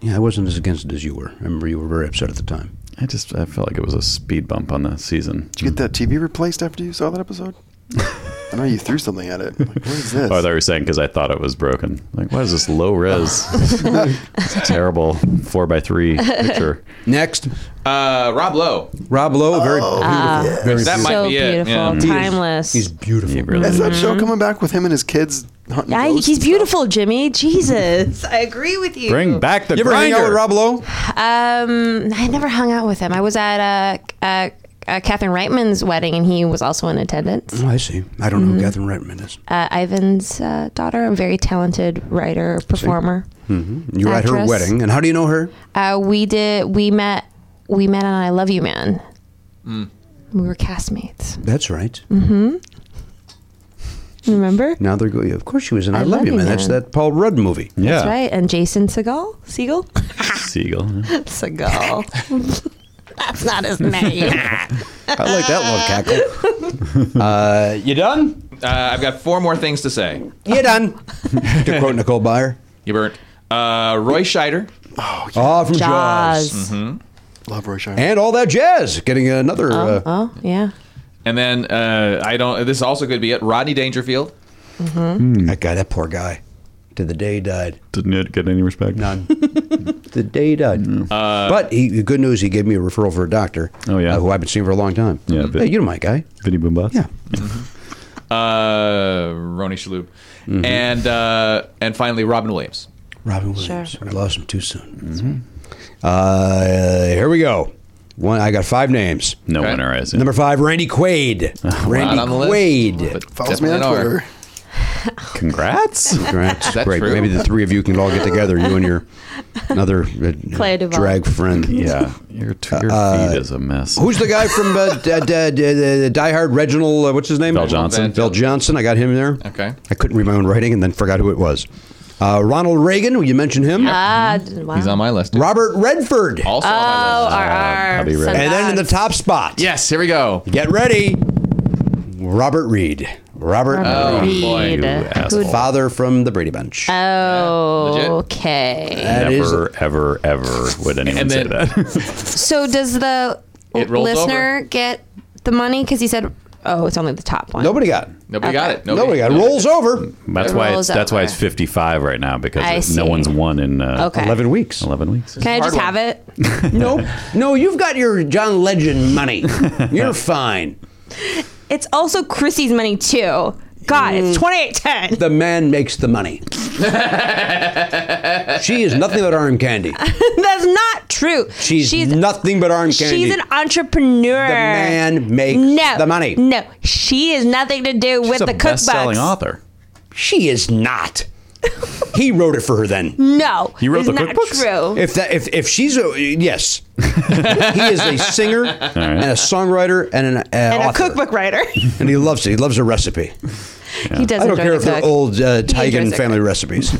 [SPEAKER 2] Yeah, I wasn't as against it as you were. I remember you were very upset at the time.
[SPEAKER 1] I just I felt like it was
[SPEAKER 7] Uh,
[SPEAKER 1] a speed bump on the season.
[SPEAKER 6] did you get that TV replaced after you saw that
[SPEAKER 7] [LAUGHS]
[SPEAKER 6] episode? I know you threw something at it. Like, what is this?
[SPEAKER 1] Oh, they were saying because I thought it was broken. Like, what is this low
[SPEAKER 7] [LAUGHS]
[SPEAKER 1] res? It's a terrible four by three
[SPEAKER 7] [LAUGHS]
[SPEAKER 1] picture.
[SPEAKER 2] Next,
[SPEAKER 5] Uh, Rob Lowe.
[SPEAKER 2] Rob Lowe, very beautiful. very
[SPEAKER 5] That might
[SPEAKER 7] so
[SPEAKER 5] be it,
[SPEAKER 7] Oh, beautiful,
[SPEAKER 5] yeah.
[SPEAKER 7] timeless.
[SPEAKER 2] He's beautiful.
[SPEAKER 6] Is that show coming back with him and his kids? Hunting
[SPEAKER 7] I,
[SPEAKER 6] ghosts
[SPEAKER 7] he's
[SPEAKER 6] and stuff?
[SPEAKER 7] beautiful, Jimmy. Jesus, I agree with you.
[SPEAKER 1] Bring back the
[SPEAKER 2] You ever hang out with
[SPEAKER 1] grinder.
[SPEAKER 2] Rob Lowe?
[SPEAKER 7] Um, I never hung out with him. I was at uh, uh, uh, Catherine Reitman's wedding, and he was also in attendance.
[SPEAKER 2] Oh, I see. I don't know who Catherine Reitman is.
[SPEAKER 7] Uh, Ivan's uh, daughter, a very talented writer performer.
[SPEAKER 2] You were at her
[SPEAKER 7] Actress.
[SPEAKER 2] wedding, and how do you know her?
[SPEAKER 7] Uh, we did. We met. We met on "I Love You, Man." We were castmates.
[SPEAKER 2] That's right.
[SPEAKER 7] [LAUGHS] Remember?
[SPEAKER 2] Now they're going. Of course, she was in "I, Love You Man. That's that Paul Rudd movie.
[SPEAKER 1] Yeah,
[SPEAKER 7] That's right. And Jason Segal. Segal.
[SPEAKER 1] Seagull. yeah.
[SPEAKER 7] [LAUGHS] Segal. [LAUGHS] That's not [LAUGHS] his name.
[SPEAKER 2] I like that little cackle. Uh, you done?
[SPEAKER 5] Uh, I've got four more things to say.
[SPEAKER 2] You done? [LAUGHS] to quote Nicole Byer.
[SPEAKER 5] You burnt. Uh, Roy Scheider.
[SPEAKER 2] Oh, from Jaws.
[SPEAKER 7] Jaws.
[SPEAKER 6] Love Roy Scheider.
[SPEAKER 2] And all that jazz. Getting another. uh,
[SPEAKER 7] Oh yeah.
[SPEAKER 5] And then uh, I don't. This also could be it. Rodney Dangerfield.
[SPEAKER 2] That guy, that poor guy. To the day he died.
[SPEAKER 1] Didn't it get any respect?
[SPEAKER 2] None. the day he died.
[SPEAKER 5] Mm-hmm.
[SPEAKER 2] but he, the good news, he gave me a referral for a doctor.
[SPEAKER 1] Uh, Oh, yeah?
[SPEAKER 2] uh, who I've been seeing for a long time.
[SPEAKER 1] Yeah, but-
[SPEAKER 2] Hey, you know my guy.
[SPEAKER 1] Vinny Boombas.
[SPEAKER 2] Yeah.
[SPEAKER 5] Uh, Ronnie Shalhoub. And uh, and finally Robin Williams.
[SPEAKER 2] Robin Williams. We lost him too soon.
[SPEAKER 1] Mm-hmm.
[SPEAKER 2] Uh, here we go. One. I got five names.
[SPEAKER 1] No
[SPEAKER 5] Okay.
[SPEAKER 1] winner, I assume.
[SPEAKER 2] Number five, Randy
[SPEAKER 1] [LAUGHS]
[SPEAKER 2] Quaid. Randy
[SPEAKER 5] Not on the list,
[SPEAKER 2] Quaid.
[SPEAKER 5] but
[SPEAKER 6] Follows me on
[SPEAKER 5] definitely an R.
[SPEAKER 6] Twitter.
[SPEAKER 1] Congrats.
[SPEAKER 7] [LAUGHS]
[SPEAKER 2] Congrats.
[SPEAKER 5] that
[SPEAKER 2] Great.
[SPEAKER 5] true?
[SPEAKER 2] Maybe the three of you can all get together, you and
[SPEAKER 5] [LAUGHS]
[SPEAKER 2] your another uh,
[SPEAKER 7] Claire Duvall.
[SPEAKER 2] drag friend.
[SPEAKER 1] yeah, your t- your
[SPEAKER 2] Uh,
[SPEAKER 1] feet is a mess.
[SPEAKER 2] Who's the guy from uh, [LAUGHS] d- d- d- d- Die Hard? Reginald, uh, what's his name?
[SPEAKER 1] Val Johnson.
[SPEAKER 2] Val Johnson. I got him there.
[SPEAKER 5] Okay.
[SPEAKER 2] I couldn't read my own writing and then forgot who it was. Uh, Ronald Reagan. Will you mention him?
[SPEAKER 7] Ah, d- wow.
[SPEAKER 5] He's on my uh, list.
[SPEAKER 2] Robert Redford.
[SPEAKER 5] Also
[SPEAKER 7] Oh,
[SPEAKER 5] on my list.
[SPEAKER 7] our, our
[SPEAKER 1] Abby Ray.
[SPEAKER 7] son
[SPEAKER 2] and then in the
[SPEAKER 7] Bob's.
[SPEAKER 2] top spot.
[SPEAKER 5] Yes. Here we go.
[SPEAKER 2] Get ready. Robert Reed. Robert,
[SPEAKER 5] Oh,
[SPEAKER 2] Reed.
[SPEAKER 5] boy.
[SPEAKER 7] Reed.
[SPEAKER 1] You asshole.
[SPEAKER 2] Father from the Brady Bunch.
[SPEAKER 7] Oh,
[SPEAKER 5] Legit.
[SPEAKER 7] okay.
[SPEAKER 2] That is-
[SPEAKER 1] Never, ever, ever would anyone
[SPEAKER 5] And
[SPEAKER 1] say
[SPEAKER 5] then-
[SPEAKER 1] that.
[SPEAKER 7] So does the
[SPEAKER 5] It rolls
[SPEAKER 7] listener
[SPEAKER 5] over.
[SPEAKER 7] get the money? Because he said, "Oh, it's only the top one."
[SPEAKER 2] Nobody got.
[SPEAKER 5] [LAUGHS] Nobody
[SPEAKER 7] Okay.
[SPEAKER 5] got it.
[SPEAKER 2] Nobody got. Rolls
[SPEAKER 5] [LAUGHS]
[SPEAKER 2] over.
[SPEAKER 1] That's
[SPEAKER 7] It
[SPEAKER 1] why
[SPEAKER 7] rolls
[SPEAKER 1] it's, that's why
[SPEAKER 7] over.
[SPEAKER 1] it's 55 right now because
[SPEAKER 7] I
[SPEAKER 1] no
[SPEAKER 7] see.
[SPEAKER 1] one's won in uh,
[SPEAKER 7] Okay.
[SPEAKER 2] 11 weeks.
[SPEAKER 1] 11 weeks.
[SPEAKER 7] Can I
[SPEAKER 5] Hard
[SPEAKER 7] just
[SPEAKER 5] one.
[SPEAKER 7] have it?
[SPEAKER 2] Nope. No, you've got your John Legend
[SPEAKER 5] [LAUGHS]
[SPEAKER 2] money. You're fine.
[SPEAKER 7] It's also Chrissy's money too. God, it's twenty eight ten. [LAUGHS]
[SPEAKER 2] The man makes the money. she is nothing but arm candy.
[SPEAKER 7] That's not true.
[SPEAKER 2] She's, nothing but arm candy.
[SPEAKER 7] She's an entrepreneur.
[SPEAKER 2] The man makes
[SPEAKER 7] no,
[SPEAKER 2] the money.
[SPEAKER 7] No, she has nothing to do
[SPEAKER 1] She's
[SPEAKER 7] with the
[SPEAKER 1] a best-selling
[SPEAKER 7] cookbooks.
[SPEAKER 1] author.
[SPEAKER 2] she is not.
[SPEAKER 7] [LAUGHS]
[SPEAKER 2] he wrote it for her then.
[SPEAKER 7] No,
[SPEAKER 1] You wrote
[SPEAKER 7] it's
[SPEAKER 1] the
[SPEAKER 7] not
[SPEAKER 1] cookbooks?
[SPEAKER 7] True.
[SPEAKER 2] If that if, if she's a
[SPEAKER 7] [LAUGHS]
[SPEAKER 2] yes. he is a singer and a songwriter and an uh,
[SPEAKER 7] and
[SPEAKER 2] author.
[SPEAKER 7] a cookbook writer.
[SPEAKER 2] And he loves it. He loves a recipe.
[SPEAKER 7] He does.
[SPEAKER 2] I don't
[SPEAKER 7] enjoy
[SPEAKER 2] care
[SPEAKER 7] to
[SPEAKER 2] if they're
[SPEAKER 7] cook.
[SPEAKER 2] old uh,
[SPEAKER 7] enjoys
[SPEAKER 2] Tigan
[SPEAKER 7] it.
[SPEAKER 2] family recipes.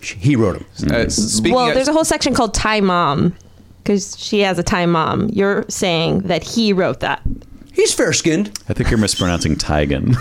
[SPEAKER 2] he wrote them.
[SPEAKER 5] Uh, speaking
[SPEAKER 7] Well,
[SPEAKER 5] of,
[SPEAKER 7] there's a whole section called Thai Mom because she has a Thai mom. You're saying that he wrote that. [LAUGHS]
[SPEAKER 2] He's fair skinned.
[SPEAKER 1] I think you're mispronouncing Tigan.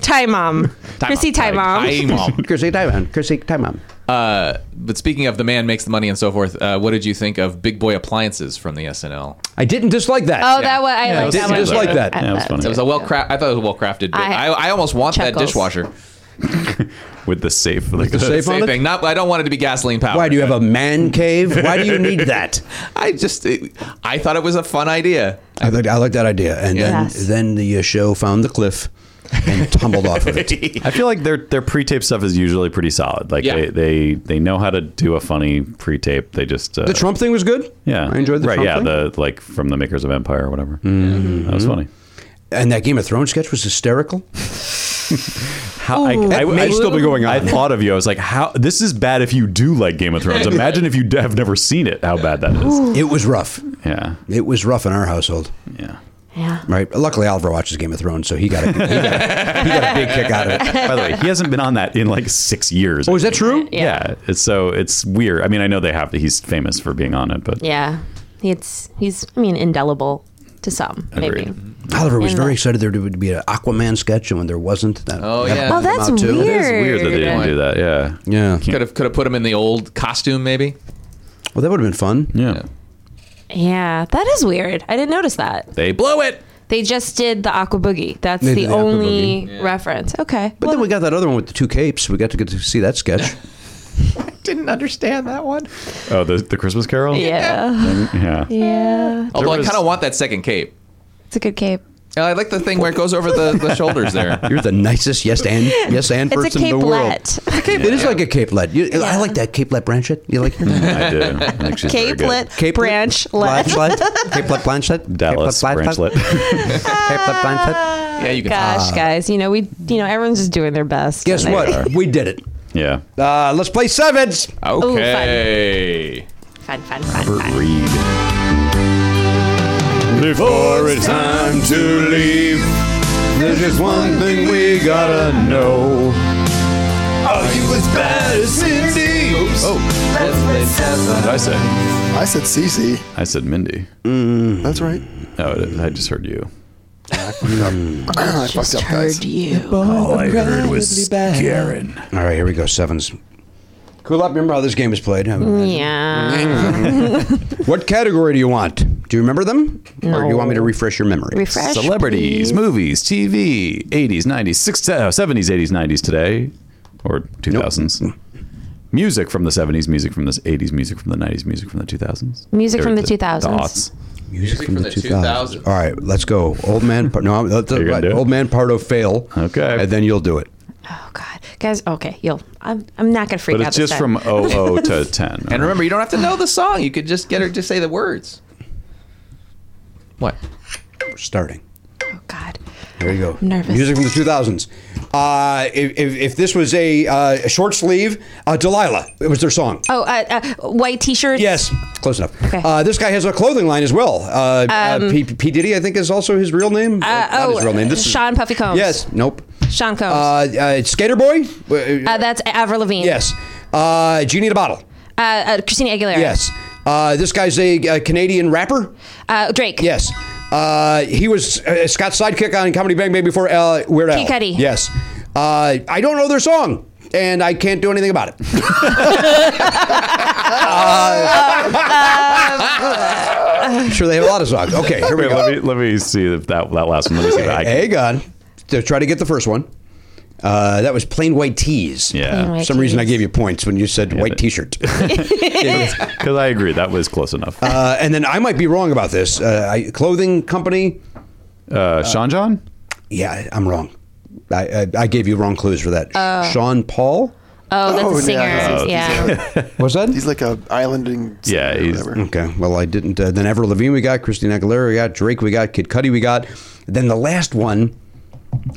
[SPEAKER 7] Thai Mom. Chrissy Thai Mom.
[SPEAKER 5] Hi, Mom.
[SPEAKER 2] Chrissy Taiman. Chrissy Taiman.
[SPEAKER 5] But speaking of the man makes the money and so forth, uh, what did you think of Big Boy Appliances from the SNL?
[SPEAKER 2] I didn't dislike that.
[SPEAKER 7] Oh, that was I
[SPEAKER 1] Yeah, it
[SPEAKER 7] like
[SPEAKER 1] was
[SPEAKER 7] that
[SPEAKER 1] funny.
[SPEAKER 7] one.
[SPEAKER 1] Just like
[SPEAKER 2] that.
[SPEAKER 7] I-
[SPEAKER 1] Yeah, it was
[SPEAKER 7] I-
[SPEAKER 1] funny.
[SPEAKER 5] It was a well craft. I thought it was a well crafted. I,
[SPEAKER 7] I-
[SPEAKER 5] I almost want that
[SPEAKER 7] Chuckles.
[SPEAKER 5] dishwasher.
[SPEAKER 1] [LAUGHS] with the safe. Like the
[SPEAKER 2] safe on
[SPEAKER 5] Same
[SPEAKER 2] it?
[SPEAKER 5] thing. Not. I don't want it to be gasoline powered.
[SPEAKER 2] Why do you have a man cave? Why do you need that?
[SPEAKER 5] I just. It, I thought it was a fun idea.
[SPEAKER 2] I like I like that idea. And
[SPEAKER 7] Yeah.
[SPEAKER 2] then
[SPEAKER 7] Yes.
[SPEAKER 2] then the uh, show found the cliff, and tumbled off of
[SPEAKER 7] [LAUGHS]
[SPEAKER 2] it.
[SPEAKER 1] I feel like their their pre-tape stuff is usually pretty solid. Like
[SPEAKER 5] Yeah.
[SPEAKER 1] they, they they know how to do a funny pre-tape. They just uh,
[SPEAKER 2] The Trump thing was good.
[SPEAKER 1] yeah,
[SPEAKER 2] I enjoyed the
[SPEAKER 1] right.
[SPEAKER 2] Trump
[SPEAKER 1] yeah,
[SPEAKER 2] thing. Mm-hmm.
[SPEAKER 1] the like from the makers of Empire or whatever. That was funny.
[SPEAKER 2] and that Game of Thrones sketch was hysterical.
[SPEAKER 1] How, I, I,
[SPEAKER 2] Oh, may
[SPEAKER 1] I-
[SPEAKER 2] still be going
[SPEAKER 1] I
[SPEAKER 2] on.
[SPEAKER 1] thought of you. I was like, how this is bad if you do like Game of
[SPEAKER 2] [LAUGHS]
[SPEAKER 1] Thrones. Imagine if you d- have never seen it. How bad that is.
[SPEAKER 2] It was rough.
[SPEAKER 1] Yeah,
[SPEAKER 2] It was rough in our household. [LAUGHS]
[SPEAKER 1] yeah.
[SPEAKER 7] Yeah.
[SPEAKER 2] Right. Luckily, Oliver watches Game of Thrones, so he got a, he got a, he got a big kick out
[SPEAKER 7] [LAUGHS]
[SPEAKER 2] of it.
[SPEAKER 1] By the way, he hasn't been on that in like six years.
[SPEAKER 2] Oh, is that true?
[SPEAKER 1] Yeah. It's, so it's weird. I mean, I know they have. He's famous for being on it, but
[SPEAKER 7] Yeah. It's he's I mean indelible to some maybe.
[SPEAKER 1] Agreed.
[SPEAKER 2] Oliver was
[SPEAKER 7] Yeah.
[SPEAKER 2] very excited there would be an Aquaman sketch, and when there wasn't, that
[SPEAKER 5] Oh,
[SPEAKER 2] that
[SPEAKER 5] yeah.
[SPEAKER 2] blew
[SPEAKER 7] Oh,
[SPEAKER 5] Well,
[SPEAKER 2] them
[SPEAKER 7] that's
[SPEAKER 2] out, too.
[SPEAKER 7] weird.
[SPEAKER 1] it is weird that they didn't do that. Yeah.
[SPEAKER 2] Yeah.
[SPEAKER 5] Could have could have put him in the old costume maybe.
[SPEAKER 2] Well, that would have been fun.
[SPEAKER 1] Yeah.
[SPEAKER 7] Yeah, that is weird. I didn't notice that.
[SPEAKER 1] They blew it.
[SPEAKER 7] They just did the Aqua Boogie. That's
[SPEAKER 2] They
[SPEAKER 7] the
[SPEAKER 2] did the Aqua
[SPEAKER 7] only reference. Okay.
[SPEAKER 2] But then we got that other one with the two capes. We got to get to see that sketch.
[SPEAKER 5] Didn't understand that one.
[SPEAKER 1] Oh, the, the Christmas Carol.
[SPEAKER 7] yeah.
[SPEAKER 1] Yeah.
[SPEAKER 7] Yeah.
[SPEAKER 5] Although
[SPEAKER 1] was-
[SPEAKER 5] I kind of want that second cape.
[SPEAKER 7] It's a good cape.
[SPEAKER 5] And I like the thing where it goes over the, the shoulders there.
[SPEAKER 2] You're the nicest yes and yes and
[SPEAKER 7] It's a
[SPEAKER 2] person in the world.
[SPEAKER 7] capelet.
[SPEAKER 2] It is like a capelet. You, I like that capelet branchlet. You like
[SPEAKER 1] I do. I think she's very good.
[SPEAKER 7] Capelet,
[SPEAKER 2] capelet [LAUGHS]
[SPEAKER 7] branchlet.
[SPEAKER 2] Branchlet. Capelet branchlet.
[SPEAKER 1] [LAUGHS] Dallas
[SPEAKER 2] Capelet branchlet.
[SPEAKER 1] Branchlet. [LAUGHS]
[SPEAKER 2] Capelet
[SPEAKER 5] [LAUGHS]
[SPEAKER 2] branchlet.
[SPEAKER 5] Yeah, you can.
[SPEAKER 7] Gosh, guys, you know we, you know everyone's just doing their best.
[SPEAKER 2] Guess
[SPEAKER 7] and I-
[SPEAKER 2] what? We did it.
[SPEAKER 1] yeah.
[SPEAKER 2] Uh, let's play sevens.
[SPEAKER 5] Okay.
[SPEAKER 7] Fun, fun, fun, fun.
[SPEAKER 1] Reed.
[SPEAKER 15] Before it's time to leave, there's just one thing we gotta know.
[SPEAKER 2] Oh.
[SPEAKER 15] Are Oh, you as bad as Cindy?
[SPEAKER 1] What did I say?
[SPEAKER 6] I said CC.
[SPEAKER 1] I said Mindy.
[SPEAKER 6] That's right.
[SPEAKER 1] No, it- I just heard you.
[SPEAKER 6] I fucked up, guys.
[SPEAKER 15] All I heard was Karen.
[SPEAKER 2] All right, here we go. Sevens. Cool up. Remember how this game is played?
[SPEAKER 7] Mm. Yeah.
[SPEAKER 2] What category do you want? Do you remember them, or do you want me to refresh your memory?
[SPEAKER 7] Refresh.
[SPEAKER 1] Celebrities, movies, TV, 80s, 90s, 60s, uh, 70s, 80s, 90s today, or 2000s. Music from the 70s, music from the 80s, music from the 90s, music from the 2000s.
[SPEAKER 7] Music
[SPEAKER 1] They're
[SPEAKER 7] from the
[SPEAKER 1] the
[SPEAKER 7] 2000s.
[SPEAKER 1] Dots.
[SPEAKER 2] Music
[SPEAKER 5] from the 2000s.
[SPEAKER 2] All right, let's go. Old man. Par- No, I'm- that's-
[SPEAKER 1] You're gonna
[SPEAKER 2] right,
[SPEAKER 1] do it?
[SPEAKER 2] old man Pardo fail.
[SPEAKER 1] Okay.
[SPEAKER 2] and then you'll do it.
[SPEAKER 7] Oh God, guys. Okay, you'll. I'm. I'm not gonna freak
[SPEAKER 1] But
[SPEAKER 7] out.
[SPEAKER 1] it's
[SPEAKER 7] this
[SPEAKER 1] just
[SPEAKER 7] time. [LAUGHS]
[SPEAKER 1] from 00 to 10.
[SPEAKER 5] And remember, you don't have to know the song. You could just get her to say the words. What?
[SPEAKER 2] We're starting.
[SPEAKER 7] Oh God.
[SPEAKER 2] There you go.
[SPEAKER 7] I'm nervous.
[SPEAKER 2] Music from the 2000s. Uh, if, if, if this was a, uh, a short sleeve, uh, Delilah. It was their song.
[SPEAKER 7] Oh, uh, uh, white T-shirts.
[SPEAKER 2] Yes, close enough.
[SPEAKER 7] Okay. Um,
[SPEAKER 2] Uh, this guy has a clothing line as well. Uh, uh, P, P Diddy, I think, is also his real name. Uh,
[SPEAKER 7] Uh,
[SPEAKER 2] Not
[SPEAKER 7] oh,
[SPEAKER 2] his real name. This is-
[SPEAKER 7] Sean Puffy Combs.
[SPEAKER 2] Yes. Nope.
[SPEAKER 7] Sean Combs.
[SPEAKER 2] Uh, uh, Skater Boy. Uh,
[SPEAKER 7] Uh, that's Avril Lavigne.
[SPEAKER 2] yes. Uh, Genie in a Bottle.
[SPEAKER 7] Uh, uh, Christina Aguilera.
[SPEAKER 2] Yes. Uh, this guy's a, uh Canadian rapper.
[SPEAKER 7] Uh, Drake.
[SPEAKER 2] Yes. Uh, he was uh, Scott's sidekick on Comedy Bang Bang before uh, Weird Al.
[SPEAKER 7] P. Cudi.
[SPEAKER 2] Yes. Uh, I don't know their song, and I can't do anything about it. [LAUGHS] I'm Uh, sure they have a lot of songs. Okay, here we
[SPEAKER 1] Wait,
[SPEAKER 2] go.
[SPEAKER 1] let me, let me see if that, that last one. Let me see if
[SPEAKER 7] [LAUGHS]
[SPEAKER 1] I
[SPEAKER 2] Hey, God. To try to get the first one. Uh, that was plain white tees.
[SPEAKER 1] Yeah.
[SPEAKER 2] For some reason, I gave you points when you said white
[SPEAKER 1] that-
[SPEAKER 2] T-shirt.
[SPEAKER 1] [LAUGHS] Because I agree, that was close enough. Uh,
[SPEAKER 2] uh, and then I might be wrong about this. Uh, I, clothing company.
[SPEAKER 1] Uh, Sean John?
[SPEAKER 2] Yeah, I'm wrong. I, I, I gave you wrong clues for that. Sean Paul
[SPEAKER 7] Oh, that's
[SPEAKER 6] Oh,
[SPEAKER 7] a singer.
[SPEAKER 6] yeah.
[SPEAKER 7] Yeah.
[SPEAKER 2] was that?
[SPEAKER 6] He's like a islanding. singer
[SPEAKER 1] Yeah,
[SPEAKER 6] or
[SPEAKER 1] he's-
[SPEAKER 6] whatever.
[SPEAKER 2] Okay. Well, I didn't. Uh, then Avril Lavigne we got, Christina Aguilera we got, Drake we got, Kid Cudi we got. Then the last one,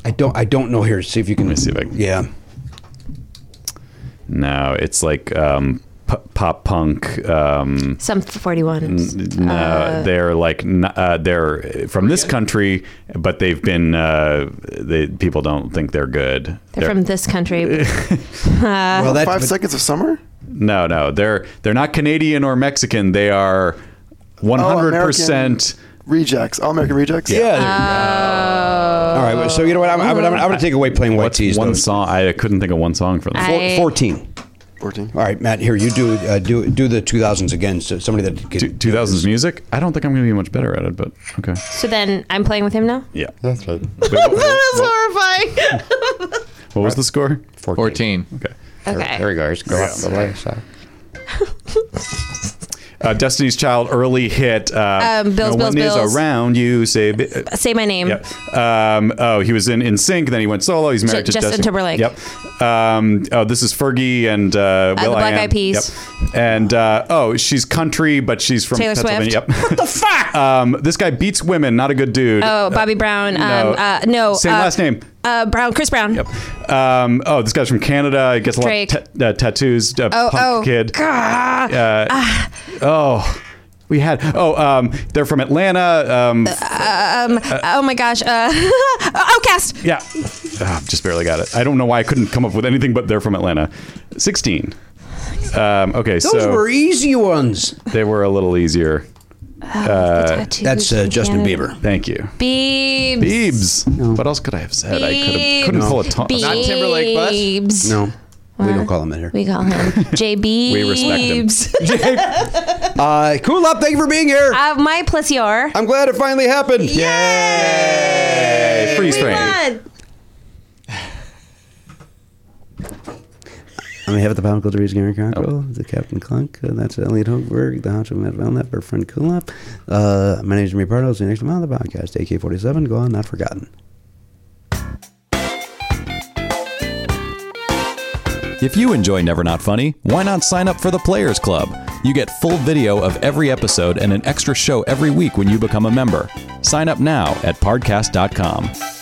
[SPEAKER 2] I don't. I don't know here. See if you can.
[SPEAKER 1] Let me see if I can-
[SPEAKER 2] Yeah.
[SPEAKER 1] No, it's like um, p- pop punk. Um,
[SPEAKER 7] [LAUGHS] Some 41.
[SPEAKER 2] Mm,
[SPEAKER 1] no, they're like n- uh, they're from this country, but they've been uh, they, people don't think they're good.
[SPEAKER 7] They're from
[SPEAKER 2] [LAUGHS]
[SPEAKER 7] this country. Uh,
[SPEAKER 2] well, that.
[SPEAKER 6] Five
[SPEAKER 2] but-
[SPEAKER 6] seconds of summer.
[SPEAKER 1] no, no, they're they're not Canadian or Mexican. They are one
[SPEAKER 6] Oh,
[SPEAKER 1] hundred
[SPEAKER 6] American
[SPEAKER 1] percent.
[SPEAKER 6] Rejects. All American Rejects.
[SPEAKER 2] yeah. there-
[SPEAKER 7] Oh.
[SPEAKER 2] All right. well, So you know what? I'm, I'm, I'm, I'm going to take away plain white
[SPEAKER 1] What's
[SPEAKER 2] tees.
[SPEAKER 1] one
[SPEAKER 2] though.
[SPEAKER 1] song? I couldn't think of one song for them.
[SPEAKER 7] I-
[SPEAKER 2] Four, Fourteen.
[SPEAKER 6] Fourteen.
[SPEAKER 2] All right, Matt. Here you do uh, do do the 2000s again. So somebody that can,
[SPEAKER 1] Two thousands music. I don't think I'm going to be much better at it, but
[SPEAKER 7] [LAUGHS]
[SPEAKER 1] okay.
[SPEAKER 7] so then I'm playing with him now? [LAUGHS]
[SPEAKER 1] Yeah.
[SPEAKER 15] That's right.
[SPEAKER 7] that is
[SPEAKER 2] [LAUGHS]
[SPEAKER 7] horrifying.
[SPEAKER 1] What was the score?
[SPEAKER 5] 14.
[SPEAKER 1] Okay.
[SPEAKER 7] okay.
[SPEAKER 15] There he goes. Go up the left side.
[SPEAKER 1] Uh, Destiny's Child early hit. Uh,
[SPEAKER 7] Um, Bills,
[SPEAKER 1] no
[SPEAKER 7] Bills,
[SPEAKER 1] one is
[SPEAKER 7] Bills.
[SPEAKER 1] around you. Say. bi- uh,
[SPEAKER 7] Say my name.
[SPEAKER 1] Yep. Um, oh, he was in In Sync. Then he went solo. He's married to
[SPEAKER 7] Ju- Justin
[SPEAKER 1] Justin
[SPEAKER 7] Timberlake.
[SPEAKER 1] Yep. Um, oh, this is Fergie and uh,
[SPEAKER 7] Uh,
[SPEAKER 1] Will
[SPEAKER 7] the Black
[SPEAKER 1] I Am.
[SPEAKER 7] Eyed Peas.
[SPEAKER 1] Yep. And uh, oh, she's country, but she's from
[SPEAKER 7] Taylor
[SPEAKER 1] Pennsylvania.
[SPEAKER 7] Swift.
[SPEAKER 1] Yep. What the fuck? [LAUGHS] um, this guy beats women. Not a good dude.
[SPEAKER 7] Oh, Bobby Brown. Um,
[SPEAKER 1] no.
[SPEAKER 7] uh, no
[SPEAKER 1] Same
[SPEAKER 7] uh,
[SPEAKER 1] last name.
[SPEAKER 7] Uh, Brown. Chris Brown.
[SPEAKER 1] Yep. Um, oh, this guy's from Canada. He gets a
[SPEAKER 7] Drake.
[SPEAKER 1] lot of ta- uh, tattoos. Uh,
[SPEAKER 7] Oh,
[SPEAKER 1] punk
[SPEAKER 7] oh,
[SPEAKER 1] kid.
[SPEAKER 7] gah.
[SPEAKER 1] Uh, oh, we had. Oh, um, they're from Atlanta. Um,
[SPEAKER 7] oh my gosh. Uh, [LAUGHS] Outcast.
[SPEAKER 1] yeah, Ah, just barely got it. I don't know why I couldn't come up with anything, but they're from Atlanta. Sixteen. Um, okay,
[SPEAKER 2] Those
[SPEAKER 1] so
[SPEAKER 2] were easy ones.
[SPEAKER 1] they were a little easier.
[SPEAKER 2] That's uh, Justin Bieber.
[SPEAKER 1] Thank you.
[SPEAKER 7] Biebs.
[SPEAKER 1] Beebs. What else could I have said? I could have, couldn't pull a tongue.
[SPEAKER 5] Not Timberlake, but-
[SPEAKER 7] Biebs.
[SPEAKER 2] No, we don't call him in here.
[SPEAKER 7] We call
[SPEAKER 1] [LAUGHS]
[SPEAKER 7] him J Biebs.
[SPEAKER 1] We respect him.
[SPEAKER 2] Uh, cool up. Thank you for being here.
[SPEAKER 7] [LAUGHS] Uh, my plus your.
[SPEAKER 2] I'm glad it finally happened.
[SPEAKER 1] Yay! Freeze
[SPEAKER 7] We
[SPEAKER 1] frame.
[SPEAKER 7] won.
[SPEAKER 8] I mean, have the Palm Culture Gary Cockrell,
[SPEAKER 2] Oh.
[SPEAKER 8] the Captain Clunk, uh, that's Elliot Hochberg, the Honcho Matt Valnep, our friend Kulop. Uh, my name is Jimmy Pardo. See you next time on the podcast, AK 47. Go on, not forgotten.
[SPEAKER 17] If you enjoy Never Not Funny, why not sign up for the Players Club? You get full video of every episode and an extra show every week when you become a member. Sign up now at podcast.com.